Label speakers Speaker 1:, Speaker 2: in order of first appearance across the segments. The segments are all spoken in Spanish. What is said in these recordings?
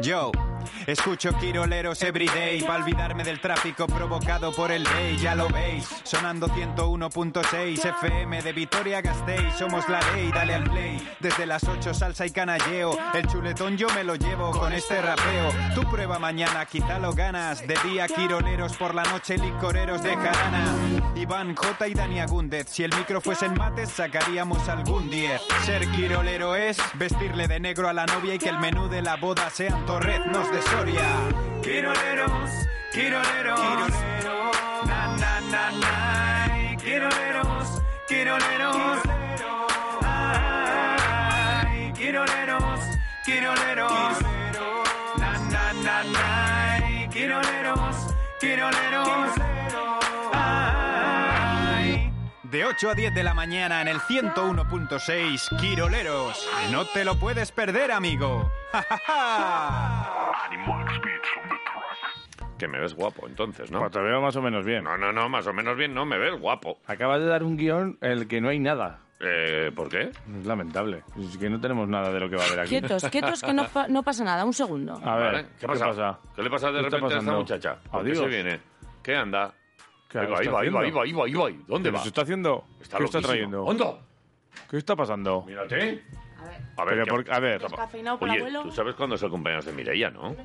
Speaker 1: Yo escucho quiroleros everyday para olvidarme del tráfico provocado por el ley, ya lo veis. Sonando 101.6 FM de Vitoria Gasteiz, somos la ley, dale al play. Desde las 8 salsa y canalleo, el chuletón yo me lo llevo con este rapeo. Tu prueba mañana, quizá lo ganas. De día quiroleros, por la noche licoreros de jarana. Iván J y Dani Agúndez, si el micro fuese en mates sacaríamos algún 10. Ser quirolero es vestirle de negro a la novia y que el menú de la boda sean torreznos de Soria. Quiroleros, quiroleros, quiroleros, na na na na, quiroleros, quiroleros, ay, quiroleros, quiroleros, na na na na, quiroleros, quiroleros, ay. De 8 a 10 de la mañana en el 101.6 Quiroleros. No te lo puedes perder, amigo. ¡Ja, ja, ja!
Speaker 2: Que me ves guapo, entonces, ¿no?
Speaker 3: Pues te veo más o menos bien.
Speaker 2: No, no, no, más o menos bien, no, me ves guapo.
Speaker 3: Acabas de dar un guión en el que no hay nada.
Speaker 2: Eh, ¿Por qué?
Speaker 3: Es lamentable. Es que no tenemos nada de lo que va a haber aquí.
Speaker 4: Quietos, quietos, que no, pa- no pasa nada. Un segundo.
Speaker 3: A ver,
Speaker 2: Vale,
Speaker 3: ¿qué,
Speaker 2: pasa?
Speaker 3: pasa?
Speaker 2: ¿Qué le pasa de
Speaker 3: ¿Qué está
Speaker 2: repente a esta
Speaker 3: pasando?
Speaker 2: muchacha? ¿Por qué
Speaker 3: Adiós.
Speaker 2: se viene? ¿Qué anda?
Speaker 3: ¿Qué
Speaker 2: Ahí va,
Speaker 3: está
Speaker 2: ahí va, ahí va, ahí
Speaker 3: haciendo?
Speaker 2: va, ahí va, ahí va. ¿Dónde
Speaker 3: ¿Qué
Speaker 2: va?
Speaker 3: nos está haciendo?
Speaker 2: Está
Speaker 3: ¿Qué está
Speaker 2: loquísimo.
Speaker 3: trayendo?
Speaker 2: ¡Hondo!
Speaker 3: ¿Qué está pasando?
Speaker 2: Mírate. A
Speaker 3: Pero
Speaker 2: ¿qué-
Speaker 3: por- a ver.
Speaker 4: Descafeinado por
Speaker 2: Oye,
Speaker 4: abuelo.
Speaker 2: tú sabes cuándo es el cumpleaños de Mireia, ¿no?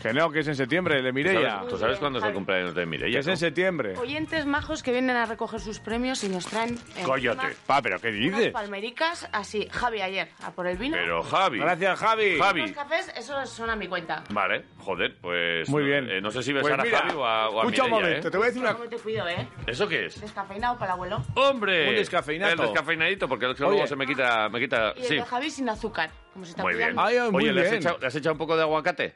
Speaker 3: Que no, que es en septiembre, le
Speaker 2: ¿Tú
Speaker 3: Mireia.
Speaker 2: sabes, tú sabes cuándo es el
Speaker 4: Javi.
Speaker 2: cumpleaños de
Speaker 3: Que
Speaker 2: Mireia,
Speaker 3: es en septiembre.
Speaker 4: Oyentes majos que vienen a recoger sus premios y nos traen. eh, encima
Speaker 2: Cállate.
Speaker 3: Pa, pero ¿qué
Speaker 4: Unas
Speaker 3: dices?
Speaker 4: palmericas así. Javi, ayer, a por el vino.
Speaker 2: Pero Javi...
Speaker 3: Gracias, Javi.
Speaker 2: Javi.
Speaker 4: Los cafés, eso son a mi cuenta.
Speaker 2: Vale, joder, pues...
Speaker 3: Muy
Speaker 2: no-
Speaker 3: bien.
Speaker 2: eh, no sé si ves
Speaker 3: Pues
Speaker 2: a
Speaker 3: mira,
Speaker 2: Javi o a, o a
Speaker 3: Escucha un
Speaker 2: Mireia,
Speaker 3: momento,
Speaker 2: ¿eh?
Speaker 3: te voy a decir una
Speaker 4: ¿Cómo te cuido, eh?
Speaker 2: ¿Eso qué es?
Speaker 4: Descafeinado para el abuelo.
Speaker 2: ¡Hombre!
Speaker 3: Un descafeinado.
Speaker 2: El descafeinadito, porque luego
Speaker 3: Oye.
Speaker 2: se me quita... Me quita
Speaker 4: Y el
Speaker 2: sí,
Speaker 4: de Javi sin azúcar. Como se está
Speaker 2: muy bien.
Speaker 4: cuidando.
Speaker 3: Ay, ay, Ah, muy
Speaker 2: Oye, ¿le has
Speaker 3: bien.
Speaker 2: echado- ¿le has echado un poco de aguacate?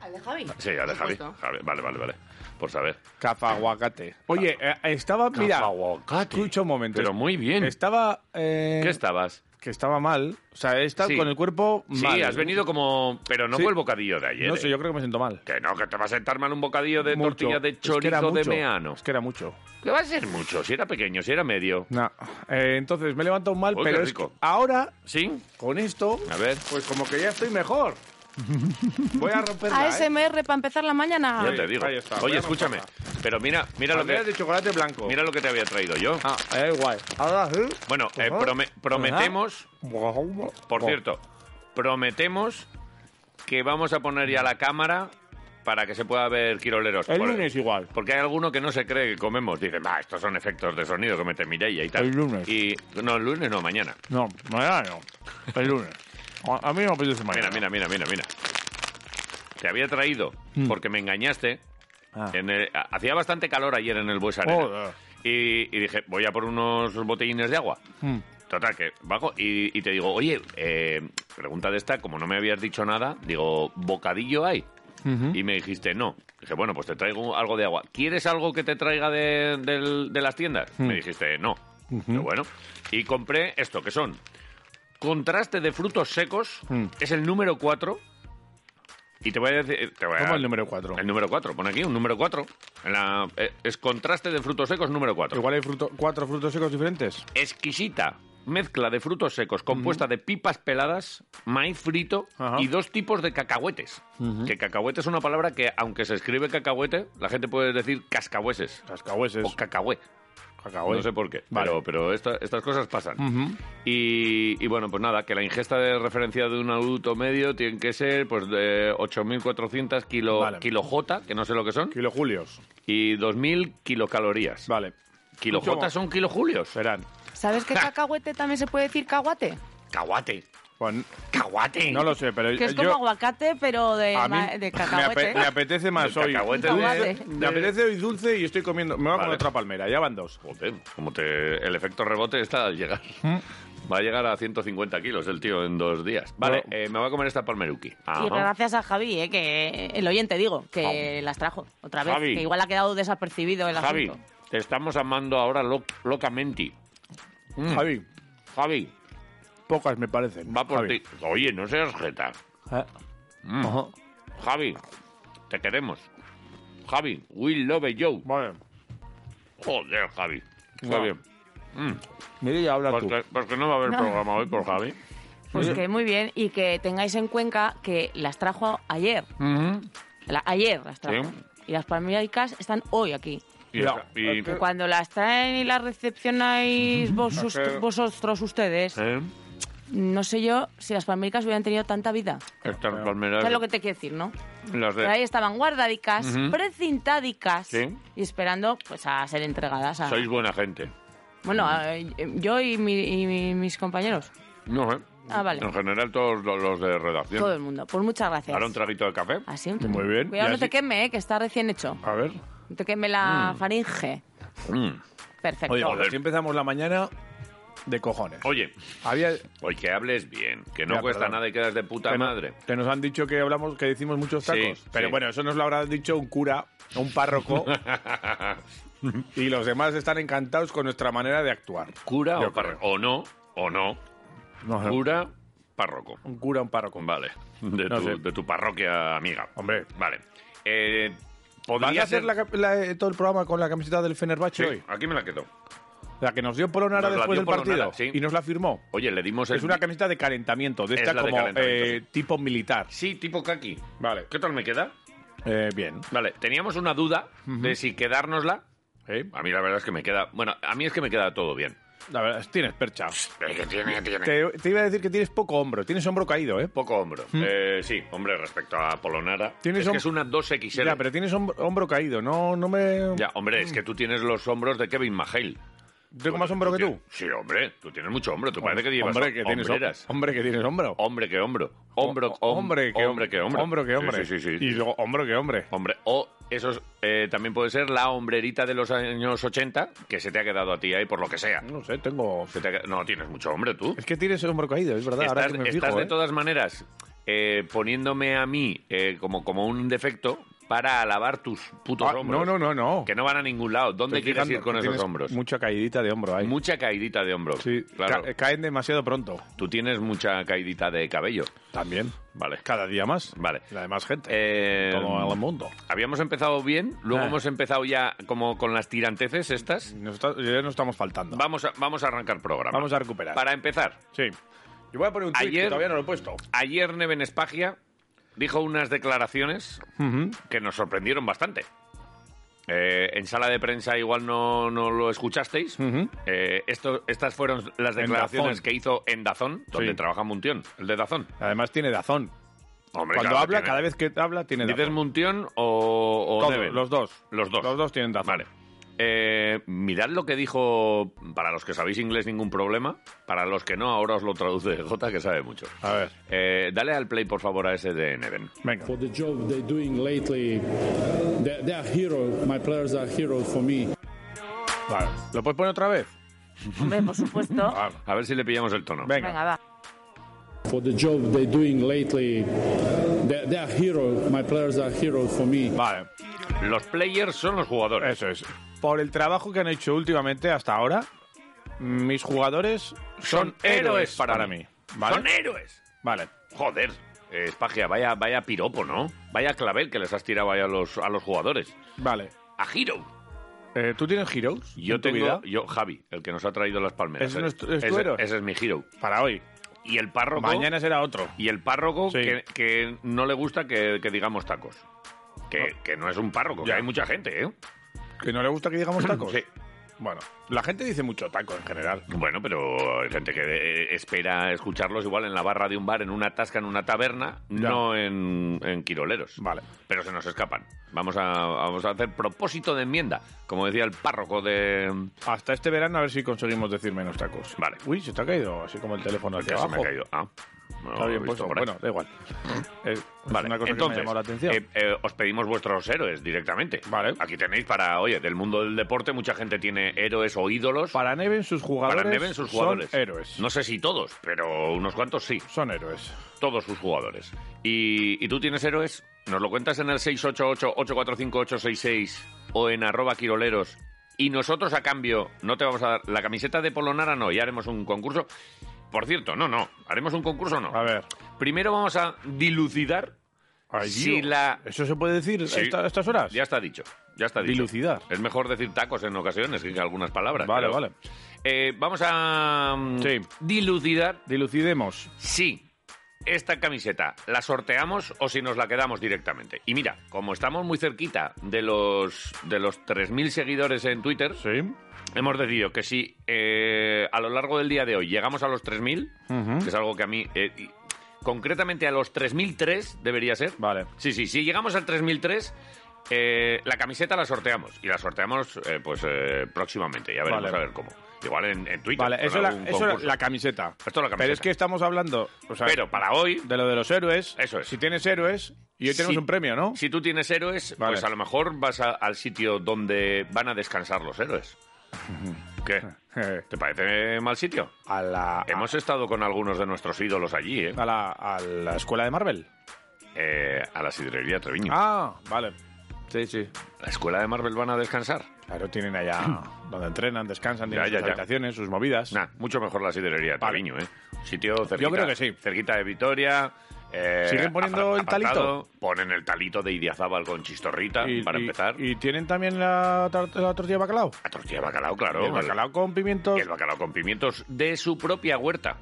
Speaker 4: ¿Al de Javi?
Speaker 2: Sí, a de
Speaker 4: Por
Speaker 2: Javi.
Speaker 4: supuesto.
Speaker 2: Javi, Vale, vale, vale. Por saber. Ah,
Speaker 3: Cafaguacate. Oye, eh, estaba, mira,
Speaker 2: Cafaguacate.
Speaker 3: escucha un momento.
Speaker 2: Pero muy bien.
Speaker 3: Estaba, eh,
Speaker 2: ¿Qué estabas?
Speaker 3: que estaba mal, o sea, está
Speaker 2: Sí.
Speaker 3: con el cuerpo
Speaker 2: Sí,
Speaker 3: mal. ¿eh?
Speaker 2: has venido como... Pero no
Speaker 3: Sí.
Speaker 2: fue el bocadillo de ayer.
Speaker 3: No
Speaker 2: ¿eh?
Speaker 3: sé, yo creo que me siento mal.
Speaker 2: Que no, que te va a sentar mal un bocadillo de
Speaker 3: Mucho.
Speaker 2: tortilla de
Speaker 3: Es que era
Speaker 2: chorizo de
Speaker 3: mucho.
Speaker 2: meano.
Speaker 3: Es que era mucho.
Speaker 2: Que va a ser mucho, si era pequeño, si era medio.
Speaker 3: Nah. Eh, entonces me he levantado mal,
Speaker 2: Uy,
Speaker 3: pero
Speaker 2: qué
Speaker 3: es
Speaker 2: rico.
Speaker 3: que ahora
Speaker 2: ¿Sí?
Speaker 3: con esto,
Speaker 2: A ver.
Speaker 3: pues como que ya estoy mejor. Voy a romperla. ¿eh?
Speaker 4: ASMR para empezar la mañana.
Speaker 2: Ya
Speaker 3: Ahí-
Speaker 2: te digo.
Speaker 3: ahí está, voy
Speaker 2: Oye,
Speaker 3: a
Speaker 2: escúchame. Pero mira, mira lo
Speaker 3: Banderas
Speaker 2: que
Speaker 3: de chocolate blanco.
Speaker 2: mira lo que te había traído yo.
Speaker 3: Ah, eh, guay. Ahora sí.
Speaker 2: Bueno, eh,
Speaker 3: Ajá.
Speaker 2: prome- prometemos,
Speaker 3: Ajá.
Speaker 2: por
Speaker 3: Buah.
Speaker 2: cierto, prometemos que vamos a poner ya la cámara para que se pueda ver quiroleros.
Speaker 3: El
Speaker 2: Por-
Speaker 3: lunes igual.
Speaker 2: Porque hay alguno que no se cree que comemos. Dice, va, estos son efectos de sonido que mete Mireia y tal.
Speaker 3: El lunes.
Speaker 2: Y, no, el lunes no, mañana.
Speaker 3: No, mañana no. El lunes. Ah, A, a mí no me apetece mañana.
Speaker 2: Mira, mira, mira, mira, mira. Te había traído porque me engañaste.
Speaker 3: Mm. Ah.
Speaker 2: En el- ha- hacía bastante calor ayer en el Bues Arena.
Speaker 3: Joder.
Speaker 2: Y, y dije, voy a por unos botellines de agua.
Speaker 3: Mm.
Speaker 2: Total, que bajo y, y te digo, oye, eh, pregunta de esta, como no me habías dicho nada, digo, ¿bocadillo hay? Y me dijiste, no. Dije, bueno, pues te traigo algo de agua. ¿Quieres algo que te traiga de, del- de las tiendas? Me dijiste, no.
Speaker 3: Mm.
Speaker 2: Pero bueno. Y compré esto, que son contraste de frutos secos,
Speaker 3: Mm.
Speaker 2: es el número 4. Y te voy a decir... eh, Te voy a-
Speaker 3: ¿Cómo el número 4?
Speaker 2: El número 4, pone aquí un número 4. eh, es contraste de frutos secos número 4
Speaker 3: Igual hay fruto- cuatro frutos secos diferentes.
Speaker 2: exquisita mezcla de frutos secos compuesta de pipas peladas, maíz frito
Speaker 3: Ajá.
Speaker 2: y dos tipos de cacahuetes. Que cacahuete es una palabra que, aunque se escribe cacahuete, la gente puede decir cascahueses
Speaker 3: Cascahueses.
Speaker 2: o cacahué.
Speaker 3: Cacahué.
Speaker 2: No sé por qué,
Speaker 3: Vale.
Speaker 2: pero, pero esta- estas cosas pasan. y, y bueno, pues nada, que la ingesta de referencia de un adulto medio tiene que ser pues de 8.400 kilo,
Speaker 3: Vale.
Speaker 2: kilojota, que no sé lo que son,
Speaker 3: Kilo julios.
Speaker 2: y 2.000 kilocalorías.
Speaker 3: Vale.
Speaker 2: ¿Kilojota son kilojulios?
Speaker 3: Serán.
Speaker 4: ¿Sabes que cacahuete también se puede decir caguate?
Speaker 2: Caguate.
Speaker 3: Bueno,
Speaker 2: Caguate.
Speaker 3: Pues, no lo sé, pero
Speaker 4: Que es
Speaker 3: yo...
Speaker 4: como aguacate, pero de,
Speaker 3: a mí
Speaker 4: ma- de
Speaker 3: me
Speaker 4: cacahuete.
Speaker 3: ape- me, apetece más
Speaker 2: De
Speaker 3: hoy.
Speaker 2: cacahuete
Speaker 4: de-
Speaker 3: dulce. Me apetece hoy dulce y estoy comiendo. Me voy a
Speaker 2: Vale.
Speaker 3: comer otra palmera, ya van dos.
Speaker 2: Joder, como te, el efecto rebote está al llegar.
Speaker 3: Mm.
Speaker 2: Va a llegar a 150 kilos el tío en dos días. Vale,
Speaker 3: No.
Speaker 2: eh, me voy a comer esta palmeruki.
Speaker 4: Y
Speaker 2: Ajá.
Speaker 4: gracias a Javi, eh, que el oyente digo, que las trajo otra vez.
Speaker 2: Javi.
Speaker 4: Que igual ha quedado desapercibido el
Speaker 2: Javi,
Speaker 4: asunto.
Speaker 2: te estamos amando ahora lo- locamente. Mm,
Speaker 3: Javi,
Speaker 2: Javi,
Speaker 3: pocas me parecen.
Speaker 2: va por
Speaker 3: Javi.
Speaker 2: ti. Oye, no seas jeta.
Speaker 3: Ah.
Speaker 2: Mm.
Speaker 3: Ajá.
Speaker 2: Javi, te queremos. Javi, we love you.
Speaker 3: Vale.
Speaker 2: Joder, Javi. Está
Speaker 3: Guau.
Speaker 2: bien.
Speaker 3: Mire, ya habla
Speaker 2: Pues
Speaker 3: tú.
Speaker 2: que, pues que no va a haber programa hoy por Javi.
Speaker 4: Pues que muy bien y que tengáis en cuenta que las trajo ayer.
Speaker 2: ¿Mm?
Speaker 4: La- ayer las trajo.
Speaker 2: Sí.
Speaker 4: Y las palmiraicas están hoy aquí.
Speaker 2: Y-
Speaker 3: Cuidado.
Speaker 2: y-
Speaker 4: Que cuando las traen y las recepcionáis vos-
Speaker 3: Es que-
Speaker 4: vosotros, ustedes,
Speaker 2: ¿eh?
Speaker 4: no sé yo si las palmíricas hubieran tenido tanta vida.
Speaker 2: Estas palmeras.
Speaker 4: ¿Sabes lo que te quiero decir, no?
Speaker 2: las de-
Speaker 4: Pero ahí estaban guardadicas,
Speaker 2: Ujú.
Speaker 4: precintadicas
Speaker 2: Sí.
Speaker 4: y esperando pues a ser entregadas a...
Speaker 2: Sois buena gente.
Speaker 4: Bueno, a-
Speaker 2: Mm.
Speaker 4: eh, yo y, mi- y mi- mis compañeros,
Speaker 2: No, ¿eh?
Speaker 4: Ah, vale.
Speaker 2: En general, todos lo- los de redacción.
Speaker 4: todo el mundo. Pues muchas gracias.
Speaker 2: Ahora un traguito de café.
Speaker 4: Así, un
Speaker 3: Muy bien,
Speaker 4: Cuidado,
Speaker 3: y
Speaker 4: no te
Speaker 3: así-
Speaker 4: queme, eh, que está recién hecho.
Speaker 3: A ver.
Speaker 4: No te queme la faringe.
Speaker 2: Mm.
Speaker 4: Perfecto.
Speaker 3: Oye,
Speaker 2: joder.
Speaker 3: así empezamos la mañana de cojones.
Speaker 2: Oye,
Speaker 3: Había
Speaker 2: hoy que hables bien, que no
Speaker 3: Ya,
Speaker 2: cuesta
Speaker 3: perdón.
Speaker 2: nada y quedas de puta
Speaker 3: que no-
Speaker 2: madre.
Speaker 3: que nos han dicho que hablamos, que decimos muchos
Speaker 2: Sí,
Speaker 3: tacos. pero
Speaker 2: sí.
Speaker 3: bueno, eso nos lo habrá dicho un cura, un párroco. y los demás están encantados con nuestra manera de actuar.
Speaker 2: ¿Cura
Speaker 3: Yo
Speaker 2: o párroco?
Speaker 3: creo.
Speaker 2: O no, o no.
Speaker 3: No sé.
Speaker 2: Cura, párroco.
Speaker 3: Un cura, un párroco.
Speaker 2: Vale. De,
Speaker 3: No
Speaker 2: tu,
Speaker 3: sé.
Speaker 2: de tu parroquia amiga.
Speaker 3: Hombre.
Speaker 2: Vale. Eh,
Speaker 3: ¿Vas
Speaker 2: ¿Podría
Speaker 3: a hacer
Speaker 2: ser
Speaker 3: la cap- la, eh, todo el programa con la camiseta del Fenerbahce
Speaker 2: Sí,
Speaker 3: hoy?
Speaker 2: aquí me la quedo.
Speaker 3: La que nos dio Polonara
Speaker 2: Nos la
Speaker 3: después del
Speaker 2: dio Polonara,
Speaker 3: partido.
Speaker 2: sí.
Speaker 3: Y nos la firmó.
Speaker 2: Oye, le dimos el...
Speaker 3: Es una camiseta de calentamiento, de
Speaker 2: Es
Speaker 3: esta
Speaker 2: la de
Speaker 3: como
Speaker 2: calentamiento,
Speaker 3: eh, tipo militar.
Speaker 2: Sí, tipo kaki.
Speaker 3: Vale.
Speaker 2: ¿Qué tal me queda?
Speaker 3: Eh, bien.
Speaker 2: Vale, teníamos una duda de si quedárnosla.
Speaker 3: Eh,
Speaker 2: A mí la verdad es que me queda... Bueno, a mí es que me queda todo bien.
Speaker 3: La verdad, tienes percha.
Speaker 2: Eh, que tiene, tiene.
Speaker 3: Te, te iba a decir que tienes poco hombro, tienes hombro caído, ¿eh?
Speaker 2: Poco hombro. Eh, sí, hombre, respecto a Polonara.
Speaker 3: Tienes
Speaker 2: es que
Speaker 3: hom-
Speaker 2: es una 2XL.
Speaker 3: Ya, pero tienes hombro, hombro caído, no, no me...
Speaker 2: Ya, hombre, es que tú tienes los hombros de Kevin Mahale.
Speaker 3: ¿Tengo más hombro que tú?
Speaker 2: Sí, hombre, tú tienes mucho hombro. Tú parece que llevas
Speaker 3: hombre, que tienes,
Speaker 2: hombreras.
Speaker 3: hombre, que tienes hombro.
Speaker 2: Hombre que hombro. Hombro,
Speaker 3: O-
Speaker 2: hom-
Speaker 3: hombre, que
Speaker 2: hombre que hombro.
Speaker 3: Hombro que hombre.
Speaker 2: Sí, sí, sí. sí.
Speaker 3: Y luego, hombro que hombre.
Speaker 2: Hombre, o eso es, eh, también puede ser la hombrerita de los años 80 que se te ha quedado a ti ahí por lo que sea.
Speaker 3: No sé, tengo...
Speaker 2: Se te ha qued- no, tienes mucho hombre tú.
Speaker 3: Es que tienes hombro caído, es verdad, ahora
Speaker 2: Estás,
Speaker 3: que me
Speaker 2: estás
Speaker 3: fijo,
Speaker 2: de
Speaker 3: ¿eh?
Speaker 2: todas maneras eh, poniéndome a mí eh, como, como un defecto para alabar tus putos
Speaker 3: Ah,
Speaker 2: hombros.
Speaker 3: no, no, no, no.
Speaker 2: Que no van a ningún lado. ¿Dónde
Speaker 3: Estoy
Speaker 2: quieres
Speaker 3: fijando
Speaker 2: ir con
Speaker 3: que
Speaker 2: esos
Speaker 3: tienes
Speaker 2: hombros?
Speaker 3: Mucha caídita de hombro ahí.
Speaker 2: Mucha caidita de hombros.
Speaker 3: Sí,
Speaker 2: claro.
Speaker 3: ca- caen demasiado pronto.
Speaker 2: Tú tienes mucha caidita de cabello.
Speaker 3: También.
Speaker 2: Vale.
Speaker 3: Cada día más.
Speaker 2: Vale.
Speaker 3: La de más gente.
Speaker 2: Eh,
Speaker 3: Como el mundo.
Speaker 2: Habíamos empezado bien, luego
Speaker 3: Ah.
Speaker 2: hemos empezado ya como con las tiranteces estas.
Speaker 3: Nos está- ya nos estamos faltando.
Speaker 2: Vamos a, vamos a arrancar programa.
Speaker 3: Vamos a recuperar.
Speaker 2: Para empezar,
Speaker 3: Sí. Yo voy a poner un tweet
Speaker 2: Ayer-
Speaker 3: que todavía no lo he puesto.
Speaker 2: ayer Neven Espagia dijo unas declaraciones que nos sorprendieron bastante. Eh, en sala de prensa igual no, no lo escuchasteis. Eh, esto, estas fueron las
Speaker 3: En
Speaker 2: declaraciones
Speaker 3: Dazón.
Speaker 2: que hizo en Dazón, donde
Speaker 3: Sí.
Speaker 2: trabaja Muntión, el de Dazón.
Speaker 3: Además tiene dazón.
Speaker 2: Hombre,
Speaker 3: Cuando
Speaker 2: claro,
Speaker 3: habla,
Speaker 2: tiene-
Speaker 3: cada vez que habla, tiene
Speaker 2: ¿Dices
Speaker 3: dazón.
Speaker 2: Muntión o, o
Speaker 3: Todos,
Speaker 2: Neven?
Speaker 3: los dos.
Speaker 2: Los dos.
Speaker 3: Los dos tienen dazón.
Speaker 2: Vale. Eh, mirad lo que dijo, para los que sabéis inglés ningún problema, para los que no, ahora os lo traduce Jota, que sabe mucho.
Speaker 3: A ver.
Speaker 2: Eh, dale al play, por favor, a ese de Neven.
Speaker 3: Venga.
Speaker 5: For the job they're doing lately, they're, they're heroes. My players are heroes for me.
Speaker 3: Vale. ¿Lo puedes poner otra vez?
Speaker 4: Hombre, por supuesto.
Speaker 3: Vale.
Speaker 2: A ver si le pillamos el tono.
Speaker 3: Venga.
Speaker 4: Venga, va.
Speaker 5: For the job they're doing lately, they're, they're heroes. My players are heroes for me.
Speaker 3: Vale.
Speaker 2: Los players son los jugadores.
Speaker 3: Eso es. Por el trabajo que han hecho últimamente hasta ahora, mis jugadores son, héroes para, mí. ¿Vale?
Speaker 2: Son héroes.
Speaker 3: Vale.
Speaker 2: Joder. Eh, Espagia, vaya, vaya piropo, ¿no? Vaya clavel que les has tirado ahí a los, a los jugadores.
Speaker 3: Vale.
Speaker 2: A Hero.
Speaker 3: Eh, ¿Tú tienes heroes?
Speaker 2: Yo
Speaker 3: en tu
Speaker 2: tengo,
Speaker 3: vida?
Speaker 2: yo, Javi, el que nos ha traído las palmeras.
Speaker 3: ¿Ese no es tu- es tu
Speaker 2: ese,
Speaker 3: héroe?
Speaker 2: ese es mi Hero.
Speaker 3: Para hoy.
Speaker 2: Y el párroco.
Speaker 3: Mañana será otro.
Speaker 2: Y el párroco
Speaker 3: Sí.
Speaker 2: que, que no le gusta que, que digamos tacos. Que no. que no es un párroco, que
Speaker 3: Ah. Ya.
Speaker 2: hay mucha gente, ¿eh?
Speaker 3: ¿Que no le gusta que digamos tacos?
Speaker 2: Sí.
Speaker 3: Bueno, este la gente dice mucho taco en general.
Speaker 2: Bueno, pero hay gente que eh, espera escucharlos igual en la barra de un bar, en una tasca, en una taberna,
Speaker 3: Ya.
Speaker 2: no en, en quiroleros.
Speaker 3: Vale.
Speaker 2: Pero se nos escapan. Vamos a, vamos a hacer propósito de enmienda, como decía el párroco de...
Speaker 3: Hasta este verano a ver si conseguimos decir menos tacos.
Speaker 2: Vale.
Speaker 3: Uy, se te ha caído así como el teléfono hacia
Speaker 2: Ya se me
Speaker 3: abajo.
Speaker 2: ha caído. Ah, no
Speaker 3: Está
Speaker 2: lo he
Speaker 3: bien puesto.
Speaker 2: visto por ahí. Mm.
Speaker 3: Bueno, da igual. Es es
Speaker 2: Vale,
Speaker 3: una cosa
Speaker 2: entonces,
Speaker 3: que me ha llamado la atención.
Speaker 2: eh, eh, os pedimos vuestros héroes directamente.
Speaker 3: Vale.
Speaker 2: Aquí tenéis para, oye, del mundo del deporte mucha gente tiene héroes o ídolos.
Speaker 3: para Neven sus jugadores,
Speaker 2: Para Neven, sus jugadores.
Speaker 3: son héroes.
Speaker 2: No sé si todos, pero unos cuantos sí.
Speaker 3: Son héroes.
Speaker 2: Todos sus jugadores. ¿Y, y tú tienes héroes? Nos lo cuentas en el 688-845-866 o en arroba quiroleros. Y nosotros, a cambio, no te vamos a dar la camiseta de Polonara, no. Ya haremos un concurso. Por cierto, no, no. ¿Haremos un concurso o no?
Speaker 3: A ver.
Speaker 2: Primero vamos a dilucidar
Speaker 3: Ay,
Speaker 2: si
Speaker 3: Dios.
Speaker 2: la...
Speaker 3: ¿Eso se puede decir
Speaker 2: Sí.
Speaker 3: a esta- a estas horas?
Speaker 2: Ya está dicho. Ya está dicho.
Speaker 3: Dilucidar.
Speaker 2: Es mejor decir tacos en ocasiones que algunas palabras.
Speaker 3: Vale,
Speaker 2: pero-
Speaker 3: vale.
Speaker 2: Eh, vamos a mm,
Speaker 3: Sí.
Speaker 2: dilucidar
Speaker 3: Dilucidemos.
Speaker 2: si esta camiseta la sorteamos o si nos la quedamos directamente. Y mira, como estamos muy cerquita de los, de los 3.000 seguidores en Twitter,
Speaker 3: Sí.
Speaker 2: hemos decidido que si eh, a lo largo del día de hoy llegamos a los 3.000, que es algo que a mí... eh, y- concretamente a los 3.003 debería ser.
Speaker 3: Vale.
Speaker 2: Sí, sí, si llegamos al 3003, eh, la camiseta la sorteamos. Y la sorteamos eh, pues eh, próximamente, ya veremos
Speaker 3: Vale.
Speaker 2: a ver cómo. Igual en, en Twitter.
Speaker 3: Vale,
Speaker 2: con
Speaker 3: eso, la,
Speaker 2: algún
Speaker 3: eso la,
Speaker 2: concurso.
Speaker 3: la camiseta.
Speaker 2: Esto es la camiseta.
Speaker 3: Pero es que estamos hablando o sea,
Speaker 2: Pero para hoy,
Speaker 3: de lo de los héroes.
Speaker 2: Eso es.
Speaker 3: Si tienes héroes, y hoy tenemos
Speaker 2: Si-
Speaker 3: un premio, ¿no?
Speaker 2: si tú tienes héroes,
Speaker 3: Vale.
Speaker 2: pues a lo mejor vas a- al sitio donde van a descansar los héroes. ¿Qué?
Speaker 3: Eh,
Speaker 2: ¿Te parece mal sitio?
Speaker 3: A la,
Speaker 2: Hemos estado con algunos de nuestros ídolos allí, ¿eh?
Speaker 3: a, la, a la escuela de Marvel.
Speaker 2: Eh, a la sidrería Treviño.
Speaker 3: Ah, vale. Sí, sí.
Speaker 2: ¿La escuela de Marvel van a descansar?
Speaker 3: Claro, tienen allá donde entrenan, descansan, tienen
Speaker 2: Ya, ya,
Speaker 3: sus
Speaker 2: ya.
Speaker 3: habitaciones, sus movidas.
Speaker 2: Nah, mucho mejor la sidrería
Speaker 3: Vale.
Speaker 2: Treviño, ¿eh? Sitio cerquita.
Speaker 3: creo que sí.
Speaker 2: Cerquita de Vitoria. eh,
Speaker 3: ¿Siguen poniendo
Speaker 2: apar-
Speaker 3: el talito?
Speaker 2: apartado. Ponen el talito de Idiazábal con chistorrita, para empezar.
Speaker 3: ¿Y tienen también la, tar- la tortilla de bacalao?
Speaker 2: La tortilla de bacalao, claro.
Speaker 3: el bacalao con pimientos.
Speaker 2: Y el bacalao con pimientos de su propia huerta.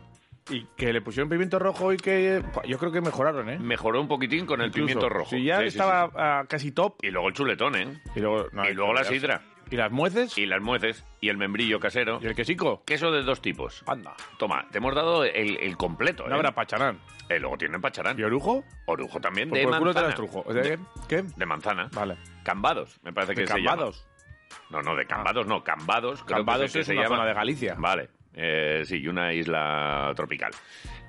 Speaker 3: Y que le pusieron pimiento rojo y que pa, yo creo que mejoraron, ¿eh?
Speaker 2: Mejoró un poquitín con el
Speaker 3: Incluso.
Speaker 2: pimiento rojo.
Speaker 3: Si ya
Speaker 2: Sí, sí,
Speaker 3: estaba
Speaker 2: sí.
Speaker 3: ah, casi top.
Speaker 2: Y luego el chuletón, ¿eh?
Speaker 3: Y luego, no,
Speaker 2: y luego la
Speaker 3: ya-
Speaker 2: sidra.
Speaker 3: ¿Y las mueces?
Speaker 2: Y las mueces. Y el membrillo casero.
Speaker 3: ¿Y el quesico?
Speaker 2: Queso de dos tipos.
Speaker 3: Anda.
Speaker 2: Toma, te hemos dado el, el completo.
Speaker 3: No
Speaker 2: ¿eh?
Speaker 3: habrá pacharán.
Speaker 2: Eh, luego tienen pacharán.
Speaker 3: ¿Y orujo? Pues
Speaker 2: Orujo también
Speaker 3: Por
Speaker 2: de
Speaker 3: por el culo te
Speaker 2: manzana.
Speaker 3: las trujo. O sea,
Speaker 2: De-
Speaker 3: ¿qué? ¿Qué?
Speaker 2: De manzana.
Speaker 3: Vale.
Speaker 2: Cambados, me parece que
Speaker 3: ¿De
Speaker 2: se llama.
Speaker 3: cambados?
Speaker 2: No, no, de Cambados no, Cambados. creo que
Speaker 3: Cambados
Speaker 2: que
Speaker 3: es
Speaker 2: se
Speaker 3: una
Speaker 2: llama.
Speaker 3: zona de Galicia.
Speaker 2: Vale, eh, sí, y una isla tropical.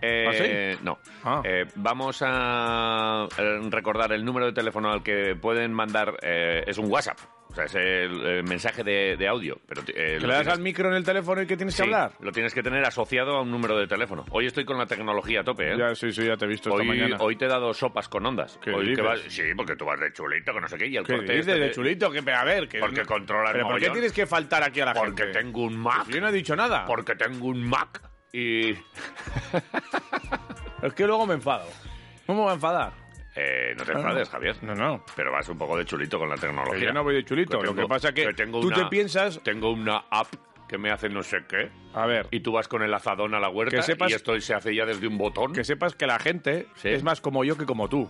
Speaker 2: Eh, No,
Speaker 3: Ah.
Speaker 2: Eh, vamos a eh, recordar el número de teléfono al que pueden mandar, eh, es un WhatsApp, o sea, es el, eh, mensaje de, de audio. Pero, eh,
Speaker 3: ¿Que
Speaker 2: lo
Speaker 3: le das
Speaker 2: tienes-
Speaker 3: al micro en el teléfono y que tienes
Speaker 2: sí,
Speaker 3: que hablar?
Speaker 2: Lo tienes que tener asociado a un número de teléfono. Hoy estoy con la tecnología a tope, ¿eh?
Speaker 3: Ya, sí, sí, ya te he visto esta
Speaker 2: Hoy,
Speaker 3: mañana.
Speaker 2: hoy te he dado sopas con ondas.
Speaker 3: ¿Qué
Speaker 2: Hoy que
Speaker 3: dices?
Speaker 2: vas- sí, porque tú vas de chulito, que no sé qué, y el
Speaker 3: ¿Qué
Speaker 2: corte
Speaker 3: dices
Speaker 2: este
Speaker 3: de
Speaker 2: de-
Speaker 3: chulito? Que, a ver, que...
Speaker 2: Porque controla el
Speaker 3: ¿Pero por qué
Speaker 2: mogollón.
Speaker 3: tienes que faltar aquí a la gente?
Speaker 2: Porque tengo un Mac.
Speaker 3: Pues yo no he dicho nada.
Speaker 2: Porque tengo un Mac y...
Speaker 3: Es que luego me enfado. ¿Cómo me voy a enfadar? Ah,
Speaker 2: Eh, no te enfades, Javier.
Speaker 3: No, no.
Speaker 2: Pero vas un poco de chulito con la tecnología.
Speaker 3: Que yo no voy de chulito, lo que pasa que
Speaker 2: tengo
Speaker 3: tú
Speaker 2: una-
Speaker 3: te piensas-
Speaker 2: Tengo una app que me hace no sé qué.
Speaker 3: A ver,
Speaker 2: Y tú vas con el azadón a la huerta
Speaker 3: Que sepas-
Speaker 2: y esto se hace ya desde un botón.
Speaker 3: que sepas que la gente
Speaker 2: Sí.
Speaker 3: es más como yo que como tú.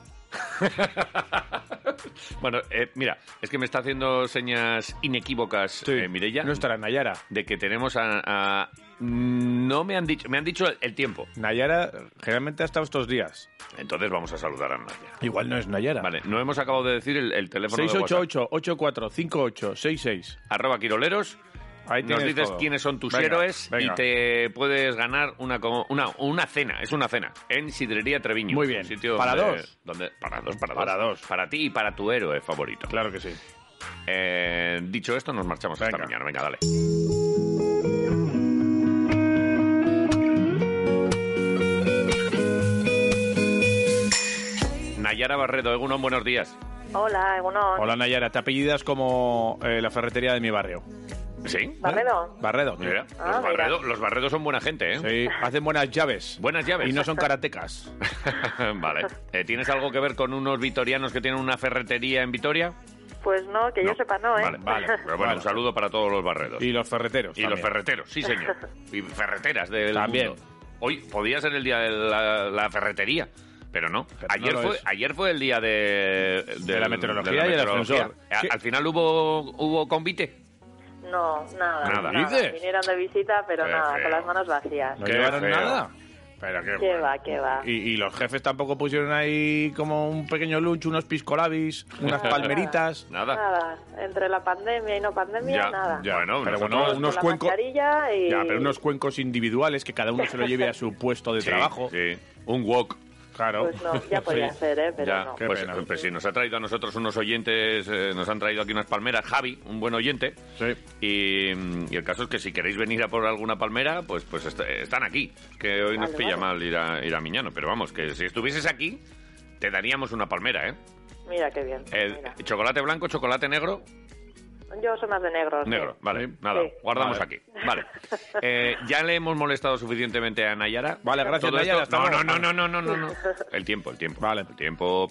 Speaker 2: Bueno, eh, mira, es que me está haciendo señas inequívocas eh, Mireia
Speaker 3: No estará Nayara.
Speaker 2: de que tenemos a, a- No me han dicho... Me han dicho el, el tiempo.
Speaker 3: Nayara generalmente ha estado estos días.
Speaker 2: Entonces vamos a saludar a Naya.
Speaker 3: Igual no es Nayara.
Speaker 2: Vale, no hemos acabado de decir el, el teléfono de WhatsApp.
Speaker 3: 688-845866.
Speaker 2: Arroba Quiroleros.
Speaker 3: Ahí
Speaker 2: Nos
Speaker 3: tienes
Speaker 2: dices
Speaker 3: todo.
Speaker 2: quiénes son tus
Speaker 3: Venga,
Speaker 2: héroes
Speaker 3: venga.
Speaker 2: y te puedes ganar una, co- una, una cena, es una cena, en Sidrería Treviño.
Speaker 3: Muy
Speaker 2: un
Speaker 3: bien.
Speaker 2: sitio
Speaker 3: Para
Speaker 2: donde-
Speaker 3: dos.
Speaker 2: donde- para dos, para,
Speaker 3: Para
Speaker 2: dos.
Speaker 3: dos.
Speaker 2: Para ti y para tu héroe favorito.
Speaker 3: Claro que sí.
Speaker 2: Eh, dicho esto, nos marchamos hasta
Speaker 3: Venga.
Speaker 2: mañana. Venga, dale. Nayara Barredo, Egunon, buenos días.
Speaker 6: Hola, Egunon.
Speaker 3: Hola Nayara, te apellidas como eh, la ferretería de mi barrio.
Speaker 2: ¿Sí?
Speaker 6: Barredo.
Speaker 3: Barredo. tío.
Speaker 2: Mira,
Speaker 6: Ah,
Speaker 2: los, Barredo, los Barredos son buena gente, ¿eh?
Speaker 3: Sí, hacen buenas llaves.
Speaker 2: Buenas llaves.
Speaker 3: Y no son karatecas.
Speaker 2: vale. Eh, ¿Tienes algo que ver con unos vitorianos que tienen una ferretería en Vitoria?
Speaker 6: Pues no, que yo sepa no, ¿eh?
Speaker 2: Vale, vale. Pero bueno,
Speaker 3: Vale.
Speaker 2: un saludo para todos los barredos.
Speaker 3: Y los ferreteros.
Speaker 2: Y los
Speaker 3: también.
Speaker 2: ferreteros, sí, señor. Y ferreteras del
Speaker 3: También.
Speaker 2: mundo. Hoy podía ser el día de la, la ferretería, pero no.
Speaker 3: Pero
Speaker 2: ayer,
Speaker 3: no lo
Speaker 2: fue,
Speaker 3: es.
Speaker 2: ayer fue el día de,
Speaker 3: De la meteorología y el ascensor.
Speaker 2: A-
Speaker 3: ¿Qué?
Speaker 2: Al final hubo, hubo convite.
Speaker 6: No, nada.
Speaker 2: Nada.
Speaker 3: ¿Dices?
Speaker 6: Vinieron de visita, pero
Speaker 2: Qué
Speaker 6: nada,
Speaker 2: feo.
Speaker 6: con las manos vacías.
Speaker 3: ¿No
Speaker 2: Qué
Speaker 3: llevaron
Speaker 2: feo.
Speaker 3: nada? Pero qué
Speaker 6: ¿Qué
Speaker 3: bueno.
Speaker 6: va, qué va?
Speaker 3: Y, y los jefes tampoco pusieron ahí como un pequeño lunch, unos piscolabis, unas palmeritas.
Speaker 2: Nada.
Speaker 6: Nada. Entre la pandemia y no pandemia, nada.
Speaker 2: ya. Bueno,
Speaker 3: pero
Speaker 2: nosotros-
Speaker 3: bueno,
Speaker 6: Con
Speaker 3: unos
Speaker 6: la
Speaker 3: cuencos.
Speaker 6: mascarilla y...
Speaker 3: Ya, pero unos cuencos individuales que cada uno se lo lleve a su puesto de
Speaker 2: Sí,
Speaker 3: trabajo.
Speaker 2: sí. Un wok.
Speaker 3: Oh. Claro.
Speaker 6: Pues no, ya podía
Speaker 3: Sí.
Speaker 6: ser, ¿eh? Pero
Speaker 2: Ya,
Speaker 6: no.
Speaker 3: Qué
Speaker 2: pues,
Speaker 3: pena.
Speaker 2: pues sí, nos ha traído a nosotros unos oyentes, eh, nos han traído aquí unas palmeras. Javi, un buen oyente.
Speaker 3: Sí.
Speaker 2: Y, mm, y el caso es que si queréis venir a por alguna palmera, pues, pues est- están aquí. Que hoy nos
Speaker 6: Vale,
Speaker 2: pilla
Speaker 6: vale.
Speaker 2: mal ir a, ir a Miñano, pero vamos, que si estuvieses aquí, te daríamos una palmera, ¿eh?
Speaker 6: Mira qué bien.
Speaker 3: Eh.
Speaker 2: El-
Speaker 6: mira.
Speaker 2: chocolate blanco, chocolate negro,
Speaker 6: Yo soy más de negro. sí.
Speaker 2: negro. Vale,
Speaker 3: Sí.
Speaker 2: nada,
Speaker 6: Sí.
Speaker 2: guardamos
Speaker 3: Vale.
Speaker 2: aquí. Vale. Eh, ya le hemos molestado suficientemente a Nayara.
Speaker 3: Vale, gracias,
Speaker 2: Todo esto-
Speaker 3: Nayara, hasta
Speaker 2: No,
Speaker 3: luego.
Speaker 2: no, no, no, no, no, no. El tiempo, el tiempo.
Speaker 3: Vale.
Speaker 2: El tiempo.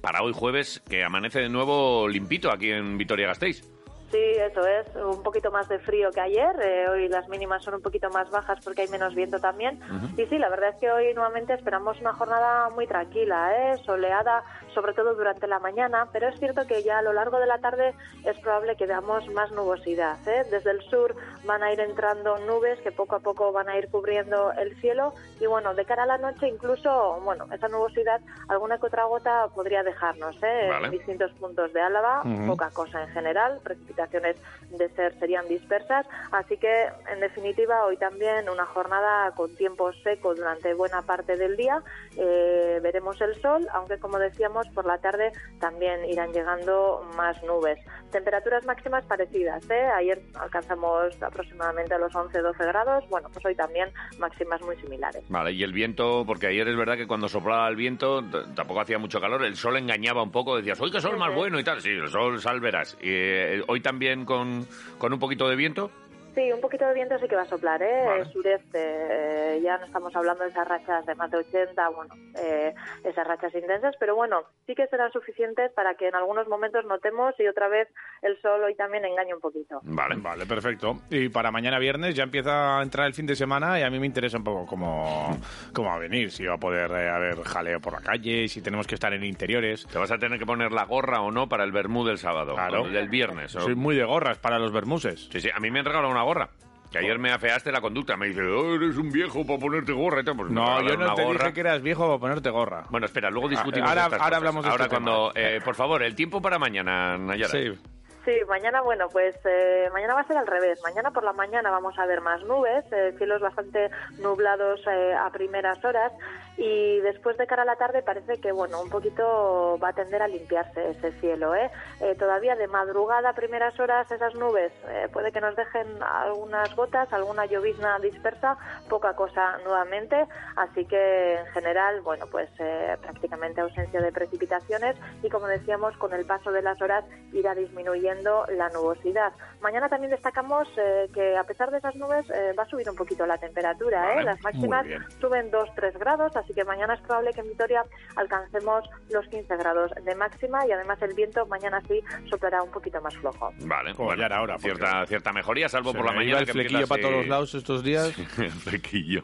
Speaker 2: para hoy jueves, que amanece de nuevo limpito aquí en Vitoria-Gasteiz.
Speaker 6: Sí, eso es. Un poquito más de frío que ayer. eh, hoy las mínimas son un poquito más bajas porque hay menos viento también. Y sí, la verdad es que hoy nuevamente esperamos una jornada muy tranquila, ¿eh? soleada, sobre todo durante la mañana. Pero es cierto que ya a lo largo de la tarde es probable que veamos más nubosidad. ¿eh? Desde el sur van a ir entrando nubes que poco a poco van a ir cubriendo el cielo. Y bueno, de cara a la noche, incluso, bueno, esa nubosidad, alguna que otra gota podría dejarnos ¿eh?
Speaker 2: Vale.
Speaker 6: en distintos puntos de Álava. Poca cosa en general. Precipitaciones de ser serían dispersas. Así que, en definitiva, hoy también una jornada con tiempo seco durante buena parte del día. Eh, veremos el sol, aunque, como decíamos, por la tarde también irán llegando más nubes. Temperaturas máximas parecidas. ¿eh? Ayer alcanzamos aproximadamente los 11-12 grados. Bueno, pues hoy también máximas muy similares.
Speaker 2: Vale, y el viento, porque ayer es verdad que cuando soplaba el viento t- tampoco hacía mucho calor, el sol engañaba un poco, decías, hoy que sol más bueno y tal, sí, el sol salverás. Y, eh, hoy también con, con un poquito de viento.
Speaker 6: Sí, un poquito de viento sí que va a soplar, ¿eh?
Speaker 2: Vale.
Speaker 6: Sureste, eh, ya no estamos hablando de esas rachas de más de 80, bueno, eh, esas rachas intensas, pero bueno, sí que serán suficientes para que en algunos momentos notemos y otra vez el sol hoy también engañe un poquito.
Speaker 3: Mm.
Speaker 2: Vale,
Speaker 3: Vale, perfecto. Y para mañana viernes ya empieza a entrar el fin de semana y a mí me interesa un poco cómo, cómo va a venir, si va a poder eh, haber jaleo por la calle, si tenemos que estar en interiores.
Speaker 2: Te vas a tener que poner la gorra o no para el vermú del sábado,
Speaker 3: Claro.
Speaker 2: o del viernes. o-
Speaker 3: Soy muy de gorras para los bermuses.
Speaker 2: Sí, sí, a mí me han regalado una gorra. Que ayer me afeaste la conducta, me dice, "Oh, eres un viejo para ponerte gorra y tal. Pues me
Speaker 3: No, yo
Speaker 2: regalaron
Speaker 3: no
Speaker 2: una
Speaker 3: te
Speaker 2: gorra.
Speaker 3: dije que eras viejo para ponerte gorra.
Speaker 2: Bueno, espera, luego discutimos.
Speaker 3: ahora-
Speaker 2: estas
Speaker 3: ahora
Speaker 2: cosas.
Speaker 3: hablamos de
Speaker 2: Ahora
Speaker 3: este
Speaker 2: cuando. eh, por favor, el tiempo para mañana, Nayara.
Speaker 6: Sí, mañana, bueno, pues eh, mañana va a ser al revés. Mañana por la mañana vamos a ver más nubes, eh, cielos bastante nublados eh, a primeras horas y después de cara a la tarde parece que, bueno, un poquito va a tender a limpiarse ese cielo. ¿eh? Eh, todavía de madrugada a primeras horas esas nubes eh, puede que nos dejen algunas gotas, alguna llovizna dispersa, poca cosa nuevamente, así que en general, bueno, pues eh, prácticamente ausencia de precipitaciones y como decíamos, con el paso de las horas irá disminuyendo la nubosidad. Mañana también destacamos eh, que a pesar de esas nubes eh, va a subir un poquito la temperatura,
Speaker 2: Vale,
Speaker 6: ¿eh? las
Speaker 2: muy
Speaker 6: máximas
Speaker 2: bien.
Speaker 6: suben 2-3 grados, así que mañana es probable que en Vitoria alcancemos los 15 grados de máxima y además el viento mañana sí soplará un poquito más flojo.
Speaker 2: Vale,
Speaker 3: Pues ya era hora, porque-
Speaker 2: Cierta, cierta mejoría, salvo
Speaker 3: Se
Speaker 2: por la
Speaker 3: me iba
Speaker 2: mañana.
Speaker 3: el
Speaker 2: que
Speaker 3: flequillo
Speaker 2: empieza
Speaker 3: para todos
Speaker 2: así-
Speaker 3: lados estos días.
Speaker 2: el flequillo.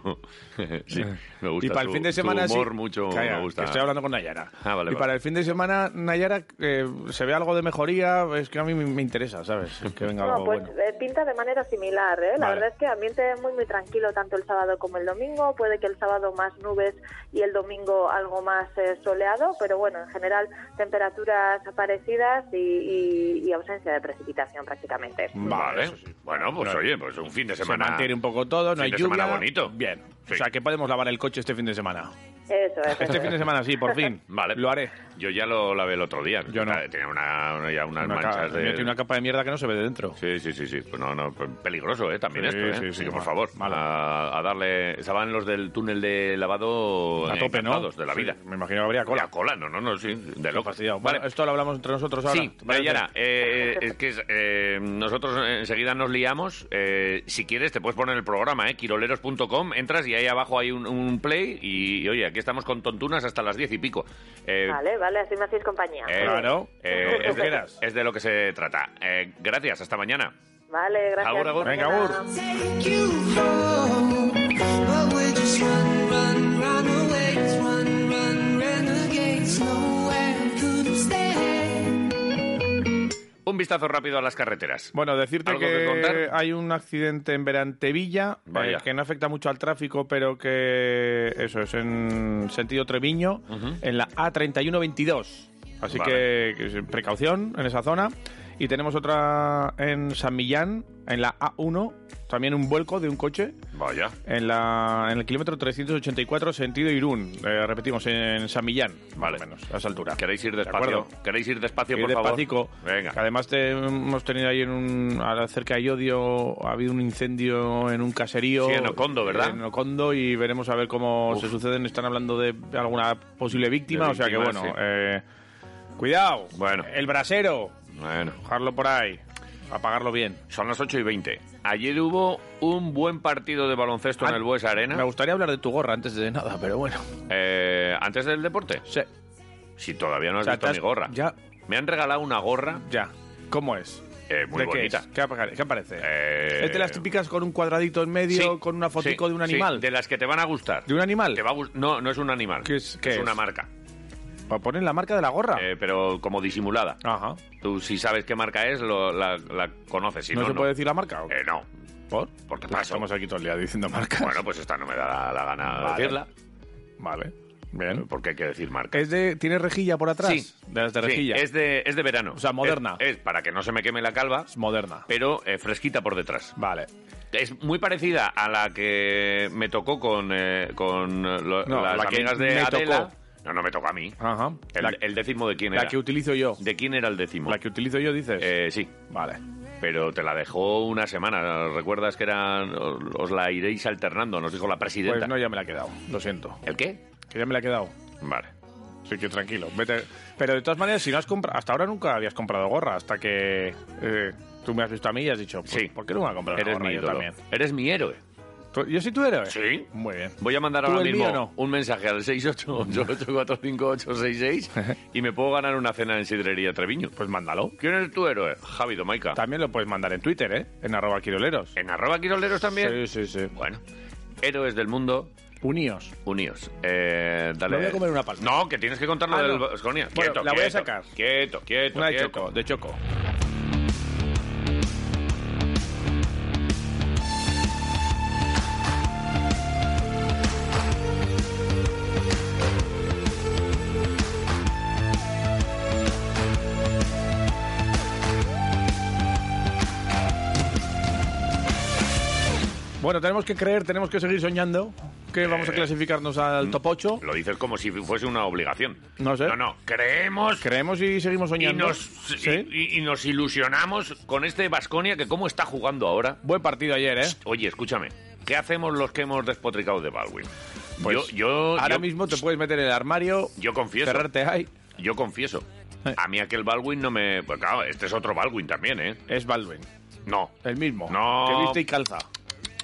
Speaker 2: sí, me gusta.
Speaker 3: y para
Speaker 2: tu-
Speaker 3: el fin de
Speaker 2: tu
Speaker 3: semana sí-
Speaker 2: humor mucho
Speaker 3: Calla,
Speaker 2: me gusta.
Speaker 3: que estoy hablando con Nayara.
Speaker 2: Ah, vale,
Speaker 3: y
Speaker 2: vale.
Speaker 3: para el fin de semana, Nayara, eh, se ve algo de mejoría, es que a mí me me interesa, ¿sabes? Que venga
Speaker 6: No,
Speaker 3: algo
Speaker 6: pues
Speaker 3: bueno.
Speaker 6: eh, pinta de manera similar, ¿eh? La
Speaker 3: Vale.
Speaker 6: verdad es que ambiente muy, muy tranquilo tanto el sábado como el domingo. Puede que el sábado más nubes y el domingo algo más eh, soleado, pero bueno, en general temperaturas parecidas y, y- y ausencia de precipitación prácticamente.
Speaker 2: Vale.
Speaker 3: eso sí.
Speaker 2: Bueno, pues
Speaker 3: Claro.
Speaker 2: oye, pues un fin de
Speaker 3: Se
Speaker 2: semana.
Speaker 3: mantiene un poco todo, no
Speaker 2: fin
Speaker 3: hay
Speaker 2: de
Speaker 3: lluvia.
Speaker 2: semana bonito.
Speaker 3: Bien.
Speaker 2: Sí.
Speaker 3: O sea, que podemos lavar el coche este fin de semana.
Speaker 6: Eso es. eso
Speaker 3: Este
Speaker 6: es.
Speaker 3: fin de semana sí, por fin.
Speaker 2: Vale.
Speaker 3: Lo haré.
Speaker 2: Yo ya lo lavé el otro día.
Speaker 3: Yo no.
Speaker 2: Tenía una, una- ya unas
Speaker 3: Una ca-
Speaker 2: manchas de.
Speaker 3: tiene una capa de mierda que no se ve de dentro.
Speaker 2: Sí, sí, sí, sí. Pues no, no, pues peligroso, ¿eh? También
Speaker 3: Sí,
Speaker 2: esto, ¿eh?
Speaker 3: sí, sí,
Speaker 2: Así que, por
Speaker 3: vale,
Speaker 2: favor,
Speaker 3: vale.
Speaker 2: a, a darle... Estaban los del túnel de lavado eh,
Speaker 3: A tope, ¿no?
Speaker 2: encantados de la
Speaker 3: Sí,
Speaker 2: vida.
Speaker 3: me imagino que habría
Speaker 2: Cola,
Speaker 3: cola.
Speaker 2: cola, no, no, no, sí, de loco.
Speaker 3: Fastidiado.
Speaker 2: Vale,
Speaker 3: Bueno, esto lo hablamos entre nosotros ahora.
Speaker 2: Sí,
Speaker 3: ¿te parece?
Speaker 2: Nayara, eh, es que es, eh, nosotros enseguida nos liamos. Eh, si quieres, te puedes poner el programa, ¿eh? quiroleros.com. Entras y ahí abajo hay un, un play. Y, y, oye, aquí estamos con tontunas hasta las diez y pico. Eh,
Speaker 6: Vale, vale, así me hacéis compañía.
Speaker 2: eh,
Speaker 3: Claro.
Speaker 2: eh,
Speaker 3: Lo que
Speaker 2: es, de,
Speaker 3: quieras.
Speaker 2: es de lo que se trata. Eh, gracias, hasta mañana.
Speaker 6: Vale, gracias.
Speaker 2: Agur, agur.
Speaker 3: Venga,
Speaker 6: Mañana.
Speaker 3: Agur.
Speaker 7: Take you home, but we just run, run, run away, run, run, renegades. Nowhere could have stayed.
Speaker 2: Un vistazo rápido a las carreteras.
Speaker 3: Bueno, decirte
Speaker 2: ¿Algo
Speaker 3: que,
Speaker 2: que contar?
Speaker 3: hay un accidente en Verantevilla
Speaker 2: Vaya.
Speaker 3: eh, que no afecta mucho al tráfico, pero que eso es en sentido Treviño, en la A3122. Así
Speaker 2: Vale.
Speaker 3: que, que es- precaución en esa zona. Y tenemos otra en San Millán, en la A1, también un vuelco de un coche.
Speaker 2: Vaya.
Speaker 3: En, la, en el kilómetro 384, sentido Irún. Eh, repetimos, en San Millán,
Speaker 2: Vale.
Speaker 3: más o menos, a esa altura.
Speaker 2: ¿Queréis ir
Speaker 3: ¿De
Speaker 2: despacio?
Speaker 3: acuerdo?
Speaker 2: ¿Queréis ir despacio,
Speaker 3: Ir
Speaker 2: por
Speaker 3: despacico.
Speaker 2: favor? Venga.
Speaker 3: Que además te- hemos tenido ahí en un. ahora Cerca de Iodio, ha habido un incendio en un caserío.
Speaker 2: Sí, en Ocondo, ¿verdad?
Speaker 3: En Ocondo, y veremos a ver cómo
Speaker 2: Uf.
Speaker 3: se suceden. Están hablando de alguna posible víctima,
Speaker 2: De
Speaker 3: o sea que
Speaker 2: víctimas,
Speaker 3: bueno.
Speaker 2: sí.
Speaker 3: eh, cuidado.
Speaker 2: Bueno.
Speaker 3: El brasero.
Speaker 2: Bueno.
Speaker 3: Dejarlo por ahí. Apagarlo bien.
Speaker 2: Son las 8 y 20. Ayer hubo un buen partido de baloncesto en
Speaker 3: Ah,
Speaker 2: el Buesa Arena.
Speaker 3: Me gustaría hablar de tu gorra antes de nada, pero bueno.
Speaker 2: Eh, ¿Antes del deporte?
Speaker 3: Sí.
Speaker 2: Si todavía no has
Speaker 3: O sea,
Speaker 2: visto
Speaker 3: te has-
Speaker 2: mi gorra.
Speaker 3: Ya,
Speaker 2: Me han regalado una gorra
Speaker 3: ya. ¿Cómo es?
Speaker 2: eh, muy
Speaker 3: ¿De qué
Speaker 2: bonita.
Speaker 3: es? ¿Qué, apa- qué aparece?
Speaker 2: Eh,
Speaker 3: ¿Es de las típicas con un cuadradito en medio,
Speaker 2: sí,
Speaker 3: con una fotico
Speaker 2: sí,
Speaker 3: de un
Speaker 2: sí,
Speaker 3: animal?
Speaker 2: de las que te van a gustar.
Speaker 3: ¿De un animal?
Speaker 2: Te va a gust- no, no es un animal.
Speaker 3: ¿Qué es- qué es?
Speaker 2: una marca,
Speaker 3: Para poner la marca de la gorra.
Speaker 2: eh, pero como disimulada.
Speaker 3: Ajá.
Speaker 2: Tú si sabes qué marca es, lo- la, la conoces. Si
Speaker 3: ¿No,
Speaker 2: no,
Speaker 3: se puede decir la marca? ¿o qué?
Speaker 2: Eh, no.
Speaker 3: ¿Por?
Speaker 2: porque
Speaker 3: Pues
Speaker 2: paso.
Speaker 3: Estamos aquí todo el día diciendo marcas.
Speaker 2: Bueno, pues esta no me da la, la gana de
Speaker 3: Vale.
Speaker 2: decirla,
Speaker 3: Vale. Bien.
Speaker 2: porque hay que decir marca.
Speaker 3: ¿Es de, ¿Tiene rejilla por atrás?
Speaker 2: Sí.
Speaker 3: De las de
Speaker 2: Sí,
Speaker 3: rejilla.
Speaker 2: es, de, es de verano.
Speaker 3: O sea, moderna.
Speaker 2: Es, es para que no se me queme la calva,
Speaker 3: Es moderna.
Speaker 2: pero eh, fresquita por detrás.
Speaker 3: Vale.
Speaker 2: Es muy parecida a la que me tocó con, eh, con eh, lo-
Speaker 3: No,
Speaker 2: las
Speaker 3: la que
Speaker 2: amigas de
Speaker 3: me
Speaker 2: Adela.
Speaker 3: tocó.
Speaker 2: No, no me tocó a mí.
Speaker 3: Ajá.
Speaker 2: El,
Speaker 3: la,
Speaker 2: el décimo de quién
Speaker 3: la
Speaker 2: era.
Speaker 3: que utilizo yo.
Speaker 2: ¿De quién era el décimo?
Speaker 3: La que utilizo yo, dices.
Speaker 2: Eh, sí,
Speaker 3: Vale.
Speaker 2: pero te la dejó una semana. ¿Recuerdas que era os la iréis alternando? Nos dijo la presidenta.
Speaker 3: Pues no, ya me la he quedado. Lo siento.
Speaker 2: ¿El qué?
Speaker 3: Que ya me la he quedado.
Speaker 2: Vale.
Speaker 3: Así que tranquilo. Vete. Pero de todas maneras, si no has comprado. Hasta ahora nunca habías comprado gorra. Hasta que eh, tú me has visto a mí y has dicho, pues,
Speaker 2: Sí.
Speaker 3: ¿por qué no me voy a comprar una
Speaker 2: Eres
Speaker 3: gorra
Speaker 2: mi
Speaker 3: yo
Speaker 2: ídolo.
Speaker 3: también?
Speaker 2: Eres mi héroe.
Speaker 3: ¿Tú- ¿Yo soy tu héroe?
Speaker 2: Sí.
Speaker 3: Muy bien.
Speaker 2: Voy a mandar
Speaker 3: ¿Tú
Speaker 2: ahora
Speaker 3: el
Speaker 2: mismo
Speaker 3: mío no?
Speaker 2: un mensaje al 688-845-866 y me puedo ganar una cena en Sidrería Treviño.
Speaker 3: Pues mándalo.
Speaker 2: ¿Quién es tu héroe? Javi Domaica.
Speaker 3: También lo puedes mandar en Twitter, ¿eh? En arroba quiroleros.
Speaker 2: ¿En arroba quiroleros también?
Speaker 3: Sí, sí, sí.
Speaker 2: Bueno. Héroes del mundo,
Speaker 3: Unidos.
Speaker 2: unidos. Eh, dale.
Speaker 3: Me voy a comer una palma.
Speaker 2: No, que tienes que contar lo
Speaker 3: Ah,
Speaker 2: del
Speaker 3: no.
Speaker 2: Baskonia.
Speaker 3: Bueno,
Speaker 2: Quieto,
Speaker 3: la voy a
Speaker 2: quieto,
Speaker 3: sacar.
Speaker 2: Quieto, quieto,
Speaker 3: Una de
Speaker 2: quieto.
Speaker 3: Choco, de Choco. Bueno, tenemos que creer, tenemos que seguir soñando que
Speaker 2: Eh,
Speaker 3: vamos a clasificarnos al top 8.
Speaker 2: mm, Lo dices como si fuese una obligación.
Speaker 3: No sé.
Speaker 2: No, no. Creemos
Speaker 3: Creemos y seguimos
Speaker 2: y
Speaker 3: soñando.
Speaker 2: nos,
Speaker 3: ¿Sí?
Speaker 2: y- y- y nos ilusionamos con este Basconia que cómo está jugando ahora.
Speaker 3: Buen partido ayer, ¿eh?
Speaker 2: Oye, escúchame. ¿Qué hacemos los que hemos despotricado de Baldwin?
Speaker 3: Pues,
Speaker 2: yo, yo,
Speaker 3: Ahora
Speaker 2: yo-
Speaker 3: mismo te puedes meter en el armario,
Speaker 2: Yo confieso.
Speaker 3: cerrarte ahí.
Speaker 2: Yo confieso. A mí aquel Baldwin no me. Pues claro, este es otro Baldwin también, ¿eh?
Speaker 3: Es Baldwin,
Speaker 2: No.
Speaker 3: el mismo.
Speaker 2: No.
Speaker 3: Que viste y calza.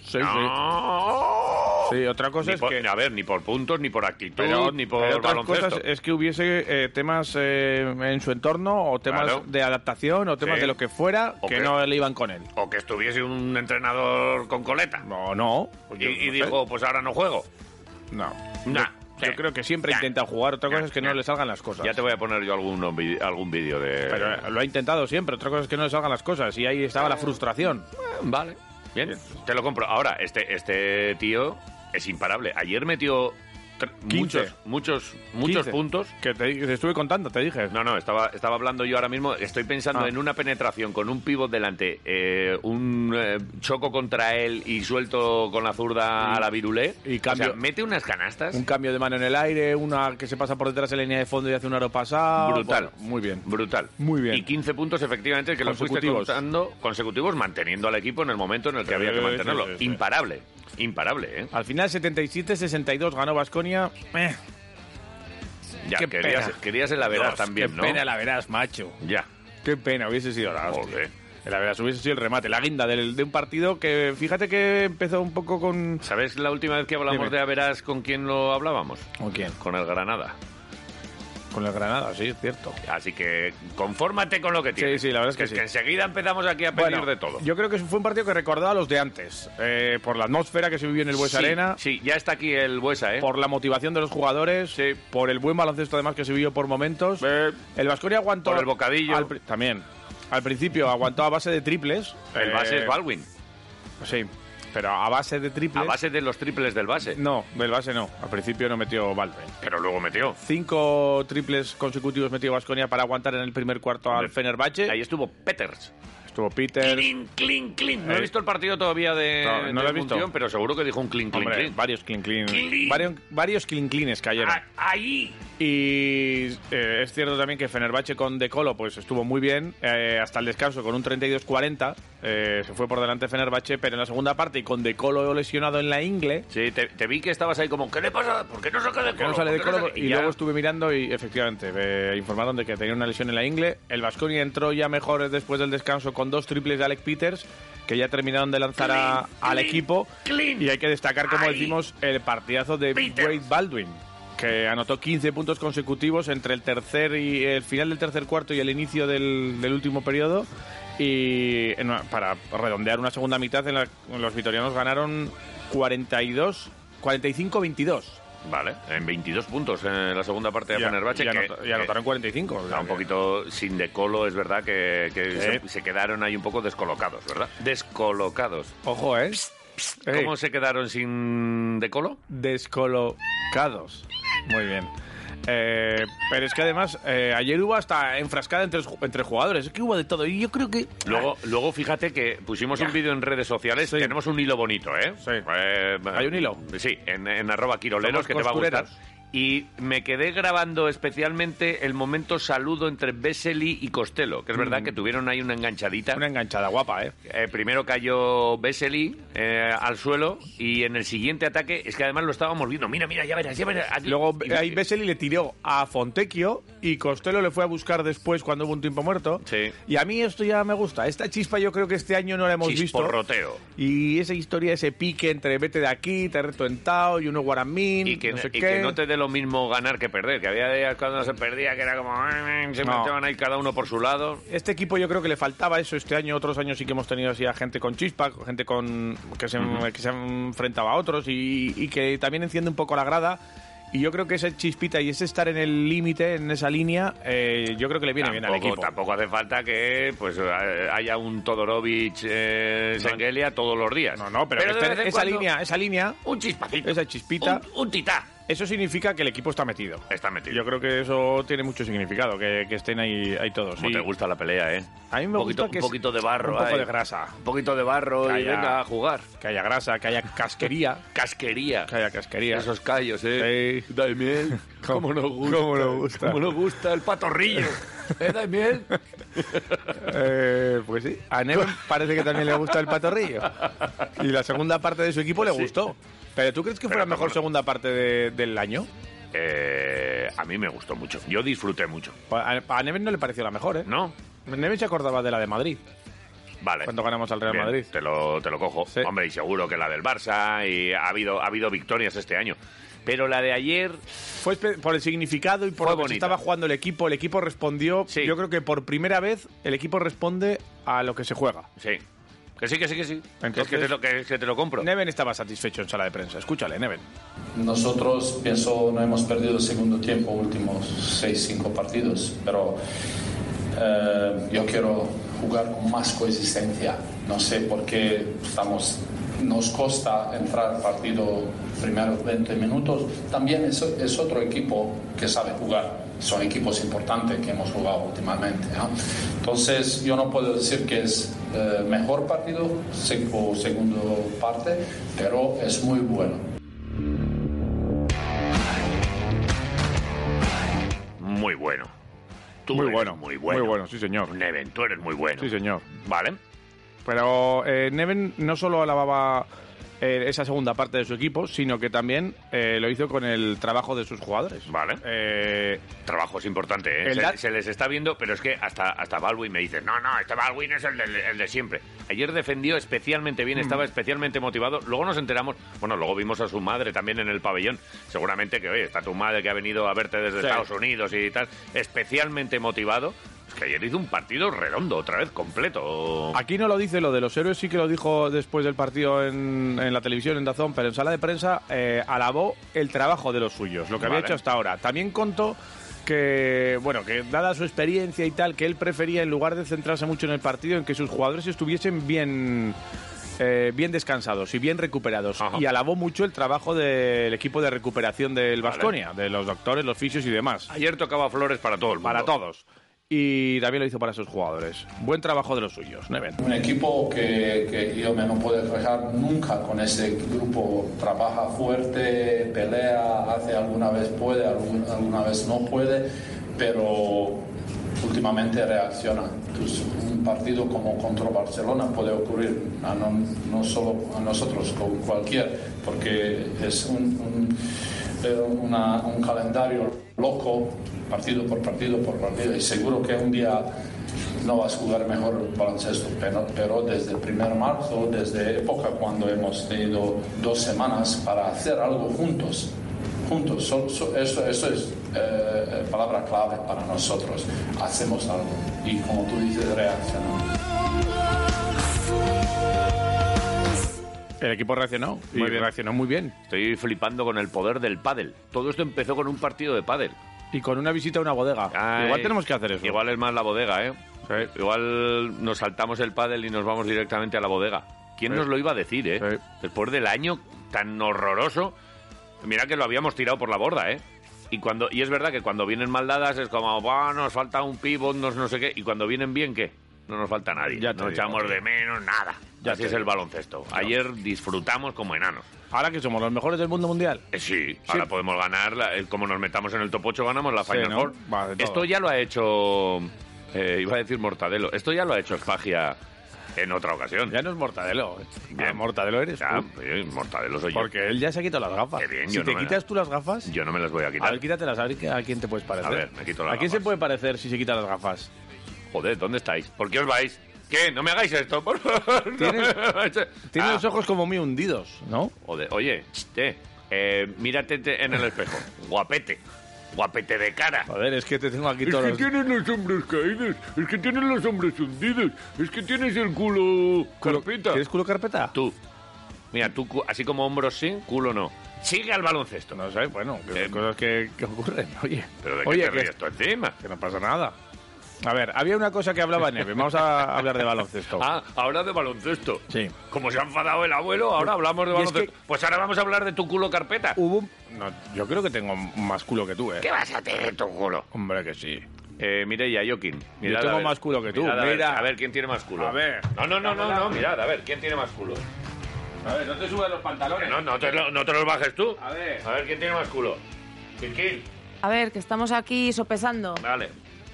Speaker 3: Sí,
Speaker 2: No.
Speaker 3: sí. Sí, otra cosa
Speaker 2: Ni
Speaker 3: es
Speaker 2: por-
Speaker 3: que...
Speaker 2: A ver, ni por puntos, ni por actitud, ni por
Speaker 3: pero otras
Speaker 2: baloncesto.
Speaker 3: cosas es que hubiese eh, temas eh, en su entorno o temas
Speaker 2: Claro.
Speaker 3: de adaptación o temas
Speaker 2: Sí.
Speaker 3: de lo que fuera
Speaker 2: O
Speaker 3: que
Speaker 2: que-
Speaker 3: no le iban con él.
Speaker 2: O que estuviese un entrenador con coleta.
Speaker 3: No, no.
Speaker 2: Y,
Speaker 3: Yo
Speaker 2: y
Speaker 3: no sé.
Speaker 2: dijo, pues ahora no juego.
Speaker 3: No.
Speaker 2: Nah,
Speaker 3: Yo
Speaker 2: sí.
Speaker 3: creo que siempre
Speaker 2: Nah.
Speaker 3: intenta jugar. Otra cosa
Speaker 2: Nah,
Speaker 3: es que
Speaker 2: nah.
Speaker 3: no le salgan las cosas.
Speaker 2: Ya te voy a poner yo alguno vi- algún vídeo de.
Speaker 3: Pero eh, lo ha intentado siempre. Otra cosa es que no le salgan las cosas. Y ahí estaba la frustración.
Speaker 2: Vale. Bien. Te lo compro. Ahora, este, este tío es imparable. Ayer metió tr-
Speaker 3: 15.
Speaker 2: muchos, muchos, muchos
Speaker 3: 15.
Speaker 2: puntos.
Speaker 3: Que te, te estuve contando, te dije.
Speaker 2: No, no, estaba, estaba hablando yo ahora mismo. Estoy pensando
Speaker 3: Ah.
Speaker 2: en una penetración con un pivot delante, eh, un eh, choco contra él y suelto con la zurda a la virulé.
Speaker 3: y cambio.
Speaker 2: O sea, mete unas canastas.
Speaker 3: Un cambio de mano en el aire, una que se pasa por detrás de la línea de fondo y hace un aro pasado.
Speaker 2: Brutal.
Speaker 3: Bueno, muy bien.
Speaker 2: Brutal.
Speaker 3: Muy bien.
Speaker 2: Y 15 puntos, efectivamente, que los fuiste
Speaker 3: Consecutivos.
Speaker 2: contando consecutivos, manteniendo al equipo en el momento en el que
Speaker 3: Sí,
Speaker 2: había que
Speaker 3: sí,
Speaker 2: mantenerlo.
Speaker 3: sí, sí.
Speaker 2: Imparable. Imparable, ¿eh?
Speaker 3: Al final, 77-62 ganó Vasconia.
Speaker 2: Ya,
Speaker 3: Qué
Speaker 2: querías,
Speaker 3: pena.
Speaker 2: querías el Averaz también,
Speaker 3: qué
Speaker 2: ¿no?
Speaker 3: pena la verás, macho.
Speaker 2: Ya.
Speaker 3: Qué pena, hubiese sido la hostia.
Speaker 2: Joder.
Speaker 3: La verdad, hubiese sido el remate, la guinda del- de un partido que fíjate que empezó un poco con.
Speaker 2: ¿Sabes la última vez que hablamos
Speaker 3: Dime.
Speaker 2: de Averas con quién lo hablábamos?
Speaker 3: ¿Con quién?
Speaker 2: Con el Granada.
Speaker 3: Con el Granada, sí, es cierto.
Speaker 2: Así que confórmate con lo que tienes.
Speaker 3: sí, la verdad es que
Speaker 2: es
Speaker 3: sí.
Speaker 2: que enseguida empezamos aquí a pedir de todo.
Speaker 3: yo creo que fue un partido que recordaba a los de antes. eh, por la atmósfera que se vivió en el Buesa
Speaker 2: Sí,
Speaker 3: pues Arena,
Speaker 2: Sí, ya está aquí el Buesa, ¿eh?
Speaker 3: por la motivación de los jugadores,
Speaker 2: Sí.
Speaker 3: por el buen baloncesto además que se vivió por momentos.
Speaker 2: Eh,
Speaker 3: El Vasconia aguantó.
Speaker 2: Por el bocadillo.
Speaker 3: al pri- también. Al principio aguantó a base de triples.
Speaker 2: el
Speaker 3: eh,
Speaker 2: base es Baldwin.
Speaker 3: Sí, pero a base de triples.
Speaker 2: A base de los triples del base.
Speaker 3: No, del base no. Al principio no metió Valve.
Speaker 2: Pero luego metió.
Speaker 3: Cinco triples consecutivos metió Vasconia para aguantar en el primer cuarto al
Speaker 2: Hombre,
Speaker 3: Fenerbahce.
Speaker 2: Ahí estuvo Peters.
Speaker 3: estuvo Peter.
Speaker 2: Clean, clean, clean. No he
Speaker 3: Eh.
Speaker 2: visto el partido todavía de.
Speaker 3: No, no
Speaker 2: de
Speaker 3: lo he visto.
Speaker 2: Munción, Pero seguro que dijo un clean, clean,
Speaker 3: Hombre,
Speaker 2: clean.
Speaker 3: varios clean clean.
Speaker 2: Clean.
Speaker 3: Varios, varios clean cleanes cayeron.
Speaker 2: Ah, Ahí.
Speaker 3: Y eh, es cierto también que Fenerbahce con De Colo pues estuvo muy bien eh, hasta el descanso con un 32-40. eh, se fue por delante Fenerbahce, pero en la segunda parte y con De Colo lesionado en la ingle.
Speaker 2: Sí, te, te vi que estabas ahí como, ¿qué le pasa? ¿Por qué no saca de
Speaker 3: que
Speaker 2: colo?
Speaker 3: no sale de
Speaker 2: ¿Por qué
Speaker 3: Colo
Speaker 2: saca?"
Speaker 3: y
Speaker 2: ya.
Speaker 3: luego estuve mirando y efectivamente me informaron de que tenía una lesión en la ingle. El Vasconi entró ya mejor después del descanso con dos triples de Alec Peters que ya terminaron de lanzar a-
Speaker 2: Clean,
Speaker 3: al
Speaker 2: clean,
Speaker 3: equipo
Speaker 2: clean.
Speaker 3: y hay que destacar como
Speaker 2: Ahí.
Speaker 3: decimos el partidazo de
Speaker 2: Peters.
Speaker 3: Wade Baldwin que anotó 15 puntos consecutivos entre el tercer y el final del tercer cuarto y el inicio del, del último periodo. Y en una- para redondear una segunda mitad, en la- los vitorianos ganaron 42, 45-22.
Speaker 2: Vale, ¿eh? en 22 puntos en la segunda parte de
Speaker 3: Ya,
Speaker 2: Fenerbahce.
Speaker 3: y
Speaker 2: que-
Speaker 3: anota- y
Speaker 2: que-
Speaker 3: anotaron 45. o sea
Speaker 2: Está un
Speaker 3: que-
Speaker 2: poquito sin decolo, es verdad que,
Speaker 3: Sí.
Speaker 2: que se, se quedaron ahí un poco descolocados, ¿verdad? Descolocados.
Speaker 3: Ojo, ¿eh? Ey.
Speaker 2: ¿Cómo se quedaron sin decolo?
Speaker 3: descolocados. Muy bien. Eh, pero es que además eh, ayer hubo hasta enfrascada entre, los ju- entre jugadores. Es que hubo de todo. Y yo creo que
Speaker 2: Luego, luego fíjate que pusimos un vídeo en redes sociales.
Speaker 3: Sí.
Speaker 2: Tenemos un hilo bonito, ¿eh?
Speaker 3: Sí.
Speaker 2: Eh,
Speaker 3: ¿Hay un hilo?
Speaker 2: Sí, en, en arroba quiroleros,
Speaker 3: Somos
Speaker 2: que te va a gustar.
Speaker 3: costureros.
Speaker 2: Y me quedé grabando especialmente el momento saludo entre Vesely y Costello, que es verdad que tuvieron ahí una enganchadita.
Speaker 3: Mm. una enganchada guapa, ¿eh?
Speaker 2: Eh, primero cayó Vesely eh, al suelo y en el siguiente ataque, es que además lo estábamos viendo. Mira, mira, ya verás, ya verás. eh, aquí".
Speaker 3: Ah, Luego
Speaker 2: Y-
Speaker 3: ahí Vesely le tiró a Fontecchio y Costello le fue a buscar después cuando hubo un tiempo muerto.
Speaker 2: Sí.
Speaker 3: Y a mí esto ya me gusta. Esta chispa yo creo que este año no la hemos visto.
Speaker 2: Chisporroteo.
Speaker 3: Y esa historia, ese pique entre vete de aquí, te reto en Tao y uno Guaramín.
Speaker 2: Y que,
Speaker 3: no sé
Speaker 2: y que
Speaker 3: qué.
Speaker 2: no te dé lo mismo ganar que perder. Que había días cuando se perdía que era como... "Ah, ah", Se
Speaker 3: No.
Speaker 2: marchaban ahí cada uno por su lado.
Speaker 3: Este equipo yo creo que le faltaba eso este año. Otros años sí que hemos tenido así a gente con chispa, gente con que se, que se enfrentaba a otros y, y que también enciende un poco la grada. Y yo creo que esa chispita y ese estar en el límite, en esa línea, eh, yo creo que le viene bien al
Speaker 2: Tampoco-
Speaker 3: equipo.
Speaker 2: Tampoco hace falta que pues eh, haya un Todorovic eh, Senghelia todos los días.
Speaker 3: No, no, pero, que
Speaker 2: de
Speaker 3: esté-
Speaker 2: vez en
Speaker 3: esa
Speaker 2: cuando,
Speaker 3: línea, esa línea,
Speaker 2: Un chispacito.
Speaker 3: esa chispita,
Speaker 2: Un, un titá.
Speaker 3: eso significa que el equipo está metido.
Speaker 2: Está metido.
Speaker 3: Yo creo que eso tiene mucho significado, que, que estén ahí, ahí todos.
Speaker 2: Como
Speaker 3: Y-
Speaker 2: te gusta la pelea, ¿eh?
Speaker 3: A mí me
Speaker 2: Un poquito,
Speaker 3: gusta que
Speaker 2: Un poquito
Speaker 3: es-
Speaker 2: de barro.
Speaker 3: un poco
Speaker 2: ahí.
Speaker 3: de grasa.
Speaker 2: Un poquito de barro y
Speaker 3: Calla.
Speaker 2: venga a jugar.
Speaker 3: Que haya grasa, que haya casquería.
Speaker 2: Casquería.
Speaker 3: que haya casquería.
Speaker 2: Esos callos, ¿eh?
Speaker 3: Sí.
Speaker 2: Daimiel, ¿cómo, nos gusta?
Speaker 3: cómo nos gusta.
Speaker 2: cómo nos gusta el patorrillo? ¿Eh, Daimiel?
Speaker 3: Eh, pues sí, a Neven parece que también le gusta el patorrillo. Y la segunda parte de su equipo le
Speaker 2: Sí.
Speaker 3: gustó. Pero ¿tú crees que fue
Speaker 2: Pero
Speaker 3: la mejor
Speaker 2: cómo no.
Speaker 3: segunda parte de- del año?
Speaker 2: Eh, a mí me gustó mucho. Yo disfruté mucho.
Speaker 3: A, a Neven no le pareció la mejor, ¿eh?
Speaker 2: ¿No?
Speaker 3: Neven se acordaba de la de Madrid.
Speaker 2: Vale.
Speaker 3: Cuando ganamos al Real
Speaker 2: Bien,
Speaker 3: Madrid.
Speaker 2: Te lo, te lo cojo.
Speaker 3: Sí.
Speaker 2: Hombre, y seguro que la del Barça y ha habido, ha habido victorias este año. Pero la de ayer,
Speaker 3: Fue espe- por el significado y por lo
Speaker 2: Fue
Speaker 3: que se
Speaker 2: bonita.
Speaker 3: estaba jugando el equipo. El equipo respondió.
Speaker 2: Sí.
Speaker 3: Yo creo que por primera vez el equipo responde a lo que se juega.
Speaker 2: sí. Que sí, que sí, que sí.
Speaker 3: Entonces-
Speaker 2: Es que te lo, que, es que te lo compro.
Speaker 3: Neven estaba satisfecho en sala de prensa. Escúchale, Neven.
Speaker 8: Nosotros, pienso, no hemos perdido el segundo tiempo, últimos seis, cinco partidos, pero eh, yo quiero jugar con más coexistencia. No sé por qué estamos, nos costa entrar partido primeros 20 minutos. También es, es otro equipo que sabe jugar. Son equipos importantes que hemos jugado últimamente. ¿no? Entonces, yo no puedo decir que es eh, mejor partido se- o segundo parte, pero es muy bueno.
Speaker 2: Muy bueno. Tú
Speaker 3: Muy
Speaker 2: eres
Speaker 3: bueno,
Speaker 2: Muy bueno.
Speaker 3: muy bueno, sí, señor.
Speaker 2: Neven, tú eres muy bueno.
Speaker 3: Sí, señor.
Speaker 2: Vale.
Speaker 3: Pero eh, Neven no solo alababa eh, esa segunda parte de su equipo, sino que también eh, lo hizo con el trabajo de sus jugadores.
Speaker 2: Vale.
Speaker 3: Eh,
Speaker 2: Trabajo es importante, ¿eh?
Speaker 3: El da-
Speaker 2: Se, se les está viendo, pero es que hasta, hasta Baldwin me dice, no, no, este Baldwin es el de, el de siempre. Ayer defendió especialmente
Speaker 3: Mm.
Speaker 2: bien, estaba especialmente motivado. Luego nos enteramos, bueno, luego vimos a su madre también en el pabellón. Seguramente que, oye, está tu madre que ha venido a verte desde
Speaker 3: Sí.
Speaker 2: Estados Unidos y tal, especialmente motivado. Es que ayer hizo un partido redondo, otra vez, completo.
Speaker 3: aquí no lo dice lo de los héroes, sí que lo dijo después del partido en, en la televisión, en Dazón, pero en sala de prensa eh, alabó el trabajo de los suyos, lo que había
Speaker 2: Vale.
Speaker 3: hecho hasta ahora. También contó que, bueno, que dada su experiencia y tal, que él prefería, en lugar de centrarse mucho en el partido, en que sus jugadores estuviesen bien... eh, bien descansados y bien recuperados.
Speaker 2: Ajá.
Speaker 3: Y alabó mucho el trabajo del equipo de recuperación del Vasconia, de los doctores, los fisios y demás.
Speaker 2: Ayer tocaba flores para todo el mundo.
Speaker 3: Para todos. Y también lo hizo para sus jugadores. Buen trabajo de los suyos, Neven.
Speaker 8: Un equipo que, que yo me no puedo quejar nunca con ese grupo. Trabaja fuerte, pelea, hace alguna vez puede, algún- alguna vez no puede, pero últimamente reacciona. Pues un partido como contra Barcelona puede ocurrir, a no, no solo a nosotros, con cualquier, porque es un- un, eh, una- un calendario loco, partido por partido por partido, y seguro que un día no vas a jugar mejor el baloncesto, pero, pero desde el primer marzo, desde época cuando hemos tenido dos semanas para hacer algo juntos, juntos. So- so- eso, eso es eh, palabra clave para nosotros. Hacemos algo y como tú dices, reaccionamos.
Speaker 3: El equipo reaccionó y
Speaker 2: Muy bien.
Speaker 3: reaccionó muy bien.
Speaker 2: Estoy flipando con el poder del pádel. Todo esto empezó con un partido de pádel.
Speaker 3: Y con una visita a una bodega.
Speaker 2: Ay.
Speaker 3: Igual tenemos que hacer eso.
Speaker 2: Igual es más la bodega, ¿eh? Igual nos saltamos el pádel y nos vamos directamente a la bodega. ¿Quién
Speaker 3: Sí.
Speaker 2: nos lo iba a decir, eh?
Speaker 3: Sí.
Speaker 2: Después del año tan horroroso, mira que lo habíamos tirado por la borda, ¿eh? Y, cuando, y es verdad que cuando vienen mal dadas es como, "Buah, nos falta un pivot, nos no sé qué. Y cuando vienen bien, ¿qué? No nos falta nadie.
Speaker 3: Ya te
Speaker 2: no
Speaker 3: digo.
Speaker 2: echamos de menos nada.
Speaker 3: Ya
Speaker 2: Así
Speaker 3: te
Speaker 2: es el
Speaker 3: digo.
Speaker 2: baloncesto. Ayer disfrutamos como enanos.
Speaker 3: Ahora que somos los mejores del mundo mundial.
Speaker 2: Eh, Sí, ahora podemos ganar, la- eh, como nos metamos en el top 8 ganamos la
Speaker 3: Sí,
Speaker 2: Final
Speaker 3: ¿no?
Speaker 2: Four.
Speaker 3: Va, de todo.
Speaker 2: Esto ya lo ha hecho, eh, iba a decir Mortadelo, esto ya lo ha hecho Espagia en otra ocasión.
Speaker 3: Ya no es mortadelo. eh.
Speaker 2: Bien.
Speaker 3: Ah, mortadelo eres
Speaker 2: Ya,
Speaker 3: tú.
Speaker 2: eh, Mortadelo soy yo.
Speaker 3: Porque él ya se ha quitado las gafas.
Speaker 2: Qué bien,
Speaker 3: si
Speaker 2: yo
Speaker 3: te
Speaker 2: no me
Speaker 3: quitas
Speaker 2: la-
Speaker 3: tú las gafas,
Speaker 2: Yo no me las voy a
Speaker 3: a
Speaker 2: quitar.
Speaker 3: ver, quítatelas, a ver qué- a quién te puedes parecer.
Speaker 2: A ver, me quito las
Speaker 3: ¿A quién se
Speaker 2: gafas.
Speaker 3: puede parecer si se quita las gafas?
Speaker 2: Joder, ¿dónde estáis? ¿Por qué os vais? ¿Qué? No me hagáis esto, por favor. No
Speaker 3: Tienes-
Speaker 2: me hagáis esto.
Speaker 3: Tiene
Speaker 2: Ah,
Speaker 3: los ojos como muy hundidos, ¿no?
Speaker 2: joder, oye, ch, eh, eh, mírate te- en el espejo. Guapete. Guapete de cara.
Speaker 3: Joder, es que te tengo aquí todos los...
Speaker 2: tienes los hombros caídos, es que tienes los hombros hundidos, es que tienes el culo
Speaker 3: Culo- ¿Tienes culo carpeta?
Speaker 2: Tú, mira, tú cu- así como hombros sí, culo no. Sigue al baloncesto.
Speaker 3: No sé, bueno, que
Speaker 2: Eh,
Speaker 3: son cosas que, que ocurren. Oye,
Speaker 2: Pero de qué
Speaker 3: oye
Speaker 2: te
Speaker 3: que,
Speaker 2: ríes tú encima.
Speaker 3: que no pasa nada. A ver, había una cosa que hablaba Neve. Vamos a hablar de baloncesto.
Speaker 2: Ah, ahora de baloncesto.
Speaker 3: Sí.
Speaker 2: Como se ha enfadado el abuelo, ahora hablamos de
Speaker 3: Y es
Speaker 2: baloncesto. Pues ahora vamos a hablar de tu culo carpeta.
Speaker 3: Hubo un- No, yo creo que tengo más culo que tú, ¿eh?
Speaker 2: ¿Qué vas a tener tu culo?
Speaker 3: Hombre, que sí.
Speaker 2: Eh, Mireia, Joaquín. mirad,
Speaker 3: tengo
Speaker 2: a ver.
Speaker 3: más culo que tú,
Speaker 2: Mirad, a ver,
Speaker 3: mira.
Speaker 2: A ver, quién tiene más culo.
Speaker 3: A ver.
Speaker 2: No, no, no, no, no, mirad, a ver, quién tiene más culo.
Speaker 3: A ver, no te subas los
Speaker 2: Que
Speaker 3: pantalones.
Speaker 2: No, no, te lo- no te los bajes tú.
Speaker 3: A ver.
Speaker 2: A ver, quién tiene más culo. Kikín,
Speaker 4: A ver, que estamos aquí sopesando.
Speaker 2: vale.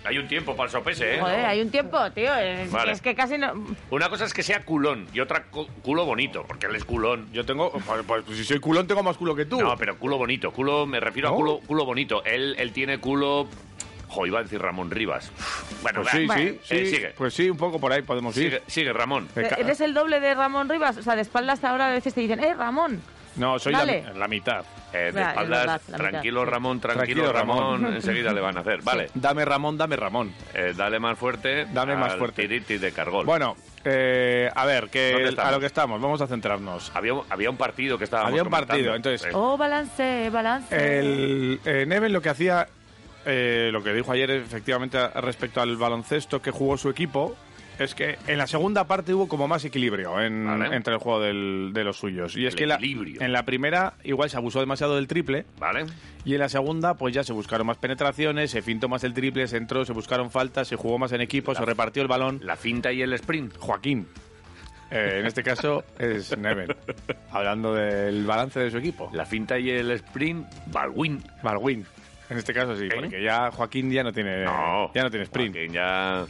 Speaker 2: Hay un tiempo para el sopese, ¿eh?
Speaker 4: Joder, hay un tiempo, tío. Es,
Speaker 2: Vale.
Speaker 4: es que casi no.
Speaker 2: Una cosa es que sea culón y otra cu- culo bonito, porque él es culón.
Speaker 3: Yo tengo... Pues, pues, si soy culón, tengo más culo que tú.
Speaker 2: No, pero culo bonito. Culo, me refiero
Speaker 3: ¿No?
Speaker 2: a culo, culo bonito. Él, él tiene culo. Jo, iba a decir Ramón Rivas. Bueno,
Speaker 3: Pues
Speaker 2: va,
Speaker 3: sí, sí,
Speaker 2: eh,
Speaker 3: sí.
Speaker 2: sigue.
Speaker 3: Pues sí, un poco por ahí podemos ir.
Speaker 2: sigue. Sigue, Ramón.
Speaker 3: Me ca-
Speaker 4: Eres el doble de Ramón Rivas. O sea, de espalda hasta ahora a veces te dicen, ¡eh, Ramón!
Speaker 3: No, soy la,
Speaker 4: Dale.
Speaker 3: mi- la mitad.
Speaker 2: Eh, de
Speaker 4: Ya, es
Speaker 2: espaldas,
Speaker 4: verdad, la mitad.
Speaker 2: tranquilo Ramón, tranquilo,
Speaker 3: Tranquilo, Ramón.
Speaker 2: Ramón. Enseguida le van a hacer. Vale,
Speaker 3: Dame Ramón, dame Ramón.
Speaker 2: eh, dale más fuerte.
Speaker 3: Dame más
Speaker 2: al
Speaker 3: fuerte.
Speaker 2: Tiriti de Cargol.
Speaker 3: Bueno, eh, a ver,
Speaker 2: ¿Dónde
Speaker 3: que
Speaker 2: estamos?
Speaker 3: a lo que estamos, vamos a centrarnos.
Speaker 2: había, había un partido que estábamos
Speaker 3: Había un
Speaker 2: comentando.
Speaker 3: partido, entonces-
Speaker 2: Eh,
Speaker 4: Oh, balance, balance.
Speaker 3: El, eh, Neven lo que hacía, eh, lo que dijo ayer efectivamente a- respecto al baloncesto que jugó su equipo, es que en la segunda parte hubo como más equilibrio en-
Speaker 2: Vale.
Speaker 3: entre el juego del- de los suyos. Y es
Speaker 2: El
Speaker 3: que la-
Speaker 2: equilibrio.
Speaker 3: en la primera igual se abusó demasiado del triple
Speaker 2: Vale.
Speaker 3: y en la segunda pues ya se buscaron más penetraciones, se fintó más el triple, se entró, se buscaron faltas, se jugó más en equipo, se repartió el balón.
Speaker 2: La finta y el sprint.
Speaker 3: Joaquín. Eh, en este caso es Neven, hablando del balance de su equipo.
Speaker 2: La finta y el sprint, Baldwin.
Speaker 3: Balwin. En este caso sí,
Speaker 2: ¿Eh?
Speaker 3: porque ya Joaquín ya no tiene
Speaker 2: No.
Speaker 3: ya no tiene sprint.
Speaker 2: Joaquín, ya.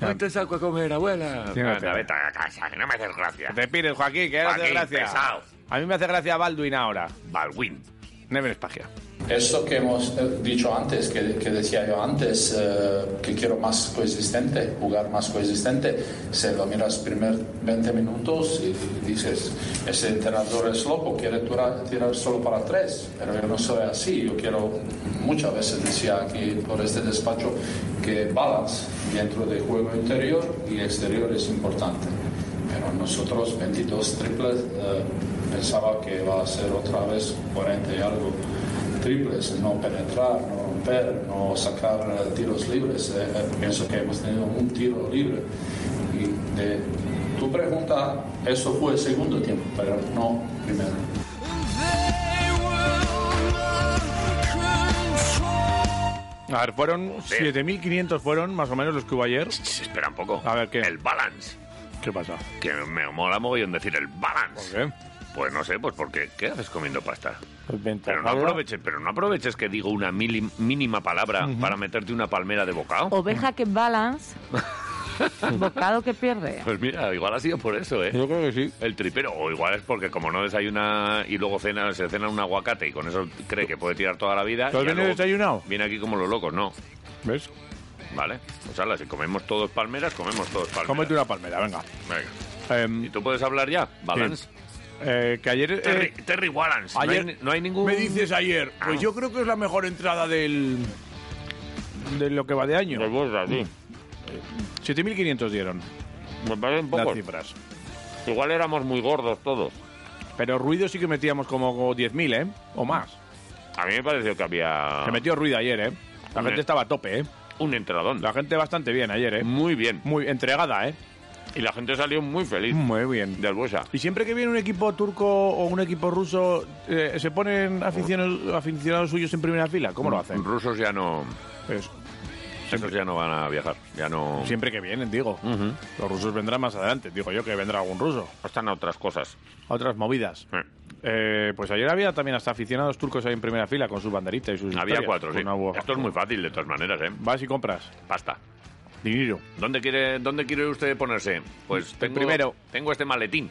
Speaker 3: Ya-
Speaker 2: te saco a comer, abuela?
Speaker 3: Ya no
Speaker 2: Anda,
Speaker 3: tengo.
Speaker 2: vete a casa, que no me haces gracia.
Speaker 3: Te pides, Joaquín, que ahora te hace
Speaker 2: Joaquín,
Speaker 3: gracia.
Speaker 2: pesao.
Speaker 3: A mí me hace gracia Baldwin ahora.
Speaker 2: Balwin.
Speaker 3: Neven Espagia.
Speaker 8: Esto que hemos eh, dicho antes, que, que decía yo antes, eh, que quiero más consistente, jugar más consistente, se lo miras primer 20 minutos y dices, ese entrenador es loco, quiere tura- tirar solo para tres, pero yo no soy así, yo quiero, muchas veces decía aquí por este despacho, que balance dentro del juego interior y exterior es importante. Pero nosotros 22 triples, eh, pensaba que va a ser otra vez 40 y algo triples, no penetrar, no romper, no sacar eh, tiros libres. Eh, eh, pienso que hemos tenido un tiro libre. Y de tu pregunta, eso fue el segundo tiempo, pero no primero.
Speaker 3: A ver, fueron 7.500 fueron más o menos los que hubo ayer.
Speaker 2: Espera un poco.
Speaker 3: A ver, ¿qué?
Speaker 2: El balance.
Speaker 3: ¿Qué pasa?
Speaker 2: Que me mola mogollón decir el
Speaker 3: ¿Por
Speaker 2: balance.
Speaker 3: qué?
Speaker 2: Pues no sé, pues porque ¿qué haces comiendo pasta?
Speaker 3: Pues
Speaker 2: Pero no aproveches, pero no aproveches que digo una mili- mínima palabra para meterte una palmera de bocado.
Speaker 4: Oveja que balance. Bocado que pierde.
Speaker 2: Pues mira, igual ha sido por eso, ¿eh?
Speaker 3: Yo creo que sí.
Speaker 2: El tripero, o igual es porque como no desayuna y luego cena, se cena un aguacate y con eso cree que puede tirar toda la vida.
Speaker 3: ¿Tú has
Speaker 2: y ya
Speaker 3: venido
Speaker 2: luego
Speaker 3: desayunado?
Speaker 2: Viene aquí como los locos, no.
Speaker 3: ¿Ves?
Speaker 2: Vale, pues ala, si comemos todos palmeras, comemos todos palmeras.
Speaker 3: Cómete una palmera, venga.
Speaker 2: Venga.
Speaker 3: Em,
Speaker 2: ¿Y tú puedes hablar ya? Balance.
Speaker 3: sí. Eh, que ayer... eh,
Speaker 2: Terry, Terry Wallace.
Speaker 3: ayer-
Speaker 2: no, hay, no hay ningún. Ah.
Speaker 1: Me dices ayer, pues yo creo que es la mejor entrada del...
Speaker 3: de lo que va de año.
Speaker 2: Pues bolsa, sí.
Speaker 3: 7.500 dieron
Speaker 2: Me parecen
Speaker 3: las
Speaker 2: pocos.
Speaker 3: cifras.
Speaker 2: Igual éramos muy gordos todos.
Speaker 3: Pero ruido sí que metíamos como 10.000, ¿eh? O más.
Speaker 2: A mí me pareció que había
Speaker 3: Se metió ruido ayer, ¿eh? La
Speaker 2: Hombre.
Speaker 3: gente estaba a tope, ¿eh?
Speaker 2: un entradón.
Speaker 3: La gente bastante bien ayer, ¿eh?
Speaker 2: Muy bien.
Speaker 3: Muy entregada, ¿eh?
Speaker 2: Y la gente salió muy feliz
Speaker 3: Muy bien.
Speaker 2: del bolsa.
Speaker 3: Y siempre que viene un equipo turco o un equipo ruso, eh, ¿se ponen aficionados, aficionados suyos en primera fila? ¿Cómo lo hacen?
Speaker 2: Rusos ya no.
Speaker 3: Pues,
Speaker 2: Esos ya no van a viajar. Ya no.
Speaker 3: siempre que vienen, digo.
Speaker 2: Ujú. Pues
Speaker 3: Los rusos vendrán más adelante. Digo yo que vendrá algún ruso.
Speaker 2: Están a otras cosas.
Speaker 3: A otras movidas.
Speaker 2: Eh.
Speaker 3: Eh, pues ayer había también hasta aficionados turcos ahí en primera fila con sus banderitas y sus
Speaker 2: Había
Speaker 3: historias.
Speaker 2: cuatro, sí.
Speaker 3: Pues no hubo-
Speaker 2: Esto es muy fácil, de todas maneras, ¿eh?
Speaker 3: Vas y compras.
Speaker 2: Pasta.
Speaker 3: Dinero.
Speaker 2: ¿Dónde quiere, dónde quiere usted ponerse? Pues tengo,
Speaker 3: primero.
Speaker 2: tengo este maletín.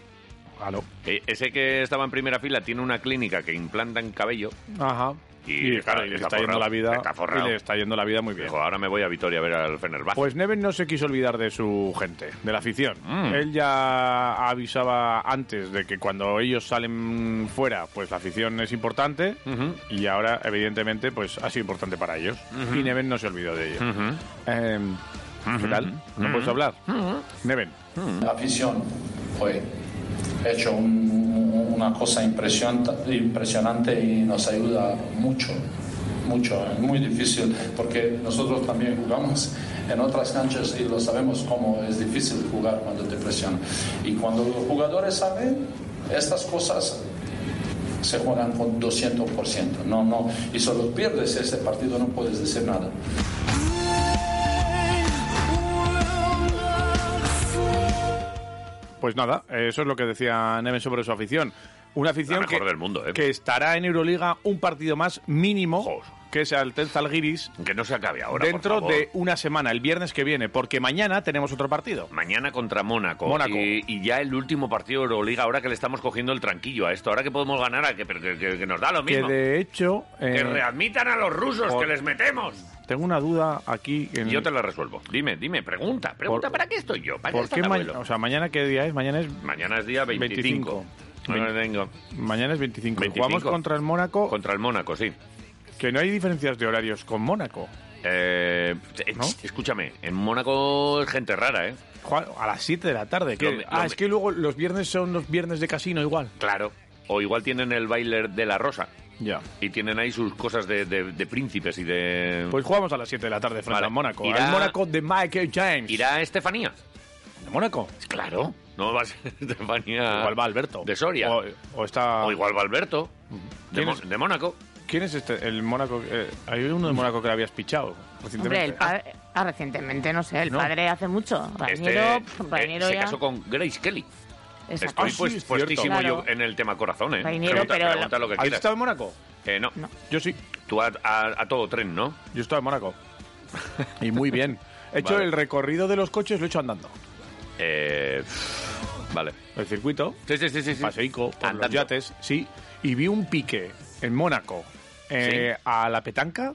Speaker 3: Aló.
Speaker 2: Eh, Ese que estaba en primera fila tiene una clínica que implanta en cabello.
Speaker 3: Ajá.
Speaker 2: Y, claro,
Speaker 3: y le
Speaker 2: está
Speaker 3: está yendo
Speaker 2: forrado.
Speaker 3: la vida.
Speaker 2: Está forrado.
Speaker 3: y le está yendo la vida muy bien.
Speaker 2: Dijo, ahora me voy a Vitoria a ver al Fenerbahce.
Speaker 3: Pues Neven no se quiso olvidar de su gente, de la afición.
Speaker 2: Mm.
Speaker 3: Él ya avisaba antes de que cuando ellos salen fuera, pues la afición es importante
Speaker 2: Ujú.
Speaker 3: y ahora, evidentemente, pues ha sido importante para ellos. Y Neven no se olvidó de ello.
Speaker 2: Ujú.
Speaker 3: Eh, ¿Qué tal? ¿No puedes hablar? Neven.
Speaker 8: La afición fue hecho un- un- una cosa impresionante, impresionante y nos ayuda mucho, mucho, es muy difícil porque nosotros también jugamos en otras canchas y lo sabemos cómo es difícil jugar cuando te presionan. Y cuando los jugadores saben estas cosas se juegan con 200%, no, no, y solo pierdes ese partido, no puedes decir nada.
Speaker 3: Pues nada, eso es lo que decía Neven sobre su afición. Una afición
Speaker 2: La mejor
Speaker 3: que,
Speaker 2: del mundo, ¿eh?
Speaker 3: que estará en Euroliga un partido más mínimo,
Speaker 2: Joder.
Speaker 3: que es al Tel Zalgiris,
Speaker 2: Que no se acabe ahora. por
Speaker 3: dentro
Speaker 2: favor.
Speaker 3: de una semana, el viernes que viene, porque mañana tenemos otro partido.
Speaker 2: Mañana contra Mónaco.
Speaker 3: Mónaco.
Speaker 2: Y, y ya el último partido de Euroliga, ahora que le estamos cogiendo el tranquillo a esto, ahora que podemos ganar, a que, pero que, que- que nos da lo
Speaker 3: Que
Speaker 2: mismo. Que,
Speaker 3: de hecho, eh,
Speaker 2: readmitan a los rusos,
Speaker 3: por-
Speaker 2: que les metemos.
Speaker 3: tengo una duda aquí. En,
Speaker 2: Yo te la resuelvo. Dime, dime, pregunta. Pregunta,
Speaker 3: Por-
Speaker 2: ¿para qué estoy yo? ¿Para
Speaker 3: ¿Por
Speaker 2: esto
Speaker 3: qué
Speaker 2: te
Speaker 3: ma-
Speaker 2: vuelo?
Speaker 3: o sea, mañana qué día es? Mañana es,
Speaker 2: Mañana es día 25.
Speaker 3: 25.
Speaker 2: No lo tengo.
Speaker 3: mañana es 25.
Speaker 2: 25.
Speaker 3: Jugamos contra el Mónaco,
Speaker 2: Contra el Mónaco, sí.
Speaker 3: que no hay diferencias de horarios con Mónaco.
Speaker 2: Eh, eh,
Speaker 3: ¿No?
Speaker 2: Escúchame, en Mónaco es gente rara, ¿eh?
Speaker 3: Juan, A las 7 de la tarde. que-
Speaker 2: Lo me- lo
Speaker 3: ah,
Speaker 2: me-
Speaker 3: es que luego los viernes son los viernes de casino igual.
Speaker 2: Claro. O igual tienen el bailer de la rosa.
Speaker 3: Ya.
Speaker 2: Y tienen ahí sus cosas de, de- de príncipes y de...
Speaker 3: Pues jugamos a las 7 de la tarde frente
Speaker 2: Vale.
Speaker 3: al Mónaco.
Speaker 2: Irá-
Speaker 3: Al Mónaco de Michael James.
Speaker 2: ¿Irá Estefanía?
Speaker 3: ¿De Mónaco?
Speaker 2: Claro. No va a ser Estefanía...
Speaker 3: Igual va Alberto.
Speaker 2: De Soria.
Speaker 3: O, o está...
Speaker 2: O igual va Alberto. De,
Speaker 3: ¿Quién
Speaker 2: Mo-
Speaker 3: es?
Speaker 2: de Mónaco.
Speaker 3: ¿Quién es este? El Mónaco. eh, hay uno de Mónaco que le habías pichado recientemente.
Speaker 4: Hombre, el padre... Ah, recientemente, no sé, el
Speaker 3: No.
Speaker 4: padre hace mucho.
Speaker 2: Este,
Speaker 4: Rañero,
Speaker 2: eh,
Speaker 4: Rañero
Speaker 2: se
Speaker 4: ya...
Speaker 2: casó con Grace Kelly. Estoy
Speaker 4: Exacto.
Speaker 3: Ah, sí,
Speaker 2: pues,
Speaker 3: es cierto.
Speaker 2: puestísimo
Speaker 4: Claro.
Speaker 2: yo en el tema corazón, ¿eh?
Speaker 4: Reiniero,
Speaker 2: pregunta,
Speaker 4: pero-
Speaker 2: pregunta lo que
Speaker 3: ¿Habéis
Speaker 2: quieras.
Speaker 3: estado en Mónaco?
Speaker 2: Eh, no.
Speaker 4: No.
Speaker 3: Yo sí.
Speaker 2: Tú a, a- a todo tren, ¿no?
Speaker 3: Yo he estado en Mónaco. Y muy bien. He hecho
Speaker 2: Vale.
Speaker 3: el recorrido de los coches, lo he hecho andando.
Speaker 2: Eh, pff, vale.
Speaker 3: El circuito,
Speaker 2: Sí, sí, sí, sí. sí.
Speaker 3: paseico, por
Speaker 2: Andando.
Speaker 3: los yates, sí. Y vi un pique en Mónaco eh, a la petanca.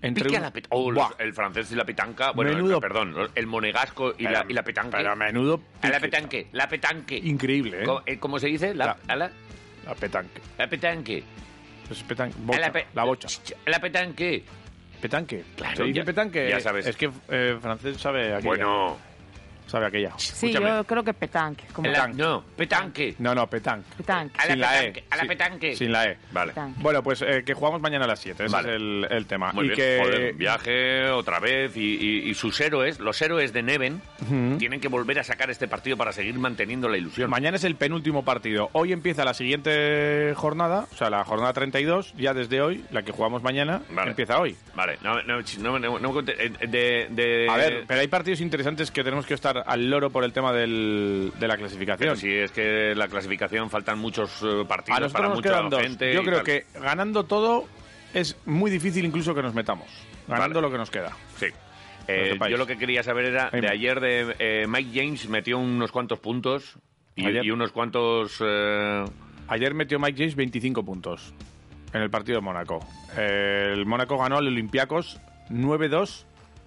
Speaker 3: Entre
Speaker 2: Pique a
Speaker 3: un-
Speaker 2: la pet- Oh, los-
Speaker 3: Buah,
Speaker 2: el francés y la petanca. Bueno,
Speaker 3: Menudo-
Speaker 2: el- perdón, el monegasco y, la, y la petanque.
Speaker 3: Pero a menudo.
Speaker 2: a la
Speaker 3: pique.
Speaker 2: petanque, la petanque.
Speaker 3: Increíble, ¿eh?
Speaker 2: ¿Cómo, eh, cómo se dice? La,
Speaker 3: La-
Speaker 2: a la,
Speaker 3: La petanque.
Speaker 2: la petanque.
Speaker 3: Es petan-
Speaker 2: a
Speaker 3: bocha,
Speaker 2: pe-
Speaker 3: la bocha.
Speaker 2: A la petanque.
Speaker 3: Petanque.
Speaker 2: Claro,
Speaker 3: ¿Se dice
Speaker 2: ya-
Speaker 3: petanque?
Speaker 2: ya sabes.
Speaker 3: Es que eh, francés sabe aquella.
Speaker 2: Bueno,
Speaker 3: Sabe aquella.
Speaker 4: Sí,
Speaker 2: Escúchame.
Speaker 4: yo creo que petanque. Como
Speaker 2: en la- no, petanque.
Speaker 3: No, no, petanque.
Speaker 4: petanque.
Speaker 2: A la
Speaker 3: Sin la E.
Speaker 2: petanque, a la
Speaker 3: Sí,
Speaker 2: petanque.
Speaker 3: Sin la E.
Speaker 2: Vale.
Speaker 4: Petanque.
Speaker 3: Bueno, pues eh, que jugamos mañana a las 7. Ese
Speaker 2: Vale.
Speaker 3: es el, el tema.
Speaker 2: Muy
Speaker 3: y
Speaker 2: bien.
Speaker 3: que.
Speaker 2: Joder, viaje otra vez y, y- y sus héroes, los héroes de Neven, tienen que volver a sacar este partido para seguir manteniendo la ilusión.
Speaker 3: Mañana es el penúltimo partido. Hoy empieza la siguiente jornada, o sea, la jornada 32, ya desde hoy, la que jugamos mañana,
Speaker 2: Vale.
Speaker 3: empieza hoy.
Speaker 2: Vale, no, eh, no, ch- no, no, no me conte- eh, de, de-
Speaker 3: A ver, pero hay partidos interesantes que tenemos que estar al loro por el tema del- de la clasificación.
Speaker 2: Pero si es que la clasificación faltan muchos eh,
Speaker 3: A
Speaker 2: partidos para
Speaker 3: nosotros nos
Speaker 2: mucha
Speaker 3: quedan dos.
Speaker 2: gente.
Speaker 3: Yo
Speaker 2: y
Speaker 3: creo
Speaker 2: tal.
Speaker 3: que ganando todo es muy difícil incluso que nos metamos. Ganando
Speaker 2: Vale.
Speaker 3: lo que nos queda.
Speaker 2: Sí. Eh,
Speaker 3: sepáis.
Speaker 2: yo lo que quería saber era,
Speaker 3: Dime.
Speaker 2: de ayer de eh, Mike James metió unos cuantos puntos y,
Speaker 3: Ayer.
Speaker 2: y unos cuantos... eh,
Speaker 3: Ayer metió Mike James 25 puntos en el partido de Mónaco. El Mónaco ganó al Olympiacos 9-2,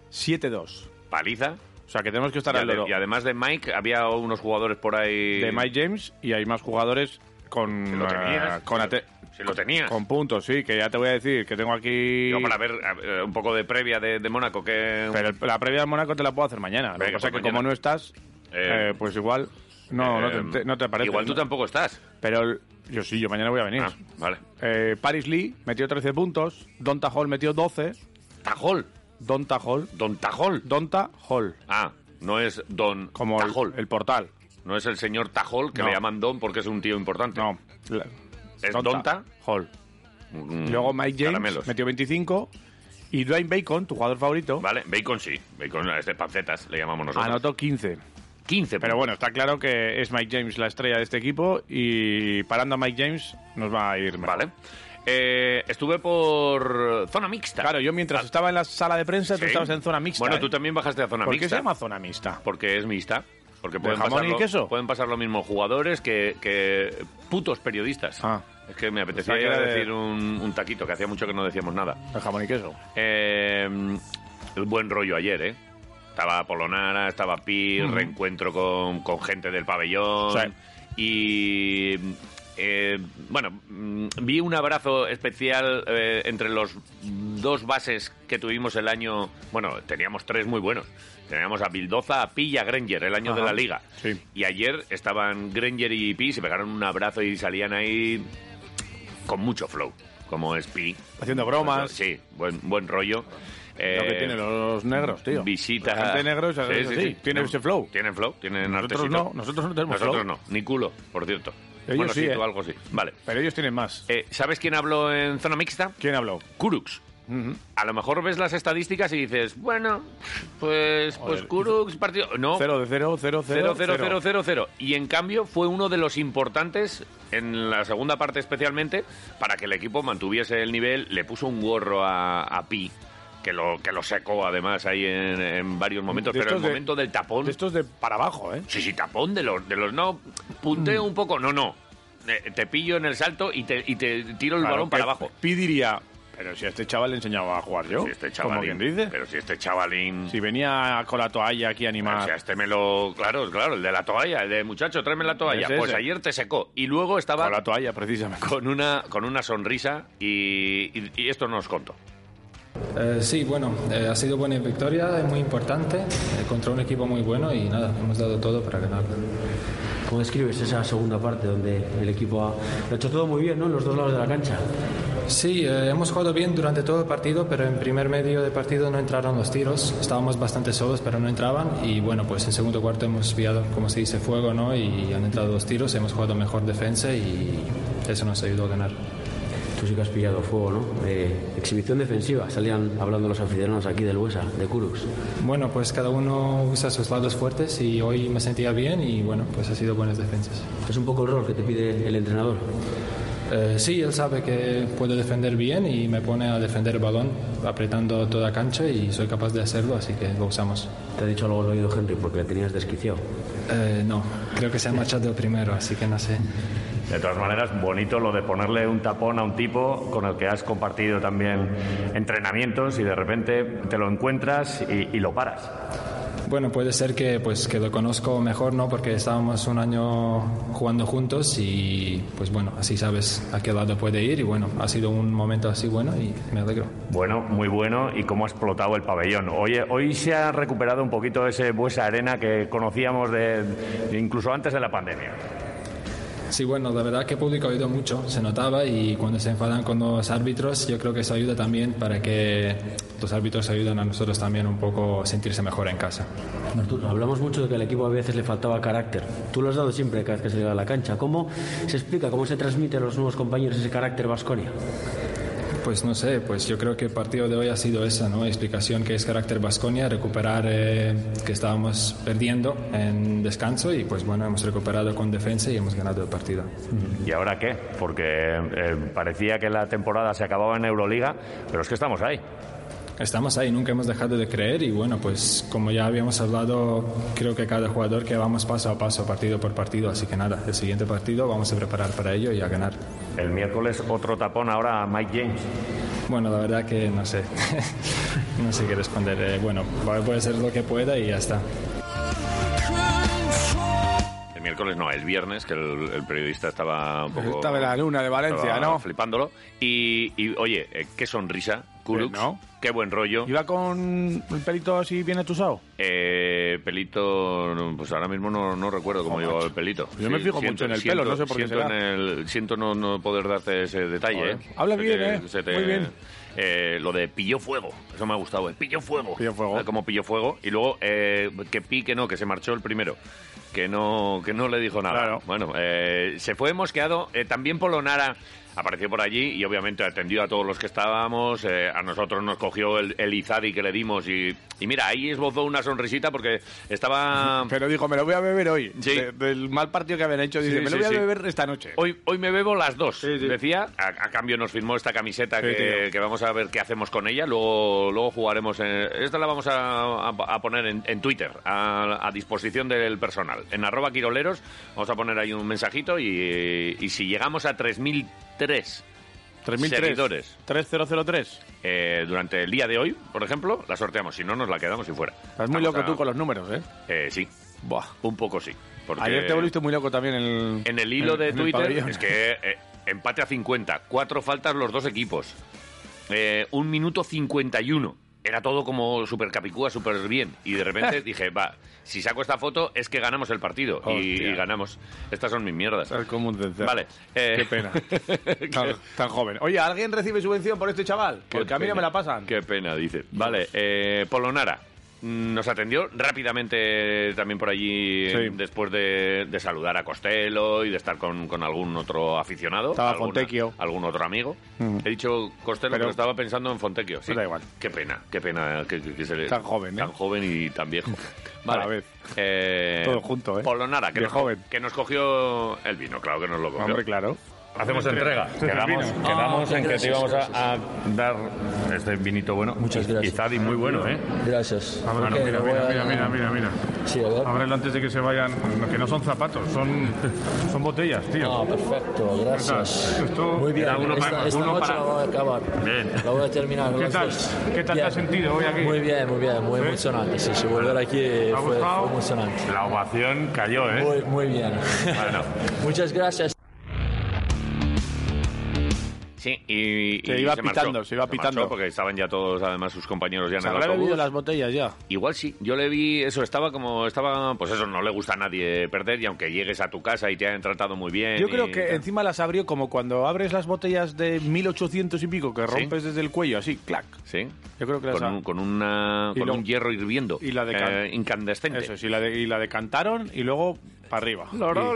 Speaker 3: 7-2.
Speaker 2: paliza.
Speaker 3: O sea que tenemos que estar
Speaker 2: Y,
Speaker 3: al
Speaker 2: ade-
Speaker 3: loro
Speaker 2: y además de Mike, había unos jugadores por ahí...
Speaker 3: de Mike James y hay más jugadores con,
Speaker 2: lo tenías.
Speaker 3: ah, con, ate-
Speaker 2: Si lo tenías.
Speaker 3: con puntos, sí, que ya te voy a decir que tengo aquí...
Speaker 2: Yo para ver a ver, un poco de previa de, de Mónaco, que...
Speaker 3: Pero el- la previa de Mónaco te la puedo hacer mañana. lo que
Speaker 2: Venga,
Speaker 3: pasa es que
Speaker 2: pues
Speaker 3: como
Speaker 2: mañana.
Speaker 3: no estás,
Speaker 2: Eh,
Speaker 3: eh, pues igual... No, no, te, te- no te parece.
Speaker 2: Igual tú
Speaker 3: ¿no?
Speaker 2: tampoco estás.
Speaker 3: Pero el- yo sí, yo mañana voy a venir.
Speaker 2: Ah, vale.
Speaker 3: Eh, Paris Lee metió 13 puntos, Donta Hall metió 12,
Speaker 2: Tajol.
Speaker 3: Donta Hall,
Speaker 2: Don Tajol.
Speaker 3: Donta Hall,
Speaker 2: Ah, no es Don
Speaker 3: como el,
Speaker 2: Tajol.
Speaker 3: el portal.
Speaker 2: No es el señor Tajol, que
Speaker 3: No.
Speaker 2: le llaman Don porque es un tío importante.
Speaker 3: No, la-
Speaker 2: Es Donta.
Speaker 3: Hall.
Speaker 2: Mm,
Speaker 3: Luego Mike James
Speaker 2: Caramelos.
Speaker 3: metió 25 y Dwayne Bacon, tu jugador favorito,
Speaker 2: Vale, Bacon sí. Bacon es de pancetas, le llamamos nosotros.
Speaker 3: anotó 15.
Speaker 2: 15.
Speaker 3: Pero bueno, está claro que es Mike James la estrella de este equipo y parando a Mike James nos va a ir mejor.
Speaker 2: Vale. Eh, estuve por zona mixta. Ah.
Speaker 3: Claro, yo mientras estaba en la sala de prensa, tú
Speaker 2: Sí.
Speaker 3: estabas en zona mixta.
Speaker 2: Bueno,
Speaker 3: ¿eh?
Speaker 2: tú también bajaste a zona
Speaker 3: ¿Por
Speaker 2: mixta.
Speaker 3: qué se llama zona mixta?
Speaker 2: Porque es mixta. Porque
Speaker 3: ¿De
Speaker 2: pueden,
Speaker 3: jamón
Speaker 2: pasar
Speaker 3: y
Speaker 2: lo-
Speaker 3: queso?
Speaker 2: pueden pasar los mismos jugadores que, que putos periodistas.
Speaker 3: Ah.
Speaker 2: Es que me apetecía
Speaker 3: O sea, que era de-
Speaker 2: decir un, un taquito, que hacía mucho que no decíamos nada.
Speaker 3: El jamón y queso.
Speaker 2: Eh, el buen rollo ayer, ¿eh? Estaba Polonara, estaba Pir, reencuentro con, con gente del pabellón.
Speaker 3: Sí.
Speaker 2: Y. eh, bueno, mm, vi un abrazo especial eh, entre los dos bases que tuvimos el año. Bueno, teníamos tres muy buenos. Teníamos a Bildoza, a Pi y a Granger, el año de
Speaker 3: Ajá.
Speaker 2: la liga.
Speaker 3: Sí.
Speaker 2: Y ayer estaban Granger y Pi, se pegaron un abrazo y salían ahí con mucho flow, como es Pi.
Speaker 3: Haciendo bromas.
Speaker 2: Sí, buen, buen rollo.
Speaker 3: Lo que
Speaker 2: Eh,
Speaker 3: tienen los negros, tío.
Speaker 2: Visita.
Speaker 3: La gente negra es así, tiene ese flow.
Speaker 2: Tienen flow, tienen
Speaker 3: Nosotros
Speaker 2: artecito.
Speaker 3: no, nosotros no tenemos
Speaker 2: Nosotros
Speaker 3: flow.
Speaker 2: no, ni culo, por cierto.
Speaker 3: Ellos
Speaker 2: bueno,
Speaker 3: sí,
Speaker 2: sí, tú
Speaker 3: ¿eh?
Speaker 2: algo sí. Vale.
Speaker 3: Pero ellos tienen más.
Speaker 2: Eh, ¿Sabes quién habló en zona mixta?
Speaker 3: ¿Quién habló?
Speaker 2: Kurux. A lo mejor ves las estadísticas y dices, bueno, pues, pues
Speaker 3: Joder,
Speaker 2: Kurux partido. No,
Speaker 3: 0 de 0, 0, 0,
Speaker 2: 0 0 0 0 0 Y en cambio fue uno de los importantes en la segunda parte especialmente para que el equipo mantuviese el nivel. Le puso un gorro a, a Pi, que lo, que lo secó además ahí en, en varios momentos.
Speaker 3: De
Speaker 2: Pero el
Speaker 3: estos de-
Speaker 2: momento del tapón...
Speaker 3: Esto es de para abajo, ¿eh? Mm.
Speaker 2: Sí, sí, tapón de los... De los no, punteo un poco. No, no. Eh, Te pillo en el salto y te, y te tiro el
Speaker 3: Claro,
Speaker 2: balón para
Speaker 3: que
Speaker 2: abajo.
Speaker 3: Pi diría, pero si a este chaval le enseñaba a jugar yo.
Speaker 2: Si este
Speaker 3: Como
Speaker 2: chavalín...
Speaker 3: quien dice.
Speaker 2: Pero si este chavalín...
Speaker 3: Si venía con la toalla aquí a
Speaker 2: O
Speaker 3: animar.
Speaker 2: sea, este me lo... Claro, claro, el de la toalla, el de muchacho, tráeme la toalla.
Speaker 3: Es
Speaker 2: pues
Speaker 3: ese.
Speaker 2: ayer te secó. Y luego estaba...
Speaker 3: con la toalla, precisamente.
Speaker 2: con una, con una sonrisa y, y- y esto nos contó.
Speaker 9: Eh, sí, bueno, eh, ha sido buena victoria, es muy importante eh, contra un equipo muy bueno y nada, hemos dado todo para ganar.
Speaker 5: ¿Cómo describes esa segunda parte donde el equipo ha... lo ha hecho todo muy bien, ¿no? En los dos lados de la cancha.
Speaker 9: Sí, eh, hemos jugado bien durante todo el partido, pero en primer medio de partido no entraron los tiros, estábamos bastante solos, pero no entraban y bueno, pues en segundo cuarto hemos viado, como se dice, fuego, ¿no? Y han entrado los tiros, hemos jugado mejor defensa y eso nos ayudó a ganar.
Speaker 5: Tú sí que has pillado fuego, ¿no? Eh, exhibición defensiva. Salían hablando los aficionados aquí del Huesa, de Curux.
Speaker 9: Bueno, pues cada uno usa sus lados fuertes y hoy me sentía bien y bueno, pues ha sido buenas defensas.
Speaker 5: Es un poco el rol que te pide el entrenador.
Speaker 9: Eh, sí, él sabe que puedo defender bien y me pone a defender el balón apretando toda cancha y soy capaz de hacerlo, así que lo usamos.
Speaker 5: Te ha dicho algo al oído Henry porque le tenías desquiciado.
Speaker 9: Eh, no, creo que se ha marchado primero, así que no sé.
Speaker 10: De todas maneras, bonito lo de ponerle un tapón a un tipo con el que has compartido también entrenamientos y de repente te lo encuentras y, y lo paras.
Speaker 9: Bueno, puede ser que, pues, que lo conozco mejor, ¿no? Porque estábamos un año jugando juntos y pues bueno, así sabes a qué lado puede ir y bueno, ha sido un momento así bueno y me alegro.
Speaker 10: Bueno, muy bueno y cómo ha explotado el pabellón. Hoy, hoy se ha recuperado un poquito ese Buesa Arena que conocíamos de, de incluso antes de la pandemia.
Speaker 9: Sí, bueno, la verdad que el público ha ido mucho, se notaba, y cuando se enfadan con los árbitros, yo creo que eso ayuda también para que los árbitros ayuden a nosotros también un poco a sentirse mejor en casa.
Speaker 5: Arturo, hablamos mucho de que al equipo a veces le faltaba carácter. Tú lo has dado siempre cada vez que se llega a la cancha. ¿Cómo se explica, cómo se transmite a los nuevos compañeros ese carácter vasconia?
Speaker 9: Pues no sé, pues yo creo que el partido de hoy ha sido esa, ¿no? Explicación que es carácter Vasconia, recuperar eh, que estábamos perdiendo en descanso y pues bueno, hemos recuperado con defensa y hemos ganado el partido.
Speaker 10: ¿Y ahora qué? Porque eh, parecía que la temporada se acababa en Euroliga, pero es que estamos ahí.
Speaker 9: Estamos ahí, nunca hemos dejado de creer y bueno, pues como ya habíamos hablado, creo que cada jugador que vamos paso a paso, partido por partido, así que nada, el siguiente partido vamos a preparar para ello y a ganar.
Speaker 10: El miércoles otro tapón ahora a Mike James.
Speaker 9: Bueno, la verdad que no sé, no sé qué responder. Eh, bueno, voy a hacer lo que pueda y ya está.
Speaker 2: el miércoles no, el viernes, que el, el periodista estaba
Speaker 3: Pues
Speaker 2: un poco...
Speaker 1: Estaba en la luna de Valencia,
Speaker 2: estaba
Speaker 1: ¿no?
Speaker 2: Flipándolo. Y, y, oye, eh, qué sonrisa, Kurux,
Speaker 1: Eh, ¿no?
Speaker 2: qué buen rollo.
Speaker 3: ¿Iba con el pelito así bien atusado?
Speaker 2: Eh, pelito, no, pues ahora mismo no, no recuerdo cómo llevaba el pelito.
Speaker 3: Yo me fijo mucho en el pelo, no sé por qué
Speaker 2: siento
Speaker 3: será.
Speaker 2: en el- siento no, no poder darte ese detalle.
Speaker 3: Joder.
Speaker 2: ¿eh?
Speaker 3: Habla
Speaker 2: Se
Speaker 3: bien,
Speaker 2: te-
Speaker 3: ¿eh?
Speaker 2: se te-
Speaker 3: Muy bien.
Speaker 2: eh, lo de pilló fuego, eso me ha gustado, ¿eh? pilló fuego.
Speaker 3: Pilló fuego.
Speaker 2: Ah, Como pilló fuego. Y luego eh, que pi, que no, que se marchó el primero. Que no, que no le dijo nada. Bueno, eh, se fue mosqueado. Eh, también Polonara apareció por allí y obviamente atendió a todos los que estábamos. eh, a nosotros nos cogió el, el Izadi que le dimos y, y mira, ahí esbozó una sonrisita porque estaba...
Speaker 3: Pero dijo, me lo voy a beber hoy.
Speaker 2: Ah. Sí.
Speaker 3: De- del mal partido que habían hecho, dice,
Speaker 2: Sí,
Speaker 3: me lo
Speaker 2: sí,
Speaker 3: voy a
Speaker 2: sí.
Speaker 3: beber esta noche.
Speaker 2: Hoy, hoy me bebo las dos, decía. A, a cambio nos firmó esta camiseta
Speaker 3: Sí,
Speaker 2: que,
Speaker 3: tío.
Speaker 2: que vamos a ver qué hacemos con ella. Luego, luego jugaremos. en- esta la vamos a, a- a poner en, en Twitter, a, a disposición del personal. En arroba quiroleros vamos a poner ahí un mensajito y, y si llegamos a 3.003
Speaker 3: 3.003.
Speaker 2: seguidores
Speaker 3: 3003.
Speaker 2: eh, durante el día de hoy, por ejemplo, la sorteamos. Si no, nos la quedamos y fuera.
Speaker 3: Estás muy loco tú con los números, ¿eh?
Speaker 2: sí. Un poco sí. porque-
Speaker 3: Ayer te volviste muy loco también en el...
Speaker 2: en el hilo
Speaker 3: en-
Speaker 2: de
Speaker 3: en el
Speaker 2: Twitter
Speaker 3: pabellón.
Speaker 2: es que eh, empate a 50, cuatro faltas los dos equipos, eh, un minuto 51. Era todo como super capicúa, súper bien. Y de repente dije, va, si saco esta foto es que ganamos el partido. Y,
Speaker 3: Hostia.
Speaker 2: y ganamos. Estas son mis mierdas.
Speaker 3: Estás como un cencerro.
Speaker 2: Vale. eh,
Speaker 3: Qué pena. tan, tan joven. Oye, ¿alguien recibe subvención por este chaval?
Speaker 2: Qué
Speaker 3: Porque a mí no
Speaker 2: pena.
Speaker 3: me la pasan.
Speaker 2: Qué pena, dice. Vale, eh, Polonara. mm, Nos atendió rápidamente también por allí
Speaker 3: Sí.
Speaker 2: después de, de saludar a Costello y de estar con, con algún otro aficionado.
Speaker 3: Estaba
Speaker 2: alguna-
Speaker 3: Fontecchio.
Speaker 2: Algún otro amigo.
Speaker 3: Mm.
Speaker 2: He dicho Costello, pero,
Speaker 3: Pero-
Speaker 2: estaba pensando en Fontecchio. Sí.
Speaker 3: Pero da igual.
Speaker 2: Qué pena, qué pena que, que- que se le-
Speaker 3: Tan joven, ¿eh?
Speaker 2: Tan joven y tan viejo.
Speaker 3: A la
Speaker 2: Vale.
Speaker 3: vez.
Speaker 2: Eh,
Speaker 3: Todo junto, ¿eh?
Speaker 2: Polonara,
Speaker 3: De
Speaker 2: que nos,
Speaker 3: joven.
Speaker 2: que nos cogió el vino, claro que nos lo cogió.
Speaker 3: Hombre, claro.
Speaker 2: Hacemos entrega.
Speaker 11: Quedamos,
Speaker 2: Vino.
Speaker 11: quedamos
Speaker 2: Ah,
Speaker 11: en que te
Speaker 2: gracias,
Speaker 11: íbamos a,
Speaker 2: gracias.
Speaker 11: a dar este vinito bueno. Muchas gracias. Y Zadi muy bueno, ¿eh?
Speaker 12: Gracias.
Speaker 11: Ah, bueno, mira, mira, mira, mira, mira, mira.
Speaker 12: Ábrelo antes de que se vayan, que no son zapatos, son, son botellas, tío. Ah, perfecto,
Speaker 11: gracias.
Speaker 12: Esto
Speaker 11: Muy bien,
Speaker 12: Era uno
Speaker 11: esta-
Speaker 12: para,
Speaker 11: esta
Speaker 12: uno
Speaker 11: noche
Speaker 12: para...
Speaker 11: lo voy a
Speaker 12: acabar.
Speaker 11: Bien.
Speaker 12: Lo voy a terminar.
Speaker 11: ¿Qué
Speaker 12: las
Speaker 11: tal?
Speaker 12: dos.
Speaker 11: ¿Qué tal te
Speaker 12: Bien.
Speaker 11: has sentido hoy aquí?
Speaker 12: Muy bien, muy bien, muy emocionante. Sí, sí, volver aquí
Speaker 11: ¿Te ha
Speaker 12: fue, fue
Speaker 11: gustado?
Speaker 12: emocionante.
Speaker 11: La ovación cayó, ¿eh?
Speaker 12: Muy, muy bien.
Speaker 11: Bueno.
Speaker 12: Muchas gracias.
Speaker 2: Sí, y, y
Speaker 3: Se iba
Speaker 2: marchó.
Speaker 3: pitando, se iba
Speaker 2: marchó
Speaker 3: pitando.
Speaker 2: porque estaban ya todos, además, sus compañeros ya en
Speaker 3: Se
Speaker 2: el
Speaker 3: habrá bebido
Speaker 2: autobús.
Speaker 3: las botellas ya.
Speaker 2: Igual sí, yo le vi, eso, estaba como, estaba, pues eso, no le gusta a nadie perder y aunque llegues a tu casa y te hayan tratado muy bien.
Speaker 3: Yo
Speaker 2: y
Speaker 3: creo que
Speaker 2: tal.
Speaker 3: encima las abrió como cuando abres las botellas de 1800 y pico que
Speaker 2: Sí.
Speaker 3: rompes desde el cuello, así, clac.
Speaker 2: Sí.
Speaker 3: Yo creo que las
Speaker 2: Con,
Speaker 3: ab-
Speaker 2: un, con una,
Speaker 3: Y
Speaker 2: con
Speaker 3: lo-
Speaker 2: un hierro hirviendo.
Speaker 3: y la de cal-
Speaker 2: eh, incandescente.
Speaker 3: Eso es, y la, de- y la decantaron y luego para arriba.
Speaker 2: Loro,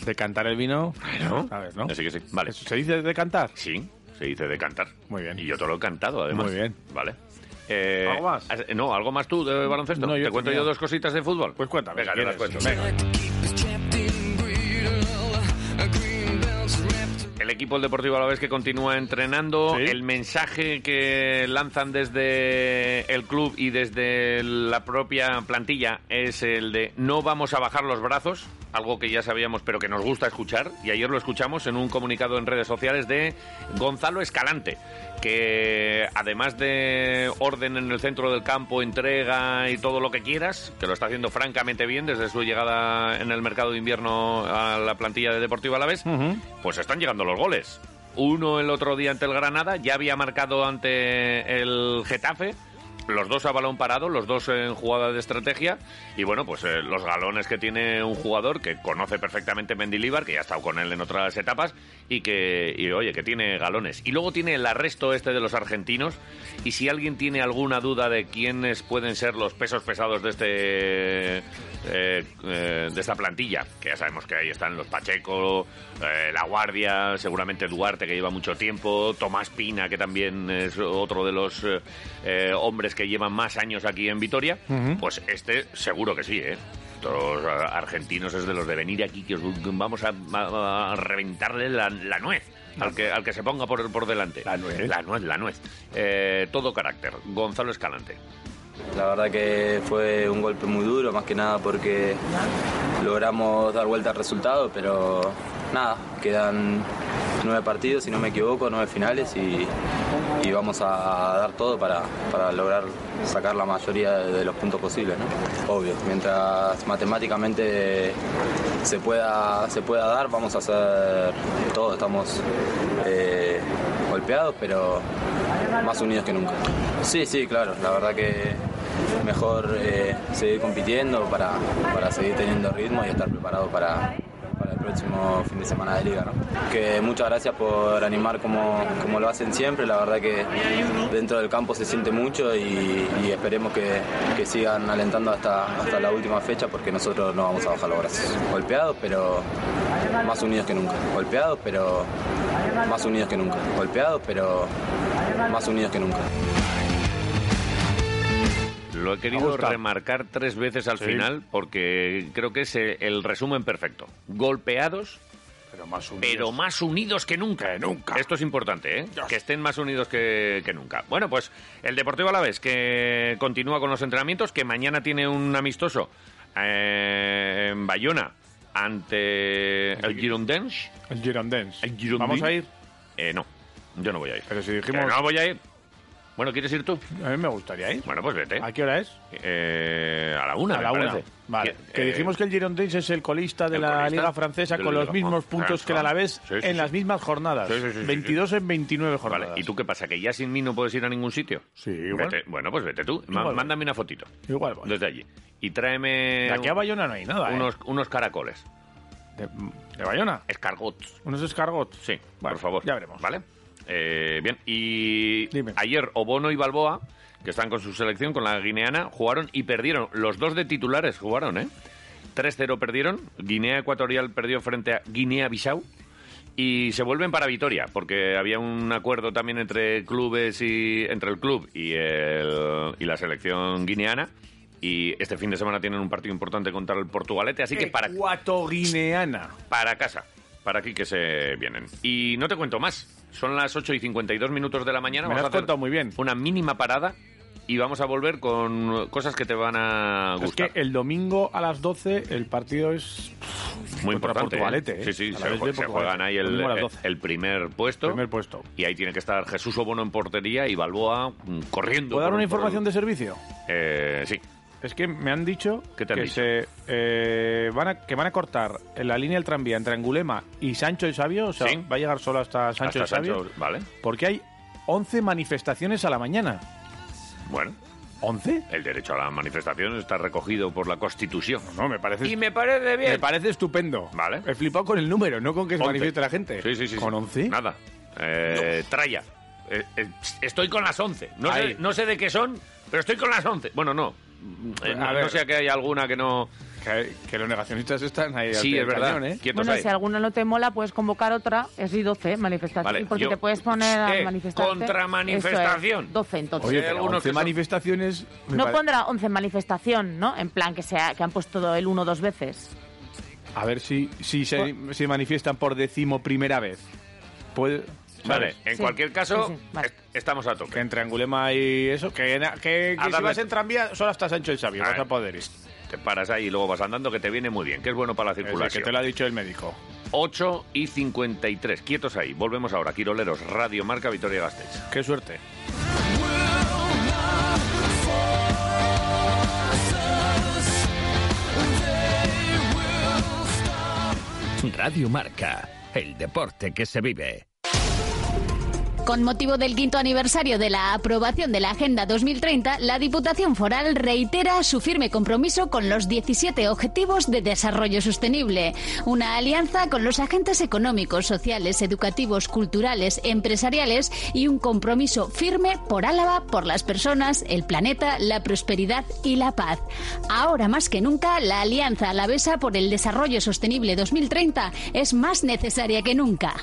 Speaker 3: Y decantar el vino,
Speaker 2: ¿No?
Speaker 3: ¿sabes, no?
Speaker 2: Así que sí. Vale.
Speaker 3: ¿Se dice decantar?
Speaker 2: Sí, se dice decantar.
Speaker 3: Muy bien.
Speaker 2: Y yo te lo he cantado, además.
Speaker 3: Muy bien.
Speaker 2: Vale. Eh,
Speaker 3: ¿Algo más?
Speaker 2: as- No, ¿algo más tú de baloncesto?
Speaker 3: No, yo
Speaker 2: ¿Te cuento
Speaker 3: tenía-
Speaker 2: yo dos cositas de fútbol? Pues cuéntame. Venga, yo las cuento. El equipo del Deportivo a la vez que continúa entrenando, el mensaje que lanzan desde el club y desde la propia plantilla es el de no vamos a bajar los brazos, algo que ya sabíamos pero que nos gusta escuchar y ayer lo escuchamos en un comunicado en redes sociales de Gonzalo Escalante que además de orden en el centro del campo, entrega y todo lo que quieras, que lo está haciendo francamente bien desde su llegada en el mercado de invierno a la plantilla de Deportivo Alavés, pues están llegando los goles. Uno el otro día ante el Granada, ya había marcado ante el Getafe. Los dos a balón parado, los dos en jugada de estrategia. Y bueno, pues eh, los galones que tiene un jugador que conoce perfectamente Mendilibar, que ya ha estado con él en otras etapas, y que, y, oye, que tiene galones. Y luego tiene el arresto este de los argentinos. Y si alguien tiene alguna duda de quiénes pueden ser los pesos pesados de este eh, eh, de esta plantilla, que ya sabemos que ahí están los Pacheco, eh, La Guardia, seguramente Duarte, que lleva mucho tiempo, Tomás Pina, que también es otro de los eh, eh, hombres que llevan más años aquí en Vitoria,
Speaker 13: Ujú.
Speaker 2: pues este seguro que sí, ¿eh? Los argentinos es de los de venir aquí que os vamos a, a- a reventarle la, la nuez. Al que, al que se ponga por, por delante. La nuez. La nuez, la nuez. Eh, todo carácter. Gonzalo Escalante.
Speaker 14: La verdad que fue un golpe muy duro, más que nada porque logramos dar vuelta al resultado, pero nada, quedan nueve partidos, si no me equivoco, nueve finales y y vamos a dar todo para, para lograr sacar la mayoría de, de los puntos posibles, ¿no? Obvio, mientras matemáticamente se pueda, se pueda dar, vamos a hacer todo, estamos eh, golpeados, pero más unidos que nunca. Sí, sí, claro, la verdad que mejor eh, seguir compitiendo para, para seguir teniendo ritmo y estar preparado para, para el próximo fin de semana de liga. ¿no? Que muchas gracias por animar como, como lo hacen siempre, la verdad que dentro del campo se siente mucho y, y esperemos que, que sigan alentando hasta, hasta la última fecha porque nosotros no vamos a bajar los brazos. Golpeados pero más unidos que nunca. Golpeados pero más unidos que nunca. Golpeados pero más unidos que nunca.
Speaker 2: Lo he querido remarcar tres veces al
Speaker 14: Sí.
Speaker 2: final porque creo que es eh, el resumen perfecto. Golpeados, pero más unidos, que nunca. Esto es importante, ¿eh? que estén más unidos que, que nunca. Bueno, pues el Deportivo Alavés que continúa con los entrenamientos, que mañana tiene un amistoso eh, en Bayona ante el Girondins.
Speaker 3: El Girondins.
Speaker 2: El Girondins.
Speaker 3: ¿Vamos a ir?
Speaker 2: Eh, no, yo no voy a ir. Pero si
Speaker 3: dijimos-
Speaker 2: no voy a ir. Bueno, ¿quieres ir tú?
Speaker 3: A mí me gustaría ir.
Speaker 2: Bueno, pues vete.
Speaker 3: ¿A qué hora es?
Speaker 2: Eh, a la una,
Speaker 3: a
Speaker 2: me
Speaker 3: la una.
Speaker 2: parece.
Speaker 3: Vale.
Speaker 2: Que-
Speaker 3: Que
Speaker 2: eh,
Speaker 3: dijimos que el Girondins es el colista de
Speaker 2: el
Speaker 3: la
Speaker 2: colista
Speaker 3: Liga Francesa
Speaker 2: de
Speaker 3: con
Speaker 2: la
Speaker 3: los
Speaker 2: Liga
Speaker 3: mismos
Speaker 2: Fran-
Speaker 3: puntos que el
Speaker 2: Fran-
Speaker 3: Alavés
Speaker 2: Sí, sí,
Speaker 3: en
Speaker 2: sí.
Speaker 3: las mismas jornadas.
Speaker 2: Sí, sí, sí, sí,
Speaker 3: 22 en 29 jornadas.
Speaker 2: Vale, ¿y tú qué pasa? ¿Que ya sin mí no puedes ir a ningún sitio? Sí,
Speaker 3: igual.
Speaker 2: Bueno, pues vete tú. Ma-
Speaker 3: Igual voy.
Speaker 2: Mándame una fotito.
Speaker 3: Igual
Speaker 2: Desde allí. Y tráeme...
Speaker 3: De aquí a Bayona no hay nada, ¿eh?
Speaker 2: Unos, unos caracoles.
Speaker 3: ¿De, Bayona?
Speaker 2: Escargots.
Speaker 3: Unos escargots.
Speaker 2: Sí, por favor. Ya
Speaker 3: veremos.
Speaker 2: ¿Vale? Eh, bien, y ayer Obono y Balboa, que están con su selección, con la guineana, jugaron y perdieron. Los dos de titulares jugaron, ¿eh? 3-0 perdieron. Guinea Ecuatorial perdió frente a Guinea-Bissau. Y se vuelven para Vitoria, porque había un acuerdo también entre clubes y entre el club y, el- y la selección guineana. Y este fin de semana tienen un partido importante contra el Portugalete, así que para
Speaker 3: Ecuatoguineana.
Speaker 2: para casa. Para aquí que se vienen. Y no te cuento más. Son las 8 y 52 minutos de la mañana.
Speaker 3: Me lo
Speaker 2: vamos
Speaker 3: has
Speaker 2: a hacer
Speaker 3: contado muy bien.
Speaker 2: Una mínima parada y vamos a volver con cosas que te van a
Speaker 3: Es
Speaker 2: gustar.
Speaker 3: que el domingo a las 12 el partido es contra
Speaker 2: Muy importante. ¿eh?
Speaker 3: Portugalete, ¿eh?
Speaker 2: Sí, sí,
Speaker 3: A
Speaker 2: se,
Speaker 3: la vez
Speaker 2: jue-
Speaker 3: de
Speaker 2: se
Speaker 3: Portugalete.
Speaker 2: juegan ahí el,
Speaker 3: Domingo a las
Speaker 2: el-
Speaker 3: 12.
Speaker 2: el primer puesto.
Speaker 3: Primer puesto.
Speaker 2: Y ahí tiene que estar Jesús Obono en portería y Balboa mm, corriendo.
Speaker 3: ¿Puedo dar
Speaker 2: por-
Speaker 3: una
Speaker 2: por el-
Speaker 3: información de servicio?
Speaker 2: Eh, sí.
Speaker 3: Es que me han dicho
Speaker 2: ¿Qué te han
Speaker 3: que,
Speaker 2: dicho?
Speaker 3: se, eh, van a, que van a cortar en la línea del tranvía entre Angulema y Sancho y Sabio. O sea,
Speaker 2: Sí.
Speaker 3: va a llegar solo hasta Sancho
Speaker 2: Hasta
Speaker 3: y Sabio.
Speaker 2: Sancho, vale.
Speaker 3: Porque hay 11 manifestaciones a la mañana.
Speaker 2: Bueno.
Speaker 3: ¿11?
Speaker 2: El derecho a la manifestación está recogido por la Constitución.
Speaker 3: No, me parece...
Speaker 2: Y me parece bien.
Speaker 3: Me parece estupendo.
Speaker 2: Vale.
Speaker 3: He flipado con el número, no con que se
Speaker 2: 11.
Speaker 3: manifieste la gente.
Speaker 2: Sí, sí, sí.
Speaker 3: ¿Con 11?
Speaker 2: Nada. Eh, Tralla. Eh, eh, estoy con las 11. No sé,
Speaker 3: Ahí.
Speaker 2: no sé de qué son, pero estoy con las 11. Bueno, no. Eh,
Speaker 3: A
Speaker 2: no
Speaker 3: ver.
Speaker 2: sea que haya alguna que no...
Speaker 3: Que, los negacionistas están ahí. ¿eh?
Speaker 2: Sí, es verdad. Quietos
Speaker 4: Bueno,
Speaker 2: ahí.
Speaker 4: si alguna no te mola, puedes convocar otra. Es y 12 manifestación.
Speaker 2: Vale,
Speaker 4: porque
Speaker 2: yo-
Speaker 4: te puedes poner
Speaker 2: Eh,
Speaker 4: a manifestarte.
Speaker 2: contramanifestación. Oh,
Speaker 4: Eso es, 12 entonces.
Speaker 3: Oye, pero 11 manifestaciones... me
Speaker 4: no
Speaker 3: pare-
Speaker 4: pondrá 11 manifestación, ¿no? En plan que, sea, que han puesto el 1 dos veces.
Speaker 3: A ver si, si se, se manifiestan por décimo primera vez. Puede-
Speaker 2: Vale,
Speaker 3: ¿sabes?
Speaker 2: en cualquier caso,
Speaker 3: Sí,
Speaker 2: est- estamos a tope.
Speaker 3: Que entre Angulema y eso, que, na- que, que
Speaker 2: A
Speaker 3: si
Speaker 2: darle-
Speaker 3: vas en tranvía solo hasta Sancho el Sabio, vas a poder ir.
Speaker 2: Te paras ahí y luego vas andando, que te viene muy bien, que es bueno para la
Speaker 3: que
Speaker 2: circulación.
Speaker 3: te lo ha dicho el médico.
Speaker 2: 8 y 53. Quietos ahí. Volvemos ahora. Quiroleros, Radio Marca Vitoria Gasteiz.
Speaker 3: Qué suerte.
Speaker 13: Radio Marca, el deporte que se vive.
Speaker 15: Con motivo del quinto aniversario de la aprobación de la Agenda 2030, la Diputación Foral reitera su firme compromiso con los 17 Objetivos de Desarrollo Sostenible, una alianza con los agentes económicos, sociales, educativos, culturales, empresariales y un compromiso firme por Álava, por las personas, el planeta, la prosperidad y la paz. Ahora más que nunca, la Alianza Alavesa por el Desarrollo Sostenible 2030 es más necesaria que nunca.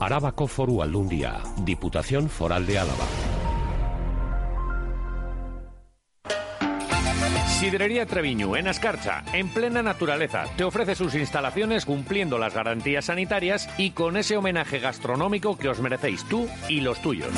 Speaker 16: Arabako Foru Aldundia, Diputación Foral de Álava.
Speaker 2: Sidrería Treviñu, en Ascarcha, en plena naturaleza, te ofrece sus instalaciones cumpliendo las garantías sanitarias y con ese homenaje gastronómico que os merecéis tú y los tuyos.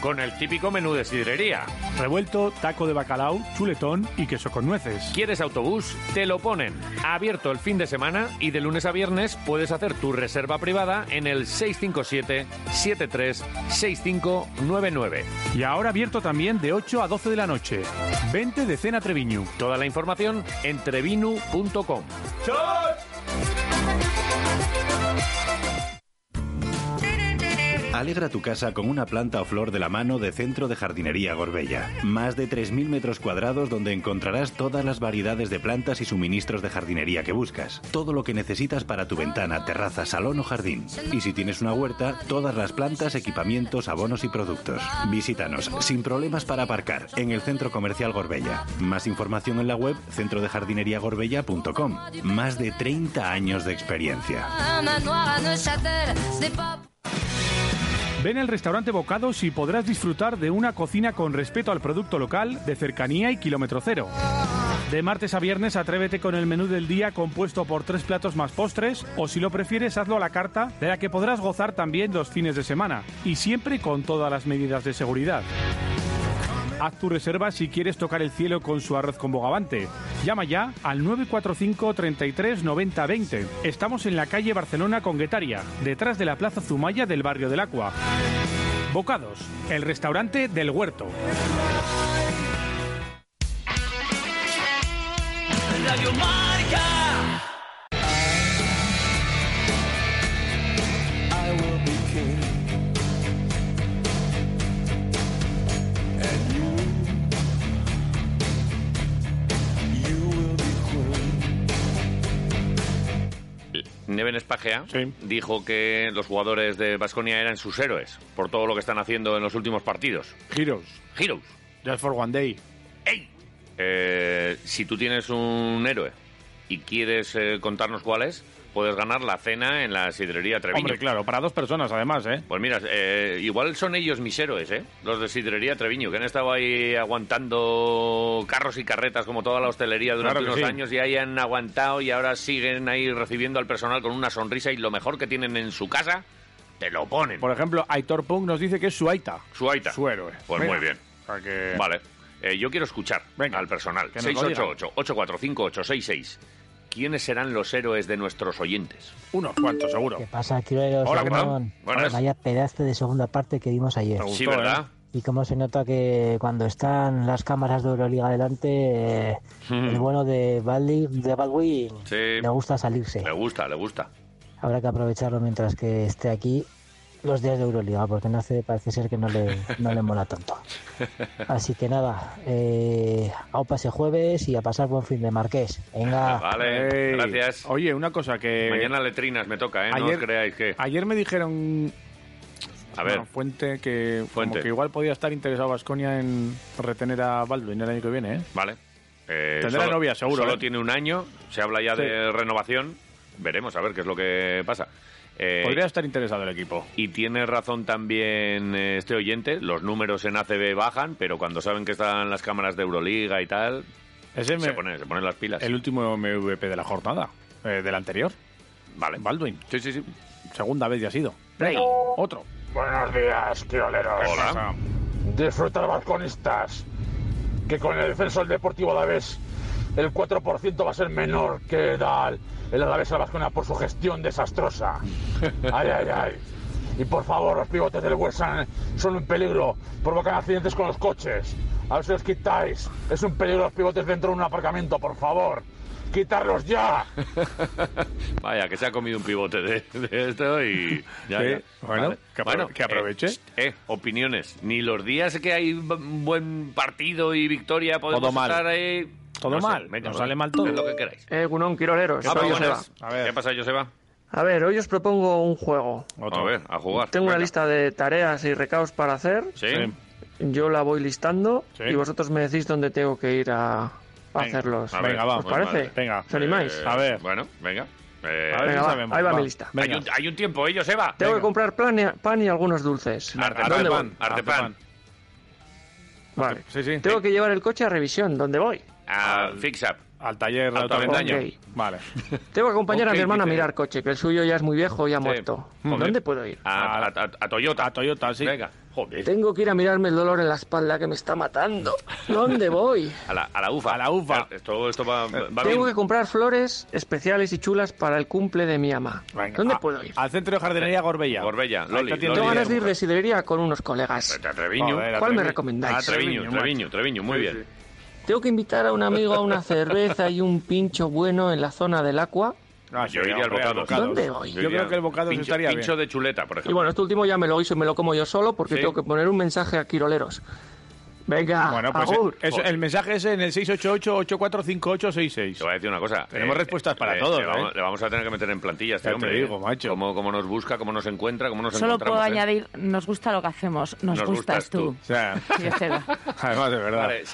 Speaker 2: Con el típico menú de sidrería.
Speaker 3: Revuelto, taco de bacalao, chuletón y queso con nueces.
Speaker 2: ¿Quieres autobús? Te lo ponen. Abierto el fin de semana y de lunes a viernes puedes hacer tu reserva privada en el 657-736599.
Speaker 3: Y ahora abierto también de 8 a 12 de la noche. 20 de cena Treviñu.
Speaker 2: Toda la información en trevinu.com.
Speaker 17: Alegra tu casa con una planta o flor de la mano de Centro de Jardinería Gorbella. Más de 3.000 metros cuadrados donde encontrarás todas las variedades de plantas y suministros de jardinería que buscas. Todo lo que necesitas para tu ventana, terraza, salón o jardín. Y si tienes una huerta, todas las plantas, equipamientos, abonos y productos. Visítanos sin problemas para aparcar en el Centro Comercial Gorbella. Más información en la web centrodejardineriagorbella.com. Más de 30 años de experiencia.
Speaker 18: Un manoir à Neuchâtel, ce n'est pas
Speaker 3: Ven al restaurante Bocados y podrás disfrutar de una cocina con respeto al producto local, de cercanía y kilómetro cero. De martes a viernes atrévete con el menú del día compuesto por tres platos más postres o si lo prefieres hazlo a la carta de la que podrás gozar también los fines de semana y siempre con todas las medidas de seguridad. Haz tu reserva si quieres tocar el cielo con su arroz con bogavante. Llama ya al 945 33 90 20. Estamos en la calle Barcelona con Guetaria, detrás de la Plaza Zumaya del barrio del Acua. Bocados, el restaurante del huerto.
Speaker 18: Radio Marca. I will be king. And you, you will be queen.
Speaker 2: Neven Spagea dijo que los jugadores de Basconia eran sus héroes por todo lo que están haciendo en los últimos partidos.
Speaker 19: Heroes.
Speaker 2: Heroes.
Speaker 19: Just for one day.
Speaker 2: Eh, si tú tienes un héroe y quieres eh, contarnos cuál es, puedes ganar la cena en la sidrería Treviño.
Speaker 19: Hombre, claro, para dos personas además, ¿eh?
Speaker 2: Pues mira, eh, igual son ellos mis héroes, ¿eh? Los de Sidrería Treviño, que han estado ahí aguantando carros y carretas como toda la hostelería durante
Speaker 19: Claro que
Speaker 2: unos
Speaker 19: sí.
Speaker 2: años y ahí han aguantado y ahora siguen ahí recibiendo al personal con una sonrisa y lo mejor que tienen en su casa, te lo ponen.
Speaker 19: Por ejemplo, Aitor Punk nos dice que es su aita.
Speaker 2: Su aita.
Speaker 19: Su héroe.
Speaker 2: Pues
Speaker 19: Mira.
Speaker 2: muy bien. Vale. Eh, yo quiero escuchar al personal.
Speaker 19: que nos lo diga.
Speaker 2: 688-845-866. ¿Quiénes serán los héroes de nuestros oyentes?
Speaker 19: Unos cuantos, seguro.
Speaker 20: ¿Qué pasa, Quiroleros?
Speaker 2: Hola, ¿qué tal?
Speaker 20: Ramón?
Speaker 2: Buenas.
Speaker 20: Vaya pedazo de segunda parte que vimos ayer.
Speaker 2: Me Sí, gustó, ¿verdad? ¿eh?
Speaker 20: Y cómo se nota que cuando están las cámaras de Euroliga delante, eh,
Speaker 2: Mm.
Speaker 20: el bueno de Baldwin, de Baldwin
Speaker 2: Sí.
Speaker 20: le gusta salirse.
Speaker 2: Le gusta, le gusta.
Speaker 20: Habrá que aprovecharlo mientras que esté aquí los días de Euroliga, porque no hace, parece ser que no le, no le mola tanto. Así que nada, eh, a un pase jueves y a pasar buen fin de Marqués. Venga.
Speaker 2: Ah, Vale, gracias.
Speaker 19: Oye, una cosa que...
Speaker 2: Mañana letrinas me toca, ¿eh? no
Speaker 19: ayer-
Speaker 2: os creáis que...
Speaker 19: Ayer me dijeron...
Speaker 2: A ver.
Speaker 19: Bueno, fuente que... como
Speaker 2: Fuente.
Speaker 19: que igual podía estar interesado Vasconia en retener a Baldwin el año que viene, ¿eh?
Speaker 2: Vale. Eh,
Speaker 19: Tendrá novia, seguro,
Speaker 2: Solo
Speaker 19: ¿eh?
Speaker 2: tiene un año, se habla ya
Speaker 19: Sí.
Speaker 2: de renovación. Veremos a ver qué es lo que pasa. Eh,
Speaker 19: Podría estar interesado el equipo.
Speaker 2: Y tiene razón también eh, este oyente, los números en ACB bajan, pero cuando saben que están las cámaras de Euroliga y tal,
Speaker 19: Ese
Speaker 2: se,
Speaker 19: me-
Speaker 2: ponen, se ponen las pilas.
Speaker 19: El último MVP de la jornada, eh, del anterior.
Speaker 2: Vale.
Speaker 19: Baldwin.
Speaker 2: Sí, sí, sí.
Speaker 19: Segunda vez ya ha sido.
Speaker 2: Venga,
Speaker 19: otro.
Speaker 8: Buenos días, pioleros.
Speaker 2: Hola.
Speaker 8: Disfrutar balconistas. Que con el descenso del Deportivo Alavés, el 4% va a ser menor que da el- el Alavés a Vascona por su gestión desastrosa. Ay, ay, ay. Y por favor, los pivotes del Huesan son un peligro. Provocan accidentes con los coches. A ver si los quitáis. Es un peligro los pivotes dentro de un aparcamiento, por favor. ¡Quitarlos ya!
Speaker 2: Vaya, que se ha comido un pivote de, de esto y... ya,
Speaker 19: Sí,
Speaker 2: ya.
Speaker 19: bueno, que apro- que aproveche.
Speaker 2: eh, eh, opiniones. Ni los días que hay b- un buen partido y victoria podemos
Speaker 19: Todo mal.
Speaker 2: estar ahí...
Speaker 19: Todo
Speaker 2: No sé,
Speaker 19: mal.
Speaker 2: venga,
Speaker 19: Nos
Speaker 2: vale.
Speaker 19: sale mal todo.
Speaker 2: Es lo que queráis.
Speaker 21: Eh, Gunón, Quiroleros,
Speaker 2: Ah,
Speaker 21: soy
Speaker 2: buenas.
Speaker 21: Joseba.
Speaker 2: A ver. ¿Qué pasa, Joseba?
Speaker 21: A ver, hoy os propongo un juego.
Speaker 2: A ver, a jugar.
Speaker 21: Tengo una
Speaker 2: Venga.
Speaker 21: lista de tareas y recados para hacer.
Speaker 2: Sí.
Speaker 21: Yo la voy listando
Speaker 2: Sí.
Speaker 21: y vosotros me decís dónde tengo que ir a, a hacerlos.
Speaker 2: A ver,
Speaker 21: ¿Os
Speaker 2: pues
Speaker 21: parece?
Speaker 2: vale.
Speaker 21: ¿Os animáis?
Speaker 2: Eh, Bueno, venga. Eh,
Speaker 21: A ver Venga, si va, sabemos. ahí va mi Va. lista.
Speaker 2: Hay
Speaker 21: Venga.
Speaker 2: un, hay un tiempo, ¿eh, ellos, Eva.
Speaker 21: Tengo que comprar plan y- pan y algunos dulces. ¿Dónde voy?
Speaker 2: Artepan.
Speaker 21: Vale. Tengo que llevar el coche a revisión. ¿Dónde voy?
Speaker 2: al Ah, fix up.
Speaker 3: Al taller
Speaker 2: al talendaño.
Speaker 21: Ok.
Speaker 3: Vale.
Speaker 21: Tengo que acompañar
Speaker 2: Ok,
Speaker 21: a mi hermana a
Speaker 2: dice.
Speaker 21: mirar coche, que el suyo ya es muy viejo y ha muerto.
Speaker 2: Joder.
Speaker 21: ¿Dónde puedo ir?
Speaker 2: A, a- a- a Toyota. A
Speaker 3: Toyota, sí.
Speaker 2: Venga, joder.
Speaker 21: Tengo que ir a mirarme el dolor en la espalda que me está matando. ¿Dónde voy?
Speaker 2: A la, a la UFA. A la UFA. Esto, esto va, va
Speaker 21: Tengo
Speaker 2: bien.
Speaker 21: que comprar flores especiales y chulas para el cumple de mi ama. ¿Dónde
Speaker 2: Ah,
Speaker 21: puedo ir?
Speaker 3: Al centro de jardinería Gorbella.
Speaker 2: Gorbella,
Speaker 21: Ahí
Speaker 2: Loli.
Speaker 21: está, Tengo
Speaker 2: Loli. eh.
Speaker 21: ganas de ir de sidrería con unos colegas.
Speaker 2: A Treviño.
Speaker 21: ¿Cuál me recomendáis?
Speaker 2: A Treviño, Treviño, Treviño, muy bien.
Speaker 21: Ah, Tengo que invitar a un amigo a una cerveza y un pincho bueno en la zona del Aqua.
Speaker 2: yo iría al
Speaker 3: hombre,
Speaker 2: bocado.
Speaker 3: al bocado.
Speaker 21: ¿Dónde voy?
Speaker 2: Yo
Speaker 21: Yo
Speaker 2: iría-
Speaker 21: creo que el bocado
Speaker 2: pincho,
Speaker 21: estaría bien.
Speaker 2: Pincho de chuleta, por
Speaker 21: Y
Speaker 2: ejemplo.
Speaker 21: bueno, este último ya me lo hice y me lo como yo solo porque
Speaker 2: Sí.
Speaker 21: tengo que poner un mensaje a Quiroleros. Venga,
Speaker 3: Bueno, pues
Speaker 21: agur.
Speaker 3: eh, eso- el mensaje es en el 688-845866.
Speaker 2: Te voy a decir una cosa.
Speaker 3: Tenemos respuestas para
Speaker 2: le-
Speaker 3: todo,
Speaker 2: le,
Speaker 3: ¿eh?
Speaker 2: vamos, le vamos a tener que meter en plantilla a este
Speaker 3: Ya te
Speaker 2: hombre.
Speaker 3: digo,
Speaker 2: ¿eh? Cómo, cómo nos busca, cómo nos encuentra, cómo nos
Speaker 4: Solo puedo
Speaker 2: encontramos. ¿eh?
Speaker 4: añadir, nos gusta lo que hacemos, nos, gustas tú. Sí, es verdad.
Speaker 3: Además, de verdad.
Speaker 2: Vale,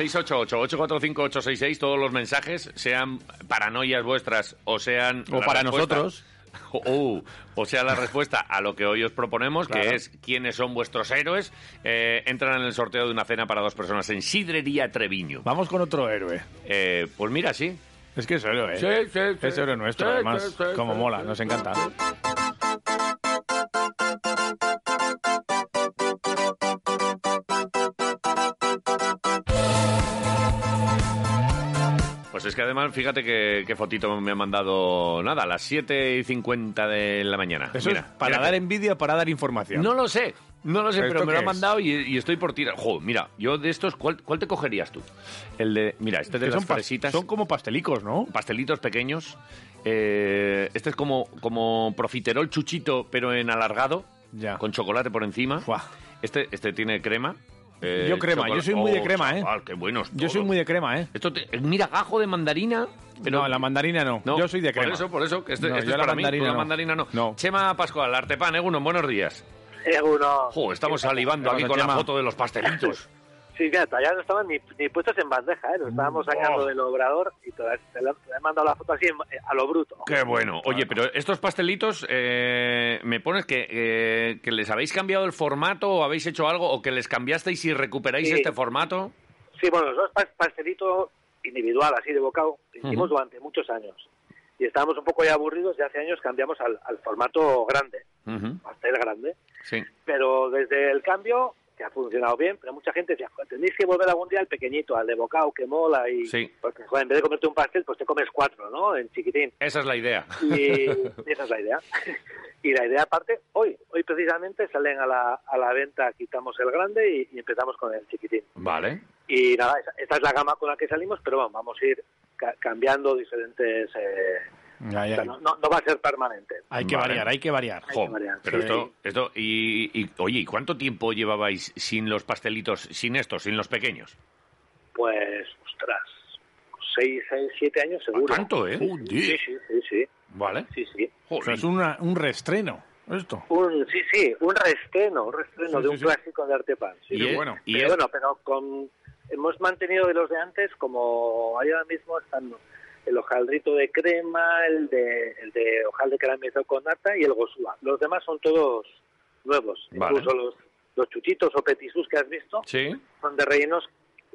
Speaker 2: 688-845-866, todos los mensajes, sean paranoias vuestras o sean...
Speaker 3: O
Speaker 2: la
Speaker 3: para
Speaker 2: respuesta-
Speaker 3: nosotros.
Speaker 2: O- uh, o sea, la respuesta a lo que hoy os proponemos,
Speaker 3: Claro.
Speaker 2: que es quiénes son vuestros héroes, eh, entran en el sorteo de una cena para dos personas en Sidrería Treviño.
Speaker 3: Vamos con otro héroe.
Speaker 2: Eh, pues mira, sí.
Speaker 3: Es que es héroe, ¿eh?
Speaker 2: Sí, sí, sí.
Speaker 3: Es héroe nuestro,
Speaker 2: Sí,
Speaker 3: además.
Speaker 2: sí, sí,
Speaker 3: Como
Speaker 2: sí,
Speaker 3: mola,
Speaker 2: sí.
Speaker 3: nos encanta.
Speaker 2: Pues es que además, fíjate que- qué fotito me ha mandado, nada, a las 7 y 50 de la mañana.
Speaker 3: Eso
Speaker 2: Mira,
Speaker 3: es para
Speaker 2: mira
Speaker 3: dar
Speaker 2: qué-
Speaker 3: envidia o para dar información.
Speaker 2: No lo sé, no lo sé,
Speaker 3: ¿Esto
Speaker 2: pero me
Speaker 3: qué
Speaker 2: lo han
Speaker 3: es?
Speaker 2: mandado y, y estoy por tirar. Jo, mira, yo de estos, ¿cuál, cuál te cogerías tú? El de, mira, este de
Speaker 3: Que
Speaker 2: las
Speaker 3: son pas-
Speaker 2: fresitas.
Speaker 3: son como pastelicos, ¿no?
Speaker 2: Pastelitos pequeños. Eh, este es como, como profiterol chuchito, pero en alargado,
Speaker 3: Ya.
Speaker 2: con chocolate por encima. Este, este tiene crema. eh,
Speaker 3: Yo crema,
Speaker 2: chocola-
Speaker 3: yo soy muy de
Speaker 2: Oh,
Speaker 3: crema, ¿eh?
Speaker 2: chaval, qué buenos
Speaker 3: Yo soy
Speaker 2: todos.
Speaker 3: muy de crema, ¿eh?
Speaker 2: Esto te- mira, gajo de mandarina.
Speaker 3: no, la mandarina no. Yo soy de crema.
Speaker 2: Por eso, por eso, que este,
Speaker 3: No,
Speaker 2: este
Speaker 3: yo
Speaker 2: es
Speaker 3: la
Speaker 2: para mí, tú
Speaker 3: mandarina
Speaker 2: la
Speaker 3: no.
Speaker 2: mandarina no. Chema Pascual, Artepan, Egunon, buenos días.
Speaker 22: Eguno.
Speaker 2: Jo, estamos salivando
Speaker 22: Vamos
Speaker 2: aquí
Speaker 22: a
Speaker 2: con la
Speaker 22: Chema.
Speaker 2: foto de los pastelitos.
Speaker 22: Sí, que hasta allá no estaban ni, ni puestos en bandeja, ¿eh?
Speaker 2: Mm.
Speaker 22: Nos estábamos
Speaker 2: Oh.
Speaker 22: sacando del obrador y todas, te, la- te he mandado la foto así en- a lo bruto.
Speaker 2: Qué bueno. Oye, pero estos pastelitos, eh, me pones que, eh, que les habéis cambiado el formato o habéis hecho algo o que les cambiasteis y recuperáis
Speaker 22: Sí.
Speaker 2: este formato.
Speaker 22: Sí, bueno, nosotros pas- pastelito individual, así de bocado, hicimos
Speaker 2: Ujú.
Speaker 22: durante muchos años. Y estábamos un poco ya aburridos y hace años cambiamos al, al formato grande, pastel grande.
Speaker 2: Sí.
Speaker 22: Pero desde el cambio, que ha funcionado bien, pero mucha gente decía, "Joder, tenéis que volver algún día al pequeñito, al de bocado, que mola. y
Speaker 2: Sí.
Speaker 22: Porque, joder, en vez de comerte un pastel, pues te comes cuatro, ¿no? En chiquitín.
Speaker 2: Esa es la idea.
Speaker 22: y esa es la idea. Y la idea aparte, hoy, hoy precisamente salen a la, a la venta, quitamos el grande y, y empezamos con el chiquitín.
Speaker 2: Vale.
Speaker 22: Y nada, esa- esta es la gama con la que salimos, pero bueno, vamos a ir ca- cambiando diferentes... eh,
Speaker 3: Ya, ya.
Speaker 22: o sea, no, no- no va a ser permanente.
Speaker 3: Hay que
Speaker 2: Vale.
Speaker 3: variar, hay que variar.
Speaker 2: Jo,
Speaker 22: variar,
Speaker 2: pero
Speaker 22: sí.
Speaker 2: esto, esto y, y- oye, ¿y cuánto tiempo llevabais sin los pastelitos, sin estos, sin los pequeños?
Speaker 22: Pues, ostras, seis, seis, siete años seguro.
Speaker 2: tanto, eh?
Speaker 22: Sí, sí, sí, sí, sí.
Speaker 2: Vale.
Speaker 22: Sí, sí.
Speaker 3: O sea, es una- un restreno, esto.
Speaker 22: Un, sí, sí, un reestreno, un reestreno
Speaker 3: Sí,
Speaker 22: de
Speaker 3: sí,
Speaker 22: un
Speaker 3: sí.
Speaker 22: clásico de Artepan.
Speaker 3: Y
Speaker 22: pero
Speaker 3: es- y
Speaker 22: pero
Speaker 3: es-
Speaker 22: bueno, pero con, hemos mantenido de los de antes, como ahí ahora mismo están el hojaldrito de crema, el de, el de hojaldre caramelizado con nata y el gosúa. Los demás son todos nuevos,
Speaker 2: Vale.
Speaker 22: incluso los, los chuchitos o petisus que has visto
Speaker 2: Sí.
Speaker 22: son de rellenos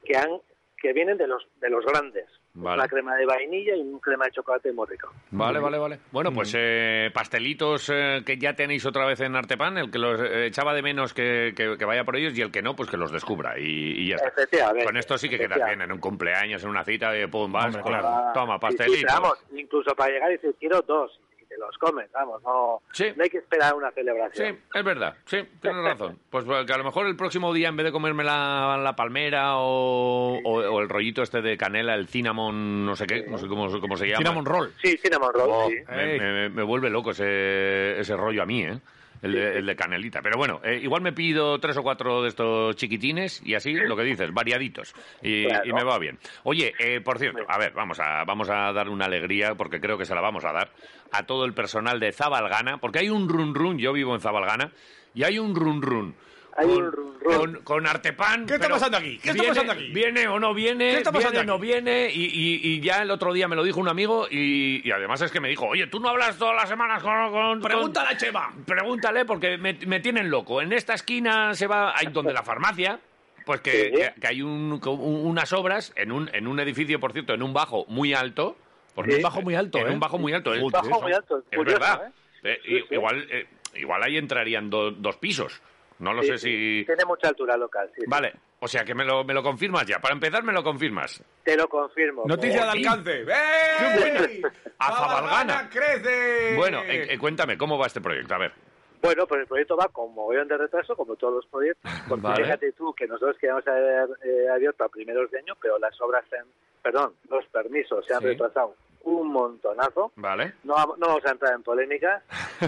Speaker 22: que han que vienen de los de los grandes.
Speaker 2: Vale.
Speaker 22: Una crema de vainilla y un crema de chocolate muy rico.
Speaker 2: Vale, vale, vale. Bueno, pues eh, pastelitos eh, que ya tenéis otra vez en Artepan, el que los eh, echaba de menos que, que- que vaya por ellos y el que no, pues que los descubra y, y ya está.
Speaker 22: Efectivamente,
Speaker 2: Con esto sí que quedas bien,
Speaker 22: efectivamente.
Speaker 2: en un cumpleaños, en una cita, de pum, vas,
Speaker 22: Hombre,
Speaker 2: claro.
Speaker 22: claro.
Speaker 2: toma,
Speaker 22: Sí, sí,
Speaker 2: pastelitos.
Speaker 22: pero vamos, incluso para llegar y decir, quiero dos, y te los comes, vamos, no, no hay que esperar una celebración.
Speaker 2: Sí, es verdad, sí, tienes razón. Pues bueno, que a lo mejor el próximo día, en vez de comerme la, la palmera o, o- o el rollito este de canela, el cinnamon, no sé qué, no sé cómo, cómo se llama.
Speaker 22: Cinnamon
Speaker 2: roll.
Speaker 22: Sí, cinnamon roll, sí.
Speaker 2: Oh, Me, me- me vuelve loco ese, ese rollo a mí, ¿eh? El de, el de canelita. Pero bueno, eh, igual me pido tres o cuatro de estos chiquitines y así, lo que dices, variaditos. Y,
Speaker 5: Claro.
Speaker 2: y me va bien. Oye, eh, por cierto, a ver, vamos a, vamos a dar una alegría, porque creo que se la vamos a dar, a todo el personal de Zabalgana, porque hay un run run, yo vivo en Zabalgana, y hay un run run. Hay un run run. Con, con Artepan.
Speaker 3: ¿Qué está
Speaker 2: pero
Speaker 3: pasando aquí? ¿Qué está
Speaker 2: viene-
Speaker 3: pasando aquí?
Speaker 2: ¿Viene o no viene?
Speaker 3: ¿Qué está pasando
Speaker 2: ¿Viene
Speaker 3: aquí?
Speaker 2: o no viene? Y, y- y ya el otro día me lo dijo un amigo y, y además es que me dijo, oye, tú no hablas todas las semanas con... con Pregúntale a Chema. Pregúntale porque me, me tienen loco. En esta esquina se va... Hay donde la farmacia... pues que, que- que hay un- que un- unas obras en un, en un edificio, por cierto, en un bajo muy alto. Porque
Speaker 3: En un bajo muy alto,
Speaker 2: En
Speaker 3: ¿eh?
Speaker 2: un bajo muy alto.
Speaker 3: Un
Speaker 2: es-
Speaker 3: bajo
Speaker 2: es-
Speaker 3: muy alto,
Speaker 2: Es
Speaker 3: curioso,
Speaker 2: verdad. Eh, i- Igual, eh, igual ahí entrarían do- dos pisos. No lo
Speaker 22: Sí,
Speaker 2: sé
Speaker 22: sí,
Speaker 2: si...
Speaker 22: Tiene mucha altura local, sí.
Speaker 2: Vale, o sea que me lo, me lo confirmas ya. Para empezar, me lo confirmas.
Speaker 22: Te lo confirmo.
Speaker 2: Noticia
Speaker 22: Por
Speaker 2: de
Speaker 22: fin.
Speaker 2: alcance. ¡Eh! A Zabalgana.
Speaker 22: crece!
Speaker 2: Bueno, eh, eh, cuéntame, ¿cómo va este proyecto? A ver.
Speaker 22: Bueno, pues el proyecto va con mogollón de retraso, como todos los proyectos, porque
Speaker 2: Vale.
Speaker 22: fíjate tú que nosotros queríamos haber eh, abierto a primeros de año, pero las obras, se han, perdón, los permisos se han
Speaker 2: Sí.
Speaker 22: retrasado un montonazo.
Speaker 2: Vale.
Speaker 22: No, va- no vamos a entrar en polémica,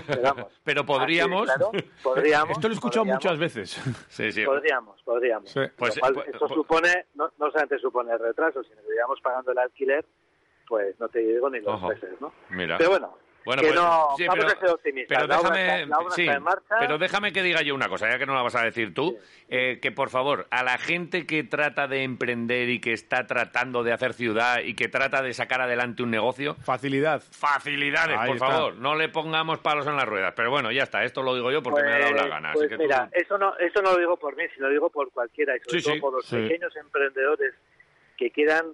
Speaker 22: pero vamos,
Speaker 2: Pero podríamos.
Speaker 22: podríamos- Así, claro, podríamos,
Speaker 2: Esto lo he escuchado
Speaker 22: podríamos.
Speaker 2: muchas veces. Sí, sí.
Speaker 22: podríamos, podríamos.
Speaker 2: Sí. Pues,
Speaker 22: Lo cual,
Speaker 2: eh,
Speaker 22: esto
Speaker 2: pues-
Speaker 22: supone, no, no solamente supone el retraso, sino que llevamos pagando el alquiler, pues no te digo ni los
Speaker 2: Ojo.
Speaker 22: meses, ¿no?
Speaker 2: Mira.
Speaker 22: Pero bueno,
Speaker 2: Bueno,
Speaker 22: que
Speaker 2: pues,
Speaker 22: no,
Speaker 2: sí,
Speaker 22: vamos
Speaker 2: pero-
Speaker 22: a ser optimistas.
Speaker 2: Pero
Speaker 22: La obra
Speaker 2: déjame,
Speaker 22: está- la obra
Speaker 2: sí,
Speaker 22: está en marcha.
Speaker 2: pero déjame que diga yo una cosa, ya que no la vas a decir tú, eh, que por favor, a la gente que trata de emprender y que está tratando de hacer ciudad y que trata de sacar adelante un negocio,
Speaker 3: Facilidad.
Speaker 2: facilidades,
Speaker 3: Ahí
Speaker 2: por
Speaker 3: está.
Speaker 2: favor, no le pongamos palos en las ruedas. Pero bueno, ya está, esto lo digo yo porque me ha dado la gana.
Speaker 22: Pues
Speaker 2: así que tú-
Speaker 22: mira, eso no, eso no lo digo por mí, sino lo digo por cualquiera, y sobre
Speaker 2: Sí,
Speaker 22: todo
Speaker 2: sí,
Speaker 22: por los
Speaker 2: sí.
Speaker 22: pequeños emprendedores que quieran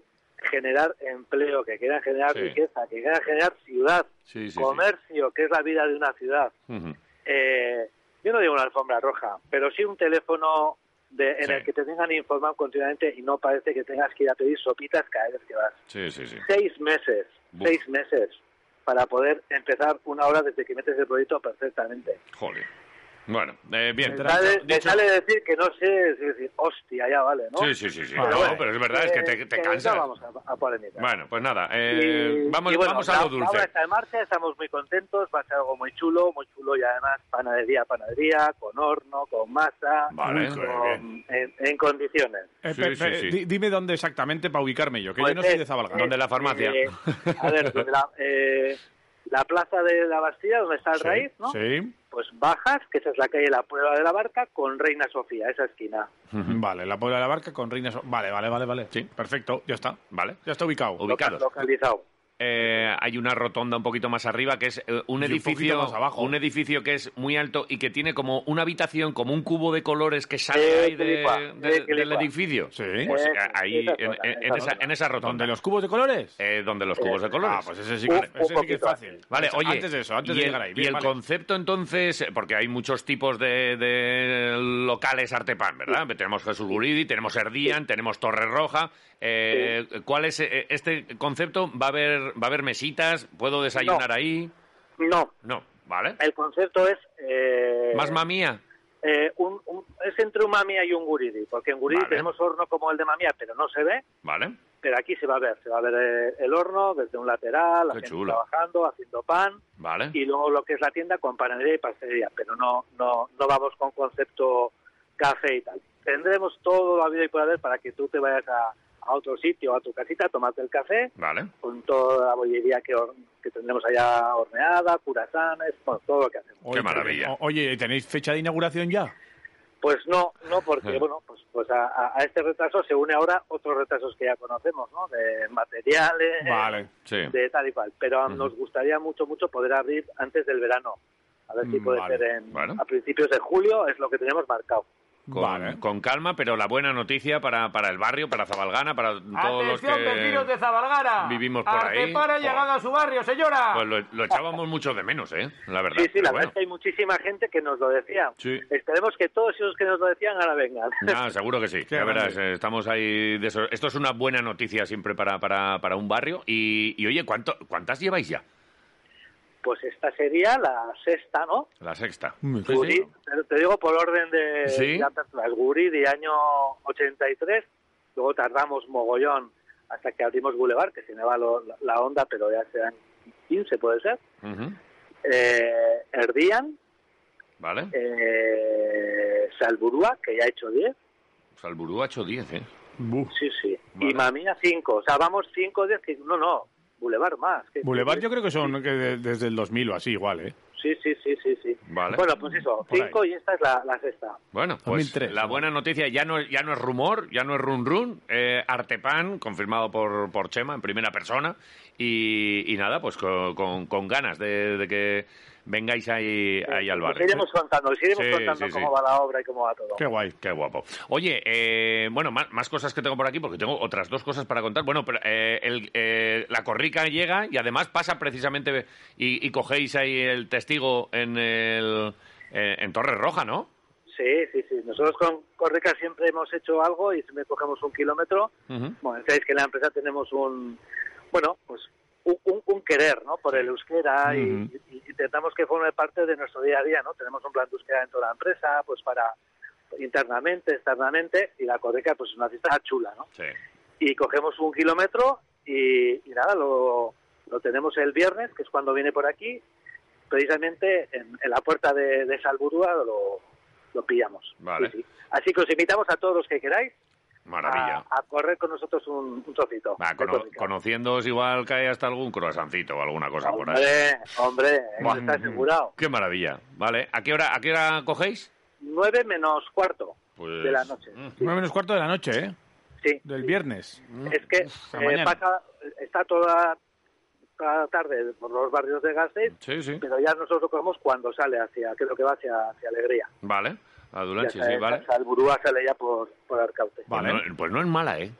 Speaker 22: generar empleo, que quieran generar
Speaker 2: Sí.
Speaker 22: riqueza, que quieran generar ciudad,
Speaker 2: Sí, sí, sí.
Speaker 22: comercio, que es la vida de una ciudad.
Speaker 2: Ujú.
Speaker 22: Eh, yo no digo una alfombra roja, pero sí un teléfono de, en
Speaker 2: Sí.
Speaker 22: el que te tengan informado continuamente y no parece que tengas que ir a pedir sopitas cada vez que vas.
Speaker 2: Sí, sí, sí.
Speaker 22: Seis meses,
Speaker 2: Buf.
Speaker 22: seis meses para poder empezar una hora desde que metes el proyecto perfectamente.
Speaker 2: Joder. Bueno, eh, bien.
Speaker 22: Me sale, me sale decir que no sé, es decir, hostia, ya vale, ¿no?
Speaker 2: Sí, sí, sí, sí.
Speaker 22: Pero
Speaker 2: No,
Speaker 22: bueno,
Speaker 2: pero es verdad, es que te,
Speaker 22: eh,
Speaker 2: te
Speaker 22: eh,
Speaker 2: cansas.
Speaker 22: no vamos a, a polémica.
Speaker 2: Bueno, pues nada, eh,
Speaker 22: Y-
Speaker 2: vamos,
Speaker 22: y bueno,
Speaker 2: vamos
Speaker 22: la-
Speaker 2: a lo
Speaker 22: La obra
Speaker 2: dulce.
Speaker 22: está en marcha, estamos muy contentos, va a ser algo muy chulo, muy chulo y además panadería, a panadería, con horno, con masa,
Speaker 3: Vale.
Speaker 22: con-
Speaker 3: Uy, qué bien.
Speaker 22: en, en condiciones.
Speaker 3: Eh,
Speaker 22: Sí,
Speaker 3: pe-
Speaker 22: sí,
Speaker 3: pe-
Speaker 22: sí.
Speaker 3: di- Dime dónde exactamente para ubicarme yo, que
Speaker 22: Pues
Speaker 3: yo no soy
Speaker 22: es-
Speaker 3: de Zabalgana.
Speaker 22: es, eh, a ver, donde la, eh, la plaza de la Bastilla, donde está el raíz, ¿no?
Speaker 3: Sí.
Speaker 22: Pues bajas, que esa es la calle La Puebla de la Barca, con Reina Sofía, esa esquina.
Speaker 3: Vale, la Puebla de la Barca con Reina. So- Vale, vale, vale, vale. Sí, perfecto, ya está.
Speaker 2: Vale.
Speaker 3: Ya está ubicado.
Speaker 2: Ubicados.
Speaker 22: Localizado.
Speaker 2: Eh, hay una rotonda un poquito más arriba que es eh, un
Speaker 3: Y un
Speaker 2: edificio
Speaker 3: poquito más abajo.
Speaker 2: un edificio que es muy alto y que tiene como una habitación como un cubo de colores que sale ahí de-
Speaker 3: Equilibra,
Speaker 2: de- del
Speaker 3: equilibra.
Speaker 2: edificio
Speaker 3: Sí.
Speaker 2: pues
Speaker 3: Eso,
Speaker 2: eh, ahí
Speaker 3: esa
Speaker 2: en,
Speaker 3: zona,
Speaker 2: en-
Speaker 3: esa
Speaker 2: en esa,
Speaker 3: zona.
Speaker 2: en esa rotonda
Speaker 3: ¿Donde los cubos de colores?
Speaker 2: Eh, donde los cubos de colores
Speaker 3: Ah, pues ese sí que- Un- ese un sí que es poquito fácil. antes.
Speaker 2: vale
Speaker 3: Ese-
Speaker 2: oye
Speaker 3: antes de eso, antes
Speaker 2: y
Speaker 3: de
Speaker 2: el-
Speaker 3: llegar ahí.
Speaker 2: y
Speaker 3: Bien,
Speaker 2: el
Speaker 3: vale.
Speaker 2: concepto entonces porque hay muchos tipos de, de locales artepan verdad tenemos Jesús Guridi tenemos Erdian tenemos Torre Roja eh, cuál es eh, este concepto va a haber va a haber mesitas puedo desayunar ahí
Speaker 22: No.
Speaker 2: No, ¿vale?
Speaker 22: El concepto es... eh,
Speaker 2: Más mamía.
Speaker 22: eh, un- un- es entre un mamía y un guridi, porque en guridi
Speaker 2: Vale.
Speaker 22: tenemos horno como el de mamía, pero no se ve,
Speaker 2: ¿Vale?
Speaker 22: pero aquí se va a ver, se va a ver eh, el horno desde un lateral, la
Speaker 2: Qué
Speaker 22: gente
Speaker 2: chulo.
Speaker 22: trabajando, haciendo pan,
Speaker 2: ¿Vale?
Speaker 22: y luego lo que es la tienda con panadería y pastelería, pero no, no, no vamos con concepto café y tal. Tendremos todo la vida y por haber para que tú te vayas a, a otro sitio, a tu casita, a tomarte el café,
Speaker 2: ¿Vale?
Speaker 22: con toda la bollería que, hor- que tendremos allá horneada, curasanes, bueno, todo lo que hacemos.
Speaker 3: Oye, o- Oye, ¿y ¿tenéis fecha de inauguración ya?
Speaker 22: Pues no, no, porque
Speaker 3: Ah.
Speaker 22: bueno, pues, pues a, a- a este retraso se une ahora otros retrasos que ya conocemos, ¿no? De materiales,
Speaker 3: Vale, sí.
Speaker 22: de tal y cual. Pero ah, nos gustaría mucho, mucho poder abrir antes del verano. A ver si
Speaker 2: Mm,
Speaker 22: puede
Speaker 2: vale.
Speaker 22: ser en-
Speaker 2: Bueno.
Speaker 22: a principios de julio, es lo que tenemos marcado.
Speaker 2: Con, con calma, pero la buena noticia para, para el barrio, para Zabalgana, para todos los que...
Speaker 5: de Zabalgara.
Speaker 2: vivimos por ahí.
Speaker 5: Artepara ha llegado a su barrio, señora.
Speaker 2: Pues lo, lo echábamos mucho de menos, ¿eh? La verdad.
Speaker 22: Sí, sí, la
Speaker 2: pero
Speaker 22: verdad
Speaker 2: bueno.
Speaker 22: es que hay muchísima gente que nos lo decía.
Speaker 2: Sí.
Speaker 22: Esperemos que todos esos que nos lo decían ahora vengan.
Speaker 2: No, seguro que sí. Ya verás, eh, estamos ahí de eso. Esto es una buena noticia siempre para, para, para un barrio. Y, y, oye, ¿cuánto, ¿cuántas lleváis ya?
Speaker 22: Pues esta sería la sexta, ¿no?
Speaker 2: La sexta. Sí,
Speaker 22: Guridi,
Speaker 2: sí.
Speaker 22: te, te digo por orden de,
Speaker 2: Sí.
Speaker 22: de apertura. El Gurí de año 83, luego tardamos mogollón hasta que abrimos Boulevard, que se me va lo- la- la onda, pero ya sean 15, puede ser.
Speaker 2: Ujú.
Speaker 22: Eh, Erdian,
Speaker 2: ¿Vale?
Speaker 22: eh, Salburúa, que ya ha hecho 10,
Speaker 2: Salburú ha hecho 10, ¿eh?
Speaker 22: Sí, sí. y Mamía 5. O sea, vamos 5, 10, que no, no, Boulevard más. que-
Speaker 3: Boulevard yo creo que son que de- desde el 2000 o así, igual, ¿eh?
Speaker 22: Sí, sí, sí, sí, sí.
Speaker 3: Vale.
Speaker 22: Bueno, pues eso,
Speaker 3: Por ahí.
Speaker 22: 5 y esta es la, la sexta.
Speaker 2: Bueno, pues la buena noticia ya no, ya no es rumor, ya no es run run. eh, Artepan, confirmado por, por Chema en primera persona. Y, y nada, pues co- con, con ganas de, de que vengáis ahí, ahí al
Speaker 22: Os
Speaker 2: barrio.
Speaker 22: iremos contando, os iremos
Speaker 2: Sí,
Speaker 22: contando
Speaker 2: sí,
Speaker 22: cómo
Speaker 2: sí.
Speaker 22: va la obra y cómo va todo.
Speaker 2: Qué guay, qué guapo. Oye, eh, bueno, más, más cosas que tengo por aquí, porque tengo otras dos cosas para contar. Bueno, pero eh, el- eh, la corrica llega y además pasa precisamente y, y cogéis ahí el testigo en, el, eh, en Torre Roja, ¿no?
Speaker 22: Sí, sí, sí. Nosotros con Correca siempre hemos hecho algo y siempre cogemos un kilómetro. Bueno, sabéis que en la empresa tenemos un, bueno, pues un, un- un querer, ¿no? Por el euskera y-
Speaker 7: Ujú.
Speaker 22: y, y intentamos que forme parte de nuestro día a día, ¿no? Tenemos un plan de euskera dentro de la empresa, pues para internamente, externamente, y la Correca pues es una fiesta chula, ¿no?
Speaker 2: Sí.
Speaker 22: Y cogemos un kilómetro y, y nada, lo, lo tenemos el viernes, que es cuando viene por aquí, precisamente en, en la puerta de, de Salburúa lo, lo pillamos.
Speaker 2: Vale.
Speaker 22: Así que os invitamos a todos los que queráis
Speaker 2: Maravilla.
Speaker 22: a, a correr con nosotros un, un trocito.
Speaker 2: Va,
Speaker 22: de
Speaker 2: cono-
Speaker 22: Correca.
Speaker 2: conociéndoos igual cae hasta algún croissantcito o alguna cosa por ahí.
Speaker 22: Hombre, hombre,
Speaker 2: Buah.
Speaker 22: eso está asegurado.
Speaker 2: Qué maravilla. Vale, ¿a qué hora, a qué hora cogéis?
Speaker 22: 9 menos cuarto
Speaker 2: Pues-
Speaker 22: de la noche.
Speaker 23: Nueve menos cuarto de la noche, ¿eh?
Speaker 22: Sí.
Speaker 23: Del viernes.
Speaker 2: mm,
Speaker 22: Es que
Speaker 23: la
Speaker 22: eh,
Speaker 23: mañana.
Speaker 22: pasa, está toda, toda la tarde por los barrios de Gasteiz,
Speaker 2: Sí, sí.
Speaker 22: pero ya nosotros lo cogemos cuando sale hacia, creo que va hacia, hacia Alegría.
Speaker 2: Vale, a
Speaker 22: Ya
Speaker 2: Dulanche, sí,
Speaker 22: sale-
Speaker 2: vale.
Speaker 22: Salburúa sale ya por, por Arcaute.
Speaker 2: Pues no, pues no es mala, ¿eh?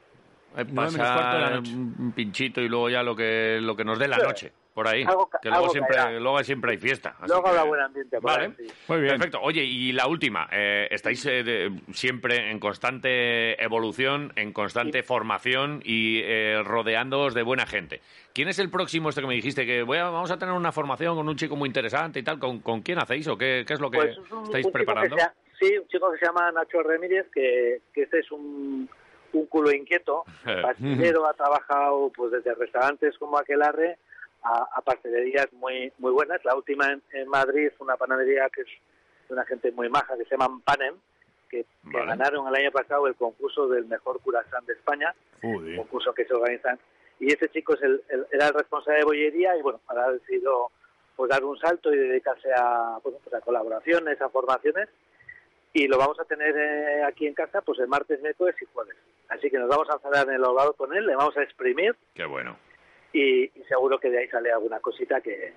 Speaker 2: Hay
Speaker 22: menos cuarto de la
Speaker 2: pasar
Speaker 22: noche.
Speaker 2: un pinchito y luego ya lo que lo que nos dé la
Speaker 22: Sí.
Speaker 2: noche por ahí.
Speaker 22: Algo ca-
Speaker 2: que luego
Speaker 22: algo
Speaker 2: siempre,
Speaker 22: caerá.
Speaker 2: luego siempre hay fiesta. así
Speaker 22: Luego
Speaker 2: que-
Speaker 22: habrá buen ambiente. por
Speaker 2: Vale,
Speaker 22: ahí, sí.
Speaker 2: muy bien. Perfecto. Oye, y la última, eh, estáis eh, de- siempre en constante evolución, en constante formación y eh, rodeándoos de buena gente. ¿Quién es el próximo este que me dijiste que voy a- vamos a tener una formación con un chico muy interesante y tal? ¿Con, con quién hacéis o qué, qué es lo que
Speaker 22: Pues es un-
Speaker 2: estáis
Speaker 22: un chico que
Speaker 2: preparando?
Speaker 22: se ha- sí, un chico que se llama Nacho Ramírez, que, que este es un, un culo inquieto. Pastelero, ha trabajado pues desde restaurantes como Aquelarre a, a pastelerías muy muy buenas. La última en, en Madrid, una panadería que es de una gente muy maja, que se llama Panem, que, que
Speaker 7: Vale.
Speaker 22: ganaron el año pasado el concurso del mejor curasán de España
Speaker 7: Joder.
Speaker 22: concursos que se organizan. Y ese chico es el, el- era el responsable de bollería y bueno, ahora ha decidido pues, dar un salto y dedicarse a, bueno, pues, a colaboraciones, a formaciones. Y lo vamos a tener eh, aquí en casa pues el martes, miércoles y jueves. Así que nos vamos a cerrar en el holgado con él, le vamos a exprimir
Speaker 2: Qué bueno.
Speaker 22: y, y seguro que de ahí sale alguna cosita que,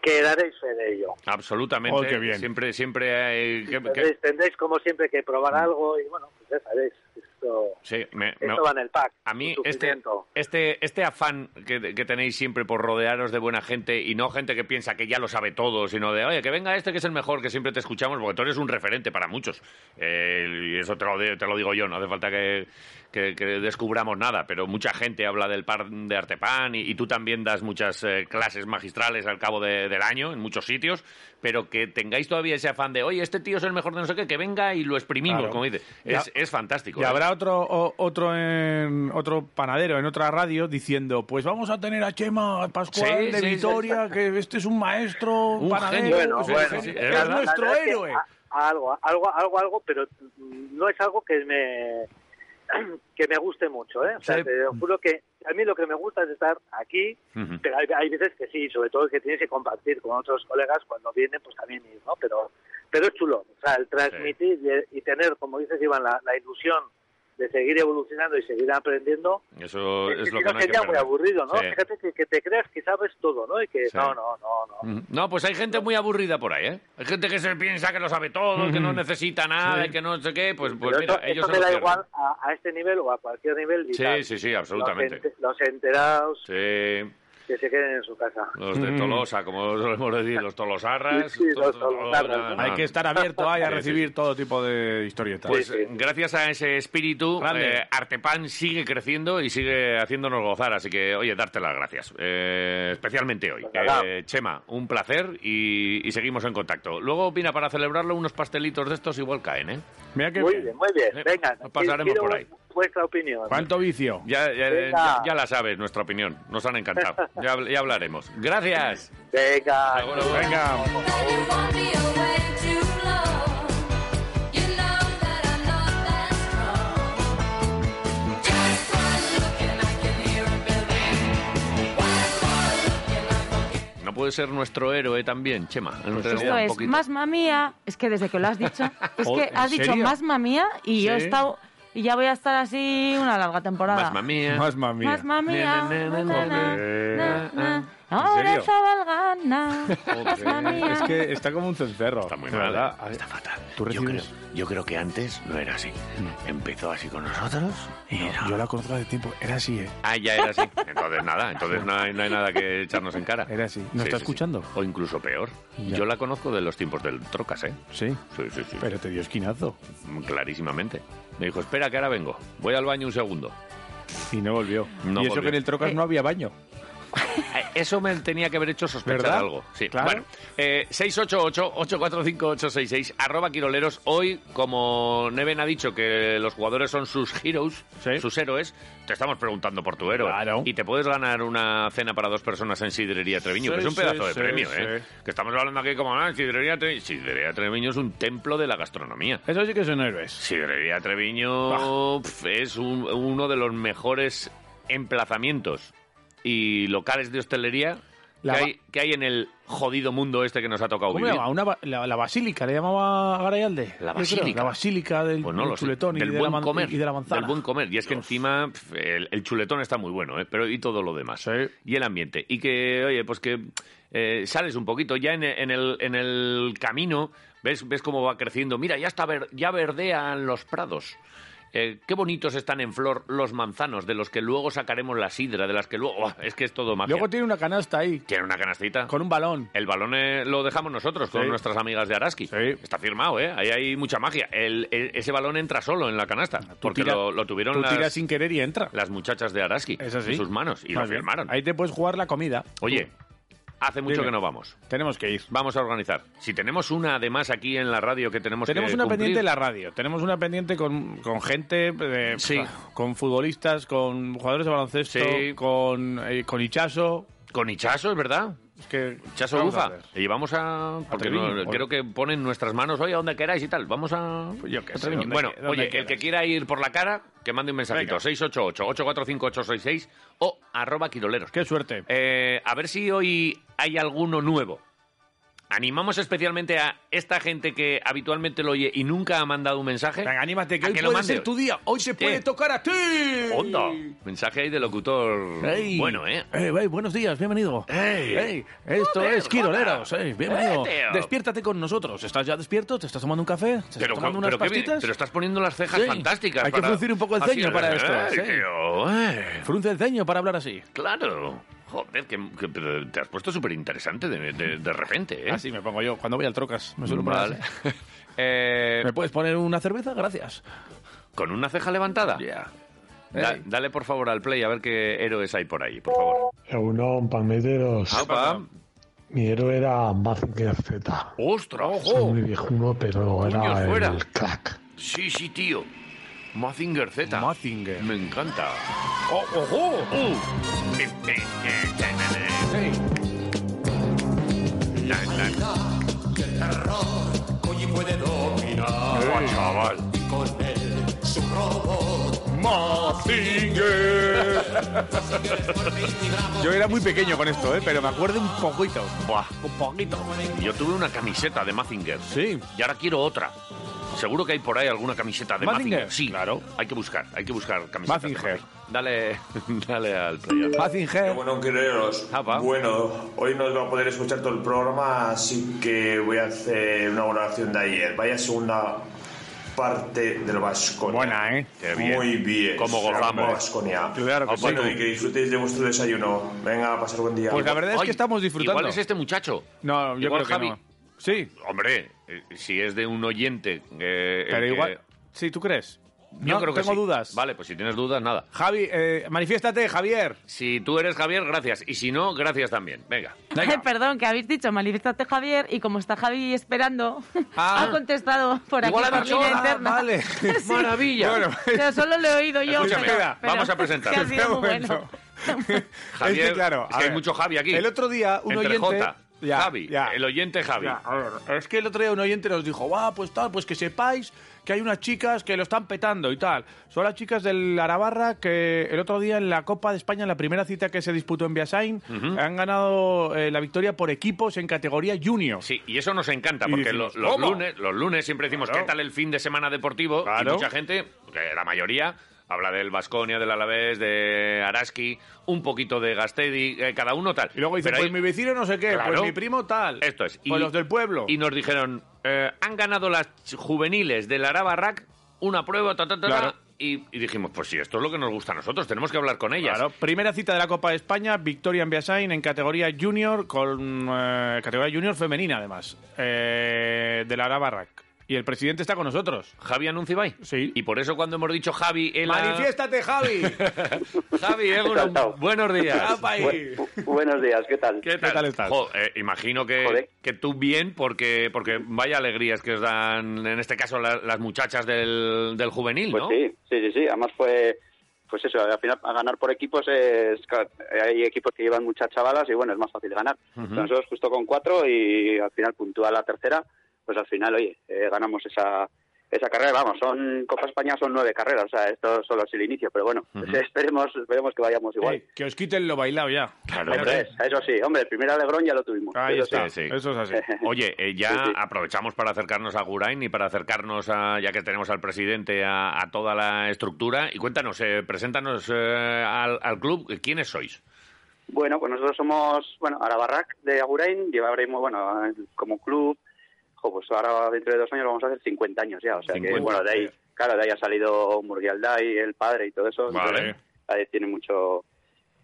Speaker 22: que daréis fe de ello.
Speaker 2: Absolutamente.
Speaker 22: Oh, qué bien.
Speaker 2: Siempre, siempre hay... que- que-
Speaker 22: Tendréis, tendréis como siempre que probar algo y bueno, pues ya sabéis, esto,
Speaker 2: sí, me- me-
Speaker 22: esto va en el pack.
Speaker 2: A mí
Speaker 22: un
Speaker 2: este,
Speaker 22: sufrimiento.
Speaker 2: este, este afán que, que tenéis siempre por rodearos de buena gente y no gente que piensa que ya lo sabe todo, sino de, oye, que venga este que es el mejor, que siempre te escuchamos, porque tú eres un referente para muchos. Eh, y eso te lo, di- te lo digo yo, no hace falta que, que- que descubramos nada, pero mucha gente habla del par de Artepan y, y tú también das muchas eh, clases magistrales al cabo de- del año en muchos sitios, pero que tengáis todavía ese afán de, oye, este tío es el mejor de no sé qué, que venga y lo exprimimos,
Speaker 23: Claro.
Speaker 2: como dice.
Speaker 23: Ya.
Speaker 2: Es, es fantástico.
Speaker 23: Y
Speaker 2: ¿eh?
Speaker 23: habrá otro o- otro en, otro panadero en otra radio diciendo, pues vamos a tener a Chema Pascual
Speaker 12: Sí,
Speaker 23: de
Speaker 12: sí,
Speaker 23: Vitoria, que este es un maestro
Speaker 12: Un
Speaker 23: panadero,
Speaker 12: genio.
Speaker 23: es un
Speaker 12: Bueno,
Speaker 23: genio,
Speaker 12: sí, sí,
Speaker 23: que
Speaker 12: es
Speaker 23: es,
Speaker 12: verdad.
Speaker 23: nuestro
Speaker 22: La verdad es que
Speaker 23: héroe.
Speaker 22: a- algo, algo, algo, algo, pero mm, no es algo que me que me guste mucho, ¿eh? O sea,
Speaker 7: Sí.
Speaker 22: te juro que a mí lo que me gusta es estar aquí,
Speaker 2: Mm.
Speaker 7: Ujú.
Speaker 22: pero hay, hay veces que sí, sobre todo que tienes que compartir con otros colegas cuando vienen, pues también ir, ¿no? Pero, pero es chulo, o sea, el transmitir y, y tener, como dices, Iván, la, la ilusión de seguir evolucionando y seguir aprendiendo,
Speaker 2: Eso es,
Speaker 22: es que
Speaker 2: lo
Speaker 22: si
Speaker 2: que
Speaker 22: no
Speaker 2: no hay que
Speaker 22: sería muy
Speaker 2: perder.
Speaker 22: aburrido, ¿no?
Speaker 2: Sí.
Speaker 22: Fíjate que, que te creas que sabes todo, ¿no? Y que
Speaker 2: Sí.
Speaker 22: no, no, no, no.
Speaker 2: Ujú. No, pues hay gente muy aburrida por ahí, ¿eh? Hay gente que se piensa que lo sabe todo, que no necesita nada, y que no sé qué, pues, pues
Speaker 22: Pero
Speaker 2: mira,
Speaker 22: esto,
Speaker 2: ellos
Speaker 22: esto
Speaker 2: se
Speaker 22: me
Speaker 2: lo
Speaker 22: da
Speaker 2: cierran.
Speaker 22: igual a, a este nivel o a cualquier nivel vital.
Speaker 2: Sí, sí, sí, absolutamente.
Speaker 22: Los, ente- los enterados
Speaker 2: Sí,
Speaker 22: que se queden en su casa.
Speaker 2: los de Tolosa, como solemos decir, los tolosarras.
Speaker 22: Sí, sí,
Speaker 2: to-
Speaker 22: los
Speaker 2: to-
Speaker 22: tolosarras,
Speaker 2: no,
Speaker 23: Hay
Speaker 2: no.
Speaker 23: que estar abierto ahí a
Speaker 2: Sí, sí.
Speaker 23: recibir todo tipo de historietas.
Speaker 2: Pues
Speaker 22: eh,
Speaker 2: gracias a ese espíritu,
Speaker 23: Grande.
Speaker 2: eh, Artepan sigue creciendo y sigue haciéndonos gozar. Así que, oye, darte las gracias. Eh, especialmente hoy.
Speaker 22: nada.
Speaker 2: Eh, Chema, un placer y, y seguimos en contacto. Luego, mira, para celebrarlo, unos pastelitos de estos igual caen, ¿eh?
Speaker 23: Mira qué
Speaker 22: muy
Speaker 23: bien.
Speaker 22: bien, muy bien. Venga,
Speaker 2: pasaremos
Speaker 22: quiero
Speaker 2: por ahí.
Speaker 22: Vuestra opinión.
Speaker 23: ¿Cuánto vicio?
Speaker 2: Ya, ya,
Speaker 22: Venga.
Speaker 2: ya- ya la sabes, nuestra opinión. Nos han encantado. Ya, habl- ya hablaremos. Gracias.
Speaker 22: Venga.
Speaker 2: Venga. No puede ser nuestro héroe también, Chema. en
Speaker 4: Pues Esto
Speaker 2: realidad, un
Speaker 4: es
Speaker 2: poquito.
Speaker 4: más mía. Es que desde que lo has dicho, es
Speaker 2: Oh,
Speaker 4: que
Speaker 2: ¿en
Speaker 4: has dicho
Speaker 2: serio?
Speaker 4: más mía y yo he
Speaker 2: Sí.
Speaker 4: estado y ya voy a estar así una larga temporada.
Speaker 2: Más mamía.
Speaker 23: Más mamía.
Speaker 4: Más mamía.
Speaker 2: Ne, ne, ne, ne,
Speaker 4: Na,
Speaker 2: ne,
Speaker 4: na,
Speaker 2: ne.
Speaker 4: na, na. Ahora
Speaker 3: serio?
Speaker 4: Zabalgana. hazla mía.
Speaker 3: Es que está como un cencerro. Está muy
Speaker 2: mal, ¿eh?
Speaker 3: Está fatal.
Speaker 6: Yo creo, yo creo que antes no era así. Empezó así con nosotros y
Speaker 2: yo la conozco hace tiempo, era así, ¿eh? Ah, ya era así. Entonces nada, entonces no hay, no hay nada que echarnos en cara. Era así.
Speaker 6: ¿Nos está
Speaker 2: escuchando? O incluso peor.
Speaker 6: Ya.
Speaker 2: Yo la conozco de los tiempos del Trocas, ¿eh?
Speaker 6: Sí.
Speaker 2: Sí, sí, sí.
Speaker 6: Pero te dio esquinazo.
Speaker 2: Clarísimamente. Me dijo, espera que ahora vengo. Voy al baño un segundo.
Speaker 3: Y no volvió.
Speaker 2: No
Speaker 3: y eso
Speaker 2: volvió.
Speaker 3: que en el Trocas no había baño.
Speaker 2: Eh, Eso me tenía que haber hecho sospechar
Speaker 3: ¿Verdad?
Speaker 2: algo. Sí.
Speaker 3: Claro.
Speaker 2: Bueno, eh, 688-845-866, arroba Quiroleros. Hoy, como Neven ha dicho que los jugadores son sus heroes, sus héroes, te estamos preguntando por tu héroe. Y te puedes ganar una cena para dos personas en Sidrería Treviño,
Speaker 6: Sí,
Speaker 2: que es un
Speaker 6: sí,
Speaker 2: pedazo de
Speaker 6: sí,
Speaker 2: premio,
Speaker 6: sí.
Speaker 2: ¿eh? Que estamos hablando aquí como, ah, Sidrería Treviño. Sidrería Treviño es un templo de la gastronomía.
Speaker 3: Eso sí que son héroes.
Speaker 2: Sidrería Treviño pf, es un- uno de los mejores emplazamientos y locales de hostelería
Speaker 3: La
Speaker 2: que,
Speaker 3: ba-
Speaker 2: hay, que hay en el jodido mundo este que nos ha tocado
Speaker 3: ¿Cómo
Speaker 2: vivir.
Speaker 3: llamaba? Una ba- la, la basílica, le llamaba Garayalde. Yo
Speaker 2: La
Speaker 3: creo,
Speaker 2: basílica.
Speaker 3: La basílica del,
Speaker 2: Pues no
Speaker 3: del
Speaker 2: lo sé.
Speaker 3: chuletón y,
Speaker 2: del
Speaker 3: de la
Speaker 2: buen
Speaker 3: man-
Speaker 2: comer,
Speaker 3: y de la manzana.
Speaker 2: Del buen comer. Y es que encima pf, el, el chuletón está muy bueno, ¿eh? pero y todo lo demás. Y el ambiente. Y que, oye, pues que eh, sales un poquito ya en, e- en el, en el camino, ves, ves cómo va creciendo. Mira, ya, está ver- ya verdean los prados. Eh, qué bonitos están en flor los manzanos, de los que luego sacaremos la sidra, de las que luego... ¡Buah! es que es todo magia.
Speaker 3: Luego tiene una canasta ahí.
Speaker 2: Tiene una canastita.
Speaker 3: Con un balón.
Speaker 2: El balón eh, lo dejamos nosotros con
Speaker 3: Sí.
Speaker 2: nuestras amigas de Araski. Está firmado, ¿eh? Ahí hay mucha magia. El- e- ese balón entra solo en la canasta. Porque
Speaker 3: tira-
Speaker 2: lo, lo tuvieron
Speaker 3: tú
Speaker 2: las,
Speaker 3: tiras sin querer y entra.
Speaker 2: las muchachas de Araski
Speaker 3: Es así.
Speaker 2: en sus manos y lo
Speaker 3: Más bien.
Speaker 2: firmaron.
Speaker 3: Ahí te puedes jugar la comida.
Speaker 2: Oye, hace mucho
Speaker 3: Dime.
Speaker 2: que no vamos.
Speaker 3: Tenemos que ir.
Speaker 2: Vamos a organizar. Si tenemos una además aquí en la radio que tenemos,
Speaker 3: Tenemos
Speaker 2: que
Speaker 3: una
Speaker 2: cumplir,
Speaker 3: pendiente en la radio, tenemos una pendiente con, con gente, eh, pf, con futbolistas, con jugadores de baloncesto,
Speaker 2: Sí.
Speaker 3: con, eh, con Hichazo.
Speaker 2: Con Hichazo, es verdad.
Speaker 3: Es que
Speaker 2: Chaso
Speaker 3: vamos a
Speaker 2: Ufa,
Speaker 3: ver.
Speaker 2: le llevamos a... Porque
Speaker 3: Treviño,
Speaker 2: no-
Speaker 3: o-
Speaker 2: creo que ponen nuestras manos, oye, a donde queráis y tal. Vamos a... a
Speaker 3: sé,
Speaker 2: Treviño.
Speaker 3: donde-
Speaker 2: bueno,
Speaker 3: donde
Speaker 2: oye, el
Speaker 3: quieras.
Speaker 2: que quiera ir por la cara, que mande un mensajito.
Speaker 3: Venga.
Speaker 2: 688-845-866 o arroba quiroleros. Eh,
Speaker 3: Qué suerte.
Speaker 2: a ver si hoy hay alguno nuevo. Animamos especialmente a esta gente que habitualmente lo oye y nunca ha mandado un mensaje. anímate,
Speaker 1: Hoy puede ser tu día, hoy se puede tocar a ti.
Speaker 2: Onda. Mensaje ahí de locutor.
Speaker 3: Ey.
Speaker 2: Bueno, ¿eh?
Speaker 3: Ey, ey, buenos días, bienvenido. Ey, esto es Quiroleros. ey, bienvenido.
Speaker 2: Joder, tío.
Speaker 3: Despiértate con nosotros. ¿Estás ya despierto? ¿Te estás tomando un café? ¿Te estás
Speaker 2: oh. Pero,
Speaker 3: tomando
Speaker 2: ca-
Speaker 3: unas
Speaker 2: pero qué bien,
Speaker 3: pastitas?
Speaker 2: pero estás poniendo las cejas
Speaker 3: Sí.
Speaker 2: fantásticas.
Speaker 3: Hay que
Speaker 2: para-
Speaker 3: fruncir un poco el
Speaker 2: Así
Speaker 3: ceño para esto.
Speaker 2: Ay,
Speaker 3: sí.
Speaker 2: tío, eh.
Speaker 3: Frunce el ceño para hablar así.
Speaker 2: Claro. Joder, que, que- pero te has puesto súper interesante de, de- de repente, ¿eh?
Speaker 3: Así me pongo yo. Cuando voy al Trocas, me suelo poner
Speaker 2: Vale.
Speaker 3: así.
Speaker 2: Eh,
Speaker 3: ¿Me puedes poner una cerveza? Gracias.
Speaker 2: ¿Con una ceja levantada? Da- dale, por favor, al play a ver qué héroes hay por ahí, por favor.
Speaker 8: Egunon, palmeteros.
Speaker 2: Aupa.
Speaker 8: Mi héroe era Mazinger Z.
Speaker 2: ¡Ostras,
Speaker 8: Soy muy
Speaker 2: ojo!
Speaker 8: viejuno, pero
Speaker 2: Puños
Speaker 8: era
Speaker 2: fuera.
Speaker 8: el crack.
Speaker 2: Sí, sí, tío. Mazinger Z. Mazinger. Me encanta.
Speaker 3: ¡Ojo!
Speaker 2: ¡Oh!
Speaker 7: Oye, puede dominar.
Speaker 2: Toma, chaval.
Speaker 7: Con él, su robot.
Speaker 3: Yo era muy pequeño con esto, ¿eh? pero me acuerdo un poquito.
Speaker 2: Buah.
Speaker 3: Un poquito.
Speaker 2: Yo tuve una camiseta de Mazinger.
Speaker 3: Sí.
Speaker 2: Y ahora quiero otra. Seguro que hay por ahí alguna camiseta de Mazinger.
Speaker 3: Mazinger.
Speaker 2: Sí. Claro. Hay que buscar, hay que buscar camisetas. de
Speaker 3: Mazinger.
Speaker 2: Dale, dale al player.
Speaker 3: Mazinger.
Speaker 24: Bueno, queridos.
Speaker 3: Ah,
Speaker 24: Bueno, hoy no os va a poder escuchar todo el programa, así que voy a hacer una valoración de ayer. Vaya segunda parte del Vasconia. Buena, ¿eh?
Speaker 2: bien.
Speaker 24: Muy bien.
Speaker 2: Cómo
Speaker 24: Bravo,
Speaker 3: ¿eh?
Speaker 2: gozamos.
Speaker 24: Baskonia.
Speaker 2: Claro que sí.
Speaker 24: Ah, Bueno, y que disfrutéis de vuestro desayuno. Venga, pasar buen día.
Speaker 2: Pues la verdad es que Ay, estamos
Speaker 24: disfrutando.
Speaker 2: Igual es este muchacho.
Speaker 24: No, yo
Speaker 2: Igual
Speaker 24: creo que
Speaker 2: Javi.
Speaker 24: no.
Speaker 3: Sí.
Speaker 2: Hombre, eh, si es de un oyente. eh,
Speaker 3: Pero
Speaker 2: que-
Speaker 3: igual. Sí, ¿tú crees?
Speaker 2: Yo
Speaker 3: no,
Speaker 2: creo que
Speaker 3: tengo
Speaker 2: sí.
Speaker 3: dudas.
Speaker 2: Vale, pues si tienes dudas, nada.
Speaker 3: Javi, eh, manifiéstate, Javier.
Speaker 2: Si tú eres Javier, gracias. Y si no, gracias también. Venga.
Speaker 4: Ay, perdón, que habéis dicho manifiestate Javier y como está Javi esperando,
Speaker 2: Ah.
Speaker 4: ha contestado por aquí
Speaker 2: Igual ha
Speaker 4: por
Speaker 2: dicho,
Speaker 4: línea
Speaker 2: "Ah,
Speaker 4: interna.
Speaker 2: vale". Maravilla.
Speaker 4: Bueno.
Speaker 2: Bueno.
Speaker 4: Pero solo lo he oído yo.
Speaker 2: Escúchame,
Speaker 4: pero- pero
Speaker 2: vamos a presentar.
Speaker 4: que ha sido
Speaker 2: Espera un
Speaker 4: muy bueno.
Speaker 2: Javier,
Speaker 3: es que claro,
Speaker 2: es
Speaker 3: a
Speaker 2: que hay
Speaker 3: ver,
Speaker 2: mucho Javi aquí.
Speaker 3: El otro día un
Speaker 2: Entre
Speaker 3: oyente,
Speaker 2: J,
Speaker 3: Ya,
Speaker 2: Javi,
Speaker 3: ya.
Speaker 2: el oyente Javi.
Speaker 3: Ya, a ver, es que el otro día un oyente nos dijo, va, pues tal, pues que sepáis que hay unas chicas que lo están petando y tal. Son las chicas del Arabarra que el otro día en la Copa de España, en la primera cita que se disputó en Biasain,
Speaker 2: Ujú.
Speaker 3: han ganado eh, la victoria por equipos en categoría junior.
Speaker 2: Sí, y eso nos encanta,
Speaker 3: Y
Speaker 2: porque
Speaker 3: decimos,
Speaker 2: lo- los,
Speaker 3: ¿cómo?
Speaker 2: lunes, los lunes siempre decimos, ¿qué tal el fin de semana deportivo? Y mucha gente, que la mayoría, Habla del Vasconia, del Alavés, de Araski, un poquito de Gastedi, eh, cada uno tal. Y luego
Speaker 3: Dice, pues mi vecino no sé qué, pues
Speaker 2: Claro.
Speaker 3: mi primo tal.
Speaker 2: Esto es.
Speaker 3: Pues los del pueblo.
Speaker 2: Y nos dijeron, eh, han ganado las ch- juveniles del Araba Rack una prueba, ta, ta, ta, ta.
Speaker 3: Claro.
Speaker 2: Y, y dijimos, pues sí, esto es lo que nos gusta a nosotros, tenemos que hablar con ellas.
Speaker 3: Claro, primera cita de la Copa de España, victoria en Biasain en categoría junior, con eh, categoría junior femenina además, eh, de la Araba Rack. Y el presidente está con nosotros.
Speaker 2: Javi Anuncibay.
Speaker 3: Sí.
Speaker 2: Y por eso cuando hemos dicho Javi, él ha-
Speaker 3: ¡Manifiéstate, Javi!
Speaker 2: Javi, Egunon, buenos días.
Speaker 3: Apa ahí.
Speaker 25: Bu- buenos días, ¿qué tal?
Speaker 2: ¿Qué tal, estás? imagino que, que tú bien, porque, porque vaya alegrías que os dan, en este caso, la- las muchachas del, del juvenil,
Speaker 25: Pues
Speaker 2: ¿no?
Speaker 25: sí, sí, sí, sí. Además fue, pues eso, al final a ganar por equipos es, claro, hay equipos que llevan muchas chavalas y bueno, es más fácil ganar.
Speaker 2: Ujú.
Speaker 25: Pero Nosotros justo con cuatro y al final puntúa la tercera, pues al final, oye, eh, ganamos esa esa carrera. Vamos, son Copa España son nueve carreras, o sea, esto solo es el inicio, pero bueno,
Speaker 3: Ujú.
Speaker 25: pues esperemos, esperemos que vayamos igual.
Speaker 3: Eh, que os quiten lo bailado ya. Claro,
Speaker 25: Eso es, eso sí, hombre, el primer alegrón ya lo tuvimos.
Speaker 2: Ahí
Speaker 25: eso
Speaker 2: está,
Speaker 25: sí.
Speaker 3: eso es así.
Speaker 2: Oye, eh, ya
Speaker 25: Sí, sí.
Speaker 2: aprovechamos para acercarnos a Gurain y para acercarnos, a, ya que tenemos al presidente, a, a toda la estructura. Y cuéntanos, eh, preséntanos eh, al, al club, eh, ¿quiénes sois?
Speaker 25: Bueno, pues nosotros somos, bueno, Arabarrac de Agurain, llevaremos, bueno, como club, jo, pues ahora dentro de dos años vamos a hacer 50 años ya, o sea que,
Speaker 2: 50.
Speaker 25: bueno, de ahí, claro, de ahí ha salido Murguialdai, el padre y todo eso,
Speaker 2: Vale.
Speaker 25: entonces, ahí tiene mucho,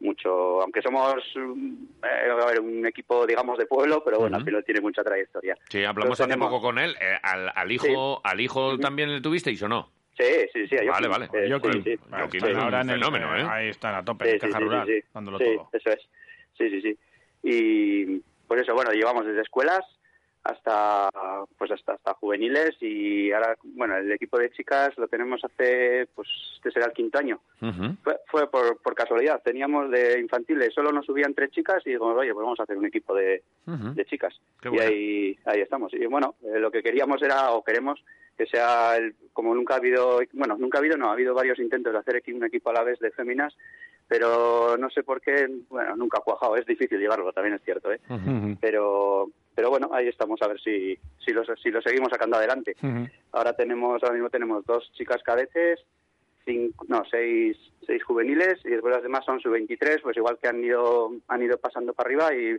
Speaker 25: mucho, aunque somos, mm, eh, a ver, un equipo, digamos, de pueblo, pero bueno, al final tiene mucha trayectoria.
Speaker 2: Sí, hablamos
Speaker 25: Entonces
Speaker 2: hace
Speaker 25: Pues tenemos-
Speaker 2: poco con él. eh, al, al hijo, al hijo también le tuvisteis o no?
Speaker 25: Sí, sí, sí. a
Speaker 2: Vale,
Speaker 25: Joaquín.
Speaker 2: vale.
Speaker 25: Eh,
Speaker 2: Joaquín.
Speaker 25: sí, sí.
Speaker 2: Joaquín
Speaker 25: Sí,
Speaker 2: es
Speaker 25: ahora
Speaker 2: un
Speaker 25: en el-
Speaker 2: fenómeno, ¿eh?
Speaker 3: Ahí están a tope,
Speaker 25: Sí,
Speaker 3: en caja
Speaker 25: sí, sí,
Speaker 3: rural,
Speaker 25: sí, sí.
Speaker 3: dándolo
Speaker 25: Sí,
Speaker 3: todo.
Speaker 25: Eso es. Sí, sí, sí. Y por eso, bueno, llevamos desde escuelas hasta pues hasta, hasta juveniles y ahora, bueno, el equipo de chicas lo tenemos hace, pues este será el quinto año. Fue, fue por, por casualidad, teníamos de infantiles, solo nos subían tres chicas y dijimos, oye, pues vamos a hacer un equipo de,
Speaker 7: ¿Mm?
Speaker 25: de chicas.
Speaker 2: Qué
Speaker 25: Y
Speaker 2: bueno.
Speaker 25: ahí, ahí estamos. Y bueno, eh, lo que queríamos era, o queremos, que sea, el- como nunca ha habido, bueno, nunca ha habido, no, ha habido varios intentos de hacer aquí un equipo a la vez de féminas, pero no sé por qué, bueno, nunca ha cuajado, es difícil llevarlo, también es cierto, ¿eh? Pero, pero bueno, ahí estamos, a ver si, si, lo, si lo seguimos sacando adelante. Ahora tenemos, ahora mismo tenemos dos chicas cadetes, cinco, no, seis, seis juveniles y después las demás son sub-23, pues igual que han ido, han ido pasando para arriba y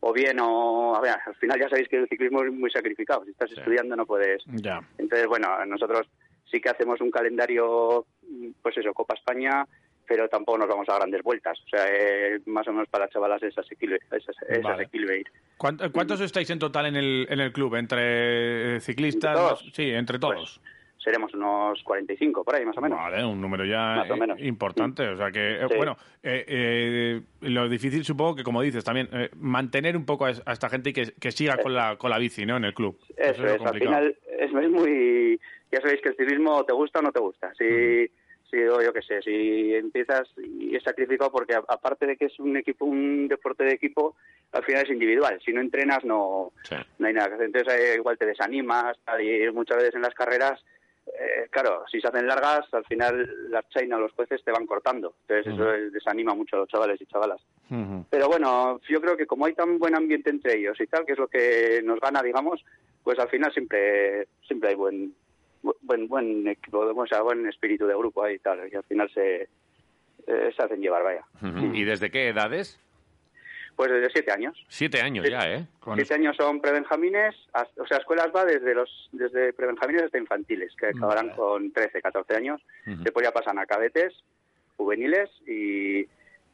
Speaker 25: o bien o a ver, al final ya sabéis que el ciclismo es muy sacrificado, si estás estudiando no puedes.
Speaker 3: Ya.
Speaker 25: Entonces, bueno, nosotros sí que hacemos un calendario mm, pues eso, Copa España, pero tampoco nos vamos a grandes vueltas, o sea, eh, más o menos para chavalas es asequible, es, as- es
Speaker 3: Vale.
Speaker 25: asequible ir.
Speaker 3: ¿Cuánto- ¿Cuántos estáis en total en el, en el club? ¿Entre eh, ciclistas?
Speaker 25: ¿Entre todos?
Speaker 3: Sí, entre todos.
Speaker 25: Pues, Seremos unos 45 por ahí más o menos.
Speaker 3: Vale, un número ya
Speaker 25: Más o
Speaker 3: eh,
Speaker 25: menos.
Speaker 3: importante. O sea que, eh,
Speaker 25: Sí.
Speaker 3: bueno, eh, eh, lo difícil supongo que, como dices también, eh, mantener un poco a, es- a esta gente y que, que siga con la, con la bici, ¿no? En el club.
Speaker 25: Eso
Speaker 3: lo
Speaker 25: es, al final es, es muy... Ya sabéis que el ciclismo te gusta o no te gusta. Si, si o yo qué sé, si empiezas y es sacrificado porque a- aparte de que es un equipo, un deporte de equipo, al final es individual. Si no entrenas no, no hay nada que hacer. Entonces eh, igual te desanimas tal, y muchas veces en las carreras, eh, claro, si se hacen largas, al final las chainas, los jueces te van cortando. Entonces eso eh, desanima mucho a los chavales y chavalas. Pero bueno, yo creo que como hay tan buen ambiente entre ellos y tal, que es lo que nos gana, digamos, pues al final siempre siempre hay buen bu- buen buen equipo, o sea, buen espíritu de grupo ahí y tal, y al final se eh, se hacen llevar, vaya.
Speaker 2: Ujú. ¿Y desde qué edades?
Speaker 25: Pues desde siete años.
Speaker 2: Siete años ya, ¿eh?
Speaker 25: siete años son prebenjamines, hasta- o sea, escuelas va desde los desde prebenjamines hasta infantiles, que acabarán con 13, 14 años. Después ya pasan a cadetes, juveniles y,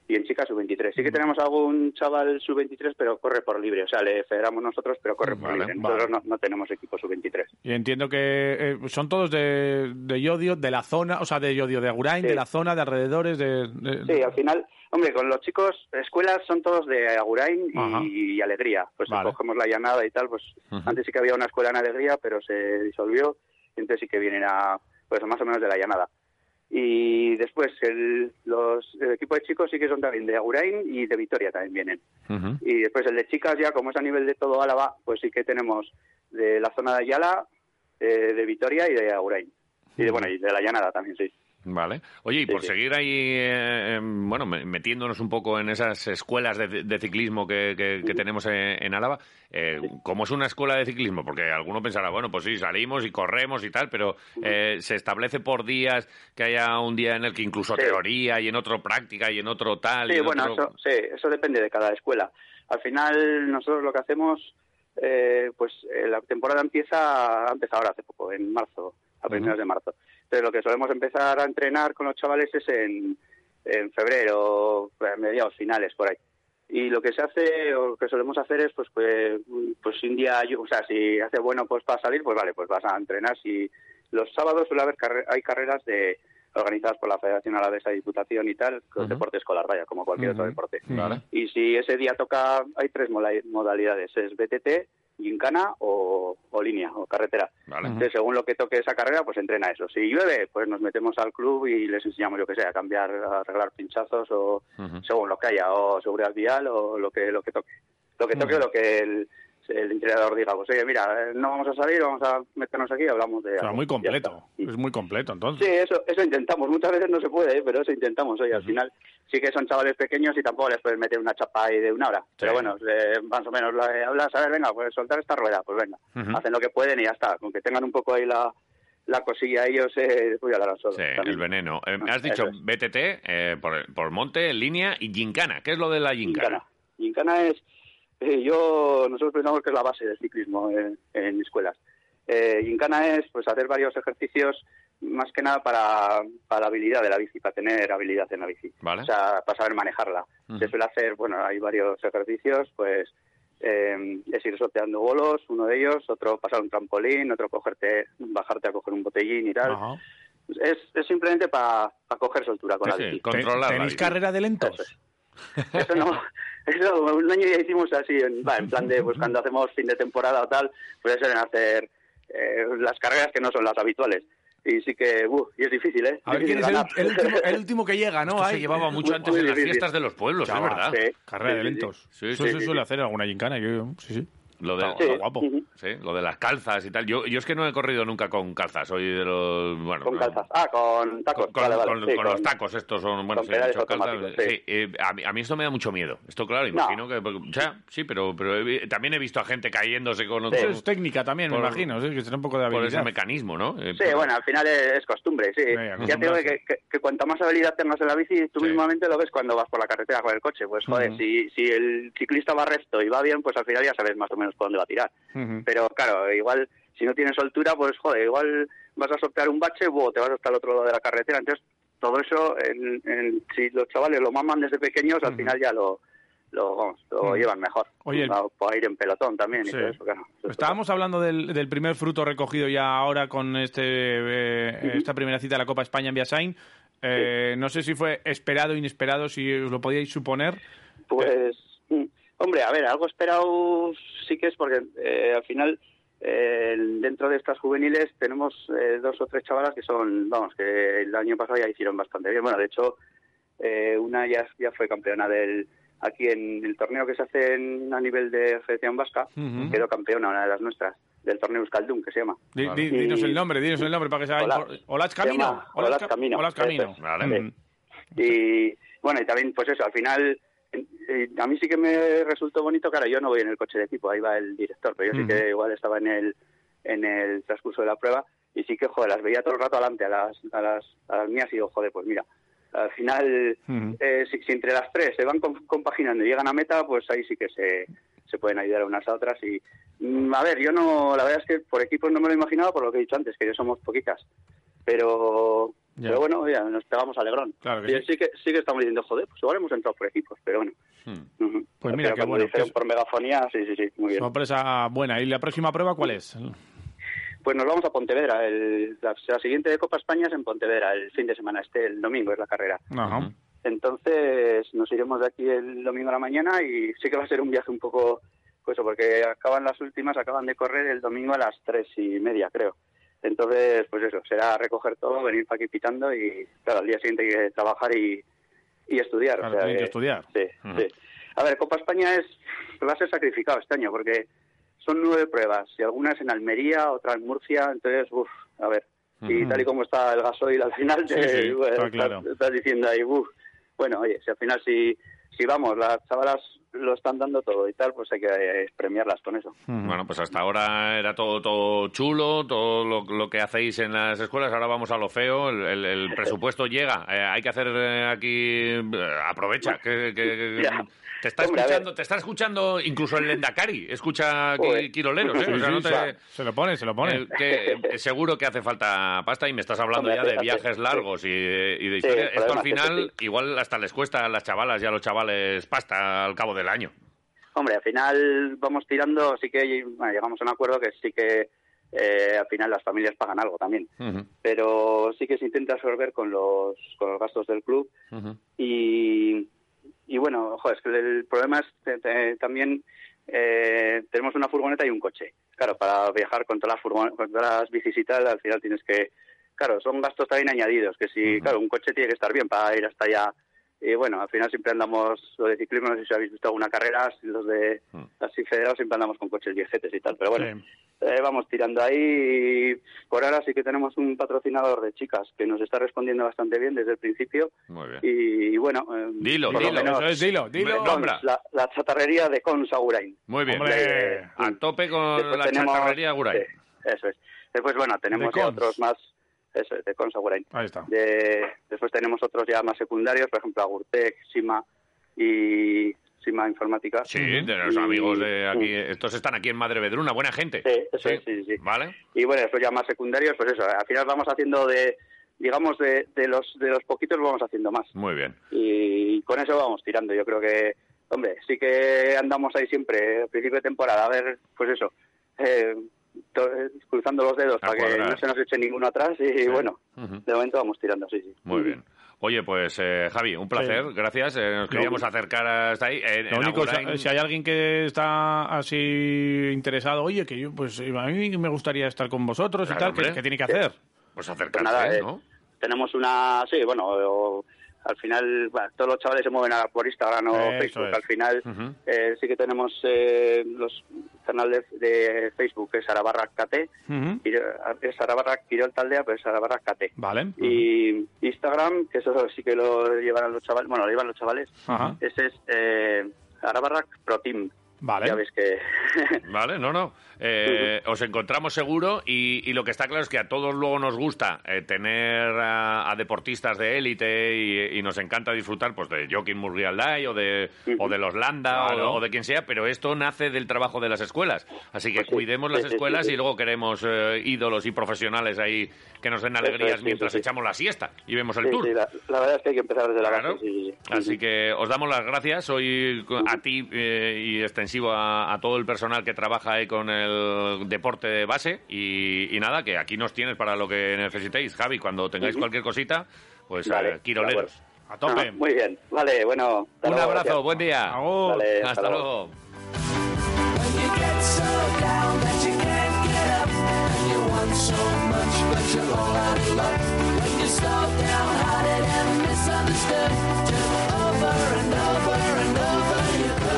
Speaker 25: y en chicas sub-23. Sí que tenemos algún chaval sub-23, pero corre por libre. O sea, le federamos nosotros, pero corre por libre. Nosotros no, no tenemos equipo sub-23.
Speaker 3: Y entiendo que eh, son todos de, de Yodio, de la zona, o sea, de Yodio, de Agurain, de la zona, de alrededores, de... de-
Speaker 25: Sí, al final, hombre, con los chicos, escuelas son todos de Agurain y, Alegría. Pues cogemos la llanada y tal, pues antes sí que había una escuela en Alegría, pero se disolvió, y entonces sí que vienen a, pues más o menos de la llanada. Y después el, los, el equipo de chicos sí que son también de Agurain y de Vitoria también vienen. Y después el de chicas ya, como es a nivel de todo Álava, pues sí que tenemos de la zona de Ayala, eh, de Vitoria y de Agurain. Y de, bueno, y de la llanada también, sí.
Speaker 2: Vale. Oye, y por seguir ahí, eh, em, bueno, me- metiéndonos un poco en esas escuelas de, de ciclismo que, que- que tenemos en, en Álava, eh, ¿cómo es una escuela de ciclismo? Porque alguno pensará, bueno, pues sí, salimos y corremos y tal, pero eh, ¿se establece por días que haya un día en el que incluso teoría y en otro práctica y en otro tal? y
Speaker 25: Sí,
Speaker 2: en
Speaker 25: bueno,
Speaker 2: otro-
Speaker 25: eso, sí, eso depende de cada escuela. Al final, nosotros lo que hacemos, eh, pues eh, la temporada empieza, ha empezado ahora hace poco, en marzo, a primeros de marzo. Entonces, lo que solemos empezar a entrenar con los chavales es en, en febrero, a mediados finales, por ahí. Y lo que se hace, o lo que solemos hacer es, pues, pues, pues si un día, llu- o sea, si hace bueno, pues para salir, pues vale, pues vas a entrenar. Si los sábados suele haber carre- hay carreras de organizadas por la Federación Alavesa de Diputación y tal, con deporte escolar, vaya, como cualquier otro
Speaker 2: Ujú.
Speaker 25: deporte.
Speaker 2: Vale.
Speaker 25: Y si ese día toca, hay tres mola- modalidades, es BTT, gincana o, o línea o carretera. Entonces, según lo que toque esa carrera, pues entrena eso. Si llueve, pues nos metemos al club y les enseñamos, yo que sé, a cambiar, a arreglar pinchazos o según lo que haya, o seguridad vial o lo que, lo que toque. Lo que toque o lo que el, el entrenador diga, pues oye, mira, eh, no vamos a salir, vamos a meternos aquí y hablamos de...
Speaker 3: O sea,
Speaker 25: algo".
Speaker 3: Ah, muy
Speaker 25: Ya
Speaker 3: completo. Es muy completo, entonces.
Speaker 25: Sí, eso, eso intentamos. Muchas veces no se puede, ¿eh? pero eso intentamos. Oye, al final sí que son chavales pequeños y tampoco les puedes meter una chapa ahí de una hora. Pero bueno, eh, más o menos la- hablas, a ver, venga, pues soltar esta rueda, pues venga.
Speaker 2: Ujú.
Speaker 25: Hacen lo que pueden y ya está. Con que tengan un poco ahí la, la cosilla ellos, eh, uy, hablarán solos.
Speaker 2: Sí, el veneno. Eh, has dicho BTT, eh, por, por monte, en línea y gincana. ¿Qué es lo de la gincana?
Speaker 25: Gincana es, eh, yo, nosotros pensamos que es la base del ciclismo eh, en escuelas. Eh, Gincana es pues hacer varios ejercicios más que nada para, para la habilidad de la bici, para tener habilidad en la bici.
Speaker 2: Vale.
Speaker 25: O sea, para saber manejarla.
Speaker 2: Ujú.
Speaker 25: Se suele hacer, bueno, hay varios ejercicios, pues eh, es ir sorteando bolos, uno de ellos, otro pasar un trampolín, otro cogerte, bajarte a coger un botellín y tal. Es, es simplemente para coger soltura con la bici. ¿eh?
Speaker 23: ¿Tenéis carrera de lentos?
Speaker 25: Eso no. Eso, un año ya hicimos así, en, va, en plan de, pues cuando hacemos fin de temporada o tal, pues suelen hacer eh, las carreras que no son las habituales. Y sí que, uh, y es difícil, ¿eh?
Speaker 23: A ver quién es
Speaker 25: Difícil
Speaker 23: el,
Speaker 25: ganar.
Speaker 23: el último, el último que llega, ¿no?
Speaker 3: Esto se
Speaker 23: Ay,
Speaker 3: llevaba
Speaker 23: eh,
Speaker 3: mucho
Speaker 23: muy-
Speaker 3: antes
Speaker 23: muy
Speaker 3: en las
Speaker 23: difícil.
Speaker 3: fiestas de los pueblos, ¿eh? es
Speaker 23: Chaval,
Speaker 2: verdad. Sí.
Speaker 23: Carrera de
Speaker 2: Sí, sí, sí.
Speaker 23: lentos.
Speaker 2: Sí,
Speaker 23: Eso
Speaker 2: sí,
Speaker 23: se
Speaker 2: sí,
Speaker 23: suele
Speaker 2: sí.
Speaker 23: hacer en alguna gincana, yo, sí, sí.
Speaker 2: Lo de,
Speaker 23: Está- está guapo.
Speaker 2: Sí, lo de las calzas y tal. Yo, yo es que no he corrido nunca con calzas. Soy de los. Bueno,
Speaker 25: Con
Speaker 2: no-
Speaker 25: calzas. Ah, con tacos.
Speaker 2: Con,
Speaker 25: vale, vale.
Speaker 2: con-
Speaker 25: sí,
Speaker 2: con los tacos estos son bueno
Speaker 25: con
Speaker 2: sí, he
Speaker 25: pedales
Speaker 2: dicho calzas,
Speaker 25: automáticos, sí.
Speaker 2: sí, eh, a, mí, a mí esto me da mucho miedo esto claro imagino que o sea, sí pero pero he vi- también he visto a gente cayéndose con
Speaker 3: Eso es técnica también, me
Speaker 2: Por-
Speaker 3: imagino, sí, que será un poco de
Speaker 2: por
Speaker 3: habilidad.
Speaker 2: ese mecanismo no Eh,
Speaker 25: Sí,
Speaker 2: pero-
Speaker 25: bueno, al final es, es costumbre, sí. ya te digo
Speaker 2: acostumbrarse.
Speaker 25: que, que, que cuanta más habilidad tengas en la bici, tú mismamente lo ves cuando vas por la carretera con el coche. Pues joder, si, si el ciclista va recto y va bien, pues al final ya sabes más o menos por dónde va a tirar. Pero claro, igual si no tienes altura, pues joder, igual vas a sortear un bache o te vas hasta el otro lado de la carretera. Entonces, todo eso, en- en- si los chavales lo maman desde pequeños, al final ya lo, lo, vamos, lo
Speaker 23: Ujú.
Speaker 25: llevan mejor.
Speaker 23: Oye, el-
Speaker 25: Va- va a ir en pelotón también y
Speaker 23: Sí.
Speaker 25: todo eso, claro.
Speaker 23: Estábamos hablando del, del primer fruto recogido ya ahora con este eh, esta primera cita de la Copa España en Biasain. Eh, No sé si fue esperado o inesperado, si os lo podíais suponer.
Speaker 25: Pues, mm, hombre, a ver, algo esperado sí que es porque eh, al final eh, dentro de estas juveniles tenemos eh, dos o tres chavalas que son, vamos, que el año pasado ya hicieron bastante bien. Bueno, de hecho, eh, una ya, ya fue campeona del aquí en el torneo que se hace en- a nivel de Federación Vasca,
Speaker 23: Ujú.
Speaker 25: quedó campeona una de las nuestras, del torneo Euskaldun, que se llama.
Speaker 23: Di- di-
Speaker 25: Y-
Speaker 23: dinos el nombre, dinos el nombre para que se
Speaker 25: Hola.
Speaker 23: Olaz
Speaker 25: Se
Speaker 23: Camino.
Speaker 25: llama Olatz
Speaker 23: Ca-
Speaker 25: Camino.
Speaker 23: Olatz Camino.
Speaker 25: Eso es. Y bueno, y también, pues eso, al final, eh, a mí sí que me resultó bonito. Claro, yo no voy en el coche de equipo, ahí va el director, pero yo sí que igual estaba en el, en el transcurso de la prueba y sí que, joder, las veía todo el rato adelante a las, a las, a las mías y digo, joder, pues mira, al final, eh, si, si entre las tres se van comp- compaginando y llegan a meta, pues ahí sí que se, se pueden ayudar unas a otras y. mm, A ver, yo no, la verdad es que por equipos no me lo imaginaba por lo que he dicho antes, que yo somos poquitas. Pero,
Speaker 23: Ya.
Speaker 25: pero bueno, ya nos pegamos a Legrón.
Speaker 23: Claro que
Speaker 25: Sí,
Speaker 23: sí.
Speaker 25: sí que, sí que estamos diciendo, joder, pues ahora hemos entrado por equipos, pero bueno. Ujú.
Speaker 23: Pues mira, qué
Speaker 25: Pero cuando
Speaker 23: bueno,
Speaker 25: dijeron
Speaker 23: que es-
Speaker 25: por megafonía, sí, sí, sí, muy bien.
Speaker 23: Sorpresa buena. ¿Y la próxima prueba cuál es?
Speaker 25: Pues nos vamos a Pontevedra. El, la, la siguiente de Copa España es en Pontevedra, el fin de semana este, el domingo es la carrera.
Speaker 23: Ajá.
Speaker 25: Entonces nos iremos de aquí el domingo a la mañana y sí que va a ser un viaje un poco, pues eso, porque acaban las últimas, acaban de correr el domingo a las tres y media, creo. Entonces, pues eso, será recoger todo, venir para aquí pitando y, claro, al día siguiente hay que trabajar y, y estudiar.
Speaker 23: Claro,
Speaker 25: o sea
Speaker 23: tenéis que
Speaker 25: que-
Speaker 23: estudiar.
Speaker 25: Sí, sí. A ver, Copa España es va a ser sacrificado este año porque son nueve pruebas y algunas en Almería, otras en Murcia, entonces, uff, a ver, y tal y como está el gasoil al final,
Speaker 3: Sí,
Speaker 25: te-
Speaker 3: sí, está
Speaker 25: bueno, estás-
Speaker 3: claro.
Speaker 25: estás, diciendo ahí, "Buf". bueno, oye, si al final si, si vamos, las chavalas lo están dando todo y tal, pues hay que eh, premiarlas con eso.
Speaker 2: Bueno, pues hasta ahora era todo, todo chulo, todo lo, lo que hacéis en las escuelas, ahora vamos a lo feo, el, el- el presupuesto llega, eh, hay que hacer eh, aquí, eh, aprovecha, que, que- que-
Speaker 25: Ya.
Speaker 2: te está
Speaker 25: Hombre, a ver.
Speaker 2: escuchando, te está escuchando incluso el Lendakari, escucha qui-
Speaker 25: Joder.
Speaker 2: quiroleros, ¿eh? O sea,
Speaker 3: Sí,
Speaker 2: no
Speaker 3: sí,
Speaker 2: te-
Speaker 3: se- Se lo pone, se lo pone.
Speaker 2: eh, que, eh, seguro que hace falta pasta y me estás hablando
Speaker 3: Hombre,
Speaker 2: ya de
Speaker 3: hace- hace-
Speaker 2: viajes largos y, de- y de
Speaker 3: Sí,
Speaker 2: historias.
Speaker 3: el
Speaker 2: Esto al
Speaker 3: problema es ese,
Speaker 2: final igual hasta les cuesta a las chavalas y a los chavales pasta al cabo del año.
Speaker 25: Hombre, al final vamos tirando, sí que bueno, llegamos a un acuerdo que sí que eh, al final las familias pagan algo también, pero sí que se intenta absorber con los, con los gastos del club y, y bueno, ojo, es que el problema es que, eh, también eh, tenemos una furgoneta y un coche. Claro, para viajar con todas las furgonetas, con todas las bicis y tal, al final tienes que... Claro, son gastos también añadidos, que si, claro, un coche tiene que estar bien para ir hasta allá. Y bueno, al final siempre andamos, lo de ciclismo, no sé si habéis visto alguna carrera, los de así federados siempre andamos con coches viejetes y tal, pero bueno, eh, vamos tirando ahí. y por ahora sí que tenemos un patrocinador de chicas que nos está respondiendo bastante bien desde el principio.
Speaker 2: Muy bien.
Speaker 25: Y, bueno, eh,
Speaker 2: Dilo,
Speaker 25: por lo
Speaker 2: dilo,
Speaker 25: menos-
Speaker 2: eso es, dilo, dilo.
Speaker 25: Cons,
Speaker 2: Nombra.
Speaker 25: La, la chatarrería de Consagurain.
Speaker 2: Muy bien.
Speaker 25: Eh,
Speaker 2: a tope con
Speaker 25: Después
Speaker 2: la
Speaker 25: pues tenemos-
Speaker 2: chatarrería Guray.
Speaker 25: sí, eso es. Después, bueno, tenemos
Speaker 2: De
Speaker 25: ya
Speaker 2: Cons.
Speaker 25: otros más. Eso es, de Consagurain.
Speaker 3: Ahí está.
Speaker 25: De- después tenemos otros ya más secundarios, por ejemplo, Agurtec, Sima y Sima Informática.
Speaker 2: Sí, de los
Speaker 25: Y-
Speaker 2: amigos de aquí. Estos están aquí en Madre Vedruna, buena gente.
Speaker 25: Sí, eso es, sí, sí.
Speaker 2: ¿Vale?
Speaker 25: y bueno, eso ya más secundarios, pues eso, al final vamos haciendo de, digamos, de, de los de los poquitos vamos haciendo más.
Speaker 2: Muy bien.
Speaker 25: Y con eso vamos tirando, yo creo que, hombre, sí que andamos ahí siempre, al principio de temporada, a ver, pues eso, eh, to- eh, cruzando los dedos
Speaker 2: A
Speaker 25: para que
Speaker 2: cuadrar.
Speaker 25: no se nos eche ninguno atrás y bueno,
Speaker 2: Ujú.
Speaker 25: de momento vamos tirando, sí, sí.
Speaker 2: Muy bien. Oye, pues eh, Javi, un placer, gracias. eh, nos queríamos acercar hasta ahí. En, en
Speaker 23: Lo único,
Speaker 2: Agurain-
Speaker 23: si, si hay alguien que está así interesado, oye, que yo, pues a mí me gustaría estar con vosotros y
Speaker 25: Claro,
Speaker 23: tal, ¿qué-
Speaker 25: hombre.
Speaker 23: ¿qué, tiene que hacer?
Speaker 2: Pues
Speaker 25: Pues nada, eh, tenemos una, sí, bueno, o- al final bah, todos los chavales se mueven a por Instagram o
Speaker 23: Eso
Speaker 25: Facebook,
Speaker 23: es.
Speaker 25: al final eh, sí que tenemos eh, los canales de Facebook, que es Arabarra KT, Quiro- eh, es Arabarra Quirol Taldea, pero es Arabarra KT.
Speaker 23: Vale.
Speaker 25: Y Instagram, que eso sí que lo llevarán los chavales, bueno, lo llevan los chavales,
Speaker 23: Ajá.
Speaker 25: ese es eh, Arabarra Pro Team.
Speaker 23: Vale.
Speaker 25: Ya ves que...
Speaker 2: Vale, no, no. Eh, Os encontramos seguro y, y lo que está claro es que a todos luego nos gusta eh, tener a, a deportistas de élite y, y nos encanta disfrutar pues de Joaquín Murrialdai o de, o de los Landa
Speaker 3: Claro.
Speaker 2: o, o de quien sea, pero esto nace del trabajo de las escuelas. Así que cuidemos
Speaker 3: sí,
Speaker 2: las
Speaker 3: sí,
Speaker 2: escuelas
Speaker 3: sí, sí.
Speaker 2: y luego queremos eh, ídolos y profesionales ahí que nos den
Speaker 25: Eso es,
Speaker 2: alegrías
Speaker 25: sí, sí,
Speaker 2: mientras
Speaker 25: sí.
Speaker 2: echamos la siesta y vemos el
Speaker 25: sí,
Speaker 2: tour.
Speaker 25: sí, la, la verdad es que hay que empezar desde la
Speaker 2: Claro.
Speaker 25: base, sí, sí, sí.
Speaker 2: Así que os damos las gracias hoy co- a ti eh, y extensivo a, a todo el personal que trabaja ahí con el deporte de base y, y nada, que aquí nos tienes para lo que necesitéis, Javi, cuando tengáis
Speaker 25: Ujú.
Speaker 2: cualquier cosita, pues
Speaker 25: Vale,
Speaker 2: eh, quiroleros. A
Speaker 25: Ajá, Ah, muy bien, vale, bueno. hasta
Speaker 2: Un
Speaker 25: luego,
Speaker 2: abrazo,
Speaker 25: gracias.
Speaker 2: buen día.
Speaker 25: Vale,
Speaker 2: hasta,
Speaker 25: hasta
Speaker 2: luego.
Speaker 7: You get so down that you can't get up. And you want so much, but you're all out of luck. When you're so downhearted and misunderstood, just over and over and over you go.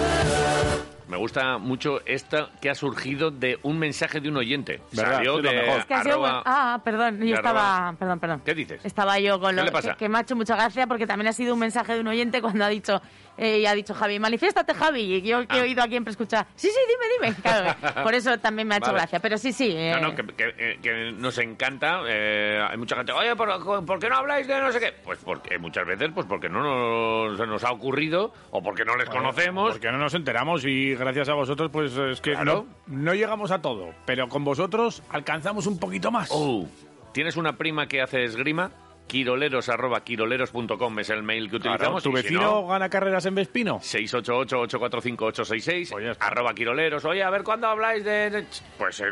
Speaker 2: Me gusta mucho esta que ha surgido de un mensaje de un oyente.
Speaker 3: ¿Verdad?
Speaker 2: Salió
Speaker 3: Es lo
Speaker 2: de
Speaker 3: mejor.
Speaker 4: Es que ha
Speaker 2: Eh,
Speaker 4: sido
Speaker 2: arroba-
Speaker 4: buen- Ah, perdón, yo
Speaker 2: de
Speaker 4: estaba...
Speaker 2: arroba-
Speaker 4: Perdón, perdón.
Speaker 2: ¿Qué dices?
Speaker 4: Estaba yo con
Speaker 2: ¿Qué
Speaker 4: lo
Speaker 2: le pasa?
Speaker 4: Que, que me ha hecho mucha gracia porque también ha sido un mensaje de un oyente cuando ha dicho, eh, y ha dicho Javi, manifiéstate Javi, y yo
Speaker 2: Ah.
Speaker 4: que he oído aquí en preescuchar, sí, sí, dime, dime. Claro, por eso también me ha hecho
Speaker 2: Vale.
Speaker 4: gracia, pero sí, sí. eh,
Speaker 2: No, no, que, que- eh, que nos encanta. eh, hay mucha gente, oye, ¿por, por qué no habláis de no sé qué? Pues porque muchas veces, pues porque no nos, se nos ha ocurrido o porque no les conocemos.
Speaker 23: Porque no nos enteramos y gracias a vosotros, pues es que
Speaker 2: Claro.
Speaker 23: no, no llegamos a todo, pero con vosotros alcanzamos un poquito más.
Speaker 2: Oh, ¿Tienes una prima que hace esgrima? Quiroleros arroba quiroleros.com es el mail que
Speaker 23: Claro,
Speaker 2: utilizamos.
Speaker 23: ¿Tu
Speaker 2: y si
Speaker 23: vecino
Speaker 2: no,
Speaker 23: gana carreras en Vespino?
Speaker 2: 688-845-866, arroba quiroleros. Oye, a ver cuándo habláis de... de- Pues eh,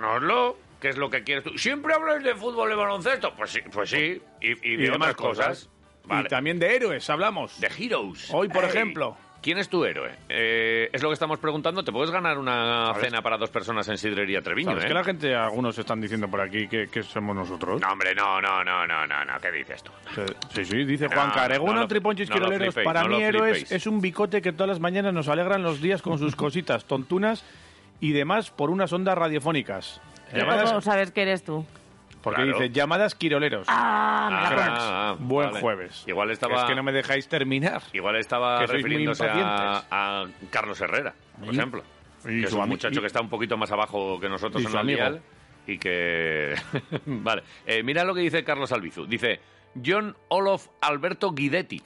Speaker 2: cuéntanoslo, qué es lo que quieres tú. ¿Siempre habláis de fútbol y baloncesto? Pues sí, pues sí. Y, y de
Speaker 23: otras
Speaker 2: demás cosas. Vale.
Speaker 23: Y también de héroes, hablamos.
Speaker 2: De Heroes.
Speaker 23: Hoy, por
Speaker 2: Ey.
Speaker 23: ejemplo.
Speaker 2: ¿Quién es tu héroe? Eh, es lo que estamos preguntando. ¿Te puedes ganar una
Speaker 23: ¿Sabes?
Speaker 2: cena para dos personas en Sidrería Treviño?
Speaker 23: ¿Sabes
Speaker 2: eh?
Speaker 23: que la gente, algunos están diciendo por aquí que, que somos nosotros?
Speaker 2: No, hombre, no, no, no, no, no, no. ¿Qué dices tú?
Speaker 23: Sí, sí, dice Juan
Speaker 2: No,
Speaker 23: Caregona,
Speaker 2: no lo-
Speaker 23: Triponchis
Speaker 2: no lo
Speaker 23: Quiroleros.
Speaker 2: flipéis,
Speaker 23: Para
Speaker 2: no
Speaker 23: mí,
Speaker 2: lo
Speaker 23: héroes
Speaker 2: flipéis.
Speaker 23: es un bicote que todas las mañanas nos alegran los días con sus cositas, tontunas y demás por unas ondas radiofónicas.
Speaker 4: ¿y
Speaker 23: Llamadas-
Speaker 4: ¿Cómo sabes que eres tú?
Speaker 3: Porque
Speaker 2: Claro.
Speaker 3: dice llamadas quiroleros.
Speaker 4: Ah,
Speaker 2: Ah,
Speaker 3: Cracks,
Speaker 2: ah,
Speaker 3: buen
Speaker 2: vale.
Speaker 3: jueves.
Speaker 2: Igual estaba.
Speaker 3: Es que no me dejáis terminar.
Speaker 2: Igual estaba
Speaker 3: Que sois muy
Speaker 2: refiriéndose a,
Speaker 3: impacientes.
Speaker 2: a Carlos Herrera, por
Speaker 3: Y-
Speaker 2: ejemplo.
Speaker 3: y
Speaker 2: que es
Speaker 3: su
Speaker 2: un
Speaker 3: ami-
Speaker 2: muchacho
Speaker 3: y-
Speaker 2: que está un poquito más abajo que nosotros
Speaker 3: y
Speaker 2: en
Speaker 3: su
Speaker 2: la
Speaker 3: amigo.
Speaker 2: liga y que... vale, eh, mira lo que dice Carlos Albizu. Dice, John Olof Alberto Guidetti.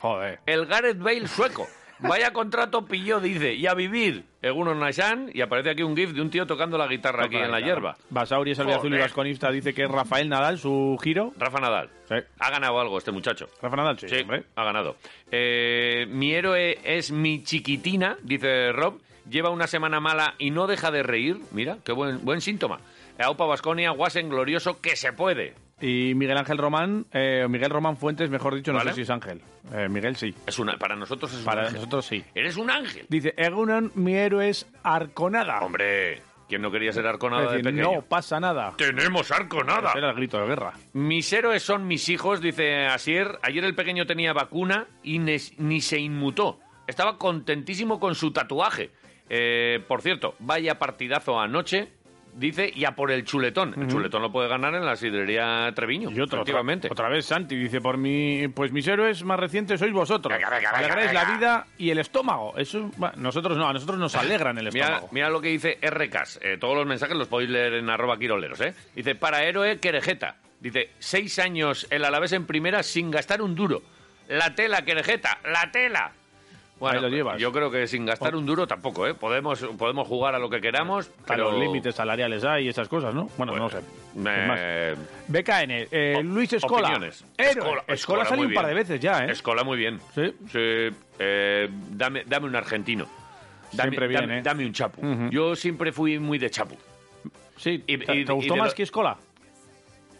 Speaker 2: El Gareth Bale sueco. Vaya contrato pilló, dice, y a vivir. Egunon Nashan, y aparece aquí un gif de un tío tocando la guitarra aquí
Speaker 3: Toca
Speaker 2: en la
Speaker 3: guitarra.
Speaker 2: hierba.
Speaker 3: Basauri es el
Speaker 2: Joder.
Speaker 3: azul y vasconista. Dice que es Rafael Nadal su giro.
Speaker 2: Rafa Nadal. Ha ganado algo este muchacho.
Speaker 3: Rafa Nadal, sí,
Speaker 2: ha ganado. Eh, mi héroe es mi chiquitina, dice Rob. Lleva una semana mala y no deja de reír. Mira, qué buen, buen síntoma. Aupa Vasconia, Wasen glorioso, que se puede.
Speaker 3: Y Miguel Ángel Román, eh, Miguel Román Fuentes, mejor dicho, no
Speaker 2: Vale.
Speaker 3: sé si es Ángel. Eh, Miguel sí.
Speaker 2: Es una, para nosotros es
Speaker 3: Para
Speaker 2: un ángel.
Speaker 3: nosotros sí.
Speaker 2: Eres un ángel.
Speaker 3: Dice, Egunon, mi héroe es Arconada.
Speaker 2: Hombre, ¿quién no quería ser
Speaker 3: Es
Speaker 2: arconada de
Speaker 3: decir,
Speaker 2: pequeño?
Speaker 3: no pasa nada.
Speaker 2: Tenemos arconada.
Speaker 3: Era el grito de guerra.
Speaker 2: Mis héroes son mis hijos, dice Asier. Ayer el pequeño tenía vacuna y ne- ni se inmutó. Estaba contentísimo con su tatuaje. Eh, por cierto, vaya partidazo anoche, dice, y a por el chuletón. El
Speaker 3: Ujú.
Speaker 2: chuletón lo puede ganar en la sidrería Treviño.
Speaker 3: Y otro, otra,
Speaker 2: efectivamente.
Speaker 3: otra vez Santi dice, por mi, pues mis héroes más recientes sois vosotros.
Speaker 2: venga,
Speaker 3: Alegráis
Speaker 2: venga.
Speaker 3: la vida y el estómago. Eso, va, nosotros no, a nosotros nos alegran el
Speaker 2: Mira,
Speaker 3: estómago.
Speaker 2: mira lo que dice RKs. Eh, todos los mensajes los podéis leer en arroba quiroleros. ¿eh? Dice, para héroe Querejeta. Dice, seis años el Alavés en primera sin gastar un duro. La tela, Querejeta, la tela. Bueno,
Speaker 3: Ahí lo llevas. Oh.
Speaker 2: yo creo que sin gastar un duro tampoco, ¿eh? Podemos, podemos jugar a lo que queramos,
Speaker 3: A
Speaker 2: pero... Pues,
Speaker 3: los límites salariales hay y esas cosas, ¿no? Bueno, no sé. Es más.
Speaker 2: Eh,
Speaker 3: BKN, eh, Luis Escola.
Speaker 2: opiniones.
Speaker 3: Héroe.
Speaker 2: Escola-
Speaker 3: Escola,
Speaker 2: Escola
Speaker 3: salió
Speaker 2: muy
Speaker 3: un par de
Speaker 2: bien.
Speaker 3: veces ya, ¿eh?
Speaker 2: Escola muy bien. Sí. Eh, dame, dame un argentino. Dame,
Speaker 3: Siempre bien,
Speaker 2: dame,
Speaker 3: ¿eh?
Speaker 2: dame un chapu.
Speaker 3: Ujú.
Speaker 2: Yo siempre fui muy de chapu.
Speaker 3: Sí,
Speaker 2: y,
Speaker 3: ¿Te,
Speaker 2: y-
Speaker 3: te
Speaker 2: y
Speaker 3: gustó
Speaker 2: de
Speaker 3: más
Speaker 2: lo-
Speaker 3: que Escola?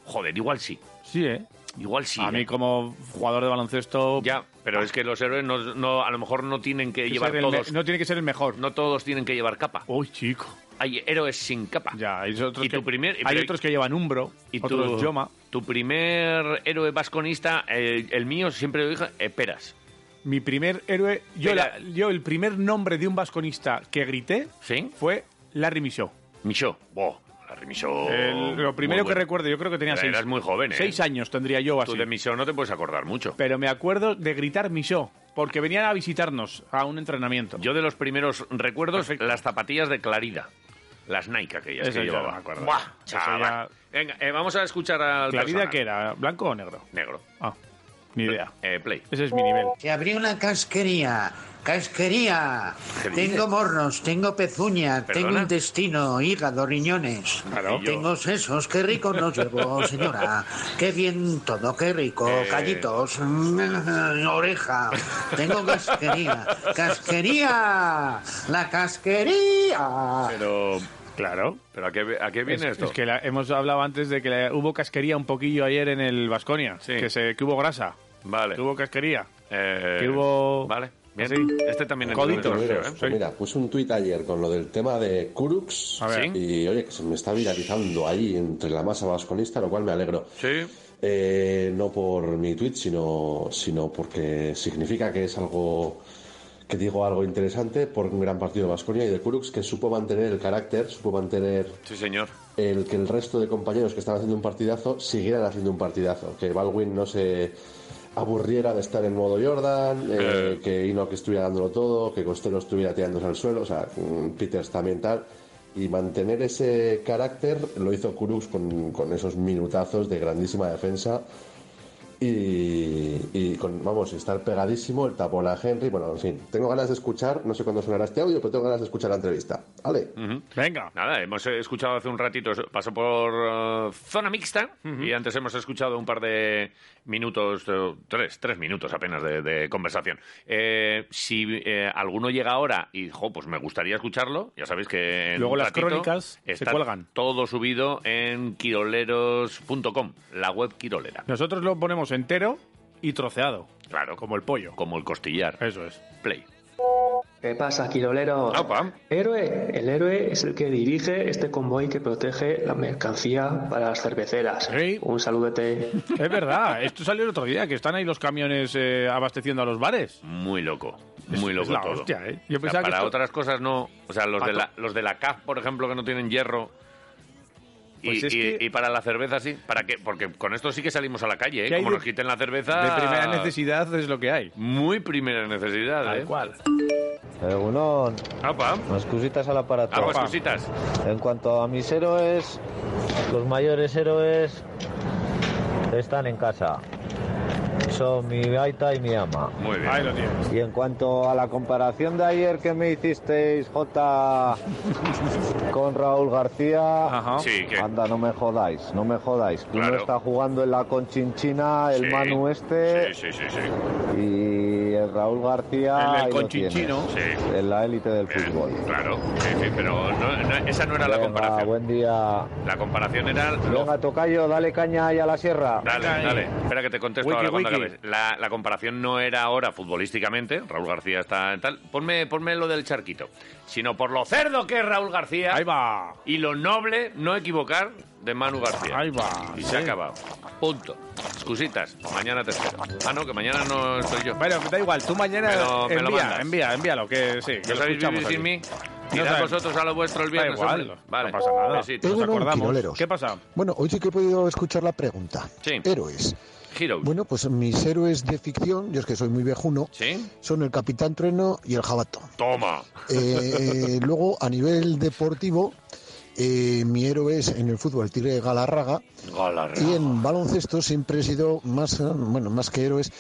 Speaker 2: Joder, igual sí.
Speaker 3: Sí, ¿eh?
Speaker 2: Igual sí.
Speaker 3: A
Speaker 2: ¿eh?
Speaker 3: mí como jugador de baloncesto...
Speaker 2: Ya, pero es que los héroes no, no- a lo mejor no tienen que,
Speaker 3: que
Speaker 2: llevar
Speaker 3: ser el me-
Speaker 2: todos.
Speaker 3: No tiene que ser el mejor.
Speaker 2: No todos tienen que llevar capa.
Speaker 3: Uy, chico.
Speaker 2: Hay héroes sin capa.
Speaker 3: Ya, hay otros,
Speaker 2: Y
Speaker 3: que,
Speaker 2: tu primer-
Speaker 3: hay
Speaker 2: pero-
Speaker 3: otros que llevan Umbro,
Speaker 2: Y
Speaker 3: otros
Speaker 2: tu,
Speaker 3: Yoma.
Speaker 2: tu primer héroe vasconista, el, el mío siempre lo dije, eh, Peras.
Speaker 3: Mi primer héroe... Yo, la-
Speaker 2: Mira.
Speaker 3: yo el primer nombre de un vasconista que grité
Speaker 2: ¿Sí?
Speaker 3: fue Larry Michaud.
Speaker 2: Michaud. Wow, Larry Michaud.
Speaker 3: El- lo
Speaker 2: muy
Speaker 3: primero que
Speaker 2: bueno.
Speaker 3: recuerdo, yo creo que tenía
Speaker 2: Pero
Speaker 3: seis.
Speaker 2: eras muy joven, ¿eh?
Speaker 3: Seis años tendría yo así.
Speaker 2: Tú de Michaud no te puedes acordar mucho.
Speaker 3: Pero me acuerdo de gritar Michaud, porque venían a visitarnos a un entrenamiento.
Speaker 2: Yo de los primeros recuerdos, las zapatillas de Clarida. Las Nike aquellas
Speaker 3: Eso
Speaker 2: que
Speaker 3: ya
Speaker 2: llevaba.
Speaker 3: no me acuerdo.
Speaker 2: Buah,
Speaker 3: Eso ya-
Speaker 2: chaval. Venga, eh, vamos a escuchar al
Speaker 3: ¿Clarida
Speaker 2: personal.
Speaker 3: que era? ¿Blanco o negro?
Speaker 2: Negro.
Speaker 3: Ah, ni idea.
Speaker 2: Eh, play.
Speaker 3: Ese es mi nivel.
Speaker 9: Se abrió una casquería. Casquería.
Speaker 3: ¿Qué dices?
Speaker 9: Tengo mornos, tengo pezuña,
Speaker 2: ¿Perdona?
Speaker 9: tengo intestino, hígado, riñones.
Speaker 2: Claro.
Speaker 9: Tengo sesos, qué rico nos llevo, señora. Qué bien todo, qué rico.
Speaker 2: Eh.
Speaker 9: Callitos, mm, oreja. Tengo casquería. Casquería. La
Speaker 5: Ah.
Speaker 9: casquería.
Speaker 2: Pero,
Speaker 3: claro.
Speaker 2: ¿Pero a qué, a qué
Speaker 3: Es,
Speaker 2: viene esto?
Speaker 3: es que la- hemos hablado antes de que la- hubo casquería un poquillo ayer en el Vasconia, que, se- que hubo grasa,
Speaker 2: Vale.
Speaker 3: que hubo casquería.
Speaker 2: Eh,
Speaker 3: que hubo-
Speaker 2: Vale. Bien.
Speaker 3: así.
Speaker 2: Este también es ¿eh?
Speaker 3: Codito.
Speaker 2: de
Speaker 11: Pero,
Speaker 2: los-
Speaker 11: pues ¿Eh? mira, puse un tuit ayer con lo del tema de Kurux.
Speaker 2: A ver.
Speaker 11: Y oye, que se me está viralizando ahí entre la masa vasconista, lo cual me alegro. Eh, no por mi tuit, sino, sino porque significa que es algo que digo algo interesante por un gran partido de Vasconia y de Kurux que supo mantener el carácter, supo mantener
Speaker 2: Sí, señor.
Speaker 11: el que el resto de compañeros que estaban haciendo un partidazo siguieran haciendo un partidazo, que Baldwin no se aburriera de estar en modo Jordan, eh, que Enoch estuviera dándolo todo, que Costello estuviera tirándose al suelo, o sea, mm, Peters también tal. Y mantener ese carácter lo hizo Kurux con, con esos minutazos de grandísima defensa y, y con, vamos, estar pegadísimo, el tapón a Henry, bueno, en fin. Tengo ganas de escuchar, no sé cuándo sonará este audio, pero tengo ganas de escuchar la entrevista. ¿Vale?
Speaker 3: Venga.
Speaker 2: Nada, hemos eh, escuchado hace un ratito, eso, pasó por eh, zona mixta y antes hemos escuchado un par de minutos, eh, tres, tres minutos apenas de, de conversación. Eh, si eh, alguno llega ahora y, jo, pues me gustaría escucharlo, ya sabéis que... en
Speaker 3: Luego
Speaker 2: un
Speaker 3: las
Speaker 2: ratito
Speaker 3: crónicas se
Speaker 2: está
Speaker 3: cuelgan.
Speaker 2: Todo subido en quiroleros.com, la web quirolera.
Speaker 3: Nosotros lo ponemos entero y troceado.
Speaker 2: Claro.
Speaker 3: Como el pollo.
Speaker 2: Como el costillar.
Speaker 3: Eso es.
Speaker 2: Play.
Speaker 14: ¿Qué pasa, Quirolero? Héroe. El héroe es el que dirige este convoy que protege la mercancía para las cerveceras. Un saludete.
Speaker 3: Es verdad, esto salió el otro día, que están ahí los camiones eh, abasteciendo a los bares.
Speaker 2: Muy loco, muy loco
Speaker 3: la
Speaker 2: todo.
Speaker 3: hostia, ¿eh? Yo
Speaker 2: O sea,
Speaker 3: pensaba que
Speaker 2: para
Speaker 3: esto-
Speaker 2: otras cosas no. O sea, los de,
Speaker 3: Pato.
Speaker 2: la, los de la CAF, por ejemplo, que no tienen hierro,
Speaker 3: Pues
Speaker 2: y, y- y para la cerveza sí, ¿para qué? Porque con esto sí que salimos a la calle, ¿eh?
Speaker 3: ¿Qué hay
Speaker 2: Como
Speaker 3: de-
Speaker 2: nos quiten la cerveza...
Speaker 3: De primera necesidad es lo que hay.
Speaker 2: Muy primera necesidad,
Speaker 3: Tal
Speaker 2: ¿eh?
Speaker 3: cual.
Speaker 13: Egunon.
Speaker 2: Apa.
Speaker 13: Unas cositas al aparato.
Speaker 2: Aguas cositas.
Speaker 13: En cuanto a mis héroes, los mayores héroes están en casa. Son mi gaita y mi ama.
Speaker 2: Muy bien.
Speaker 13: Ahí lo tienes. Y en cuanto a la comparación de ayer que me hicisteis, J, con Raúl García,
Speaker 2: Sí, ¿qué?
Speaker 13: anda, no me jodáis, no me jodáis. Uno
Speaker 2: Claro.
Speaker 13: está jugando en la conchinchina, el
Speaker 2: Sí.
Speaker 13: Manu este,
Speaker 2: Sí, sí, sí.
Speaker 13: y el Raúl García.
Speaker 2: El del
Speaker 13: ahí lo
Speaker 2: conchinchino.
Speaker 13: tienes, En la élite del fútbol.
Speaker 2: Claro, sí, sí, pero no- no- esa no era la comparación.
Speaker 13: buen día.
Speaker 2: La comparación era... lo-
Speaker 13: Venga, tocayo, dale caña ahí a la sierra.
Speaker 2: Dale, dale. Espera que te contesto
Speaker 13: Wiki,
Speaker 2: ahora
Speaker 13: wiki.
Speaker 2: cuando acabes. La, la comparación no era ahora futbolísticamente, Raúl García está en tal. Ponme, ponme lo del charquito. Sino por lo cerdo que es Raúl García. Ahí
Speaker 3: va.
Speaker 2: Y lo noble, no equivocar, de Manu García.
Speaker 3: Ahí va.
Speaker 2: Y se ha acabado. Punto. Excusitas. Mañana te espero. Ah, no, que mañana no estoy yo.
Speaker 3: Bueno, da igual, tú mañana
Speaker 2: Me lo- me lo
Speaker 3: envía,
Speaker 2: mandas.
Speaker 3: envía, envíalo, que sí. que
Speaker 2: ¿No
Speaker 3: lo
Speaker 2: sabéis
Speaker 3: escuchamos
Speaker 2: vivir sin
Speaker 3: aquí.
Speaker 2: mí?
Speaker 3: No
Speaker 2: Tirad
Speaker 3: sabemos.
Speaker 2: vosotros a lo vuestro el
Speaker 3: Da
Speaker 2: viernes.
Speaker 3: igual,
Speaker 2: hombre. Vale.
Speaker 3: no pasa nada.
Speaker 2: Besitos.
Speaker 3: Nos
Speaker 15: Egunon,
Speaker 3: acordamos.
Speaker 15: quiroleros.
Speaker 3: ¿Qué pasa?
Speaker 15: Pues Bueno, hoy sí que he podido escuchar la pregunta.
Speaker 2: Sí.
Speaker 15: Héroes.
Speaker 2: Heroes.
Speaker 15: Bueno, pues mis héroes de ficción, yo es que soy muy viejuno,
Speaker 2: Sí.
Speaker 15: son el Capitán Trueno y el Jabato.
Speaker 2: Toma.
Speaker 15: Eh, luego, a nivel deportivo, eh, mi héroe es en el fútbol Tigre Galarraga.
Speaker 2: Galarraga.
Speaker 15: Y en baloncesto siempre he sido más, eh, bueno, más que héroes,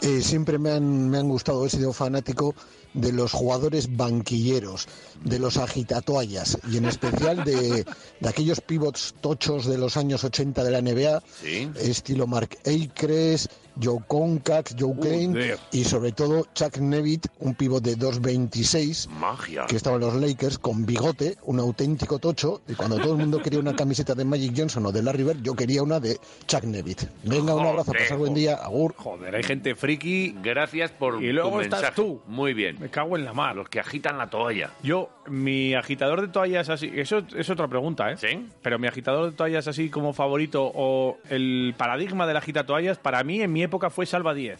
Speaker 15: eh, siempre me han, me han gustado, he sido fanático de los jugadores banquilleros, de los agitatoallas y en especial de, de aquellos pivots tochos de los años 80 de la NBA,
Speaker 2: Sí.
Speaker 15: estilo Mark Akres, Joe Concax, Joe Klein
Speaker 2: Joder.
Speaker 15: y sobre todo Chuck Nevitt, un pivot de 2'26
Speaker 2: Magia.
Speaker 15: que estaba en los Lakers con bigote, un auténtico tocho, y cuando todo el mundo quería una camiseta de Magic Johnson o de Larry Bird, yo quería una de Chuck Nevitt. Venga, un abrazo, pasar buen día, agur.
Speaker 3: Joder, hay gente friki.
Speaker 2: Gracias por
Speaker 15: Y luego
Speaker 2: tu
Speaker 15: estás
Speaker 2: mensaje.
Speaker 15: tú.
Speaker 2: Muy bien. Me
Speaker 3: cago en la mar.
Speaker 2: Los que agitan la toalla.
Speaker 3: Yo, mi agitador de toallas así, eso es otra pregunta, ¿eh?
Speaker 2: Sí.
Speaker 3: Pero mi agitador de toallas así como favorito o el paradigma del agitatoallas, para mí en mi época fue Salva 10.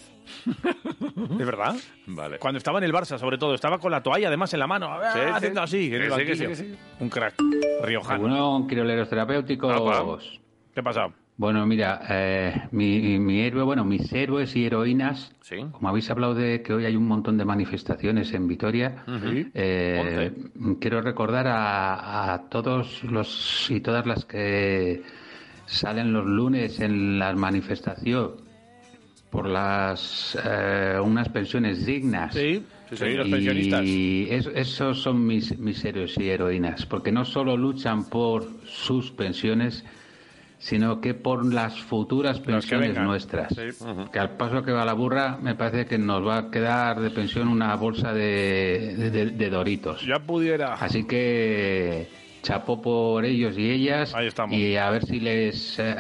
Speaker 3: ¿Es verdad?
Speaker 2: Vale.
Speaker 3: Cuando estaba en el Barça, sobre todo, estaba con la toalla además en la mano, ah,
Speaker 2: Sí, sí.
Speaker 3: haciendo así, en el
Speaker 2: Que sí, que sí,
Speaker 3: banquillo.
Speaker 2: que sí.
Speaker 3: Un crack. Riojano.
Speaker 16: Bueno, quiroleros
Speaker 3: Apa.
Speaker 16: terapéuticos.
Speaker 3: ¿Qué ha pasado?
Speaker 16: Bueno, mira, eh, mi, mi héroe, bueno, mis héroes y heroínas, como habéis hablado de que hoy hay un montón de manifestaciones en Vitoria,
Speaker 2: Ujú.
Speaker 16: eh, quiero recordar a, a todos los y todas las que salen los lunes en la manifestación por las eh, unas pensiones dignas.
Speaker 3: Sí, sí, sí, los
Speaker 16: Y
Speaker 3: pensionistas.
Speaker 16: es- esos son mis, mis héroes y heroínas, porque no solo luchan por sus pensiones, sino que por las futuras pensiones
Speaker 3: vengan.
Speaker 16: nuestras. Que al paso que va la burra, me parece que nos va a quedar de pensión una bolsa de, de- de doritos.
Speaker 3: Ya pudiera.
Speaker 16: Así que chapó por ellos y ellas. Y a ver si les eh,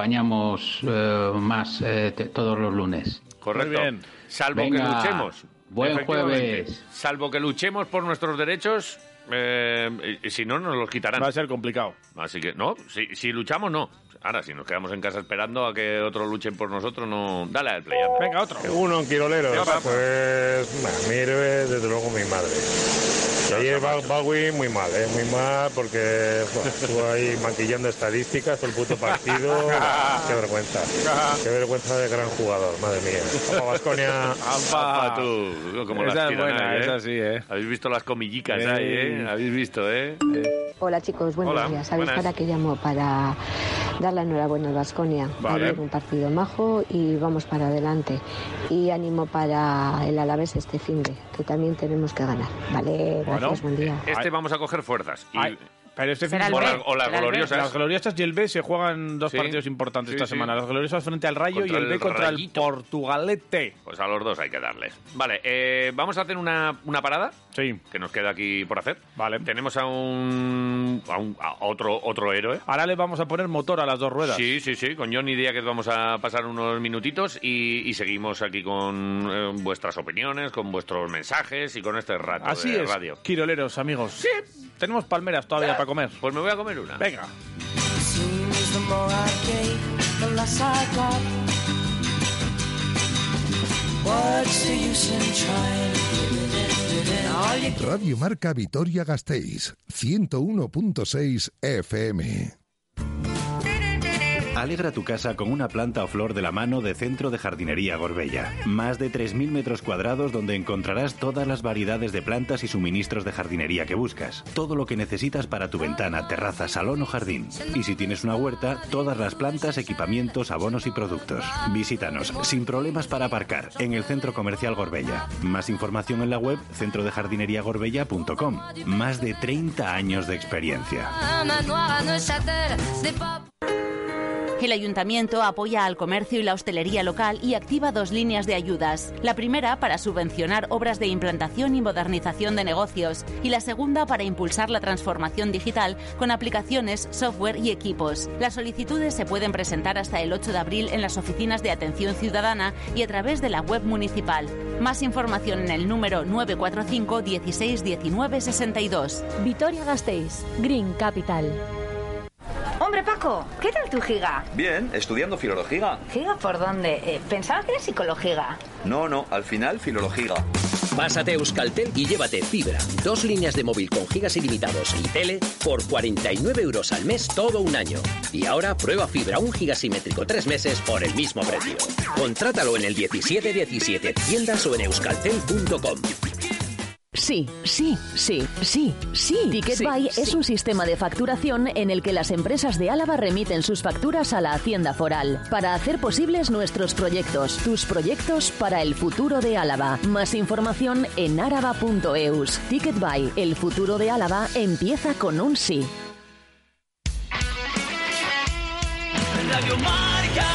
Speaker 16: acompañamos eh, más eh, te- todos los lunes.
Speaker 2: Correcto. Salvo que
Speaker 16: Venga,
Speaker 2: luchemos.
Speaker 16: Buen
Speaker 2: Efectivamente.
Speaker 16: jueves.
Speaker 2: Salvo que luchemos por nuestros derechos, eh, y- y si no, nos los quitarán.
Speaker 3: Va a ser complicado.
Speaker 2: Así que, no, si, si luchamos, no. Ahora, si nos quedamos en casa esperando a que otros luchen por nosotros, no. Dale al play.
Speaker 3: Venga, otro.
Speaker 26: Uno, Quiroleros.
Speaker 2: Venga, va.
Speaker 26: Pues, bueno, mi héroe, desde luego, mi madre. Y Ayer Ba- Bagui muy mal, ¿eh? Muy mal porque jo, estuvo ahí maquillando estadísticas todo el puto partido. Qué vergüenza. Qué vergüenza
Speaker 27: Eh,
Speaker 26: de gran jugador, madre mía. Vamos, Baskonia.
Speaker 2: ¡Apa! tú! Como
Speaker 26: Esa
Speaker 2: las
Speaker 26: es
Speaker 2: tiran
Speaker 26: buena,
Speaker 2: ahí, ¿eh?
Speaker 26: esa
Speaker 3: sí, ¿eh?
Speaker 2: Habéis visto las comillicas
Speaker 26: Eh.
Speaker 2: ahí, ¿eh? Habéis visto, ¿eh?
Speaker 28: Hola chicos, buenos
Speaker 2: Hola,
Speaker 28: días. ¿Sabéis
Speaker 2: buenas.
Speaker 28: para qué llamo? Para dar la enhorabuena al Vasconia.
Speaker 2: Vale.
Speaker 28: un partido majo y vamos para adelante. Y ánimo para el Alavés este fin de, que también tenemos que ganar. Vale, gracias, buen día.
Speaker 2: Este vamos a coger fuerzas. Y-
Speaker 3: Pero este
Speaker 2: Será
Speaker 3: fin-
Speaker 2: el B, O la- o las será el B. gloriosas.
Speaker 3: Las gloriosas y el B se juegan dos partidos importantes
Speaker 2: Sí,
Speaker 3: esta
Speaker 2: sí.
Speaker 3: semana. Las gloriosas frente al Rayo
Speaker 2: Contra
Speaker 3: y el B
Speaker 2: el
Speaker 3: contra el
Speaker 2: Rayito.
Speaker 3: Portugalete.
Speaker 2: Pues a los dos hay que darles. Vale, eh, vamos a hacer una, una parada.
Speaker 3: Sí.
Speaker 2: Que nos queda aquí por hacer. Vale. Tenemos a un. a, un- a otro, otro héroe.
Speaker 3: Ahora le vamos a poner motor a las dos ruedas.
Speaker 2: Sí, sí, sí. Con Johnny Díaz vamos a pasar unos minutitos y, y seguimos aquí con eh, vuestras opiniones, con vuestros mensajes y con este rato
Speaker 3: Así
Speaker 2: de
Speaker 3: es,
Speaker 2: radio.
Speaker 3: quiroleros, amigos. Sí. Tenemos palmeras todavía para comer.
Speaker 2: Pues me voy a comer una.
Speaker 3: Venga.
Speaker 7: Soon as the more I gave, the less I got. What's the use in trying? All you
Speaker 29: Radio Marca Vitoria Gasteiz, 101.6 FM.
Speaker 5: Alegra tu casa con una planta o flor de la mano de Centro de Jardinería Gorbella. Más de 3.000 metros cuadrados donde encontrarás todas las variedades de plantas y suministros de jardinería que buscas. Todo lo que necesitas para tu ventana, terraza, salón o jardín. Y si tienes una huerta, todas las plantas, equipamientos, abonos y productos. Visítanos sin problemas para aparcar en el Centro Comercial Gorbella. Más información en la web centrodejardineriagorbella.com. Más de 30 años de experiencia.
Speaker 17: Un manoir à Neuchâtel, des pop-
Speaker 30: El ayuntamiento apoya al comercio y la hostelería local y activa dos líneas de ayudas. La primera para subvencionar obras de implantación y modernización de negocios y la segunda para impulsar la transformación digital con aplicaciones, software y equipos. Las solicitudes se pueden presentar hasta el 8 de abril en las oficinas de atención ciudadana y a través de la web municipal. Más información en el número 945 16 19 62.
Speaker 18: Vitoria Gasteiz, Green Capital.
Speaker 21: Hombre, Paco, ¿qué tal tu giga?
Speaker 29: Bien, estudiando filología.
Speaker 21: ¿Giga por dónde? Eh, pensaba que era psicologiga.
Speaker 29: No, no, al final filología.
Speaker 31: Pásate a Euskaltel y llévate fibra, dos líneas de móvil con gigas ilimitados y tele por 49 euros al mes todo un año. Y ahora prueba fibra un gigasimétrico tres meses por el mismo precio. Contrátalo en el 1717 tiendas o en euskaltel.com.
Speaker 32: Sí, sí, sí, sí, sí. Ticketbuy es un sistema de facturación en el que las empresas de Álava remiten sus facturas a la Hacienda Foral para hacer posibles nuestros proyectos, tus proyectos para el futuro de Álava. Más información en araba.eus. Ticketbuy, el futuro de Álava empieza con un sí.
Speaker 7: Radio Marca.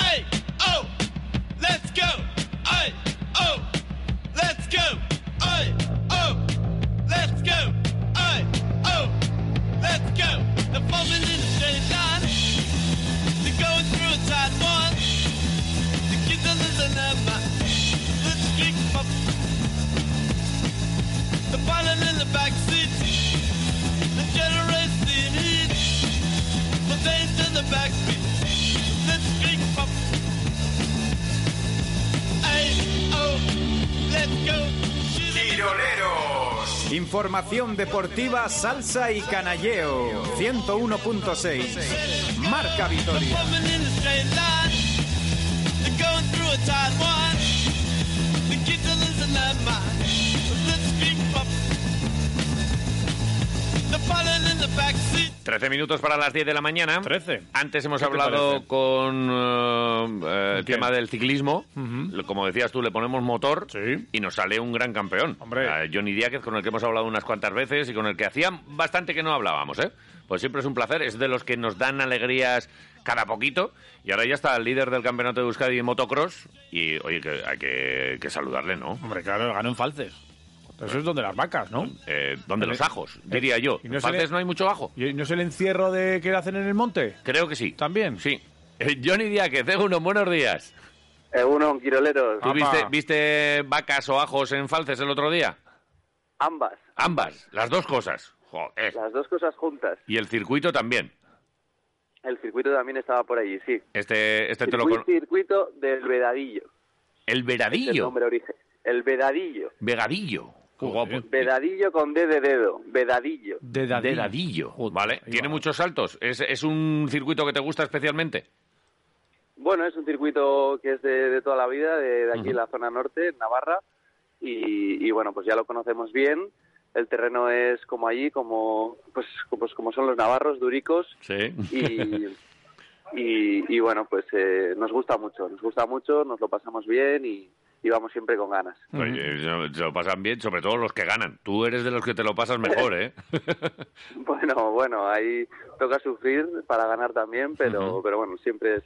Speaker 7: Hey, oh, let's go. Hey, oh, let's go. Hey, oh, let's go. Hey, oh, let's go. The falling in the straight line. They're going through a tight one. The kids are losing their mind. Let's kick up. The pilot in the back seat. The generation heat. The things in the back seat. Let's kick up. Hey, oh, let's go. Giroleros.
Speaker 31: Información deportiva, salsa y canalleo. 101.6. Marca Vitoria.
Speaker 7: Woman in the straight line. They're going through a tight one. The kids are losing their mind. Let's speak up. The falling in the back seat.
Speaker 2: 13 minutos para las 10 de la mañana. 13. Antes hemos
Speaker 3: ¿Qué te
Speaker 2: hablado
Speaker 3: parece?
Speaker 2: con eh, el tema del ciclismo. Lo- Como decías tú, le ponemos motor y nos sale un gran campeón. A Johnny Díaz, con el que hemos hablado unas cuantas veces y con el que hacía bastante que no hablábamos. ¿eh? Pues siempre es un placer, es de los que nos dan alegrías cada poquito. Y ahora ya está el líder del campeonato de Euskadi de motocross. Y oye, que hay que, que saludarle, ¿no?
Speaker 3: Hombre, claro, ganó en falces. Pero eso es donde las vacas, ¿no?
Speaker 2: Eh, donde los ajos, diría yo.
Speaker 3: ¿Y no se
Speaker 2: Falces
Speaker 3: le-
Speaker 2: no hay mucho ajo.
Speaker 3: ¿Y no es el encierro de que hacen en el monte?
Speaker 2: Creo que sí.
Speaker 3: ¿También?
Speaker 2: Sí. Eh, Johnny Diáquez, uno buenos días.
Speaker 33: Uno, Quiroleros.
Speaker 2: ¿Tú viste, viste vacas o ajos en falces el otro día?
Speaker 33: Ambas,
Speaker 2: Ambas, las dos cosas. Joder.
Speaker 33: las dos cosas juntas.
Speaker 2: Y el circuito también.
Speaker 33: El circuito también estaba por allí, sí.
Speaker 2: Este, este te lo
Speaker 33: Circuito,
Speaker 2: con...
Speaker 33: circuito del Vedadillo. Es
Speaker 2: El
Speaker 33: el
Speaker 2: veradillo.
Speaker 33: nombre origen. El Vedadillo.
Speaker 2: Vegadillo. Qué guapo.
Speaker 33: Vedadillo con D de dedo. Vedadillo.
Speaker 2: Dedadillo. Vale. Tiene muchos saltos. ¿Es, es un circuito que te gusta especialmente?
Speaker 33: Bueno, es un circuito que es de, de toda la vida, de, de aquí en la zona norte, en Navarra. Y, y bueno, pues ya lo conocemos bien. El terreno es como allí, como pues, pues como son los navarros, duricos.
Speaker 2: Sí.
Speaker 33: y, y, y bueno, pues eh, nos gusta mucho, nos gusta mucho, nos lo pasamos bien y, y vamos siempre con ganas.
Speaker 2: Oye, se- se lo pasan bien, sobre todo los que ganan. Tú eres de los que te lo pasas mejor, ¿eh?
Speaker 33: Bueno, bueno, ahí toca sufrir para ganar también, pero, pero bueno, siempre es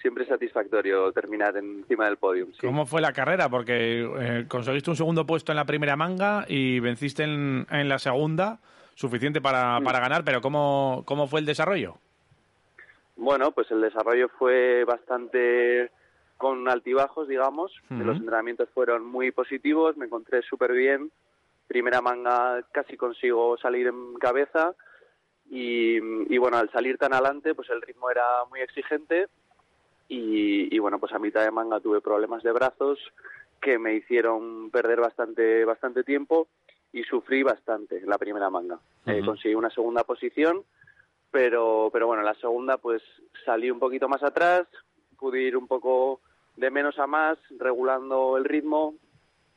Speaker 33: siempre es satisfactorio terminar encima del podium. sí.
Speaker 3: ¿Cómo fue la carrera? Porque eh, conseguiste un segundo puesto en la primera manga y venciste en, en la segunda, suficiente para, para ganar, pero ¿cómo, ¿cómo fue el desarrollo?
Speaker 33: Bueno, pues el desarrollo fue bastante con altibajos, digamos.
Speaker 22: Ujú.
Speaker 33: Los entrenamientos fueron muy positivos, me encontré súper bien. Primera manga casi consigo salir en cabeza. Y, y bueno, al salir tan adelante, pues el ritmo era muy exigente. Y, y bueno, pues a mitad de manga tuve problemas de brazos que me hicieron perder bastante, bastante tiempo y sufrí bastante en la primera manga. Eh, conseguí una segunda posición, pero, pero bueno, en la segunda pues salí un poquito más atrás, pude ir un poco de menos a más, regulando el ritmo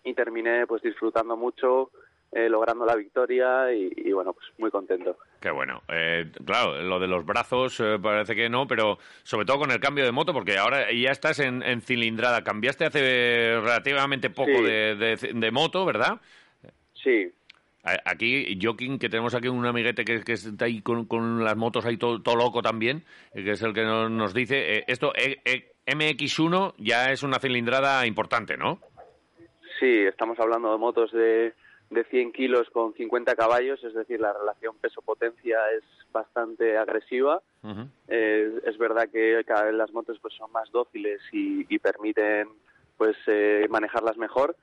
Speaker 33: y terminé pues disfrutando mucho, eh, logrando la victoria y, y, bueno, pues muy contento.
Speaker 2: Qué bueno. Eh, claro, lo de los brazos eh, parece que no, pero sobre todo con el cambio de moto, porque ahora ya estás en, en cilindrada. Cambiaste hace relativamente poco
Speaker 33: Sí.
Speaker 2: de, de- de moto, ¿verdad?
Speaker 33: Sí.
Speaker 2: Aquí, Joaquín, que tenemos aquí un amiguete que, que está ahí con, con las motos ahí todo, todo loco también, eh, que es el que no- nos, dice, eh, esto eh, eh, MX1 ya es una cilindrada importante, ¿no?
Speaker 33: Sí, estamos hablando de motos de, de 100 kilos con 50 caballos, es decir, la relación peso-potencia es bastante agresiva. Eh, es verdad que cada vez las motos pues son más dóciles y, y permiten pues eh, manejarlas mejor,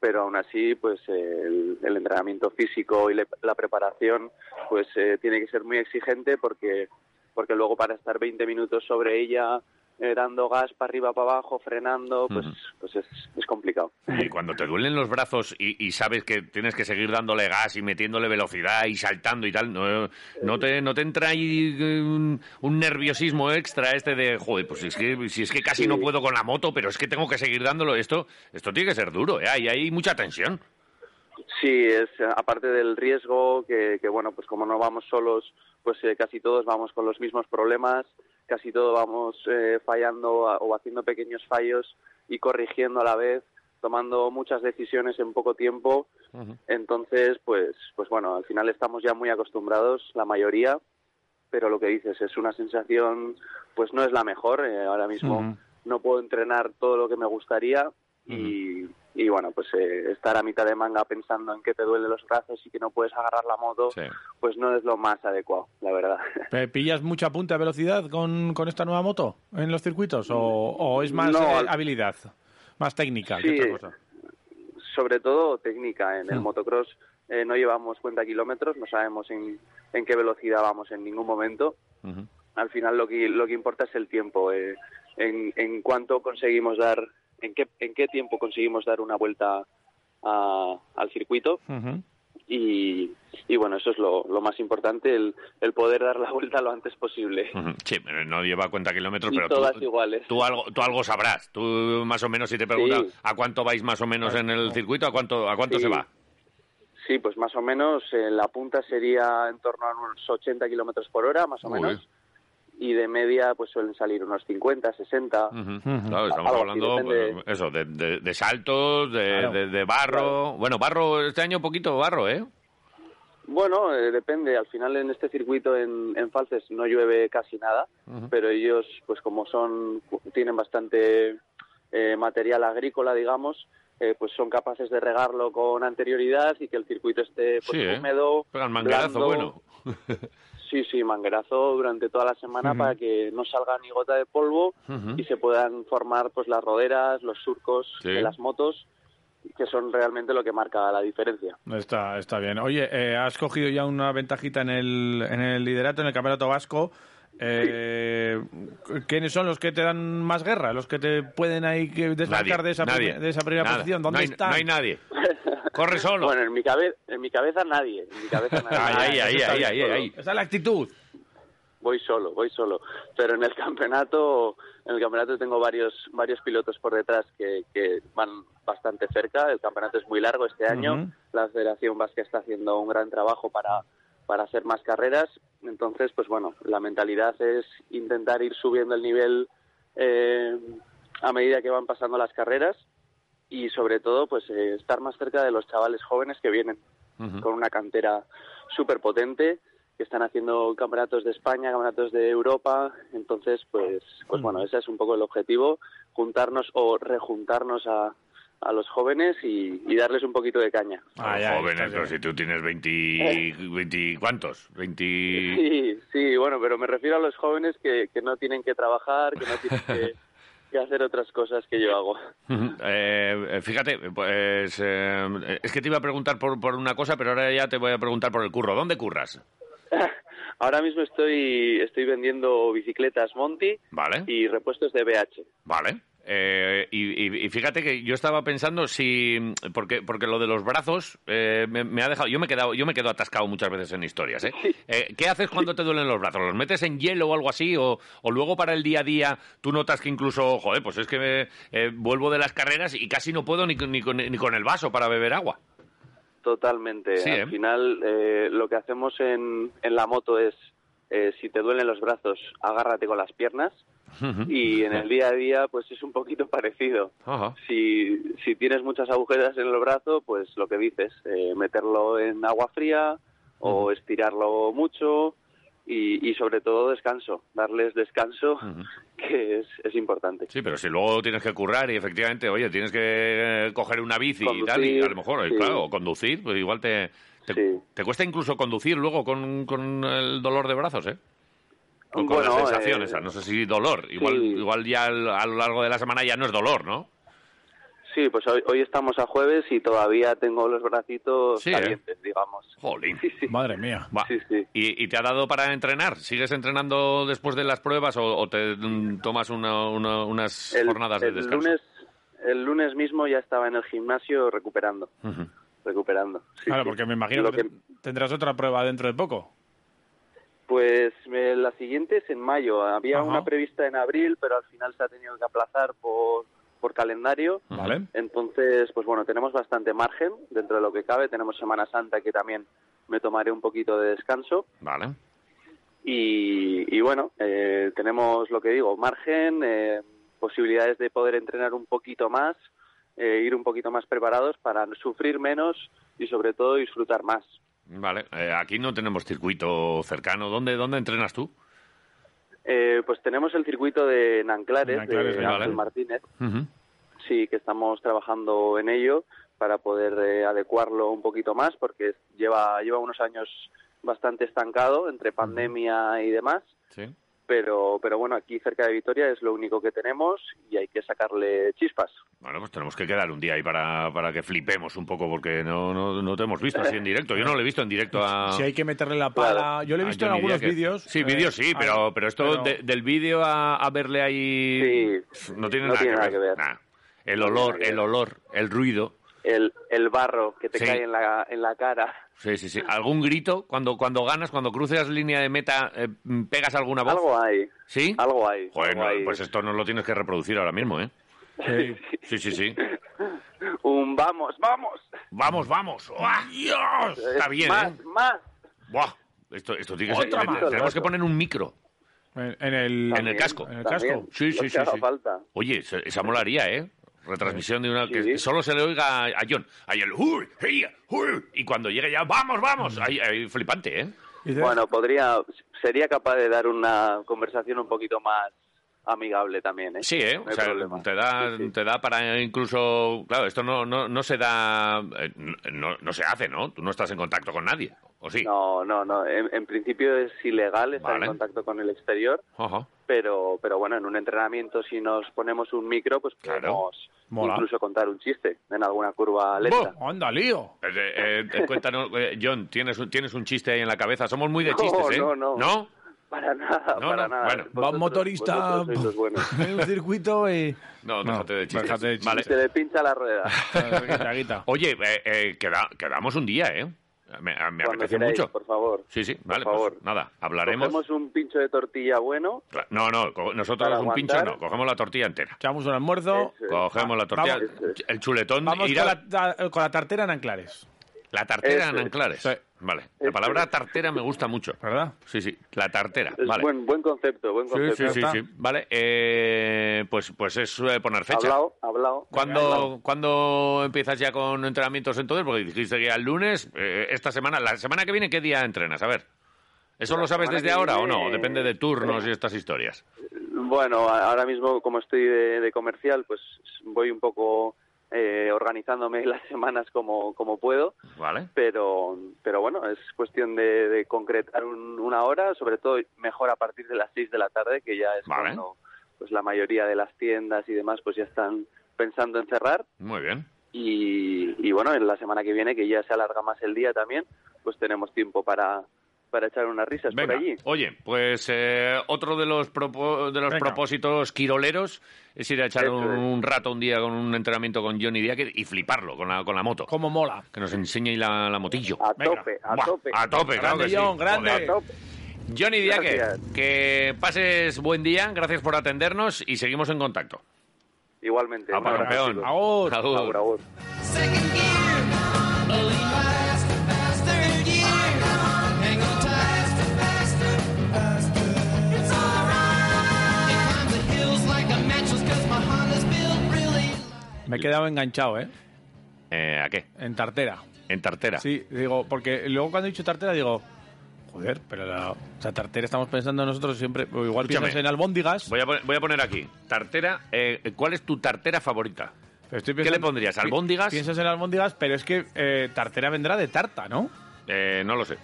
Speaker 33: pero aún así pues el, el entrenamiento físico y le- la preparación pues eh, tiene que ser muy exigente porque porque luego para estar 20 minutos sobre ella eh, dando gas para arriba para abajo frenando pues
Speaker 2: Ujú.
Speaker 33: pues es, es complicado.
Speaker 2: Y cuando te duelen los brazos y, y sabes que tienes que seguir dándole gas y metiéndole velocidad y saltando y tal, no, no, te, no te entra ahí eh, un, un nerviosismo extra este de, joder, pues es que, si es que casi no puedo con la moto, pero es que tengo que seguir dándolo. Esto, esto tiene que ser duro, ¿eh? Y hay mucha tensión.
Speaker 33: Sí, es eh, aparte del riesgo que, que, bueno, pues como no vamos solos, pues eh, casi todos vamos con los mismos problemas, casi todos vamos eh, fallando a- o haciendo pequeños fallos y corrigiendo a la vez, tomando muchas decisiones en poco tiempo. Entonces, pues, pues bueno, al final estamos ya muy acostumbrados, la mayoría, pero lo que dices es una sensación, pues no es la mejor. eh, ahora mismo no puedo entrenar todo lo que me gustaría y, y bueno, pues eh, estar a mitad de manga pensando en que te duelen los brazos y que no puedes agarrar la moto, pues no es lo más adecuado, la verdad.
Speaker 3: Eh, ¿Pillas mucha punta de velocidad con, con esta nueva moto en los circuitos? ¿O, o es más
Speaker 33: No,
Speaker 3: eh,
Speaker 33: al-
Speaker 3: habilidad? ¿Más técnica que
Speaker 33: Sí.
Speaker 3: otra cosa?
Speaker 33: Sobre todo técnica, en el
Speaker 3: Mm.
Speaker 33: motocross eh, no llevamos cuenta kilómetros, no sabemos en, en qué velocidad vamos en ningún momento. Al final lo que, lo que importa es el tiempo, eh, en, en cuánto conseguimos dar, en qué, en qué tiempo conseguimos dar una vuelta a- al circuito. y, y bueno, eso es lo, lo más importante, el, el poder dar la vuelta lo antes posible.
Speaker 2: Ujú. Sí, pero no lleva cuenta kilómetros,
Speaker 33: Y
Speaker 2: pero
Speaker 33: todas
Speaker 2: tú,
Speaker 33: iguales.
Speaker 2: tú algo, tú algo sabrás. Tú más o menos, si te preguntan a cuánto vais más o menos en el circuito, a cuánto, a cuánto
Speaker 33: Sí.
Speaker 2: se va.
Speaker 33: Sí, pues más o menos eh, la punta sería en torno a unos 80 kilómetros por hora, más o
Speaker 2: Uy.
Speaker 33: menos. Y de media, pues suelen salir unos 50, 60.
Speaker 2: Ujú. Claro, estamos
Speaker 33: Algo así,
Speaker 2: hablando
Speaker 33: depende.
Speaker 2: pues, eso, de, de- de saltos, de, de- de barro. Bueno, barro, este año poquito barro, ¿eh?
Speaker 33: Bueno, eh, depende. Al final en este circuito en, en Falces no llueve casi nada, pero ellos, pues como son, tienen bastante eh, material agrícola, digamos, eh, pues son capaces de regarlo con anterioridad y que el circuito esté pues,
Speaker 2: Sí, ¿eh?
Speaker 33: húmedo.
Speaker 2: Pegan
Speaker 33: blando.
Speaker 2: manguerazo, bueno.
Speaker 33: Sí, sí, manguerazo durante toda la semana
Speaker 2: Ujú.
Speaker 33: para que no salga ni gota de polvo
Speaker 2: Ujú.
Speaker 33: y se puedan formar pues las roderas, los surcos
Speaker 3: Sí.
Speaker 33: de las motos, que son realmente lo que marca la diferencia.
Speaker 3: Está, está bien. Oye, eh, has cogido ya una ventajita en el, en el liderato, en el campeonato vasco. Eh, ¿Quiénes son los que te dan más guerra? ¿Los que te pueden ahí que destacar
Speaker 2: Nadie,
Speaker 3: de, esa
Speaker 2: nadie,
Speaker 3: prime- de esa primera
Speaker 2: nada.
Speaker 3: posición?
Speaker 2: No
Speaker 3: ¿Dónde
Speaker 2: hay-
Speaker 3: están?
Speaker 2: no hay nadie. Corre solo.
Speaker 33: Bueno, en mi, cabe- en mi cabeza nadie. En mi cabeza nadie.
Speaker 2: Ahí, ahí,
Speaker 33: Eso está
Speaker 2: ahí,
Speaker 33: bien
Speaker 2: ahí,
Speaker 33: solo.
Speaker 2: ahí.
Speaker 3: Esa es la actitud.
Speaker 33: Voy solo, voy solo. Pero en el campeonato, en el campeonato tengo varios, varios pilotos por detrás que, que van bastante cerca. El campeonato es muy largo este año.
Speaker 4: Ujú.
Speaker 33: La Federación Vasca está haciendo un gran trabajo para, para hacer más carreras. Entonces, pues bueno, la mentalidad es intentar ir subiendo el nivel eh, a medida que van pasando las carreras y sobre todo, pues eh, estar más cerca de los chavales jóvenes que vienen con una cantera súper potente que están haciendo campeonatos de España, campeonatos de Europa, entonces pues pues bueno, ese es un poco el objetivo, juntarnos o rejuntarnos a, a los jóvenes y, y darles un poquito de caña.
Speaker 2: Jóvenes, pero si tú tienes
Speaker 33: Eh.
Speaker 2: 20, 20 ¿cuántos? 20...
Speaker 33: Sí, sí, bueno, pero me refiero a los jóvenes que, que no tienen que trabajar, que no tienen que, que hacer otras cosas que yo hago.
Speaker 2: Ujú. Eh, eh, fíjate, pues eh, es que te iba a preguntar por, por una cosa, pero ahora ya te voy a preguntar por el curro. ¿Dónde curras?
Speaker 33: Ahora mismo estoy, estoy vendiendo bicicletas Monty
Speaker 2: Vale.
Speaker 33: y repuestos de BH.
Speaker 2: Vale. Eh, y, y- y fíjate que yo estaba pensando si porque porque lo de los brazos eh, me, me ha dejado yo me he quedado yo me quedo atascado muchas veces en historias ¿eh? Eh, qué haces cuando te duelen los brazos los metes en hielo o algo así o, o luego para el día a día tú notas que incluso joder pues es que me- eh, vuelvo de las carreras y casi no puedo ni, con- ni con- ni con el vaso para beber agua
Speaker 33: Totalmente.
Speaker 2: Sí,
Speaker 33: Al
Speaker 2: ¿eh?
Speaker 33: final, eh, lo que hacemos en, en la moto es, eh, si te duelen los brazos, agárrate con las piernas. Y en el día a día, pues es un poquito parecido.
Speaker 2: Ajá.
Speaker 33: Si, si tienes muchas agujetas en el brazo, pues lo que dices, eh, meterlo en agua fría o estirarlo mucho y, y sobre todo descanso, darles descanso, que es, es importante.
Speaker 2: sí pero si luego tienes que currar y efectivamente oye tienes que eh, coger una bici y tal y
Speaker 33: Conducir,
Speaker 2: a lo mejor eh,
Speaker 33: sí.
Speaker 2: claro conducir pues igual te te, te cuesta incluso conducir luego con, con el dolor de brazos eh O con la
Speaker 33: Bueno,
Speaker 2: sensación
Speaker 33: eh,
Speaker 2: esa, no sé si dolor. Igual, igual ya al- a lo largo de la semana ya no es dolor, ¿no?
Speaker 33: Sí, pues hoy, hoy estamos a jueves y todavía tengo los bracitos
Speaker 2: Sí, ¿eh?
Speaker 33: calientes, digamos.
Speaker 2: Jolín.
Speaker 3: Madre mía.
Speaker 2: ¿Y, y te ha dado para entrenar? ¿Sigues entrenando después de las pruebas o, o te mm, tomas una- una- unas jornadas de
Speaker 33: el
Speaker 2: descanso?
Speaker 33: lunes, el lunes mismo ya estaba en el gimnasio recuperando,
Speaker 2: Ujú.
Speaker 33: recuperando. Sí,
Speaker 3: Claro,
Speaker 33: sí.
Speaker 3: porque me imagino
Speaker 33: Lo
Speaker 3: que, tendrás otra prueba dentro de poco.
Speaker 33: Pues eh, la siguiente es en mayo. Había
Speaker 3: Ajá.
Speaker 33: una prevista en abril, pero al final se ha tenido que aplazar por, por calendario.
Speaker 3: Vale.
Speaker 33: Entonces, pues bueno, tenemos bastante margen dentro de lo que cabe. Tenemos Semana Santa que también me tomaré un poquito de descanso.
Speaker 2: Vale.
Speaker 33: Y, y bueno, eh, tenemos lo que digo, margen, eh, posibilidades de poder entrenar un poquito más, eh, ir un poquito más preparados para sufrir menos y sobre todo disfrutar más.
Speaker 2: Vale. Eh, aquí no tenemos circuito cercano. ¿Dónde, dónde entrenas tú?
Speaker 33: Eh, pues tenemos el circuito de Nanclares,
Speaker 2: Nanclares,
Speaker 33: de
Speaker 2: vale.
Speaker 33: Ángel Martínez, sí que estamos trabajando en ello para poder eh, adecuarlo un poquito más porque lleva, lleva unos años bastante estancado entre pandemia y demás.
Speaker 2: Sí.
Speaker 33: pero, pero bueno, aquí cerca de Vitoria es lo único que tenemos y hay que sacarle chispas.
Speaker 2: Bueno, pues tenemos que quedar un día ahí para, para que flipemos un poco, porque no, no, no te hemos visto así en directo. Yo no lo he visto en directo a...
Speaker 3: Si hay que meterle la pala. Yo lo he
Speaker 2: a
Speaker 3: visto en
Speaker 2: Johnny
Speaker 3: algunos
Speaker 2: Depp.
Speaker 3: vídeos.
Speaker 2: Sí,
Speaker 3: eh,
Speaker 2: vídeos sí,
Speaker 3: ah,
Speaker 2: pero, pero esto
Speaker 3: pero-
Speaker 2: de- del vídeo a, a verle ahí pf, no tiene,
Speaker 33: no
Speaker 2: nada,
Speaker 33: tiene
Speaker 2: que
Speaker 33: nada
Speaker 2: ver.
Speaker 33: que ver.
Speaker 2: Nah. El olor, el olor, el ruido.
Speaker 33: El, el barro que te
Speaker 2: Sí.
Speaker 33: cae en la, en la cara.
Speaker 2: Sí, sí, sí. ¿Algún grito? Cuando, cuando ganas, cuando cruzas línea de meta, eh, pegas alguna voz.
Speaker 33: Algo hay.
Speaker 2: ¿Sí?
Speaker 33: Algo hay.
Speaker 2: Joder,
Speaker 33: algo
Speaker 2: no,
Speaker 33: hay.
Speaker 2: pues esto no lo tienes que reproducir ahora mismo, ¿eh? Sí, sí, sí.
Speaker 33: Un vamos, vamos.
Speaker 2: Vamos, vamos. ¡Ah, Dios! Está bien,
Speaker 33: Más,
Speaker 2: ¿eh?
Speaker 33: más.
Speaker 2: Buah, Esto, esto tiene que ser-
Speaker 33: Otra
Speaker 2: te- te-
Speaker 33: más.
Speaker 2: Tenemos que poner un micro.
Speaker 3: En, en el,
Speaker 2: En el casco.
Speaker 3: En el casco.
Speaker 2: Sí, sí, sí. sí. Oye, esa esa molaría, ¿eh? Retransmisión de una que solo se le oiga a John. Ahí el "Uy, hey, uy", y cuando llegue ya, vamos, vamos.
Speaker 3: Mm.
Speaker 2: Ahí, ahí flipante, ¿eh?
Speaker 33: Bueno, podría, sería capaz de dar una conversación un poquito más amigable también, ¿eh?
Speaker 2: Sí, ¿eh?
Speaker 33: No
Speaker 2: O
Speaker 33: hay
Speaker 2: sea,
Speaker 33: problema.
Speaker 2: te da, te da para incluso... Claro, esto no, no, no se da... eh, No, no se hace, ¿no? Tú no estás en contacto con nadie, ¿o sí?
Speaker 33: No, no, no. En, en principio es ilegal estar
Speaker 2: Vale.
Speaker 33: en contacto con el exterior,
Speaker 2: Ajá.
Speaker 33: pero, pero bueno, en un entrenamiento si nos ponemos un micro, pues podemos
Speaker 2: Mola.
Speaker 33: incluso contar un chiste en alguna curva lenta.
Speaker 3: ¡Buah! ¡Anda, lío!
Speaker 2: Eh, eh, eh, cuéntanos, eh, John, tienes un, tienes un chiste ahí en la cabeza. Somos muy de
Speaker 33: No,
Speaker 2: chistes, ¿eh?
Speaker 33: no, no.
Speaker 2: ¿No?
Speaker 33: Para nada,
Speaker 2: No,
Speaker 33: para
Speaker 2: no,
Speaker 33: nada.
Speaker 2: bueno. Va un
Speaker 33: Vosotros-
Speaker 3: motorista-
Speaker 33: vosotros sois los buenos.
Speaker 3: En un circuito eh, y...
Speaker 2: No, déjate de chistes.
Speaker 3: déjate de chistes.
Speaker 2: Vale.
Speaker 33: Se le pincha la rueda.
Speaker 2: Oye, eh, eh, queda- quedamos un día, ¿eh? Me, me
Speaker 33: Cuando
Speaker 2: apetece
Speaker 33: queráis,
Speaker 2: mucho.
Speaker 33: por favor.
Speaker 2: Sí, sí, vale,
Speaker 33: Por
Speaker 2: pues
Speaker 33: favor.
Speaker 2: nada, hablaremos.
Speaker 33: Cogemos un pincho de tortilla bueno.
Speaker 2: Cla- No, no, co- nosotros
Speaker 33: Para
Speaker 2: un pincho
Speaker 33: aguantar.
Speaker 2: no, cogemos la tortilla entera.
Speaker 3: Echamos un almuerzo.
Speaker 2: Cogemos la tortilla,
Speaker 3: Vamos.
Speaker 2: el chuletón,
Speaker 3: Vamos
Speaker 2: irá
Speaker 3: con
Speaker 2: la,
Speaker 3: la, ta- con la tartera en Anclares.
Speaker 2: la tartera
Speaker 3: Eso
Speaker 2: en
Speaker 3: es.
Speaker 2: Anclares. Vale, la
Speaker 3: Eso
Speaker 2: palabra
Speaker 3: es.
Speaker 2: tartera me gusta mucho.
Speaker 3: ¿Verdad?
Speaker 2: Sí, sí, la tartera,
Speaker 33: Es
Speaker 2: vale.
Speaker 33: buen, buen concepto, buen
Speaker 2: Sí,
Speaker 33: concepto.
Speaker 2: sí, sí, sí. Vale, eh, pues, pues es eh, poner fecha.
Speaker 33: Hablado, hablado.
Speaker 2: ¿Cuándo, cuándo empiezas ya con entrenamientos entonces? Porque dijiste que el lunes, eh, esta semana, la semana que viene, ¿qué día entrenas? A ver, ¿eso
Speaker 33: La
Speaker 2: lo sabes
Speaker 33: semana
Speaker 2: desde
Speaker 33: que
Speaker 2: ahora o
Speaker 33: viene-
Speaker 2: no? Depende de turnos y estas historias.
Speaker 33: Bueno, a- ahora mismo como estoy de, de comercial, pues voy un poco eh, organizándome las semanas como, como puedo,
Speaker 2: Vale.
Speaker 33: pero, pero bueno, es cuestión de, de concretar un- una hora, sobre todo mejor a partir de las 6 de la tarde, que ya es
Speaker 2: Vale.
Speaker 33: cuando pues la mayoría de las tiendas y demás pues ya están pensando en cerrar
Speaker 2: Muy bien.
Speaker 33: y, y bueno, en la semana que viene, que ya se alarga más el día también, pues tenemos tiempo para, para echar unas risas
Speaker 2: Venga,
Speaker 33: por allí.
Speaker 2: oye, pues eh, otro de los, propo- de los
Speaker 33: Venga.
Speaker 2: propósitos quiroleros es ir a echar
Speaker 33: Eso
Speaker 2: un,
Speaker 33: es.
Speaker 2: un rato un día con un entrenamiento con Johnny Diaker y fliparlo con la, con la moto.
Speaker 3: Como mola.
Speaker 2: Que nos enseñe ahí la, la motillo.
Speaker 33: A
Speaker 2: Venga.
Speaker 33: tope, a
Speaker 2: Buah,
Speaker 33: tope.
Speaker 2: A tope, claro
Speaker 33: Grande,
Speaker 2: que sí.
Speaker 33: John, grande.
Speaker 2: Joder.
Speaker 33: A tope.
Speaker 2: Johnny Diaker,
Speaker 33: Gracias.
Speaker 2: que pases buen día, gracias por atendernos y seguimos en contacto.
Speaker 33: Igualmente.
Speaker 2: Apa,
Speaker 33: un abrazo,
Speaker 2: campeón.
Speaker 33: chicos.
Speaker 2: Agur. Agur.
Speaker 33: Agur, agur.
Speaker 3: Me he quedado enganchado, ¿eh?
Speaker 2: Eh, ¿A qué?
Speaker 3: En tartera.
Speaker 2: En tartera.
Speaker 3: Sí, digo, porque luego cuando he dicho tartera digo, joder, pero la, o sea, tartera estamos pensando nosotros siempre, o igual
Speaker 2: Escúchame.
Speaker 3: piensas en albóndigas.
Speaker 2: Voy a, poner, voy a poner aquí, tartera, eh, ¿cuál es tu tartera favorita? ¿Qué le pondrías? ¿Albóndigas?
Speaker 3: Pi- Piensas en albóndigas, pero es que eh, tartera vendrá de tarta, ¿no?
Speaker 2: Eh, no lo sé.